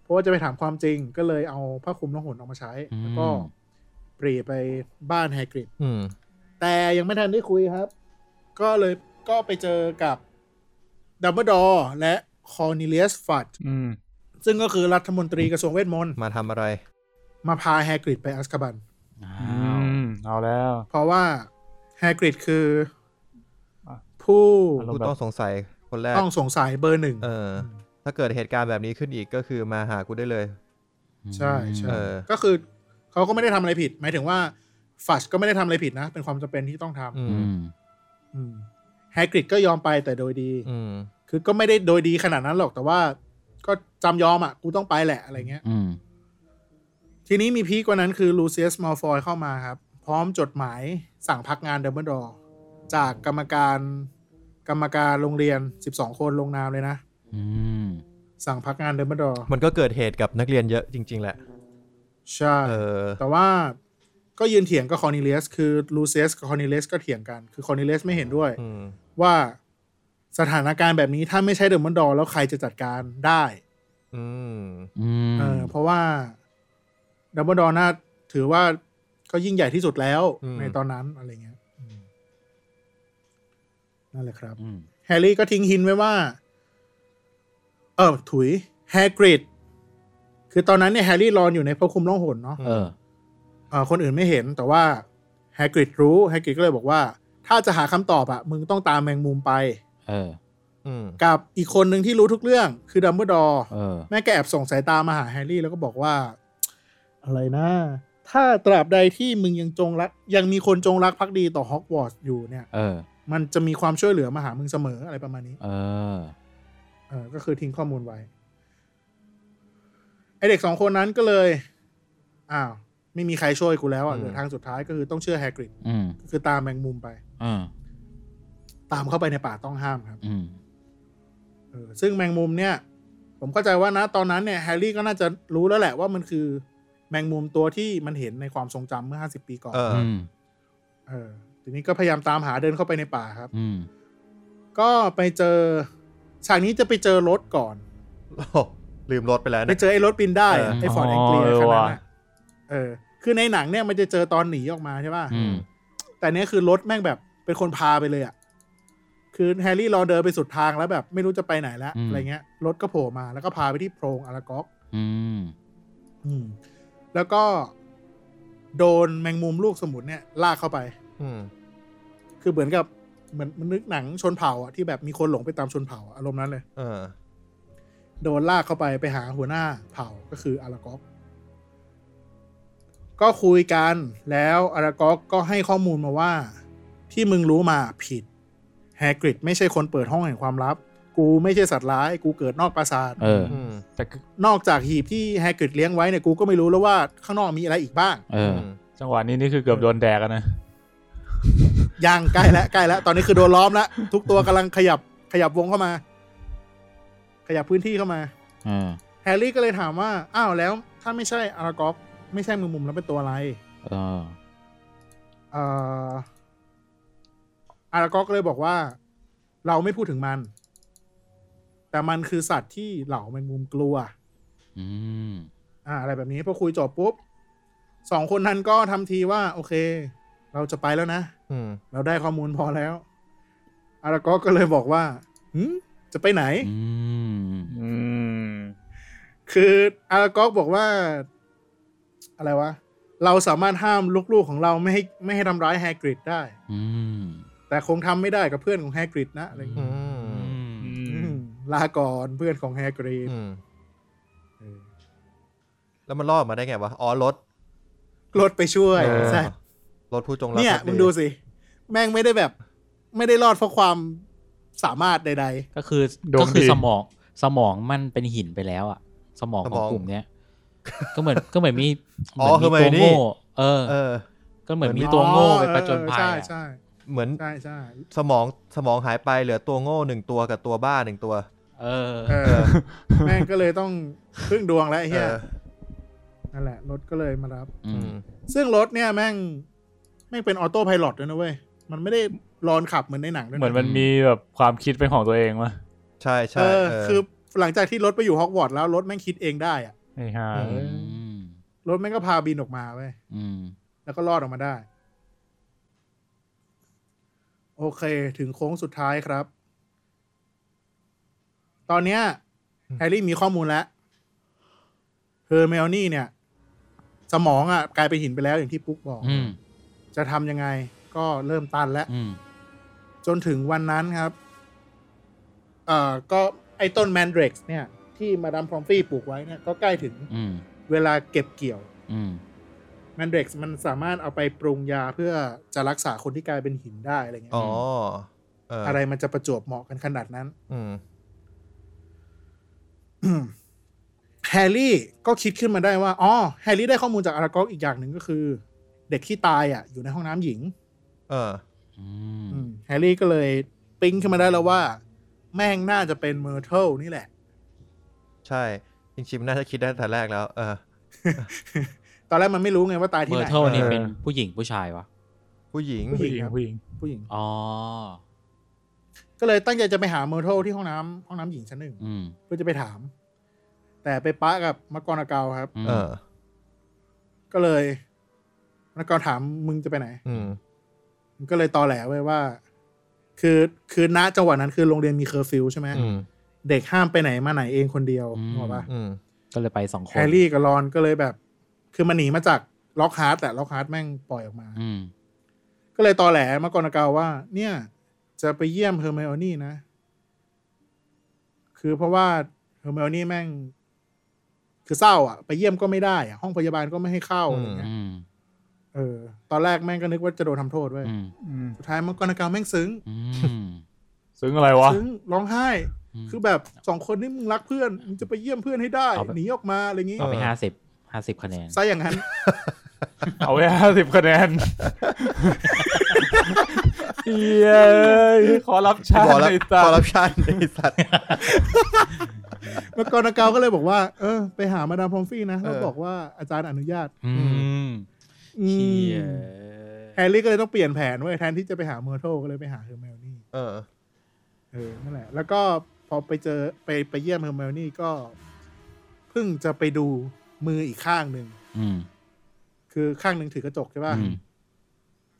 A: เพราะว่าจะไปถามความจริงก็เลยเอาผ้าคลุมน้องหนออกมาใช้
D: อืม
A: แล้วก็ปรีไปบ้านแฮกริด
B: อืม
A: แต่ยังไม่ทันได้คุยครับ ก็เลยก็ไปเจอกับดัมเบิลดอร์และคอร์นิเลียสฟัด
C: อืม
A: ซึ่งก็คือรัฐมนตรีกระทรวงเวทมนต์
B: มาทำอะไร
A: มาพาแฮกริดไปอัสคาบัน
D: อ้า
C: อื
D: ว
C: ม เอาแล้ว
A: เพราะว่าแฮกริดคืออะ ผู้
B: ผู้ต้องสงสัยคนแรก
A: ต้องสงสัยเบอร์หนึ่ง
B: เออ ถ้าเกิดเหตุการณ์แบบนี้ขึ้นอีกก็คือมาหากูได้เลย
A: ใช่ใช่
B: เออ
A: ก็คือเขาก็ไม่ได้ทำอะไรผิด หมายถึงว่าฟัชก็ไม่ได้ทำอะไรผิดนะ เป็นความจำเป็นที่ต้องทำ
B: อื
D: อื
B: ม
D: ม
A: อืมแฮกริดก็ยอมไปแต่โดยดี
B: อืม
A: คือก็ไม่ได้โดยดีขนาดนั้นหรอกแต่ว่า ก็จำยอมอ่ะ กูต้องไปแหละอะไรเงี้ย
D: อืม
A: ทีนี้มีพีคกว่านั้นคือลูเซียสมอลฟอยเข้ามาครับ พร้อมจดหมายสั่งพักงานเดมเบิลดอร์จากกรรมการกรรมการโรงเรียน 12 คนลงนามเลยนะ
D: อืม
A: สั่งพักงานเดมเบิลดอร์
B: มันก็เกิดเหตุกับนักเรียนเยอะจริง ๆ แหละ
A: ใช่
B: เออ
A: แต่ว่าก็ยืนเถียงกับคอร์นิเลียส คือลูเซียสกับคอร์นิเลียสก็เถียงกัน คือคอร์นิเลียสไม่เห็นด้วย
B: อืม
A: ว่าสถานการณ์แบบนี้ถ้าไม่ใช่เดอะมอนดอร์แล้วใครจะจัดการได้
B: อืม
D: อืม
A: เออเพราะว่าดัมเบิลดอร์น่าถือว่าก็ยิ่งใหญ่ที่สุดแล้ว
B: อืม
A: ในตอนนั้นอะไรเงี้ยอืมนั่นแหละครับ
D: อืม
A: แฮร์รี่ก็ทิ้งหินไว้ว่า เออถุยแฮกริดคือตอนนั้นเนี่ยแฮร์รี่รอนอยู่ในพระคุมล่องหนเนาะ
D: เออ
A: เอ่อคนอื่นไม่เห็นแต่ว่าแฮกริดรู้แฮกริดก็เลยบอกว่า ถ้าจะหาคำตอบอะมึงต้องตามแมงมุมไป
D: เออ
B: อืม
A: กับอีกคนหนึ่งที่รู้ทุกเรื่องคือดัมเบิลดอร์
D: เออ
A: แม่แกแอบส่งสายตามาหาแฮร์รี่แล้วก็บอกว่า อะไรนะ ถ้าตราบใดที่มึงยังจงรัก ยังมีคนจงรักภักดีต่อฮอกวอตส์อยู่เนี่ย
D: เออ
A: มันจะมีความช่วยเหลือมาหามึงเสมออะไรประมาณนี้
D: เออ
A: เออก็คือทิ้งข้อมูลไว้ไอเด็กสองคนนั้นก็เลยอ้าวไม่มีใครช่วยกูแล้วอะเหลือทางสุดท้ายก็คือต้องเชื่อแฮกริด
D: อืม
A: ก็คือตามแมงมุมไป
D: เออ
A: ตามเข้าไปในป่าต้องห้ามครับ
D: อืม
A: เออซึ่งแมงมุมเนี่ย ผมเข้าใจว่านะตอนนั้นเนี่ยแฮร์รี่ก็น่าจะรู้แล้วแหละว่ามันคือแมงมุมตัวที่มันเห็นในความทรงจำเมื่อ 50 ปีก่อน
B: เออ
D: อืม
A: เออทีนี้ก็พยายามตามหาเดินเข้าไปในป่าครับ
D: อืม
A: ก็ไปเจอฉากนี้จะไปเจอรถก่อน
B: โอ้ลืมรถไปแล้ว
A: ไป
B: นะ
A: เจอไอ้รถบินได้อะ
B: เออ
A: ไอ้ฟอร์ดแอ
C: อ๋อ
A: งเกลีย
C: เอ
A: คันนั้น
C: อว่ะ
A: อะเออ คือในหนังเนี่ยมันจะเจอตอนหนีออกมาใช่ป่ะ
D: อืม
A: แต่เนี้ยคือรถแม่งแบบเป็นคนพาไปเลยอ่ะ คือแฮร์รี่รอเดินไปสุดทางแล้วแบบ ไม่รู้จะไปไหนแล้ว
D: อืม
A: อะไรเงี้ย รถก็โผล่มาแล้วก็พาไปที่โพรงอารากอก
D: อืม
A: อืม แล้วก็โดนแมงมุมลูกสมุนเนี่ย ลากเข้าไป
B: อืม
A: คือเหมือนกับเหมือนมันนึกหนังชนเผ่าอ่ะที่แบบมีคนหลงไปตามชนเผ่าอะอารมณ์นั้นเลย
B: เออ
A: โดนลากเข้าไปไปหาหัวหน้าเผ่าก็คืออารากอก ก็คุยกันแล้วอารากอกก็ให้ข้อมูลมาว่า ที่มึงรู้มาผิด แฮกริดไม่ใช่คนเปิดห้องแห่งความลับ กูไม่ใช่สัตว์ร้าย กูเกิดนอกปราสาท
D: เออ
B: อืม
C: แต่คือ
A: นอกจากหีบที่แฮกริดเลี้ยงไว้เนี่ยกูก็ไม่รู้แล้วว่าข้างนอกมีอะไรอีกบ้าง
D: เออ
B: ม
C: จังหวะนี้นี่คือเกือบโดนแดกอะนะ
A: ยังใกล้แล้วใกล้แล้วตอนนี้คือโดนล้อมแล้วทุกตัวกำลังขยับขยับวงเข้ามา ขยับพื้นที่เข้ามา
D: เออ
A: แฮร์รี่ก็เลยถามว่า อ้าวแล้ว ถ้าไม่ใช่อารากอกไม่ใช่มือมุมแล้วเป็นตัวอะไร
D: เออ
A: เอ่ออารากอกก็เลยบอกว่า เราไม่พูดถึงมัน แต่มันคือสัตว์ที่เหล่าแมงมุมกลัว
D: อืม
A: อ่า อะไรแบบนี้พอคุยจบปุ๊บสองคนนั้นก็ทำทีว่า โอเค เราจะไปแล้วนะ
B: อืม
A: เราได้ข้อมูลพอแล้ว อารากอกก็เลยบอกว่าหืมจะไปไหน
D: อืม
C: อืม
A: คืออารากอกบอกว่า อะไรวะ เราสามารถห้ามลูกๆของเราไม่ให้ไม่ให้ทำร้ายแฮกริดได้
D: อืม
A: แต่คงทำไม่ได้กับเพื่อนของแฮกริดนะอะไรอย่าง
B: อื
A: เงี้ย
B: ม
D: อืม
A: อืมลาก่อนเพื่อนของแฮกริด
B: อืมแล้วมันรอดมาได้ไงวะอ๋อรถ
A: รถไปช่วย
C: เออ
A: ใช่
B: รถผู้จงรัก
A: เนี่ย
B: ภัก
A: มึงดูสิ แม่งไม่ได้แบบ ไม่ได้รอดเพราะความสามารถใด
D: ก็คือ
C: โดน
D: ก็คือ
C: ดี
D: สมอง สมองมันเป็นหินไปแล้วอ่ะ สมองของกลุ่มเนี้ย ก็เหมือน ก็เหมือนมีเห
B: อ๋อ
D: มือน
B: คือ
D: มี
B: ไม
D: ตัว
B: นี่
D: โง่ เออ
B: เออ
D: ก็เหมือน
A: ๆ
D: มีตัวโง่ไป
A: อ๋อ
D: ประจนภัย
A: เออ
D: อะ
A: ใช่
B: เหมือน
A: ใช่ใช่ใช่
B: สมองสมองหายไปเหลือตัวโง่หนึ่งตัวกับตัวบ้าหนึ่งตัว
D: เออ
A: เออ แม่งก็เลยต้องพึ่งดวงแล้วไอ้เหี้ย
B: เออ
A: นั่นแหละ รถก็เลยมารับ
D: อื
B: อื
D: ม
B: ม
A: ซึ่งรถเนี่ยแม่งแม่งเป็นออโต้ไพายโลดด้วยนะเว้ย มันไม่ได้รอนขับเหมือนในหนังด้วยะ
C: เหมือนมันมีแบบความคิดเป็นของตัวเองวะ
B: ใช่
A: เอ
B: ใช่
A: อ
B: เ
A: คือหลังจากที่รถไปอยู่ฮอกวอตส์แล้วรถแม่งคิดเองได้อะ
C: ไอ้ห่า
D: อืม
A: รถแม่งก็พาบินออกมาเว้ย
D: อืม
A: แล้วก็รอดออกมาได้ โอเค ถึงโค้งสุดท้ายครับ ตอนเนี้ยแฮร์รี่มีข้อมูลแล้วเฮอร์เมลนี่เนี่ย สมองอะ่ะ กลายเป็นหินไปแล้วอย่างที่ปุ๊กบอก
D: อืม
A: จะทำยังไง ก็เริ่มตันแล้ว
D: อืม
A: จนถึงวันนั้นครับ เอ่อ ก็ไอ้ต้นแมนเดรกซ์เนี่ย ที่มาดามพรอมฟี่ปลูกไว้เนี่ย ก็ใกล้ถึง
D: อืม
A: เวลาเก็บเกี่ยว
D: อืม
A: แมนเดรกซ์มันสามารถเอาไปปรุงยาเพื่อจะรักษาคนที่กลายเป็นหินได้อะไรเงี้ย
B: อ๋อเอออ
A: อะไรมันจะประจวบเหมาะกันขนาดนั้น
B: อืม
A: แฮร์รี่ก็คิดขึ้นมาได้ว่า อ๋อ แฮร์รี่ได้ข้อมูลจากอารากอกอีกอย่างหนึ่งก็คือ เด็กที่ตายอ่ะ อยู่ในห้องน้ำหญิง
B: เออ
D: อืม
A: อืมแฮร์รี่ก็เลยปิ๊งขึ้นมาได้แล้วว่า แม่งน่าจะเป็นเมอร์เทลนี่แหละ
B: ใช่ จริงๆมันน่าจะคิดได้ตั้งแต่แรกแล้ว เออ
A: ตอนแรกมันไม่รู้ไงว่าตาย
D: เม
A: ที่
D: อ
A: ไหน
D: ร์เทลเนี่ยเป็นผู้หญิงผู้ชายวะ
B: ผู้หญิง
A: ผู้
C: ผู้
A: ห
C: ห
A: ญิง
C: ญิง
A: ครับ
C: ผู้หญิง
A: ผู้หญิง
D: อ๋อ
A: ก็เลยตั้งใจจะไปหาเมอร์เทลที่ห้องน้ำห้องน้ำหญิงชั้นหนึ่ง
D: อืม
A: เพื่อจะไปถาม แต่ไปปะกับมากรนาเกาครับ
D: อืม
B: เออ
A: ก็เลยมากรถามมึงจะไปไหน
B: อืม
A: มันก็เลยตอแหลไว้ว่า คือคือณจังหวะนั้นคือโรงเรียนมีเคอร์ฟิวใช่ไหม
B: อืม
A: เด็กห้ามไปไหนมาไหนเองคนเดียวนึกออกปะ
B: อืม
D: ก็เลยไปสองคน
A: แฮร์รี่กับรอนก็เลยแบบ คือมันหนีมาจากล็อกฮาร์ดแต่ล็อกฮาร์ดแม่งปล่อยออกมา
D: อืม
A: ก็เลยตอแหลมากรนาเกาว่า เนี่ย จะไปเยี่ยมเฮอร์เมโอนี่นะ คือเพราะว่าเฮอร์เมโอนี่แม่ง คือเศร้าอ่ะ ไปเยี่ยมก็ไม่ได้อะห้องพยาบาลก็ไม่ให้เข้าอะไรเงี้ย
D: อืม
A: เออตอนแรกแม่งก็นึกว่าจะโดนทำโทษเว้ย
D: อืม
C: อืม
A: สุดท้ายมากรนาเกาแม่งซึ้ง
D: อืม
C: ซึ้งอะไรวะ
A: ซึ้งร้องไห้
D: อืม
A: คือแบบสองคนนี่มึงรักเพื่อน มึงจะไปเยี่ยมเพื่อนให้ได้
D: เอาไป
A: หนีออกมาอะไรอย่างงี้
D: เอาไป
B: เออ
D: ห้าสิบห้าสิบคะแนน
A: ซะอย่าง นั้น
C: เอาไว้ห้าสิบคะแนนเย้ยขอรับชา
B: พอ
C: ติ
B: รับ
C: ไอ้
B: พ
C: สั
B: อ
C: ต
B: รับ
C: ว์
B: ชาติไอ้สัตว์
A: เมื่อก่อนนาเกาก็เลยบอกว่า เออ ไปหามาดามพรอมฟี่นะ แล้ว
B: เออ
A: บอกว่าอาจารย์อนุญาต
D: อืม
A: อืม
D: เชี่ย
A: แฮร์รี่ก็เลยต้องเปลี่ยนแผนเว้ยแทนที่จะไปหาเมอร์โทก็เลยไปหาเฮอร์เมลนี่
B: เออ
A: เฮ เออนั่นแหละ แล้วก็พอไปเจอไปไปเยี่ยมเฮอร์เมลนี่ก็เพิ่งจะไปดูมืออีกข้างหนึ่ง
D: อืม
A: คือข้างหนึ่งถือกระจกใช่ป่ะ
D: อืม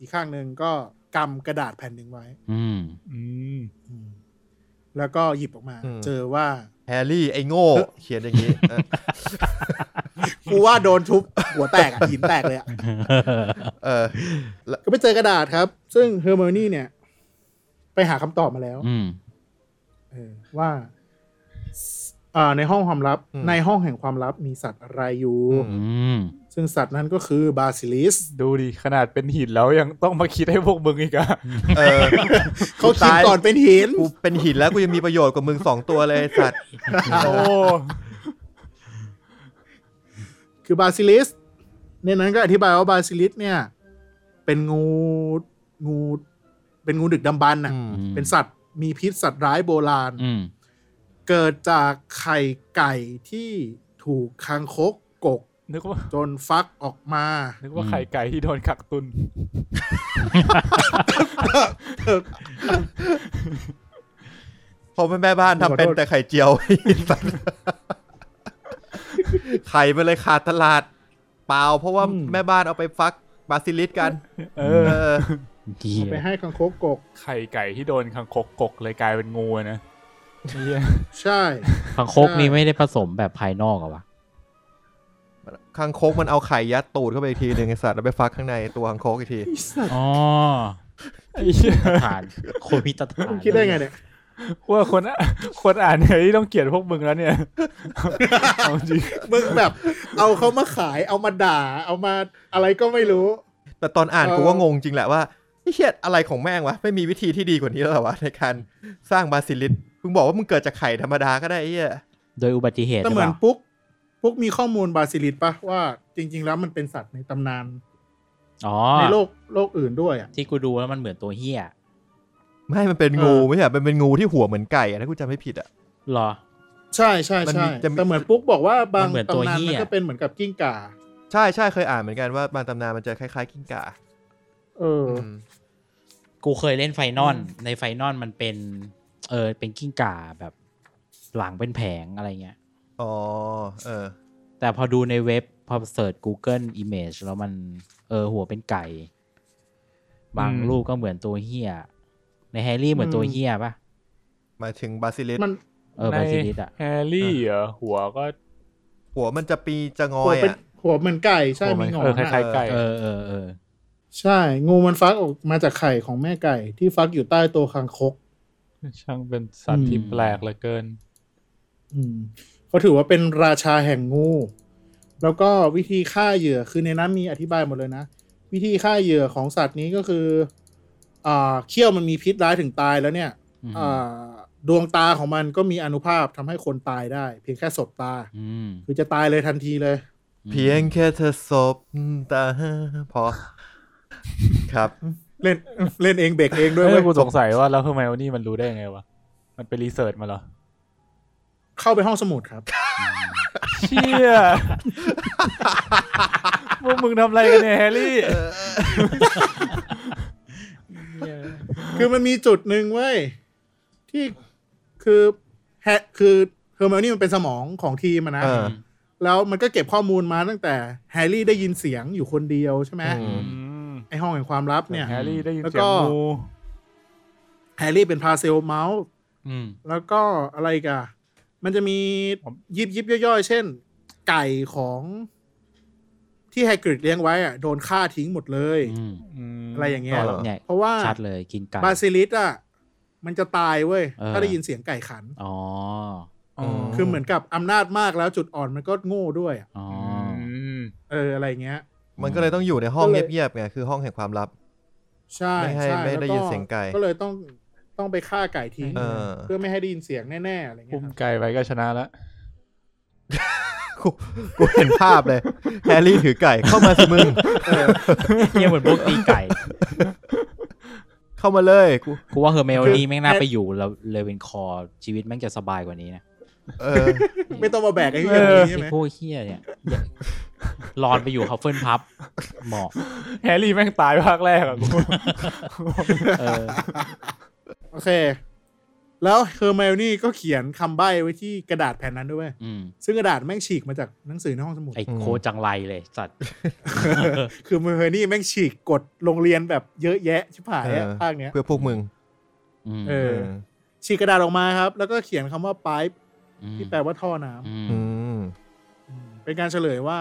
A: อีกข้างหนึ่งก็กำกระดาษแผ่นหนึ่งไว้
D: อืม
C: อืม
A: อืมแล้วก็หยิบออกมา
B: อืม
A: เจอว่า
B: แฮร์รี่ไอ้โง่เขียนอย่างนี้เออ
A: กูว่าโดนทุบ หัวแต กอะหินแตกเลยอะ
B: เออ
A: ก็ไปเจอกระดาษครับ ซึ่งเฮอร์เมลนี่เนี่ย ไปหาคำตอบมาแล้ว
D: อืม
A: เออว่าอ่าในห้องความลับ
B: อืม
A: ในห้องแห่งความลับมีสัตว์อะไรอยู่
D: อืม
A: ซึ่งสัตว์นั้นก็คือบาซิลิส
C: ดูดิ ขนาดเป็นหินแล้วยังต้องมาคิดให้พวกมึงอีกอะ
B: เออ
A: เขาคิดก่อนเป็นหิน
B: กูเป็นหินแล้วกูยังมีประโยชน์กว่ามึงสองตัวเลยไอ้สัตว์
C: โอ้
A: คือบาซิลิสในนั้นก็อธิบายว่าบาซิลิสเนี่ย เป็นงูงู เป็นงูดึกดำบรรพ์น่ะ
B: อืม
A: เป็นสัตว์มีพิษสัตว์ร้ายโบราณ
D: อืม
A: เกิดจากไข่ไก่ที่ถูกคางคกกก
C: นึกว่า
A: จนฟักออกมา
C: นึกว่าไข่ไก่ที่โดนกักตุน
B: พอเป็นแม่บ้านทำเป็นแต่ไข่เจียว ไอ้สัตว์ไข่ไปเลยขาดตลาด เปล่าเพราะว่า
A: อืม
B: แม่บ้านเอาไปฟักบาซิลิสกัน
C: เอ
B: เอ
C: อ
B: อ
D: ดี
A: เอาไปให้คางคกกก
C: ไข่ไก่ที่โดนคังคกกกเลยกลายเป็นงูอะนะเหี้ย
A: ใช่
D: พังคกนี่ไม่ได้ผสมแบบภายนอกอะวะ
B: คางคกมันเอาไข่ยัดตูดเข้าไปอีกทีหนึ่งไอสัตว์แล้วไปฟักข้างในตัวคางคกอีกที
D: อ๋อ
C: ไอ้เหี้ย
D: ฐานโคนพิตฐาน
A: คิดได้ไงเนี่ย
C: ว่าคนอ่ะคนอ่านเนี่ยที่ต้องเกลียดพวกมึงแล้วเนี่ยเอาจริง
A: มึงแบบเอาเขามาขายเอามาด่า เอามาอะไรก็ไม่รู้
B: แต่ตอนอ่าน
A: เออ
B: กูก็งงจริงแหละว่าไอ้เหี้ยอะไรของแม่งวะ ไม่มีวิธีที่ดีกว่านี้แล้วเหรอวะ ในการสร้างบาซิลิสมึงบอกว่ามึงเกิดจากไข่ธรรมดาก็ได้ไอ้เหี้ย
D: โดยอุบัติเหตุ
A: แต่
D: หรื
A: เห
D: อ
A: มือน
D: เปล่า
A: ปุ๊กปุ๊กมีข้อมูลบาซิลิสปะว่าจริง ๆ แล้วมันเป็นสัตว์ในตำนาน
D: อ๋อ
A: ในโลกโลกอื่นด้วยอ่ะ
D: ที่กูดูแล้วมันเหมือนตัวเฮีย
B: ไม่มันเป็นงูไม่ใช่เหรอมันเป็นงูที่หัวเหมือนไก่อะถ้ากูจำไม่ผิดอ่ะ
D: เหรอ
A: ใช่ใช่
B: มัน
A: ใช่
B: มีจะมี
A: แต่เหมือนปุ๊กบอกว่าบาง
D: มันเหมือนตัว
A: ตำนาน
D: เหี้ย
A: มันก็เป็นเหมือนกับกิ้งก่า
B: ใช่ใช่เคยอ่านเหมือนกันว่าบางตำนานมันจะคล้ายๆกิ้งก่า
A: เอออ
B: ม
D: กูเคยเล่นไฟนอลในไฟนอลมันเป็น เออ เป็นกิ้งก่าแบบ หลังเป็นแผงอะไรเงี้ย
B: อ๋อเออ
D: แต่พอดูในเว็บ พอเสิร์ช Google Image แล้วมัน เออ หัวเป็นไก่ บางรูปก็เหมือนตัวเฮียในแฮร์รี่เหมือนตัวเฮียปะ
B: หมายถึงบาซิลิส
A: มัน
D: เออบาซิลิสอะ
C: แฮร์รี่เหรอหัวก็
B: หัวมันจะปีจะงอ
A: หัวยเป็น
B: อ่ะ
A: หัวเหมือนไก่ใช่
C: หัวเหมื
A: มี
C: อน
A: หงอ
C: เออน คล้าย
A: อะ
C: ๆไก่
D: เออเออเออ
A: ใช่ งูมันฟักออกมาจากไข่ของแม่ไก่ ที่ฟักอยู่ใต้ตัวคางคก
C: ช่างเป็นสัตว์ที่
D: อืม
C: แปลกเหลือเกิน
A: อืมเขาถือว่าเป็นราชาแห่งงู แล้วก็วิธีฆ่าเหยื่อคือในนั้นมีอธิบายหมดเลยนะ วิธีฆ่าเหยื่อของสัตว์นี้ก็คืออ่าเขี้ยวมันมีพิษร้ายถึงตายแล้วเนี่ย
D: อืม
A: อ่าดวงตาของมันก็มีอนุภาพทำให้คนตายได้ เพียงแค่สบตา
D: อืม
A: คือจะตายเลยทันทีเลย
B: เพียงแค่เธอสบตา พอ ครับ
A: เล่นเล่นเองเบรกเองด้ว
C: เอ
A: ย
C: อ
A: เว้ย
C: กูสงสัยว่าแล้วทำไมวันนี้มันรู้ได้ไงวะ มันไปรีเสิร์ชมาเหรอ
A: เข้าไปห้องสมุดครับ
C: เชี่ยพวกมึงทำอะไรกันเนี่ยแฮร์รี่
A: คือมันมีจุดหนึ่งเว้ยที่คือแฮะคือเฮอร์เมลนี่มันเป็นสมองของทีมอะนะ
B: เออ
A: แล้วมันก็เก็บข้อมูลมาตั้งแต่แฮร์รี่ได้ยินเสียงอยู่คนเดียวใช่ไหม
B: อืม
A: ไอห้องแห่งความลับเนี่ย
C: แฮร์รี่ได้ยิน
A: แล้ว
C: เสีย
A: ก็
C: งงู
A: แฮร์รี่เป็นพาเซลเมาส์
D: อืม
A: แล้วก็อะไรอีกันมันจะมียิบยิบย่อยๆ เช่น ไก่ของที่แฮกริดเลี้ยงไว้อะโดนฆ่าทิ้งหมดเลย
D: อืม
C: ม
A: อะไรอย่างเงี้ย
B: อ๋อเหรอ
D: เนี่ย
A: เพราะว่า
D: ชัดเลยกินไก่
A: บาซิลิสอ่ะมันจะตายเว้ย
D: เออ
A: ถ้าได้ยินเสียงไก่ขัน
D: อ๋อ
C: อ๋อ
A: คือเหมือนกับอำนาจมากแล้วจุดอ่อนมันก็โง่ด้วยอะ
D: อ๋อ
C: ม
A: เอออะไรเงี้ย
B: มันก็เลยต้องอยู่ในห้อง
A: ก็เลย
B: เงียบๆไงคือห้องแห่งความลับ
A: ใช่
B: ไม่ให้
A: ใช่
B: ไม่ได้
A: แล้ว
B: ยินเสียงไก่
A: ก็เลยต้องต้องไปฆ่าไก่ทิ้ง
B: เออ
A: เพื่อไม่ให้ได้ยินเสียงแน่ๆอะไรเงี้
C: พุ่
A: ย
C: ม
A: ครับ
C: ไก่ไปก็ชนะละ
B: กูกูเห็นภาพเลย แฮร์รี่ถือไก่เข้ามาสิมึง
D: เนี่ยเหมือนพวกตีไก่
B: เข้ามาเลยกู
D: กูว่าเฮอร์เมลนี่แม่งน่าไปอยู่แล้วเลเวนคอร์ชีวิตแม่งจะสบายกว่านี้นะ
B: เออ
A: ไม่ต้องมาแบกไอ้เรื่องนี้ใช่
D: ไอ้
A: ไหม
D: พวกเฮียเนี่ยรอนไปอยู่เขาเฟิลพับเหมาะ
C: แฮร์รี่แม่งตายภาคแรกอะกู
D: เออ
A: โอเค แล้วเฮอร์ไมโอนี่ก็เขียนคำใบ้ไว้ที่กระดาษแผ่นนั้นด้วยเวย
D: อืม
A: ซึ่งกระดาษแม่งฉีกมาจากหนังสือในห้องสมุด
D: ไอ้โคจังไรเลยสัตว์
A: คือเฮอร์ไมโอนี่แม่งฉีกกฎโรงเรียนแบบเยอะแยะชิบหายอะ
B: เออ
A: ภาคเนี้ย
B: เพื่อพวกมึง
D: อืม
A: เออ
B: เออ
A: ฉีกกระดาษออกมาครับ แล้วก็เขียนคำว่า pipe
D: อืม
A: ที่แปลว่าท่อน้ำ
D: อืม
B: อืม
A: อืมเป็นการเฉลยว่า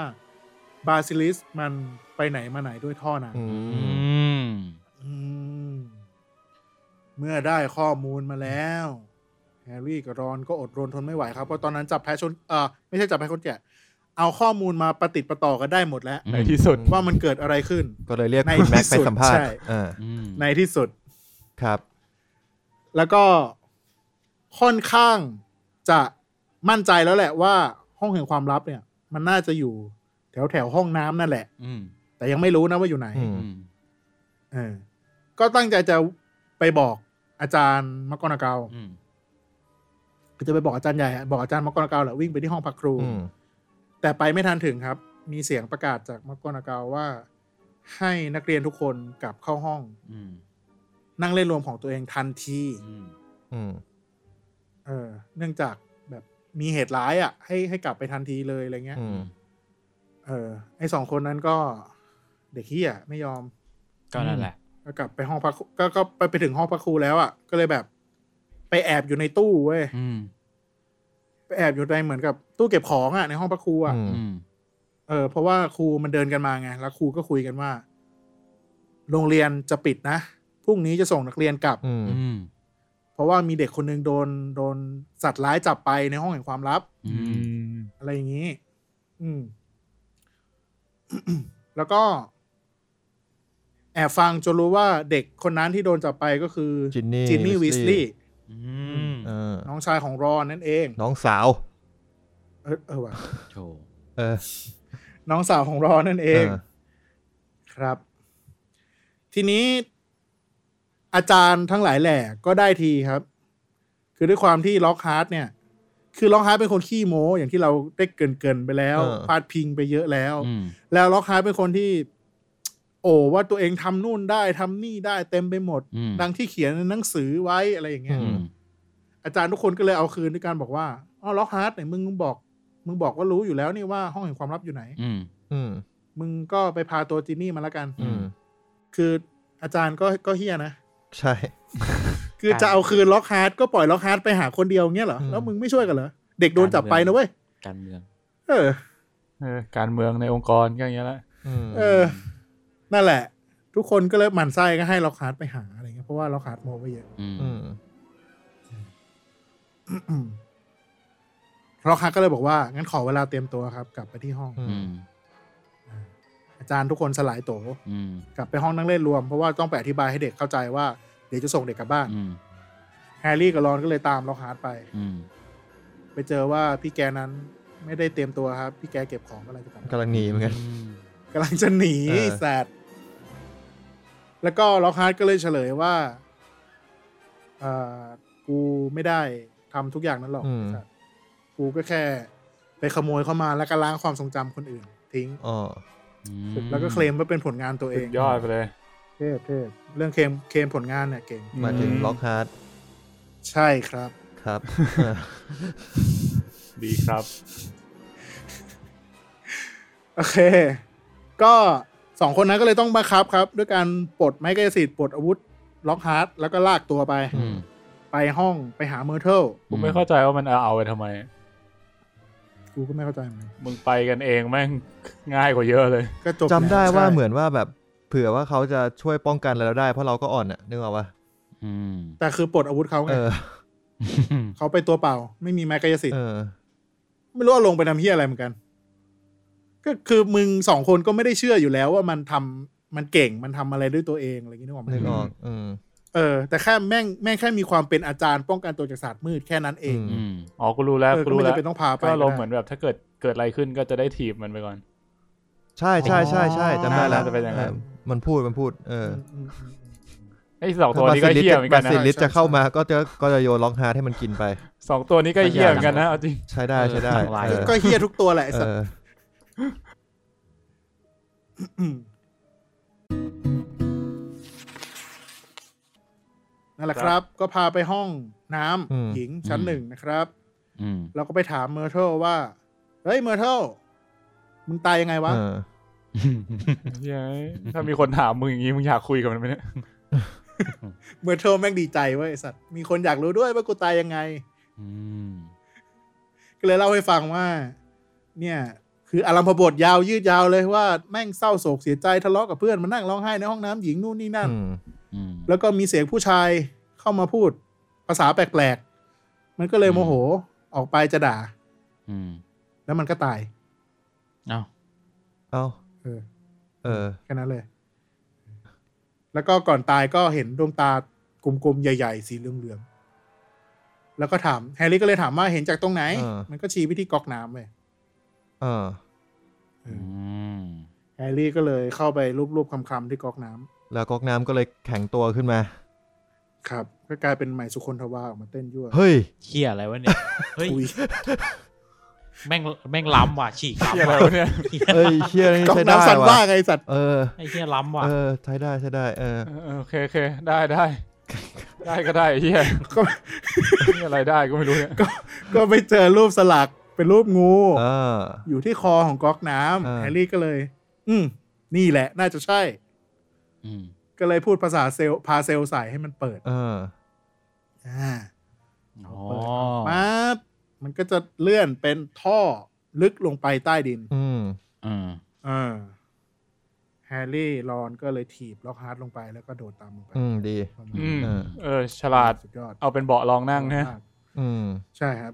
A: บาซิลิสมันไปไหนมาไหนด้วยท่อน้ำ
B: อืม
D: อืม
A: อืม เมื่อได้ข้อมูลมาแล้ว แฮร์รี่กับรอนก็อดรนทนไม่ไหวครับ เพราะตอนนั้นจับแพชนเออไม่ใช่จับแพชนแกะเอาข้อมูลมาประติดประต่อกันได้หมดแล้ว
C: ในที่สุด
A: ว่ามันเกิดอะไรขึ้น
B: ก็เลยเรียก
A: ใน
B: คุณแม็ก
A: ที่
B: ไป
A: สุด
B: สัมภาษ
A: ใช่
B: ณ์อ่า
D: อืม
A: ในที่สุด
B: ครับ
A: แล้วก็ค่อนข้างจะมั่นใจแล้วแหละว่าห้องแห่งความลับเนี่ย มันน่าจะอยู่แถวแถวๆห้องน้ำนั่นแหละ
D: อืม
A: แต่ยังไม่รู้นะว่าอยู่ไหน
B: อืม
D: อืม
A: เออ ก็ตั้งใจจะไปบอกอาจารย์มกรนาเกา
D: อืม
A: ก็จะไปบอกอาจารย์ใหญ่อะบอกอาจารย์มกรเกาแหละวิ่งไปที่ห้องพักครู
B: อืม
A: แต่ไปไม่ทันถึงครับ มีเสียงประกาศจากมกรเกาว่า ให้นักเรียนทุกคนกลับเข้าห้อง
D: อืม
A: นั่งเล่นรวมของตัวเองทันที
D: อืม
B: อืม
A: เออ เนื่องจากแบบมีเหตุร้ายอ่ะ ให้ให้กลับไปทันทีเลยอะไรเงี้ย
B: อืม
A: เออไอสองคนนั้นก็เด็กเฮียไม่ยอม
D: ก็นั่นแหละ
A: ก็กลับไปห้องพักครูก็ก็ไปไปถึงห้องพักครูแล้วอ่ะก็เลยแบบ ไปแอบอยู่ในตู้เว้ย
D: อืม
A: ไปแอบอยู่ในเหมือนกับตู้เก็บของอ่ะในห้องพักครูอ่ะ
B: อืม
D: อืม
A: เออเพราะว่าครูมันเดินกันมาไง แล้วครูก็คุยกันว่า โรงเรียนจะปิดนะพรุ่งนี้จะส่งนักเรียนกลับ
B: อืม
D: อืม
A: เพราะว่ามีเด็กคนหนึงโดนโดนสัตว์ร้ายจับไปในห้องแห่งความลับ
D: อื
C: อื
D: ม
C: ม
A: อะไรอย่างนี้ อืม แล้วก็ แอบฟังจนรู้ว่าเด็กคนนั้นที่โดนจับไปก็คือ
B: จินนี่
A: จินนี่วิสลีย์
D: อืม
B: เออ
A: น้องชายของรอนนั่นเอง
B: น้องสาว
A: เออเออว่ะ
D: โถ
B: เออ
A: น้องสาวของรอนนั่นเอง
B: เออ
A: ครับ ทีนี้อาจารย์ทั้งหลายแหล่ก็ได้ทีครับ คือด้วยความที่ล็อกฮาร์ดเนี่ย คือล็อกฮาร์ดเป็นคนขี้โม้ อย่างที่เราได้เกรินเกินๆไปแล้วพาดพิงไปเยอะแล้ว
D: อืม
A: แล้วล็อกฮาร์ดเป็นคนที่ โอ้ว่าตัวเองทำนู่นได้ทำนี่ได้เต็มไปหมด
D: อืม
A: ดังที่เขียนในหนังสือไว้อะไรอย่างเงี้ย
D: อืม
A: อาจารย์ทุกคนก็เลยเอาคืนด้วยการบอกว่าอ๋อล็อกฮาร์ดเนี่ยมึงบอก มึงบอกว่ารู้อยู่แล้วนี่ว่าห้องแห่งความลับอยู่ไหน
D: อืม
B: อืม
A: มึงก็ไปพาตัวจีนี่มาละกัน
B: อืม
A: คืออาจารย์ก็ก็เฮียนะ
B: ใช่
A: คือ
D: การ
A: จะเอาคืนล็อกฮาร์ดก็ปล่อยล็อกฮาร์ดไปหาคนเดียวเงี้ยเหรอ
B: อืม
A: แล้วมึงไม่ช่วยกันเหรอ เด็กโดนจับไป
D: การเมือง
A: นะเว้ย
D: การเมือง
A: เออ
C: เออการเมืองในองค์กรก็อย่างเงี้ยแหละ
B: อืม
A: เออ นั่นแหละ ทุกคนก็เลยหมั่นไส้ก็ให้ล็อกฮาร์ดไปหาอะไรเงี้ยเพราะว่าล็อกฮาร์ดโมไปเยอะ
D: อืม
B: อืม
A: ล็อกฮาร์ดก็เลยบอกว่า งั้นขอเวลาเตรียมตัวครับ กลับไปที่ห้อง
B: อื
D: อื
B: ม
D: ม
A: อาจารย์ทุกคนสลายโตว
D: อืม
A: กลับไปห้องนั่งเล่นรวม เพราะว่าต้องไปอธิบายให้เด็กเข้าใจว่าเดี๋ยวจะส่งเด็กกลับบ้าน
D: อืม
A: แฮร์รี่กับรอนก็เลยตามล็อกฮาร์ดไป
D: อืม
A: ไปเจอว่าพี่แกนั้นไม่ได้เตรียมตัวครับ พี่แกเก็บของอะไรจะกลับบ้าน
B: กำลังหนีเหมือนกัน
D: อืม
A: กำลังจะหนี
B: เออ
A: แซดแล้วก็ล็อกฮาร์ดก็เลยเฉลยว่าเอ่อกูไม่ได้ทำทุกอย่างนั้นหรอก
B: อืม
A: แซดกูก็แค่ ไปขโมยเข้ามาแล้วก็ล้างความทรงจำคนอื่น ทิ้ง
B: อ๋อ
D: อืม
A: แล้วก็เคลมว่าเป็นผลงานตัวเอ
C: สุ
A: ง
C: ดยอดไปเลย
A: เทพเทพเรื่องเคลมเคลมผลงานเนี่ยเก่ง
B: มาถึงล็อกฮาร์ด
A: ใช่ครับ
B: ครับเออ
C: ดีครับ
A: โอเค ก็สองคนนั้นก็เลยต้องบังคับครับ ด้วยการปลดไม้กายสิทธิ์ปลดอาวุธล็อกฮาร์ดแล้วก็ลากตัวไป
D: อืม
A: ไปห้องไปหาเมอร์เทิล
C: ผมไม่เข้าใจว่ามันเอาเอาไปทำไม
A: กูก็ไม่เข้าใจเหมือนกัน
C: มึงไปกันเองแม่ง ง่ายกว่าเยอะเลย
A: ก็จบ
B: จำได้ว่า
A: ใช่
B: เหมือนว่าแบบเผื่อว่าเขาจะช่วยป้องกันเราได้เพราะเราก็อ่อนอ่ะนึกออกปะ
D: อืม
A: แต่คือปลดอาวุธเขาไง
B: เออ
A: เขาไปตัวเปล่า ไม่มีไม้กายสิท
B: เอ
A: ธิ์
B: อ
A: ไม่รู้ว่าลงไปทำเฮียอะไรเหมือนกัน ก็คือมึงสองคนก็ไม่ได้เชื่ออยู่แล้วว่ามันทำมันเก่งมันทำอะไรด้วยตัวเองอะไรอย่างนี้นึกออกไหม
B: นึกออกอืม
A: เออแต่แค่แม่งแม่งแค่มีความเป็นอาจารย์ป้องกันตัวจากศาสตร์มืดแค่นั้นเอง
D: อืม
C: อ๋อ กูรู้แล้ว
A: เออ
C: กู
A: ก็
C: รู้
A: ไม่
C: แล้ว
A: จำเป็นต้องพาไป
C: ก็ลม
A: ได้
C: ณ์เหมือนแบบถ้าเกิดเกิดอะไรขึ้นก็จะได้ถีบมันไปก่อน
B: ใช่ใช่ใช่ใช่จำได้แล้ว
C: น่าจะเป็นอย่างนั้
B: เอ
C: น
B: อมันพูดมันพูด เออ
A: อืมอืมอืม
C: ไอ้สองตัวนี้ก็
B: ถ้าบาซิลิส
C: เหี้ยเหมือนกัน
B: บาซิลิส
C: นะ
B: จะเข้ามาก็จะก็จะโยนล็อกฮาร์ดให้มันกินไป
C: สองตัวนี้ก็เหี้ยเหมือนกันนะเอาจริง
B: ใช้ได้ใช้ได้เออ
A: ก็เฮียทุกตัวแหละไอ้
B: เอ
A: สัส
B: อ
A: ม นั่นแหละครับ ก็พาไปห้องน้ำ
B: อืม
A: หญิงชั้น
D: อืม
A: หนึ่งนะครับ
D: อืม
A: เราก็ไปถามเมอร์เทลว่า เฮ้ยเมอร์เทลมึงตายยังไงวะ
B: เออ
C: เย้ยถ้ามีคนถามมึงอย่างนี้มึงอยากคุยกับมันไหมเนี่ย
A: เมอร์เทลแม่งดีใจเว้ยไอ้สัตว์ มีคนอยากรู้ด้วยว่ากูตายยังไง
D: อืม
A: ก็เลยเล่าให้ฟังว่า เนี่ย คืออารัมพบทยาวยืดยาวเลยว่าแม่งเศร้าโศกเสียใจทะเลาะกับเพื่อนมานั่งร้องไห้ในห้องน้ำหญิงนู่นนี่นั่น
B: อืม
D: อืม
A: แล้วก็มีเสียงผู้ชายเข้ามาพูด ภาษาแปลกๆ มันก็เลยโมโหออกไปจะด่า
D: อืม
A: แล้วมันก็ตาย
D: เอ้า
B: เอ้า
A: เออ
B: เออ
A: แค่นั้นเลย แล้วก็ก่อนตายก็เห็นดวงตากลมๆ ใหญ่ๆ สีเหลืองๆ แล้วก็ถามแฮร์รี่ก็เลยถามว่าเห็นจากตรงไหน
B: เออ
A: มันก็ชี้ไปที่ก๊อกน้ำเลย
B: เออ
A: เอ
D: อื
A: อ
D: ม
A: แฮร์รี่ก็เลยเข้าไปรูปๆคำๆที่ก๊อกน้
B: แล้วก๊อกน้ำก็เลยแข็งตัวขึ้นมา
A: ำครับ ก็กลายเป็นใหม่สุคนทวาออกมาเต้นยั่ว
B: เฮ้ย
D: เฮียอะไรวะเนี่ย เฮ้ย
A: คุย
D: แม่งแม่งล้ำว่ะ ฉีก
C: เหี้ย
D: ล้ำ
C: อะไร
D: ว่ะ
C: วะเนี่ย
B: เอ้ยเชี่ยนี่
A: ก๊อ
B: ใช้
A: ก
B: ได้
A: น้ำสั่นว่า
B: ว่ะ
A: ไงสัตว์
B: เออ
D: ไอ้เฮียล้ำว่ะ
B: เออ ใช้ได้ใช้ได้ เออ
C: เออโอเคโอเคได้ได้ ได้ก็ได้ไอ้เฮีย
A: ก็
C: นี่อะไรได้ก็ไม่รู้เนี่ย
A: ก็ไปเจอรูปสลักเป็นรูปงู
B: เออ
A: อยู่ที่คอของก๊อกน้
B: เออ
A: ำแฮร์รี่ก็เลย อืมนี่แหละ น่าจะใช่
D: อืม
A: ก็เลยพูดภาษาเซลล์พาเซลล์ใส่ให้มันเปิด
B: เออ
A: อ่า
D: อ๋อ
A: ปั๊บมันก็จะเลื่อนเป็นท่อลึกลงไปใต้ดิน
B: อืม
D: อืม
A: เออแฮร์รี่รอนก็เลยถีบล็อกฮาร์ดลงไปแล้วก็โดดตามลงไป
B: อืม ดี
A: ประมาณ
C: อืม
B: เออ
C: เออ ฉลาด
A: สุดยอด
C: เอาเป็นเบาะรองนั่งนะ
B: อืม
A: ใช่ครับ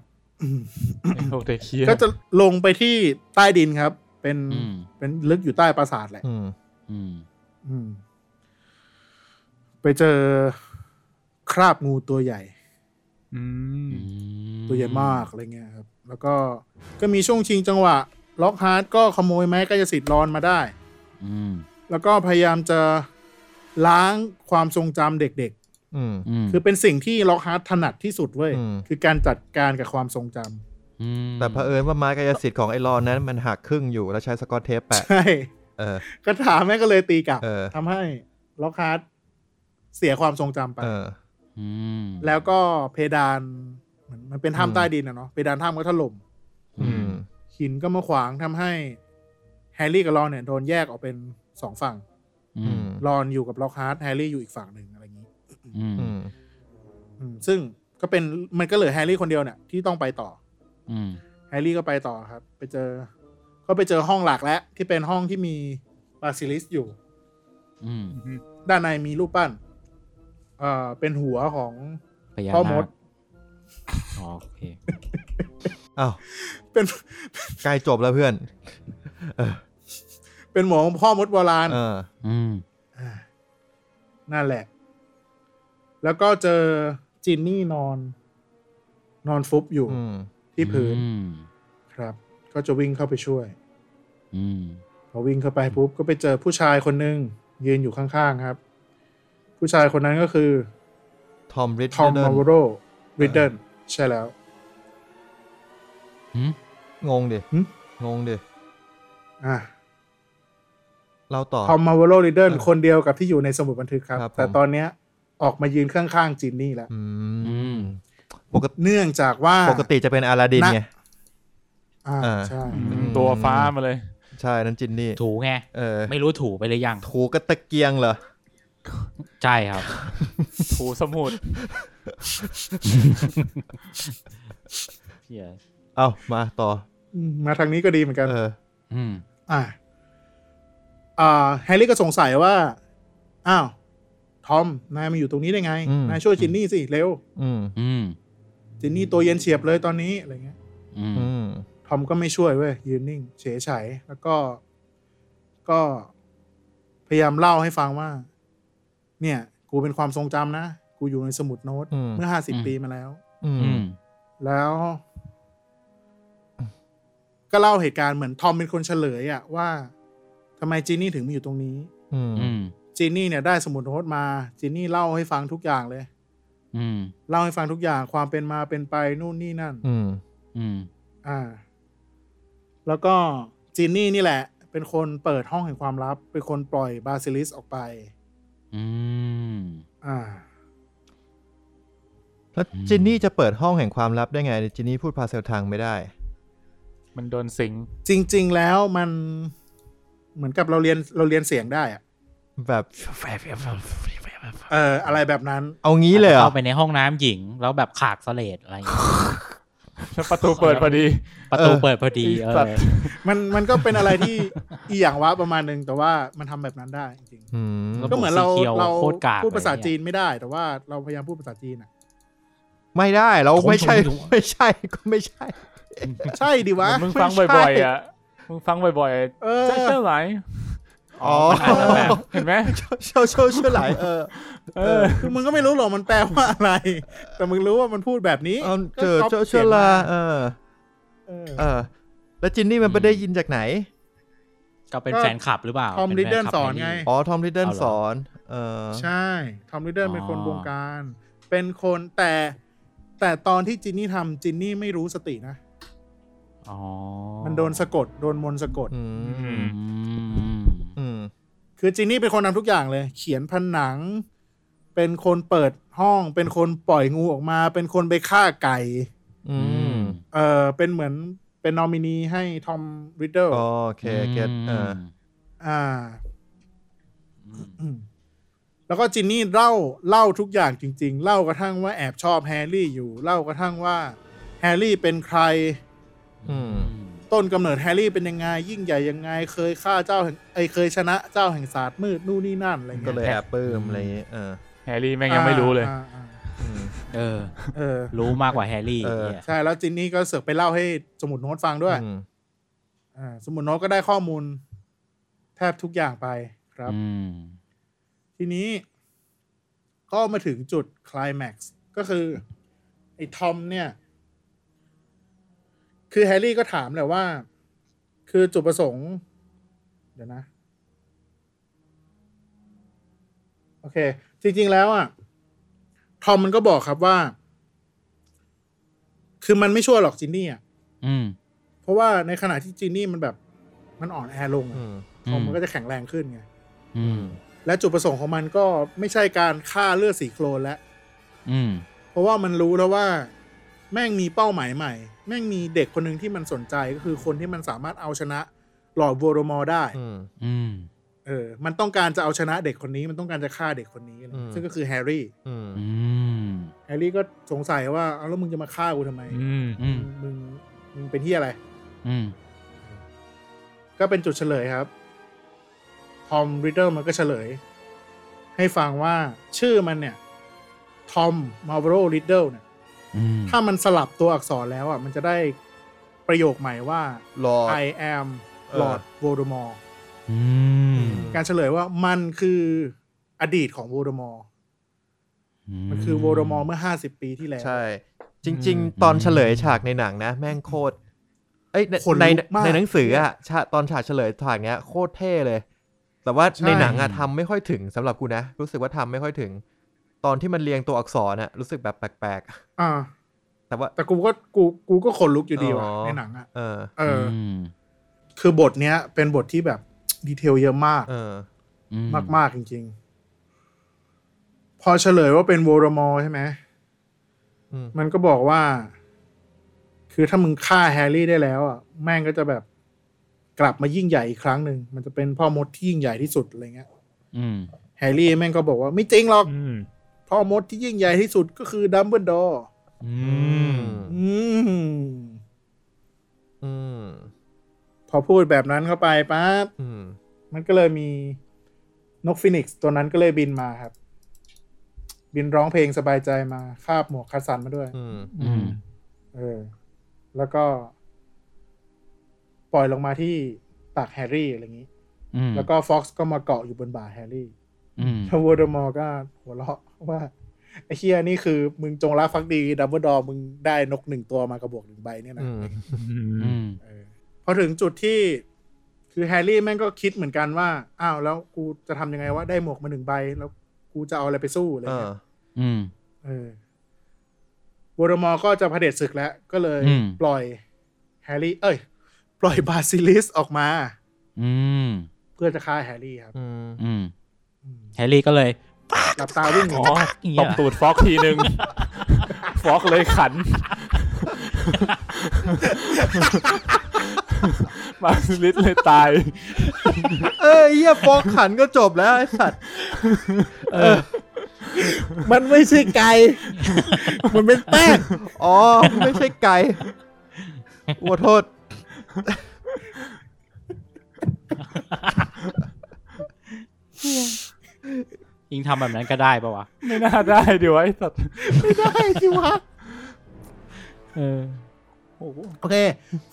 C: โอเคเคีย
A: ก็จะลงไปที่ใต้ดินครับ เป็น
D: อืม
A: เป็นลึกอยู่ใต้ปราสาทแหละ
B: อืม
D: อืม
A: อืม ไปเจอคราบงูตัวใหญ่
C: อืม
A: ตัวใหญ่มากอะไรเงี้ยครับ แล้วก็ก็มีช่วงชิงจังหวะ ล็อกฮาร์ดก็ขโมยไม้กายสิทธิ์รอนมาได้
D: อืม
A: แล้วก็พยายามจะล้างความทรงจำเด็ก
B: อืม
D: อืม
A: ๆ คือเป็นสิ่งที่ล็อกฮาร์ดถนัดที่สุดเว้ย
B: อืม
A: คือการจัดการกับความทรงจำ
D: ม
B: แต่เผอิญว่าไม้กายสิทธิ์ของไอรอนนั้น มันหักครึ่งอยู่แล้วใช้สกอตเทปแปะ
A: ใช่
B: เออ
A: คาถาแม่งก็เลยตีกลับ
B: เออ
A: ทำให้ล็อกฮาร์ดเสียความทรงจำไป
B: เออ
D: อืม
A: แล้วก็เพดานเหมือนมันเป็นถ้ำใต้ดินนะเนาะเพดานถ้ำก็ถล่ม
B: อืม
A: หินก็มาขวางทำให้แฮร์รี่กับรอนเนี่ยโดนแยกออกเป็นสองฝั่ง
D: อื
B: อื
D: ม
B: ม
A: รอนอยู่กับล็อกฮาร์ดแฮร์รี่อยู่อีกฝั่งหนึ่งอะไรอย่างนี้
D: อืม
B: อืม
A: อืมซึ่งก็เป็นมันก็เหลือแฮร์รี่คนเดียวเนี่ยที่ต้องไปต่อ
D: อืม
A: แฮร์รี่ก็ไปต่อครับ ไปเจอ ก็ไปเจอห้องหลักแล้ว ที่เป็นห้องที่มีบาซิลิสอยู่
D: อืม
A: ด้านในมีรูปปั้น เอ่อ เป็นหัวของ
D: พยา
A: พ่อม
D: นา
A: ด
D: คอ๋อโอเค
B: อ้าว
A: เป็น
B: ใกล้จบแล้วเพื่อน
A: เป็นหัวของพ่อมดโบราณ
B: เออ
D: อืม
A: อ่านั่นแหละ แล้วก็เจอจินนี่นอน นอนฟุบอยู่
B: อืม
A: ที่พื้น
D: อืม
A: ครับ ก็จะวิ่งเข้าไปช่วย
D: อืม
A: พอวิ่งเข้าไปปุ๊บก็ไปเจอผู้ชายคนหนึ่งยืนอยู่ข้างๆครับ ผู้ชายคนนั้นก็คือ
B: ทอมริด
A: ทอม
B: เดิ
A: มาน โวโรริดเดิลใช่แล้ว
D: อืม
B: งงดิ
A: หึ
B: งงดิ
A: อ่ะ
B: เล่าต่อ
A: ทอมมาวโรริดเดิล
B: เออ
A: คนเดียวกับที่อยู่ในสมุดบันทึกครับ
B: ครับผม
A: แต่ตอนเนี้ยออกมายืนข้างๆจินนี่แล้ว
B: อื
D: อื
B: ม
D: ม
B: ปกติ
A: เนื่องจากว่า
B: ปกติจะเป็นอาลาดินไง
A: นะ อ่า
B: อ่า
A: ใช่
C: อืมตัวฟ้ามาเลย
B: ใช่นั้นจินนี่
D: ถูไง
B: เออ
D: ไม่รู้ถูไปหรือยัง
B: ถูกระตะเกียงเหรอ
D: ใช่ครับ
C: ถูสมุด
D: เฮีย
B: เอามาต่อ
A: อืมมาทางนี้ก็ดีเหมือนกัน
B: เออ
D: อืม
A: อ่าอ่าแฮร์รี่ก็สงสัยว่า อ้าว ทอม นายมาอยู่ตรงนี้ได้ไง
B: อืม
A: นายช่วยจินนี่สิ เร็ว
B: อืม
D: อืม
A: จินนี่ตัวเย็นเฉียบเลยตอนนี้อะไรเงี้ย
D: อืม
B: อืม
A: ทอมก็ไม่ช่วยเว้ยยืนนิ่ง เฉยเฉยแล้วก็ก็พยายามเล่าให้ฟังว่า เนี่ย กูเป็นความทรงจำนะ กูอยู่ในสมุดโน้ต
B: อืม
A: เมื่อห้าสิบ
D: อืม
A: ปีมาแล้ว
B: อื
D: อื
B: ม
D: ม
A: แล้ว ก็เล่าเหตุการณ์เหมือนทอมเป็นคนเฉลยอะว่าทำไมจีนี่ถึงมาอยู่ตรงนี้
B: อืม
D: อืม
A: จีนี่เนี่ยได้สมุดโน้ตมา จีนี่เล่าให้ฟังทุกอย่างเลย
D: อืม
A: เล่าให้ฟังทุกอย่างความเป็นมาเป็นไปนู่นนี่นั่น
B: อืม
D: อืม
A: อ่า แล้วก็จีนนี่นี่แหละ เป็นคนเปิดห้องแห่งความลับ เป็นคนปล่อยบาซิลิสออกไป
D: อืม
A: อ่า
B: แล้วจินนี่จะเปิดห้องแห่งความลับได้ไงจินนี่พูดพาเซลทางไม่ได้
C: มันโดนสิง
A: จริง ๆ แล้วมันเหมือนกับเราเรียนเราเรียนเสียงได้อะ
B: แบบ
A: เออ อะไรแบบนั้น
B: เอางี้เลยเหรอ
D: เข้าไปในห้องน้ำหญิง แล้วแบบขากสะเลดอะไรอย่างเงี้ย
C: แล้วประตูเปิดพอดี
D: ประตูเปิดพอดี
C: เอ
D: เอ
C: อ
D: อ
A: มันมันก็เป็นอะไรที่ อีหยังวะประมาณหนึงแต่ว่ามันทำแบบนั้นได้จริง
B: อืม
A: ๆก็เหมือนเราเรา
D: โคตรกาก
A: พูดภาษา
D: เลย
A: จี
D: เนี่ย
A: นไม่ได้ แต่ว่าเราพยายามพูดภาษาจีนอ่ะ
B: ไม่ได้เราไม่ใช่
D: ผมผม
B: ไม่ใช่ก็ไม่ใช่
A: ใช่ดิวะ
C: มึงฟังบ่อยๆอ่ะ มึงฟังบ่อย
A: เออ
C: ๆใช่ใช่ไหม
B: อ๋อ
D: มันอาจจะแบบ
C: เห็นไหม
B: เชาเชาเชาไหลเออ
C: เออ
A: คือมึงก็ไม่รู้หรอกมันแปลว่าอะไร แต่มึงรู้ว่ามันพูดแบบนี้
B: เอา
A: ก็
B: เจอ
A: ก๊ป
B: เจอเช
A: สียงม
B: ลาเออ
A: เออ
B: เออ แล้วจินนี่มันไปได้ยินจากไหน
D: ก็เป็น
A: ก็
D: แฟนคลับหรือเปล่า
A: ทอม
D: ป็แฟค
A: ลิดเดิ
D: บ
A: ลสอน
D: แฮร์รี่
A: ไง
B: อ๋อ ทอมริดเดิล
D: เอาเหรอ
B: สอน เออ
A: ใช่ ทอมริดเดิลเป็นคน
D: อ๋อ
A: วงการ เป็นคนแต่แต่ตอนที่จินนี่ทำจินนี่ไม่รู้สตินะ
D: อ๋อ
A: มันโดนสะกด โดนมนต์สะกด
B: อืม
D: อืม
B: อืม
A: คือจินนี่เป็นคนทำทุกอย่างเลย เขียนผนัง เป็นคนเปิดห้อง เป็นคนปล่อยงูออกมา เป็นคนไปฆ่าไก่
B: อื
D: อื
B: ม
D: ม
A: เออเป็นเหมือนเป็นนอมินีให้ทอมริดเดิล
B: โอเค เก็ตเออ
A: อ่า อืมแล้วก็จินนี่เล่าเล่าทุกอย่างจริง ๆ เล่ากระทั่งว่าแอบชอบแฮร์รี่อยู่ เล่ากระทั่งว่าแฮร์รี่เป็นใคร
B: อืม
A: ต้นกำเนิดแฮร์รี่เป็นยังไง ยิ่งใหญ่ยังไง เคยฆ่าเจ้าแห่งไอยเคยชนะเจ้าแห่งศาสตร์มืดนู่นนี่นั่นอะไร
B: ก็
A: เงี้ย
B: เลยแอบปลื้มอะไรอย่างเงี้ยเออ
C: แฮร์รี่แม่งยังไม่รู้เลย
A: อ่าอ่าอ่
B: อืม
D: เออ
A: าเออ
D: รู้มากกว่าแฮร์รี่
B: เออ
D: เนี่ย
A: ใช่แล้วจินนี่ก็เสือกไปเล่าให้สมุดโน้ตฟังด้วย
B: อืม
A: อ่าสมุดโน้ตก็ได้ข้อมูล แทบทุกอย่างไปครับ
D: อืม
A: ทีนี้ ก็มาถึงจุดไคลายแม็กซ์ก็คือ ไอ้ทอมเนี่ย คือแฮร์รี่ก็ถามแหละว่า คือจุดประสงค์ เดี๋ยวนะ โอเค จริง ๆ แล้วอ่ะ ทอมมันก็บอกครับว่า คือมันไม่ชั่วหรอกจินนี่อ่ะ
D: อืม
A: เพราะว่าในขณะที่จินนี่มันแบบ มันอ่อนแอลงอะ
B: อืม
A: ทอมมันก็จะแข็งแรงขึ้นไง
D: อืม
A: และจุดประสงค์ของมันก็ไม่ใช่การฆ่าเลือดสีโครนแล้ว
D: อืม
A: เพราะว่ามันรู้แล้วว่า แม่งมีเป้าหมายใหม่ แม่งมีเด็กคนหนึ่งที่มันสนใจก็คือคนที่มันสามารถเอาชนะหลอร์ดโวโรมอร์ได้
B: อืม
D: อืม
A: เออ มันต้องการจะเอาชนะเด็กคนนี้ มันต้องการจะฆ่าเด็กคนนี้อะไรเงี้ย
B: อืม
A: ซึ่งก็คือแฮร์รี่
B: อืม
D: อืม
A: แฮร์รี่ก็สงสัยว่าเอาแล้วมึงจะมาฆ่ากูทำไม
C: อืม
D: อืม
A: มึง มึงเป็นที่อะไร
D: อืม
A: ก็เป็นจุดเฉลยครับ ทอมริดเดิลมันก็เฉลย ให้ฟังว่าชื่อมันเนี่ย ทอมมาร์โรริดเดิลเนี่ย
D: อืม
A: ถ้ามันสลับตัวอักษรแล้วอ่ะ มันจะได้ประโยคใหม่ว่า
B: รอ
A: I am
B: เออ
A: Lord Voldemort
D: อืม
A: การเฉลยว่ามันคืออดีตของ Voldemort มันคือ Voldemort เมื่อ 50 ปีที่แล้ว
B: ใช่ จริง ๆ ตอนเฉลยฉากในหนังนะ แม่งโคตร เอ้ยใน
A: ขนลุ
B: ใน
A: กมาก
B: ในหนังสืออะฉากตอนฉากเฉลยฉากเนี้ยโคตรเท่เลย แต่ว่า
A: ใช่
B: ในหนังอะทำไม่ค่อยถึงสำหรับกูนะ รู้สึกว่าทำไม่ค่อยถึง ตอนที่มันเรียงตัวอักษรอะรู้สึกแบบแปลก
A: อ่า
B: ๆ แต่ว่า
A: แต่กูก็กูกูก็ขนลุกอยู่ดีว่ะ
B: อ๋อ
A: ในหนังอ่ะ
B: เออ
A: เอออ
D: ม
A: คือบทเนี้ย เป็นบทที่แบบ ดีเทลเยอะมาก
B: เออ
D: อื
A: มาก ๆ จริง ๆ พอเฉลยว่าเป็น Voldemort ใช่ไหม
B: อืม
A: มันก็บอกว่า คือถ้ามึงฆ่าแฮร์รี่ได้แล้วอ่ะแม่งก็จะแบบกลับมายิ่งใหญ่อีกครั้งหนึ่งมันจะเป็นพ่อมดที่ยิ่งใหญ่ที่สุดอะไรเงี้ย
D: อืม
A: แฮร์รี่แม่งก็บอกว่าไม่จริงหรอก
C: อืม
A: พ่อมดที่ยิ่งใหญ่ที่สุดก็คือดัมเบิลดอร์
D: อืม
A: อืม
B: อืม
A: พอพูดแบบนั้นเข้าไปปั๊บ
B: อืม
A: มันก็เลยมีนกฟินิกซ์ตัวนั้นก็เลยบินมาครับ บินร้องเพลงสบายใจมาคาบหมวกคัสสันมาด้วย
B: อืม
D: อืม
A: เออ แล้วก็ ปล่อยลงมาที่ตักแฮร์รี่อะไรอย่างนี้
D: อืม
A: แล้วก็ฟ็อกซ์ก็มาเกาะอยู่บนบ่าแฮร์รี่
D: อืม
A: แล้ววอร์ดมอร์ก็หัวเราะว่า ไอ้เฮียนี่คือ มึงจงรักฟักดีดัมเบิลดอร์มึงได้นกหนึ่งตัวมากระบอกหนึ่งใบเนี่ยนะ
B: อืม
D: อืม
A: เออพอถึงจุดที่ คือแฮร์รี่แม่งก็คิดเหมือนกันว่า อ้าว แล้วกูจะทำยังไงว่าได้หมวกมาหนึ่งใบ แล้วกูจะเอาอะไรไปสู้อะไร
B: เอ
A: เงี้ย
B: อ
D: อืม
A: เออวอร์ดมอร์ก็จะเผด็จศึกแล้ว ก็เลย
D: อืม
A: ปล่อยแฮร์รี่ เอ้ย ปล่อยบาซิลิสออกมา
D: อืม
A: เพื่อจะฆ่าแฮร์รี่ครับ
B: อืม
D: อืม
A: อืม
D: แฮร์รี่ก็เลย
A: หลับตาวิ่งหนี
C: อ๋อ ตบตูดฟ็อกทีหนึ่ง ฟอกเลยขัน มาสลิดเลยตาย
B: เอ้ยเหี้ยฟอกขันก็จบแล้วไอ้สัตว์
A: มันไม่ใช่ไก่ มันเป็นแป้ง
B: อ๋อ ไม่ใช่ไก่อวโทษ
D: ยิงทำแบบนั้นก็ได้ปะวะ
C: ไม่น่าได้ดิวะไอ้สัตว์
A: ไม่ได้สิวะ
D: เออ
C: โอ้โห
A: โอเค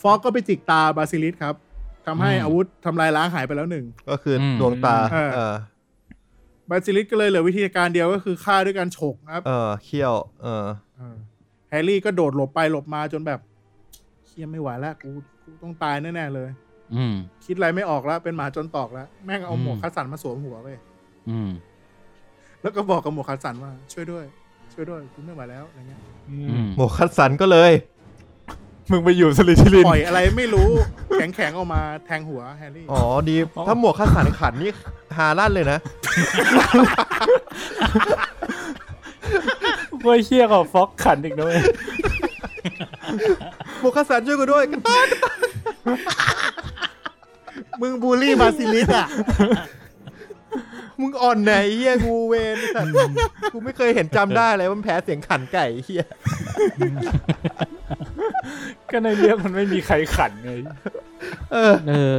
A: ฟอกก็ไปจิกตาบาซิลิสครับทำให้
D: อืม
A: อาวุธทำลายล้างหายไปแล้วหนึ่ง
B: ก็คืออ
D: ม
B: ดวงตา
A: เออ
B: เออบ
A: าซิลิสก็เลยเหลือวิธีการเดียวก็คือฆ่าด้วยการฉกครับ
B: เออเขี้ยว เออ
A: เออแฮร์รี่ก็โดดหลบไปหลบมาจนแบบเคียไม่ไหวแล้วกูกูต้องตายแน่ๆเลย
D: อืม
A: คิดอะไรไม่ออกแล้วเป็นหมาจนตอกแล้ว แม่งเอาหมวก
D: อืม
A: คัสสันมาสวมหัวไป
D: อืม
A: แล้วก็บอกกับหมวกคัสสันว่า ช่วยด้วย ช่วยด้วยกูไม่ไหวแล้วอะไรเงี้ย
C: อื
D: อื
C: ม
D: ม
B: หมวกคัดสันก็เลย
C: มึงไปอยู่สลิทิลิน
A: ปล่อยอะไรไม่รู้ แข็งๆออกมาแทงหัวแฮร์รี่
B: อ๋อ ดี ถ้าหมวกคัดสันขันนี่หาลั่นเลยนะ
C: เว้ยเชี่ยกับฟอกขันอีกนะเว้ย
B: หมวกคัดสันช่วยกูด้วย กระตายกระตาย
A: มึงบูลลี่บาซิลิสอ่ะ
B: มึงอ่อนไหนเฮียกูเวนไอ้สัตว์กูไม่เคยเห็นจำได้เลยว่ามันแพ้เสียงขันไก่ไอ้เฮีย
C: ก็ในเรื่องมันไม่มีใครขันไง
B: เออ
D: เออ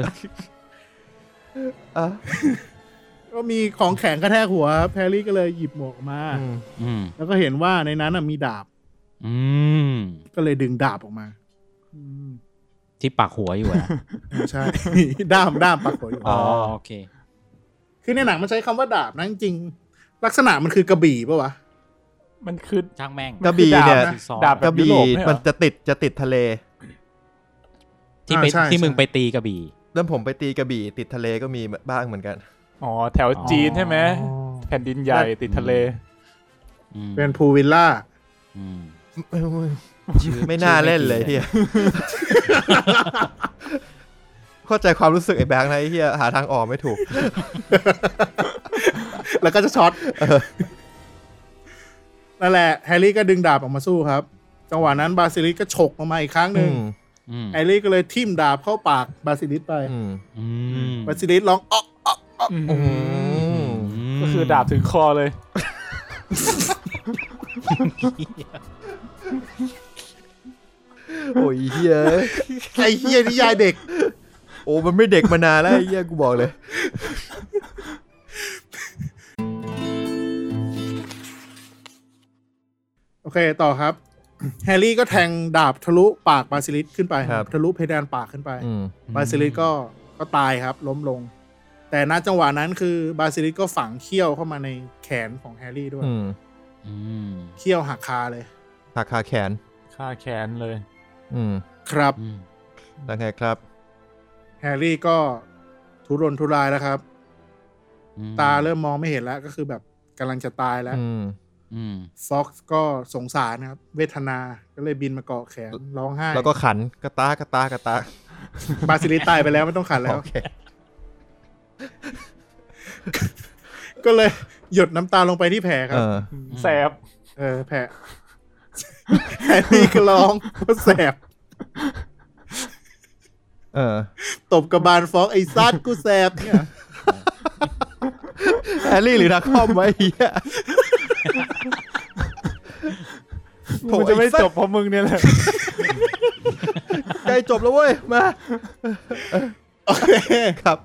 B: อ่ะ
A: ก็มีของแข็งกระแทกหัวครับแฮร์รี่ก็เลยหยิบหมวกออกมา
B: อืม
D: อืม
A: แล้วก็เห็นว่าในนั้นน่ะมีดาบ
D: อืม
A: ก็เลยดึงดาบออกมาอืม
D: ที่ปากหัวอยู่อะนะ
A: ใช่ ด้ามด้ามปักหัวอยู่
D: อ๋อโอเค
A: คือในหนังมันใช้คำว่าดาบนะจริงๆลักษณะมันคือกระบี่ปะวะ
C: มันคือ
D: ช่างแม่ง
B: กระบี่เนี่ย
C: ดาบนะ ดาบแบ
B: กระ
C: บยุ
B: บี่
C: โรปเนี่ยเหร
B: มัน
C: อ
B: จะติดจะติดทะเล
D: ที่ไป
A: อ่าใช่
D: ที่มึง
A: ใช่
D: ไปตีกระบี่
B: แล้วผมไปตีกระบี่ติดทะเลก็มีบ้างเหมือนกัน
C: อ๋อ แถวจีนใช่ไหม แผ่นดินใหญ่ติดทะเล
D: อืม
A: เป็นพูลวิลล่า
D: อืม
B: ไม่น่าเล่นเลย
D: ชื่
B: เฮี
D: อไม่
B: ย
D: ดี
B: เข้าใจความรู้สึกไอ้แบงค์นะไอ้เฮียหาทางออกไม่ถูก
A: แล้วก็จะช็อตนั่นแหละแฮร์รี่ก็ดึงดาบออกมาสู้ครับ จังหวะนั้นบาซิลิสก็ฉกออกมาอีกครั้งห
B: อื
A: นึ่ง
B: ม
D: อืม
A: แฮร์รี่ก็เลยทิ่มดาบเข้าปากบาซิลิสไป
B: อืม
D: อืม
A: บาซิลิสร้องอ๊อกอ๊อกอ๊อก
B: อืม
C: ก็คือดาบถึงคอเลย
B: โอ้ยเฮีย
A: ไอ้เฮียนิยายเด็ก
B: โอ้มันไม่เด็กมานานแล้วไอ้เฮียกูบอกเลย
A: โอเค ต่อครับ แฮร์รี่ก็แทงดาบทะลุปากบาซิลิสขึ้นไป
B: ค
A: ค
B: รั
A: รับ บ ทะลุเพดานปากขึ้นไป
B: อืม
A: บาซิลิสก็ก็ตายครับ ล้มลง แต่ณจังหวะนั้นคือบาซิลิสก็ฝังเขี้ยวเข้ามาในแขนของแฮร์รี่ด้วย
B: อืม
D: อืม
A: เขี้ยวหักคาเลย
B: หักคาแขน
C: ฆ่าแขนเลย
B: อืม
A: ครับ
D: อืม
B: แล้วไงครับ
A: แฮร์รี่ก็ทุรนทุรายแล้วครับ
D: อืม
A: ตาเริ่มมองไม่เห็นแล้ว ก็คือแบบกำลังจะตายแล้ว
B: อืม
D: อืม
A: ฟ็อกซ์ก็สงสารนะครับ เวทนา ก็เลยบินมาเกาะแขนร้องไห้
B: แล้วก็ขันกระตากระตากระตา
A: บาซิลิสตายไปแล้วไม่ต้องขันแล้ว
B: โอเค
A: ก็เลยหยดน้ำตาลงไปที่แผลค
B: เอ
A: รับ
B: อ
C: แสบ
A: เออแผล แผลนี่ก็ร้องก็แสบ
B: เออ
A: ตบกระบาลฟ้องไอ้ซัดกูแสบเนี่ย
B: แฮร์รี่หรือนักคอมไว้เฮีย
C: มึงจะไม่จบเพราะมึงเนี่ยแหละ
B: ใกล้จบแล้วเว้ยมา
A: โอเค
B: ครับ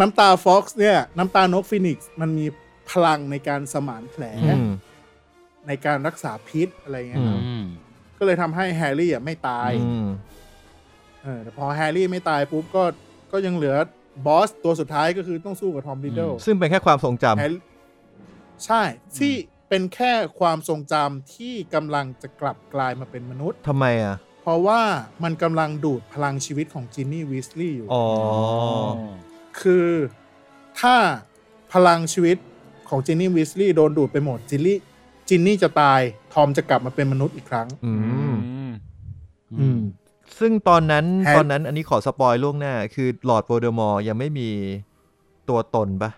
A: น้ำตาฟ็อกซ์เนี่ย น้ำตานกฟินิกซ์มันมีพลังในการสมานแผล
B: อืม
A: ในการรักษาพิษอะไรเงี้ยครับ
B: อื
D: อืม
A: ก็เลยทำให้แฮร์รี่อ่ะไม่ตาย
B: อืม
A: เออแต่พอแฮร์รี่ไม่ตายปุ๊บก็ก็ยังเหลือบอสตัวสุดท้ายก็คือต้องสู้กับทอมลิดเดิล
B: ซึ่งเป็นแค่ความทรงจ
A: แฮร์รี่ใช่ ที่เป็นแค่ความทรงจำที่กำลังจะกลับกลายมาเป็นมนุษย์
B: ำทำไมอ่ะ
A: เพราะว่ามันกำลังดูดพลังชีวิตของจินนี่วีสลีย์อยู่
B: อ๋อ
A: คือถ้าพลังชีวิตของจินนี่วิสลีย์โดนดูดไปหมดจินนี่จินนี่จะตาย ทอมจะกลับมาเป็นมนุษย์อีกครั้ง
B: อืม
D: อืม
B: ซึ่งตอนนั้น
A: แฮร์
B: ตอนนั้นอันนี้ขอสปอยล่วงหน้า คือหลอร์ดโวลเดอมอร์ยังไม่มีตัวตนปะ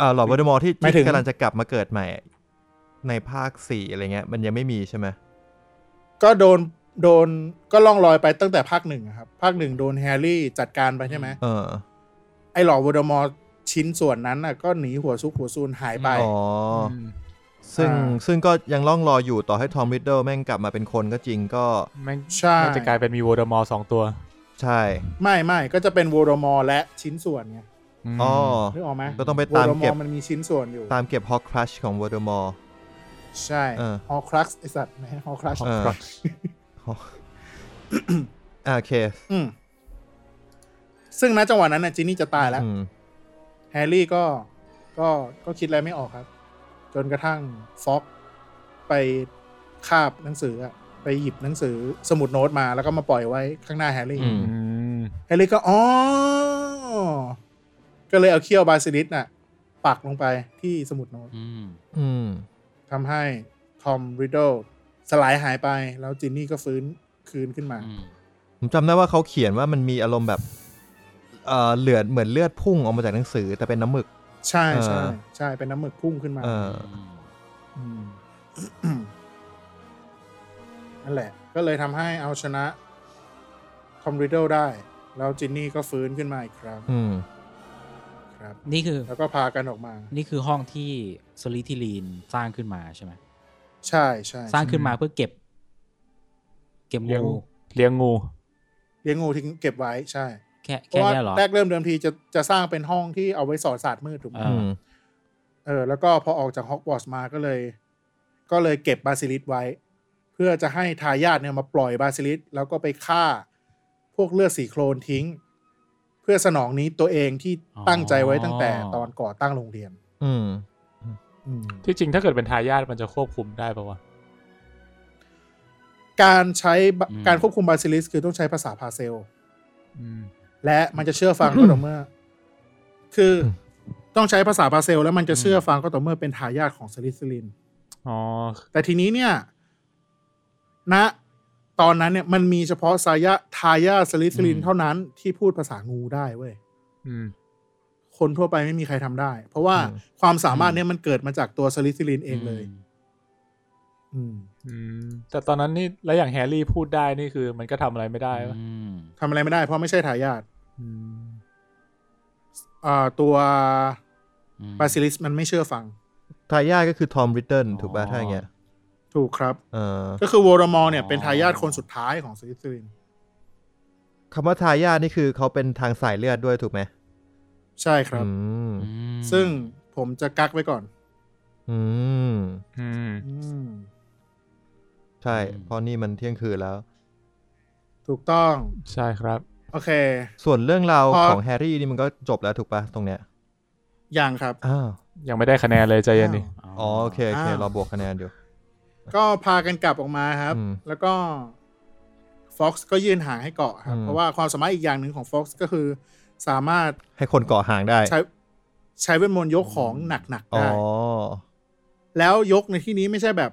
B: อ่าหลอดวอเดอมอร์ที่
A: หมายถึ
B: ที่
A: ง
B: กำลังจะกลับมาเกิดใหม่ ในภาคสี่อะไรเงี้ย มันยังไม่มีใช่ไหม
A: ก็โดนโดนก็ล่องลอยไปตั้งแต่ภาคหนึ่งอะครับ ภาคหนึ่งโดนแฮร์รี่จัดการไปใช่ไหม
B: เออ
A: ไอ้หลอดโวลเดอมอร์ชิ้นส่วนนั้นน่ะก็หนีหัวซุกหัวซูนหายไป
B: อ๋ออ
C: ม
B: ซึ่ง
A: อ่า
B: ซึ่งก็ยังล่องรอยอยู่ต่อให้ทอมริดเดิลแม่งกลับมาเป็นคนก็จริงก็
C: แม่ง
A: ใช่
C: แม่งจะกลายเป็นมีโวลเดอมอร์สองตัว
B: ใช่
A: ไม่ไม่ก็จะเป็นโวลเดอมอร์และชิ้นส่วนไง
C: ม
B: อ๋อ
A: นึกออกไหม
B: ก็ต้องไปตาม
A: โวลเดอ
B: เก็บ
A: อร์มันมีชิ้นส่วนอยู่
B: ตามเก็บฮอกครัชของวอเดอมอร์
A: ใช่
B: เออ
A: ฮอครักไอสัตว์นะฮะฮอครัก
B: เออ
C: Horcrux
B: อ่าโอเค
A: มซึ่งณจังหวะนั้นน่ะจินนี่จะตายแล้ว
B: อืม
A: แฮร์รี่ก็ก็ก็คิดอะไรไม่ออกครับ จนกระทั่งฟ็อกไปคาบหนังสืออะไปหยิบหนังสือสมุดโน้ตมาแล้วก็มาปล่อยไว้ข้างหน้าแฮร์รี่
B: อืม
C: อืม
A: แฮร์รี่ก็อ๋อก็เลยเอาเขี้ยวบาซิลิสน่ะ ปักลงไปที่สมุดโน้ต
D: อืม
B: อืม
A: ทำให้ทอมริดเดิลสลายหายไป แล้วจินนี่ก็ฟื้นคืนขึ้นมา
D: อืม
B: ผมจำได้ว่าเขาเขียนว่ามันมีอารมณ์แบบเอ่อเหลือดเหมือนเลือดพุ่งออกมาจากหนังสือแต่เป็นน้ำหมึก
A: ใช่ใช่
B: เออ
A: ใช่เป็นน้ำหมึกพุ่งขึ้นมา
B: เออ
A: อืม นั่นแหละ ก็เลยทำให้เอาชนะทอมริดเดิลได้ แล้วจินนี่ก็ฟื้นขึ้นมาอีกครั้ง
B: อืม
A: ครับ
D: นี่คือ
A: แล้วก็พากันออกมา
D: นี่คือห้องที่สลิทิลีนสร้างขึ้นมาใช่ไหม
A: ใช่ใช่
D: สร้างขึ้นมาเพื่อเก็บ เก็บ
C: เลี้ยง
D: งู
C: เลี้ยงงู
A: เลี้ยงงูทิ้งเก็บไว้ใช่
D: แค่
A: เพ
D: แค่
A: ราะว่า
D: เนี้ยเหรอ
A: แรกเริ่มเดิมทีจะจะสร้างเป็นห้องที่เอาไว้สอนศาสตร์มืดถูกไหม
D: เอ
B: อืม
A: เออแล้วก็พอออกจากฮอกวอตส์มาก็เลย ก็เลยเก็บบาซิลิสไว้ เพื่อจะให้ทายาทเนี่ยมาปล่อยบาซิลิสแล้วก็ไปฆ่า พวกเลือดสีโครนทิ้ง เพื่อสนองนี้ตัวเองที่ตั้งใจไว้ตั้งแต่ตอนก่อตั้งโรงเรียน
B: อืม
A: อืม
C: ที่จริงถ้าเกิดเป็นทายาทมันจะควบคุมได้ปะวะ
A: การใช้บะ
D: อืม
A: การควบคุมบาซิลิสคือต้องใช้ภาษาพาเซล
C: อืม
A: และมันจะเชื่อฟั งก็ต่อเมื่อ คือต้องใช้ภาษาพาเซล แล้วมันจะเชื่อฟังก็ต่อเมื่อเป็นทายาทของสลิสลิน
C: อ๋อ
A: แต่ทีนี้เนี่ยณตอนนั้นเนี่ยมันมีเฉพาะสายะทายาทสลิสลิน
D: อืม
A: เท่านั้นที่พูดภาษางูได้เว้ย
C: อืม
A: คนทั่วไปไม่มีใครทำได้ เพราะว่า
B: อืม
A: ความสามารถเนี่ยมันเกิดมาจากตัวสลิสลินเองเลย อืม
C: อืม แต่ตอนนั้นนี่แล้วอย่างแฮร์รี่พูดได้นี่คือ มันก็ทำอะไรไม่ได้ปะ
D: อืม
A: ทำอะไรไม่ได้เพราะไม่ใช่ทายาท
C: อืม
A: อ่าตัว
D: อืม
A: บาซิลิสมันไม่เชื่อฟัง
B: ทายาทก็คือทอมริดเดิลถูกป่ะ
D: อ๋อ
B: ถ้าอย่างเงี้ย
A: ถูกครับ
B: เออ
A: ก็คือโวลเดอมอร์เนี่ย
D: อ๋อ
A: เป็นทายาทคนสุดท้ายของสลิสลิน
B: คำว่าทายาทนี่คือเขาเป็นทางสายเลือดด้วยถูกไหม
A: ใช่ครับ
B: อืม
D: อืม
A: ซึ่งผมจะกักไว้ก่อน
B: อืม
C: อืม
A: อืม
B: ใช่ เพราะนี่มันเที่ยงคืนแล้ว
A: ถูกต้อง
C: ใช่ครับ
A: โอเค
B: ส่วนเรื่องราว
A: พอ
B: ของแฮร์รี่นี่มันก็จบแล้วถูกป่ะตรงเนี้ย
A: ยังครับ
B: อ้าว
C: ยังไม่ได้คะแนนเลยใจเย็นดิ
B: อ๋อโอเคโอเค
A: อ้าว
B: รอบวกคะแนนอยู่
A: ก็พากันกลับออกมาครับ
B: อืม
A: แล้วก็ฟ็อกซ์ก็ยืนห่างให้เกาะครับ
B: อืม
A: เพราะว่าความสามารถอีกอย่างหนึ่งของฟ็อกซ์ก็คือ สามารถ
B: ให้คนก่อหางได้
A: ใช้ใช้เวทมนต์ยกของหนัก ๆ
B: อ๋อ
A: ได้ แล้วยกในที่นี้ไม่ใช่แบบ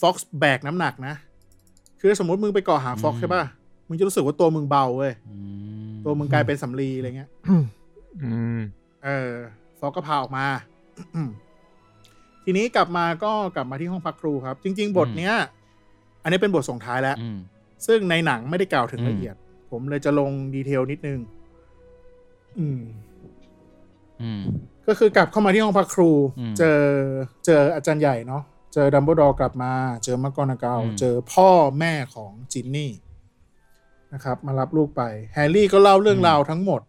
A: ฟ็อกซ์แบกน้ำหนักนะ คือสมมติมึงไปเกาะหางฟ็อกซ์ใช่ป่ะ มึงจะรู้สึกว่าตัวมึงเบาเว้ย
D: อืม
A: ตัวมึงกลายเป็นสำลีอะไรเงี้ย
C: อืม
A: เออฟอกก็พาออกมา ทีนี้กลับมาก็กลับมาที่ห้องพักครูครับ จริง ๆ บทเนี้ย อันนี้เป็นบทส่งท้ายแล้ว
D: อืม
A: ซึ่งในหนังไม่ได้กล่าวถึง
D: อืม
A: ละเอียด ผมเลยจะลงดีเทลนิดนึง อืม
D: อืม
A: ก็คือกลับเข้ามาที่ห้องพักครู
D: อืม
A: เจอเจออาจารย์ใหญ่เนาะเจอดัมเบิลดอร์กลับมา เจอมักกอนาเกล
D: อืม
A: เจอพ่อแม่ของจินนี่นะครับ มารับลูกไป แฮร์รี่ก็เล่าเรื่องราวทั้งหมด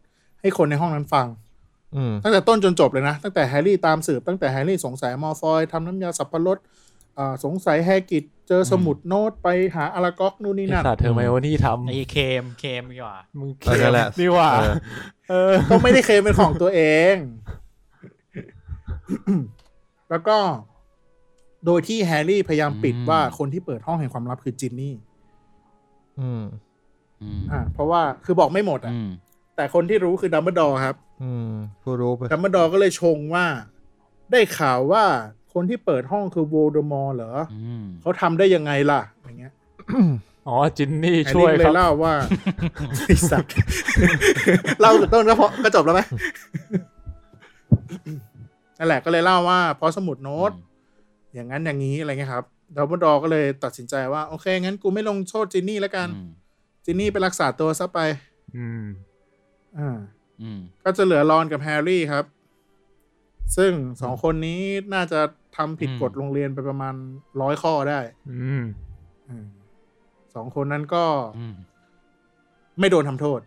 A: ให้คนในห้องนั้นฟัง
B: อืม
A: ตั้งแต่ต้นจนจบเลยนะ ตั้งแต่แฮร์รี่ตามสืบ ตั้งแต่แฮร์รี่สงสัยมอร์ฟอยทำน้ำยาสับปะรดอ่าสงสัยแฮกิดเจอสมุดโน้ตไปหาอาราก็อกนู่นนี่
C: ไอ
A: นั่น
C: สัตว์เธอไมโอนี่ท
D: ไอ้เคมเคมดีกว่า
C: ำมึง
B: เออนั่นแหละ
C: นี่หว่า เออ
A: ก็ไม่ได้เคลมเป็นของตัวเอง แล้วก็ โดยที่แฮร์รี่พยายามปิด
D: อืม
A: ว่าคนที่เปิดห้องแห่งความลับคือจินนี่
B: อืม
D: อืม
A: อ่าเพราะว่าคือบอกไม่หมดอ่ะ
D: อืม
A: แต่คนที่รู้คือดัมเบิลดอร์ครับ
B: อืมผู้รู้ไป
A: ดัมเบิลดอร์ก็เลยชงว่า ได้ข่าวว่าคนที่เปิดห้องคือโวลเดอมอร์เหรอ
D: อืม
A: เขาทำได้ยังไงล่ะ อย่างเงี้ย
C: อ๋อ จินนี่
A: แฮร์
C: ช่
A: รี่
C: วย
A: ก็เล
C: ครั
A: ย
C: บ
A: เล่าว่า ไอสัต ว์ เล่าตั้งแต่ต้นก็พอก็จบแล้วไหม นั่นแหละก็เลยเล่าว่าเพราะสมุดโน้ต อย่างนั้นอย่างนี้อะไรเงี้ยครับดับเบิลดอก็เลยตัดสินใจว่า โอเคงั้นกูไม่ลงโทษจินนี่แล้วกัน
D: อืม
A: จินนี่ไปรักษาตัวซะไป
C: อืม
A: อ่า
D: อืม
A: ก็จะเหลือรอนกับแฮร์รี่ครับ ซึ่งสองคนนี้น่าจะทำผิด
D: อืม
A: กฎโรงเรียนไปประมาณร้อยข้อได้
C: อืม
A: อืมสองคนนั้นก็
D: อืม
A: ไม่โดนทำโทษ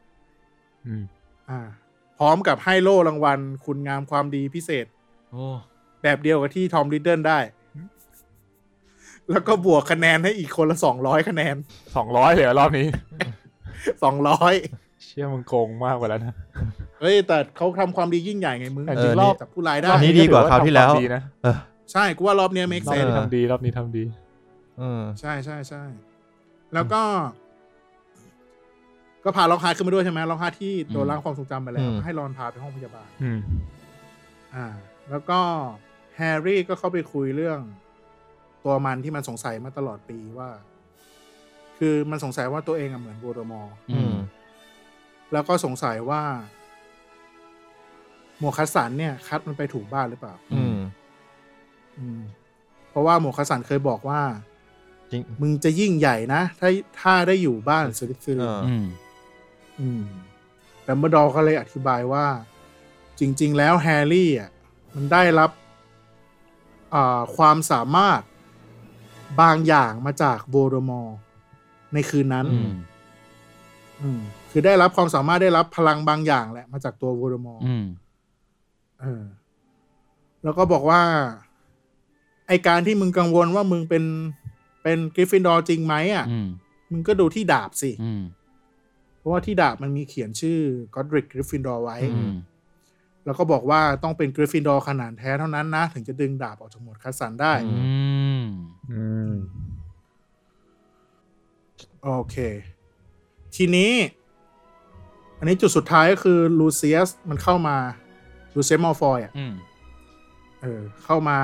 C: อืม
A: อ่า พร้อมกับให้โล่รางวัล คุณงามความดีพิเศษ
D: โอ้
A: แบบเดียวกับที่ทอมริดเดิลได้ แล้วก็บวกคะแนนให้อีกคนละสองร้อยคะแนน
C: สองร้อยเลยเหรอรอบนี้
A: สองร้อย
C: เชี่ยมึงโกงมากกว่าแล้วนะ
A: เฮ้ย แต่เขาทำความดียิ่งใหญ่ไงมึง
C: แต่
B: เอ
C: จริ
B: อง
C: รอบ
A: จับผู้ร้ายได้
B: รอบ ดีกว่าคราวที่แล้ว
C: ทำดีนะ
B: เออ
A: ใช่กูว่ารอบเนี้ย make
C: รอบ
A: sense
C: นี้ทำดีรอบนี้ทำดี
B: เออ
A: ใช่ใช่ใช่ แล้วก็ ก็พาลองฮาร์ดขึ้นมาด้วยใช่ไหมลองฮาร์ดที่โดนล้างความทรงจำไปแล้ว
B: อืม
A: ให้รอนพาไปห้องพยาบาล
C: อืม
A: อ่า แล้วก็แฮร์รี่ก็เข้าไปคุยเรื่อง ตัวมันที่มันสงสัยมาตลอดปีว่า คือมันสงสัยว่าตัวเองอะเหมือนโวลเดอมอร์
B: อืม
A: แล้วก็สงสัยว่าหมวกคัสสันเนี่ย คัดมันไปถูกบ้านหรือเปล่า
B: อืม
A: อืม เพราะว่าหมวกคัสสันเคยบอกว่า
B: จริง
A: มึงจะยิ่งใหญ่นะถ้าถ้าได้อยู่บ้านสลิปซิล
B: เออ
D: อืม
A: อืมดัมเบิลดอร์ก็เลยอธิบายว่า จริง ๆ แล้วแฮร์รี่อ่ะมันได้รับอ่าความสามารถบางอย่างมาจากโวลเดอมอร์ในคืนนั้น
D: อืม
A: อืมคือได้รับความสามารถได้รับพลังบางอย่างแหละ มาจากตัวโวลเดอมอร์
D: อืม
A: เออ แล้วก็บอกว่า ไอการที่มึงกังวลว่ามึงเป็นเป็นกริฟฟินดอร์จริงไหมอ่ะ
D: อืม
A: มึงก็ดูที่ดาบสิ
D: อืม
A: เพราะว่าที่ดาบมันมีเขียนชื่อกอดริกกริฟฟินดอร์ไว้
D: อืม
A: แล้วก็บอกว่าต้องเป็นกริฟฟินดอร์ขนาดแท้เท่านั้นนะ ถึงจะดึงดาบออกจากหมวดคัสสันได้
D: อื
B: อื
D: ม
C: อืม
A: โอเค ทีนี้ อันนี้จุดสุดท้ายก็คือลูเซียสมันเข้ามาลูเซียสมอลฟอยอ่ะ
D: อืม
A: เออเข้ามา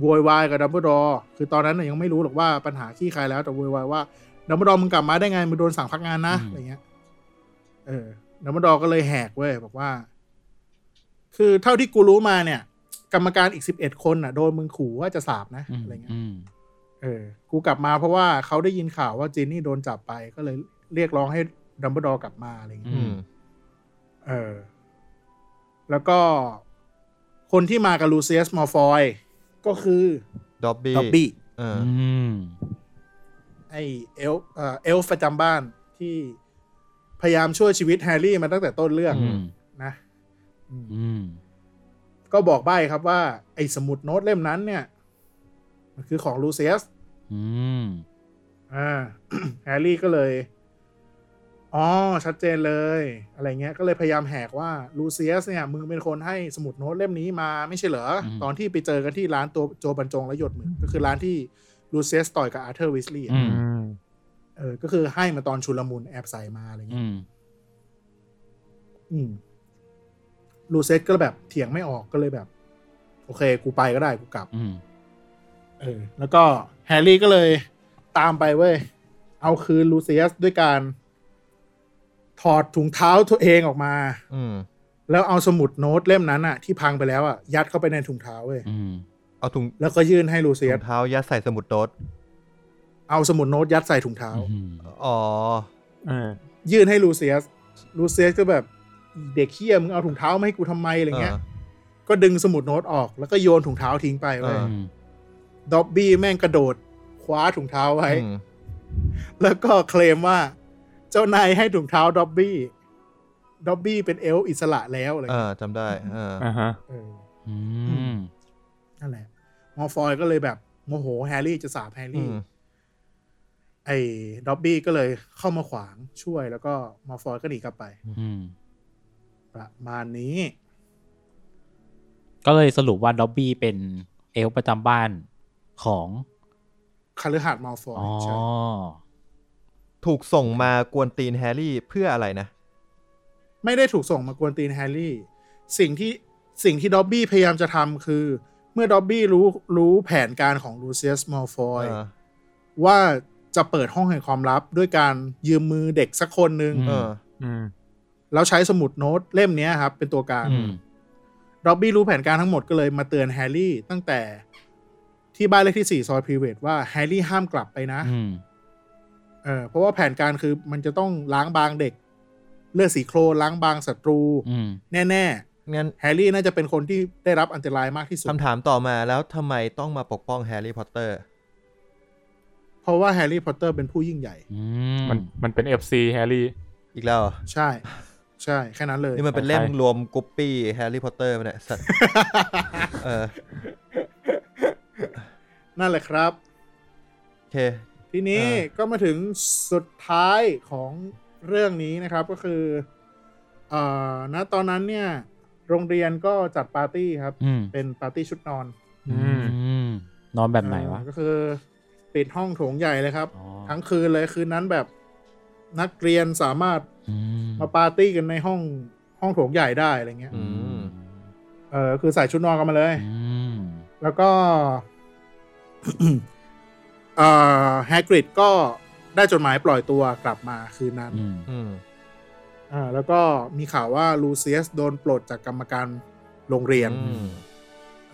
A: โวยวายกับดัมเบิลดอร์คือตอนนั้นนะยังไม่รู้หรอกว่าปัญหาขี้ใครแล้วแต่โวยวายว่าดัมเบิลดอร์มึงกลับมาได้ไงมึงโดนสั่งพักงานนะอะไรเงี้ยเออดัมเบิลดอร์ก็เลยแหกเว้ยบอกว่า คือเท่าที่กูรู้มาเนี่ย กรรมการอีกสิบเอ็ดคนอ่ะโดนมึงขู่ว่าจะสาบนะ
D: อืม
A: อะไรเงี้ย
D: อืม
A: เออ กูกลับมาเพราะว่าเขาได้ยินข่าวว่าจีนนี่โดนจับไปก็เลยเรียกร้องให้ดัมเบิลดอร์กลับมาอะไรอย่างเงี้ย
B: อืม
A: เออ แล้วก็คนที่มากับลูเซียสมอร์ฟอยก็คือ
B: ด็อบบี้
A: ดอบบี้
B: เออ
D: อืม
A: ไอเอลฟ์เอ่อเอลฟ์ประจำบ้านที่พยายามช่วยชีวิตแฮร์รี่มาตั้งแต่ต้นเรื่อง
D: อืม
A: นะ
D: อืม
A: ก็บอกใบ้ครับว่า ไอสมุดโน้ตเล่มนั้นเนี่ย มันคือของลูเซียส
D: อืม
A: อ่า แฮร์รี่ก็เลย อ๋อ ชัดเจนเลย อะไรเงี้ย ก็เลยพยายามแหกว่าลูเซียสเนี่ย มึงเป็นคนให้สมุดโน้ตเล่มนี้มาไม่ใช่เหรอ ตอนที่ไปเจอกันที่ร้านตัวโจบรรจงและหยดหมึกก็คือร้านที่ลูเซียสต่อยกับอาร์เธอร์วิสลีย์
D: อืม
C: อืม
A: เออ ก็คือให้มาตอนชุลมุนแอบใส่มาอะไรเงี้ย
D: อืม
A: อืมลูเซียสก็แบบเถียงไม่ออกก็เลยแบบ โอเค กูไปก็ได้กูกลับ
D: อืม
A: เออ แล้วก็แฮร์รี่ก็เลยตามไปเว้ย เอาคืนลูเซียสด้วยการ ถอดถุงเท้าตัวเองออกมา
B: อืม
A: แล้วเอาสมุดโน้ตเล่มนั้นอะที่พังไปแล้วอะยัดเข้าไปในถุงเท้าเว้ย
D: อืม
B: เอาถุง
A: แล้วก็ยื่นให้ลูเซีย
B: ถุ
A: ส
B: งเท้ายัดใส่สมุดโน้ต
A: เอาสมุดโน้ตยัดใส่ถุงเท้า
D: อืม
B: อ๋อ
C: เออ
A: ยื่นให้ลูเซียสลูเซียสก็แบบเด็กเขี้ยมึงเอาถุงเท้ามาให้กูทำไมอะไรเงี้ย ก็ดึงสมุดโน้ตออก แล้วก็โยนถุงเท้าทิ้งไปเว้ย
B: อ่า
D: อืม
A: ด็อบบี้แม่งกระโดด คว้าถุงเท้าไว้
B: อืม
A: แล้วก็เคลมว่า เจ้านายให้ถุงเท้าด็อบบี้ด็อบบี้เป็นเอลฟ์อิสระแล้วอะไร
B: เอ
A: เงี้ย
B: อจำได้เออ
C: อ่าฮะ
A: เออ
D: อืม
A: นั่นแหละมอร์ฟอยก็เลยแบบโมโหแฮร์รี่จะสาปแฮร์
B: อื
A: รี่
B: ม
A: ไอ้ด็อบบี้ก็เลยเข้ามาขวางช่วยแล้วก็มอร์ฟอยก็หนีกลับไป
D: อืม
A: ประมาณนี้
D: ก็เลยสรุปว่าด็อบบี้เป็นเอลฟ์ประจำบ้านของ
A: คาลือหาดมอร์ฟอย
D: อ๋อ
A: ใช่
B: ถูกส่งมากวนตีนแฮร์รี่เพื่ออะไรนะ
A: ไม่ได้ถูกส่งมากวนตีนแฮร์รี่ สิ่งที่สิ่งที่ด็อบบี้พยายามจะทำคือ เมื่อด็อบบี้รู้รู้แผนการของลูเซียสมอร์ฟอย
B: เออ
A: ว่าจะเปิดห้องแห่งความลับด้วยการยืมมือเด็กสักคนหนึ่ง
D: อืม
B: เออ
C: อืม
A: แล้วใช้สมุดโน้ตเล่มเนี้ยครับ เป็นตัวกลาง
D: อืม
A: ด็อบบี้รู้แผนการทั้งหมดก็เลยมาเตือนแฮร์รี่ ตั้งแต่ที่บ้านเลขที่สี่ซอยพรีเวทว่าแฮร์รี่ห้ามกลับไปนะ
D: อืม
A: เออเพราะว่าแผนการคือมันจะต้องล้างบางเด็ก เลือดสีโครนล้างบางศัตรู
D: อืม
A: แน่
B: งั้น
A: ๆแฮร์รี่น่าจะเป็นคนที่ได้รับอันตรายมากที่สุด
B: คำถามต่อมาแล้วทำไมต้องมาปกป้องแฮร์รี่พอตเตอร์
A: เพราะว่าแฮร์รี่พอตเตอร์เป็นผู้ยิ่งใหญ่
D: อืม
C: มันมันเป็นเอฟซีแฮร์รี่
B: อีกแล้วเหรอ
A: ใช่ ใช่ แค่นั้นเลย
B: นี่มันเป็น
C: ของใคร
B: เล่มรวมกรุ๊ปปี้แฮร์รี่พอตเตอร์มันเนี่ยสัตว์ เออ
A: นั่นแหละครับ
B: โอเค
A: ทีนี้
B: เออ
A: ก็มาถึงสุดท้ายของเรื่องนี้นะครับก็คือเอ่อณตอนนั้นเนี่ย โรงเรียนก็จัดปาร์ตี้ครับ
D: อืม
A: เป็นปาร์ตี้ชุดนอน
C: อืม
D: อืม นอนแบบไหนวะ
A: เอ่อก็คือ ปิดห้องโถงใหญ่เลยครับ
D: อ๋อ
A: ทั้งคืนเลยคืนนั้นแบบนักเรียนสามารถ
D: อืม
A: มาปาร์ตี้กันในห้องห้องโถงใหญ่ได้อะไรเงี้ย
B: อืม
A: เออคือใส่ชุดนอนกันมาเลย
D: อืม
A: แล้วก็ เอ่อแฮกริดก็ได้จดหมายปล่อยตัวกลับมาคืนนั้น
D: อืม
B: อืม
A: อ่าแล้วก็มีข่าวว่าลูเซียสโดนปลดจากกรรมการโรงเรียน
B: อืม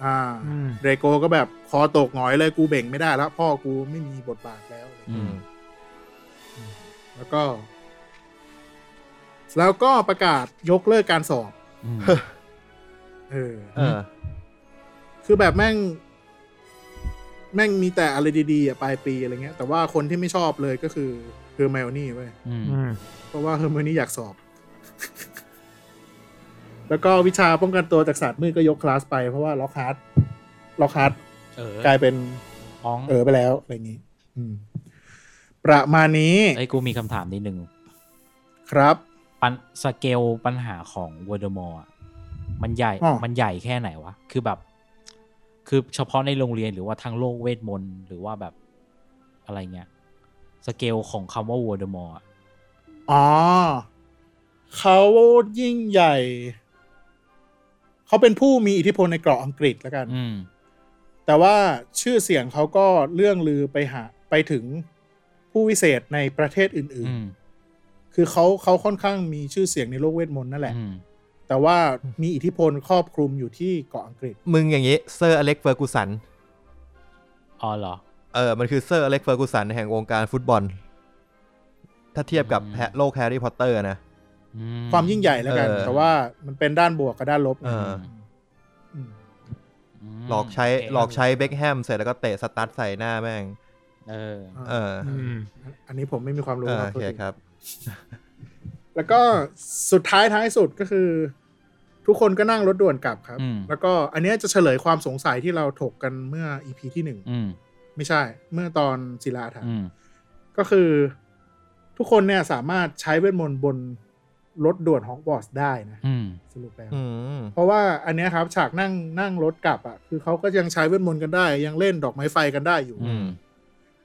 A: อ่า
C: อืม
A: เรโกก็แบบคอตกหงอยเลยกูเบ่งไม่ได้แล้ว พ่อกูไม่มีบทบาทแล้วอะไร
D: อื
A: เงี้ย
D: ม
A: แล้วก็ แล้วก็ประกาศยกเลิกการสอบ
D: อืม
A: เออ
B: เออ
A: คือแบบแม่ง แม่งมีแต่อะไรดีๆอะปลายปีอะไรเงี้ย แต่ว่าคนที่ไม่ชอบเลยก็คือเฮอร์ไมโอนี่เว้ย
D: อืม
C: อืม
A: เพราะว่าเฮอร์ไมโอนี่อยากสอบ แล้วก็วิชาป้องกันตัวจากศาสตร์มืดก็ยกคลาสไปเพราะว่าล็อกฮาร์ดล็อกฮาร์ด
D: เออก
A: ลายเป็น
D: อ้อง
A: เออไปแล้วอะไรอย่างนี้ อืม ประมาณนี้
D: ไอ้ยกูมีคำถามนิดนึง
A: ครับ
D: ปันสเกลปัญหาของวอร์ดมอะมันใหญ่
A: อ๋อ
D: มันใหญ่แค่ไหนวะ คือแบบ คือเฉพาะในโรงเรียนหรือว่าทั้งโลกเวทมนต์หรือว่าแบบอะไรเงี้ย สเกลของคำว่าวอร์ดมอะ
A: อ๋อเขายิ่งใหญ่ เขาเป็นผู้มีอิทธิพลในเกราะอังกฤษแล้วกัน
D: อืม
A: แต่ว่าชื่อเสียงเขาก็เรื่องลือไปหาไปถึงผู้วิเศษในประเทศอื่น
D: อืม
A: ๆ คือเขาเขาค่อนข้างมีชื่อเสียงในโลกเวทมนต์นั่นแหละ
D: อืม
A: แต่ว่ามีอิทธิพลครอบคลุมอยู่ที่เกาะอังกฤษ
B: มึงอย่างนี้เซอร์อเล็กเฟอร์กูสัน
D: อ๋อเหรอ
B: เออ มันคือเซอร์อเล็กเฟอร์กูสันแห่งวงการฟุตบอล ถ้าเทียบกับ
D: อืม
B: แฮะโลกแฮร์รี่พอตเตอร์นะ
D: อื
A: ความยิ่งใหญ่แล้วกัน
B: เออ
A: แต่ว่ามันเป็นด้านบวกกับด้านลบไง
B: เออ
A: ม
D: ม
B: หลอกใช้
D: โเค
B: หลอกใช้เบคแฮมเสร็จแล้วก็เตะสตั๊ดใส่หน้าแม่ง
D: เออ
B: เออ
C: อืม
A: อันนี้ผมไม่มีความรู้
B: เออ
A: ครับ
B: โอเคครับ
A: แล้วก็สุดท้ายท้ายสุดก็คือ ทุกคนก็นั่งรถด่วนกลับครับ
D: อืม
A: แล้วก็อันเนี้ยจะเฉลยความสงสัยที่เราถกกันเมื่อ EP ที่หนึ่ง
D: อืม
A: ไม่ใช่ เมื่อตอนศิลาถาม
D: อืม
A: ก็คือ ทุกคนเนี่ยสามารถใช้เวทมนต์บนรถด่วนฮอกวอตส์ได้นะ
D: อืม
A: สรุปแล้ว
B: อืม
A: เพราะว่าอันเนี้ยครับฉากนั่งนั่งรถกลับอ่ะคือเขาก็ยังใช้เวทมนต์กันได้ ยังเล่นดอกไม้ไฟกันได้อยู่
D: อืม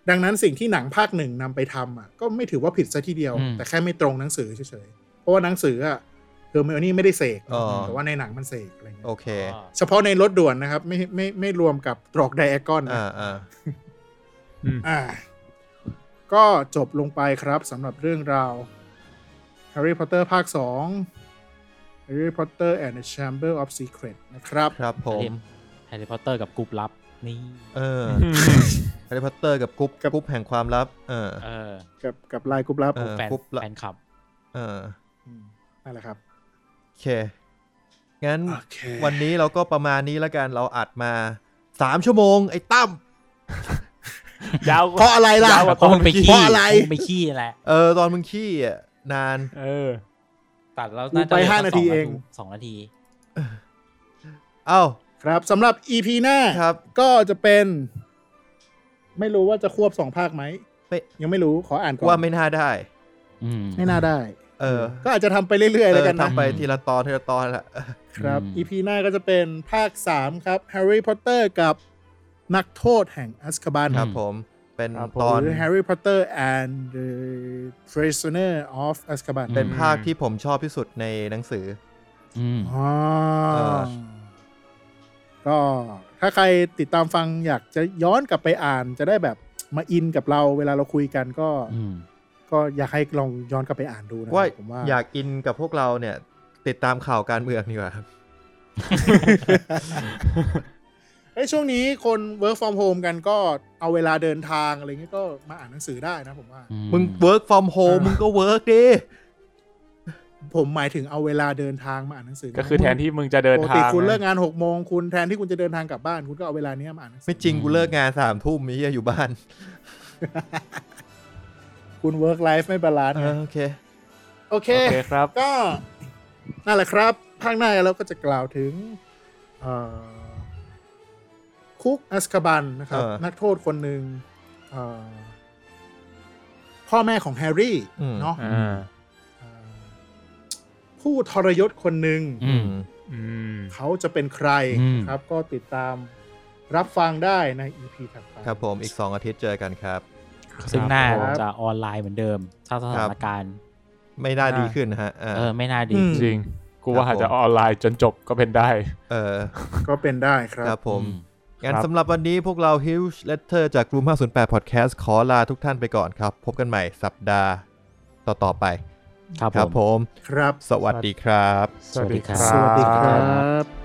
A: ดังนั้นสิ่งที่หนังภาคหนึ่งนำไปทำอ่ะก็ไม่ถือว่าผิดซะทีเดียว
D: อืม
A: แต่แค่ไม่ตรงหนังสือเฉยๆ เพราะว่าหนังสืออ่ะเฮอร์ไมโอนี่ไม่ได้เสก
B: อ๋อ
A: แต่ว่าในหนังมันเสกอะไรเงี้
B: โอย เค
D: อ๋อ
A: เฉพาะในรถด่วนนะครับ ไม่ไม่ไม่รวมกับตรอกไดแอกอนนะ
B: อ่าอ่า
A: อ่า ก็จบลงไปครับสำหรับเรื่องราว Harry Potter ภาค 2 Harry Potter and the Chamber of Secret นะครับ
B: ครับผม
D: แฮร์รี่พอตเตอร์กับกรุ๊ปลับ นี่
B: เออแฮร์รี่พอตเตอร์กับกรุ๊ป
A: กับ
B: กรุ๊ปแห่งความลับ เออ
D: เออ
A: กับกับลายกรุ๊ปลับ
B: เออ
D: แฟน
B: กรุ๊ปละ
D: แฟนคลับ
B: เออ
A: อืมนั่นแหละครับ
B: โอเค งั้น
A: โอเค
B: วันนี้เราก็ประมาณนี้แล้วกันเราอัดมาสามชั่วโมง ไอ้ตั้ม
C: ยาว
A: เพราะอะไรล่ะ
C: ยาวกว่า
D: เพราะมันไป
A: เพ
D: ขี้
A: ราะอะไร
D: มันไปขี้แหละ
B: เออ ตอนมึงขี้อ่ะนาน
C: เออ
D: ตัดแล้ว
A: กูไป
D: ลื
A: ห้า
D: สัก
A: นาที
D: ส
A: เอง
D: สองนาที
B: เอ้า
A: ครับสำหรับ EP หน้า
B: ครับ
A: ก็จะเป็น ไม่รู้ว่าจะควบสองภาคไหม
B: ไม่
A: ยังไม่รู้ขออ่านก่อน
B: ว่าไม่น่าได้
D: อืม
A: ไม่น่าได้
B: เออ
A: ก็อาจจะทำไปเรื่อย ๆ
B: เอ
A: แล้ว
B: อ
A: กันนะ
B: ทำไปทีละตอนทีละตอนละ
A: ครับ
D: อืม
A: EP หน้าก็จะเป็นภาค 3 ครับ Harry Potter กับนักโทษแห่งอัสคาบัน
B: ครับผมเป็น
C: ครับผม
B: ตอน
A: หรือ Harry Potter and the Prisoner of Azkaban
B: เป็นภาคที่ผมชอบที่สุดในหนังสือ
D: อืม
A: อ๋อ
B: เออ
A: ก็ถ้าใครติดตามฟังอยากจะย้อนกลับไปอ่านจะได้แบบมาอินกับเราเวลาเราคุยกันก็
D: อืม
A: ก็อยากให้ลองย้อนกลับไปอ่านดูนะค
B: ว่า
A: รับผมว่า
B: อยากอินกับพวกเราเนี่ย ติดตามข่าวการเมืองดีกว่าครับ
A: เฮ้ยช่วงนี้คน work from home กันก็เอาเวลาเดินทางอะไรเงี้ยก็มาอ่านหนังสือได้นะผมว่า
B: มึง work from home มึงก็ work ดิ
A: ผมหมายถึงเอาเวลาเดินทางมาอ่านหนังสือ
C: ก็คือแทนที่มึงจะเดิน
A: ปก
C: ทา
A: ติ
C: ง
A: คุณเลิกงานหกโมงคุณแทนที่คุณจะเดินทางกลับบ้านคุณก็เอาเวลาเนี้ยมาอ่านหนังสือ
B: ไม่จริงกูเลิกงานสามทุ่มมีเฮียอยู่บ้าน
A: คุณ work life ไม่บาลานซ์
B: เอ
A: ไง
B: อโอเค
A: โอเค
C: โอเคครับ
A: ก็นั่นแหละครับภาคหน้าเราก็จะกล่าวถึงเอ่อคุกอัสคาบันนะครับ
B: เออ
A: นักโทษคนหนึ่งเอ่อพ่อแม่ของแฮร์รี่
B: อืม
A: เนาะ
C: อ่า
A: เอ่อผู้ทรยศคนหนึ่ง
D: อืม
C: อืม
A: เขาจะเป็นใคร
D: อืม
A: นะครับ ก็ติดตามรับฟังได้ใน EP ถัดไป
B: ครับผมอีก 2 อาทิตย์เจอกันครับ
D: ซึ่งหน้า
A: ครับ
D: จะออนไลน์เหมือนเดิม ถ้าสถานการณ์
B: ไม่น่า
D: อ่า
B: ดีขึ้นนะฮะอ่า
D: เออ ไม่น่าดี
A: อืม
C: จริง กูว่า
B: ครั
C: อา
B: บผ
C: จ
B: ม
C: จะออนไลน์จนจบก็เป็นได้
B: เออ
A: ก็เป็นได้ครั
B: ครับ บผม
D: อืม
B: งั้น
C: ครับ
B: สำหรับวันนี้พวกเรา Huge Letter จากกลุ่ม508 Podcast ขอลาทุกท่านไปก่อนครับ พบกันใหม่สัปดาห์ต่อ ๆ ไป
D: ครับ
B: ครับ
D: ผ
B: ผม ม
A: ครับ
B: สวัสดีครับ
D: สวัสดีครับ
A: สวัสดีครับ
D: บ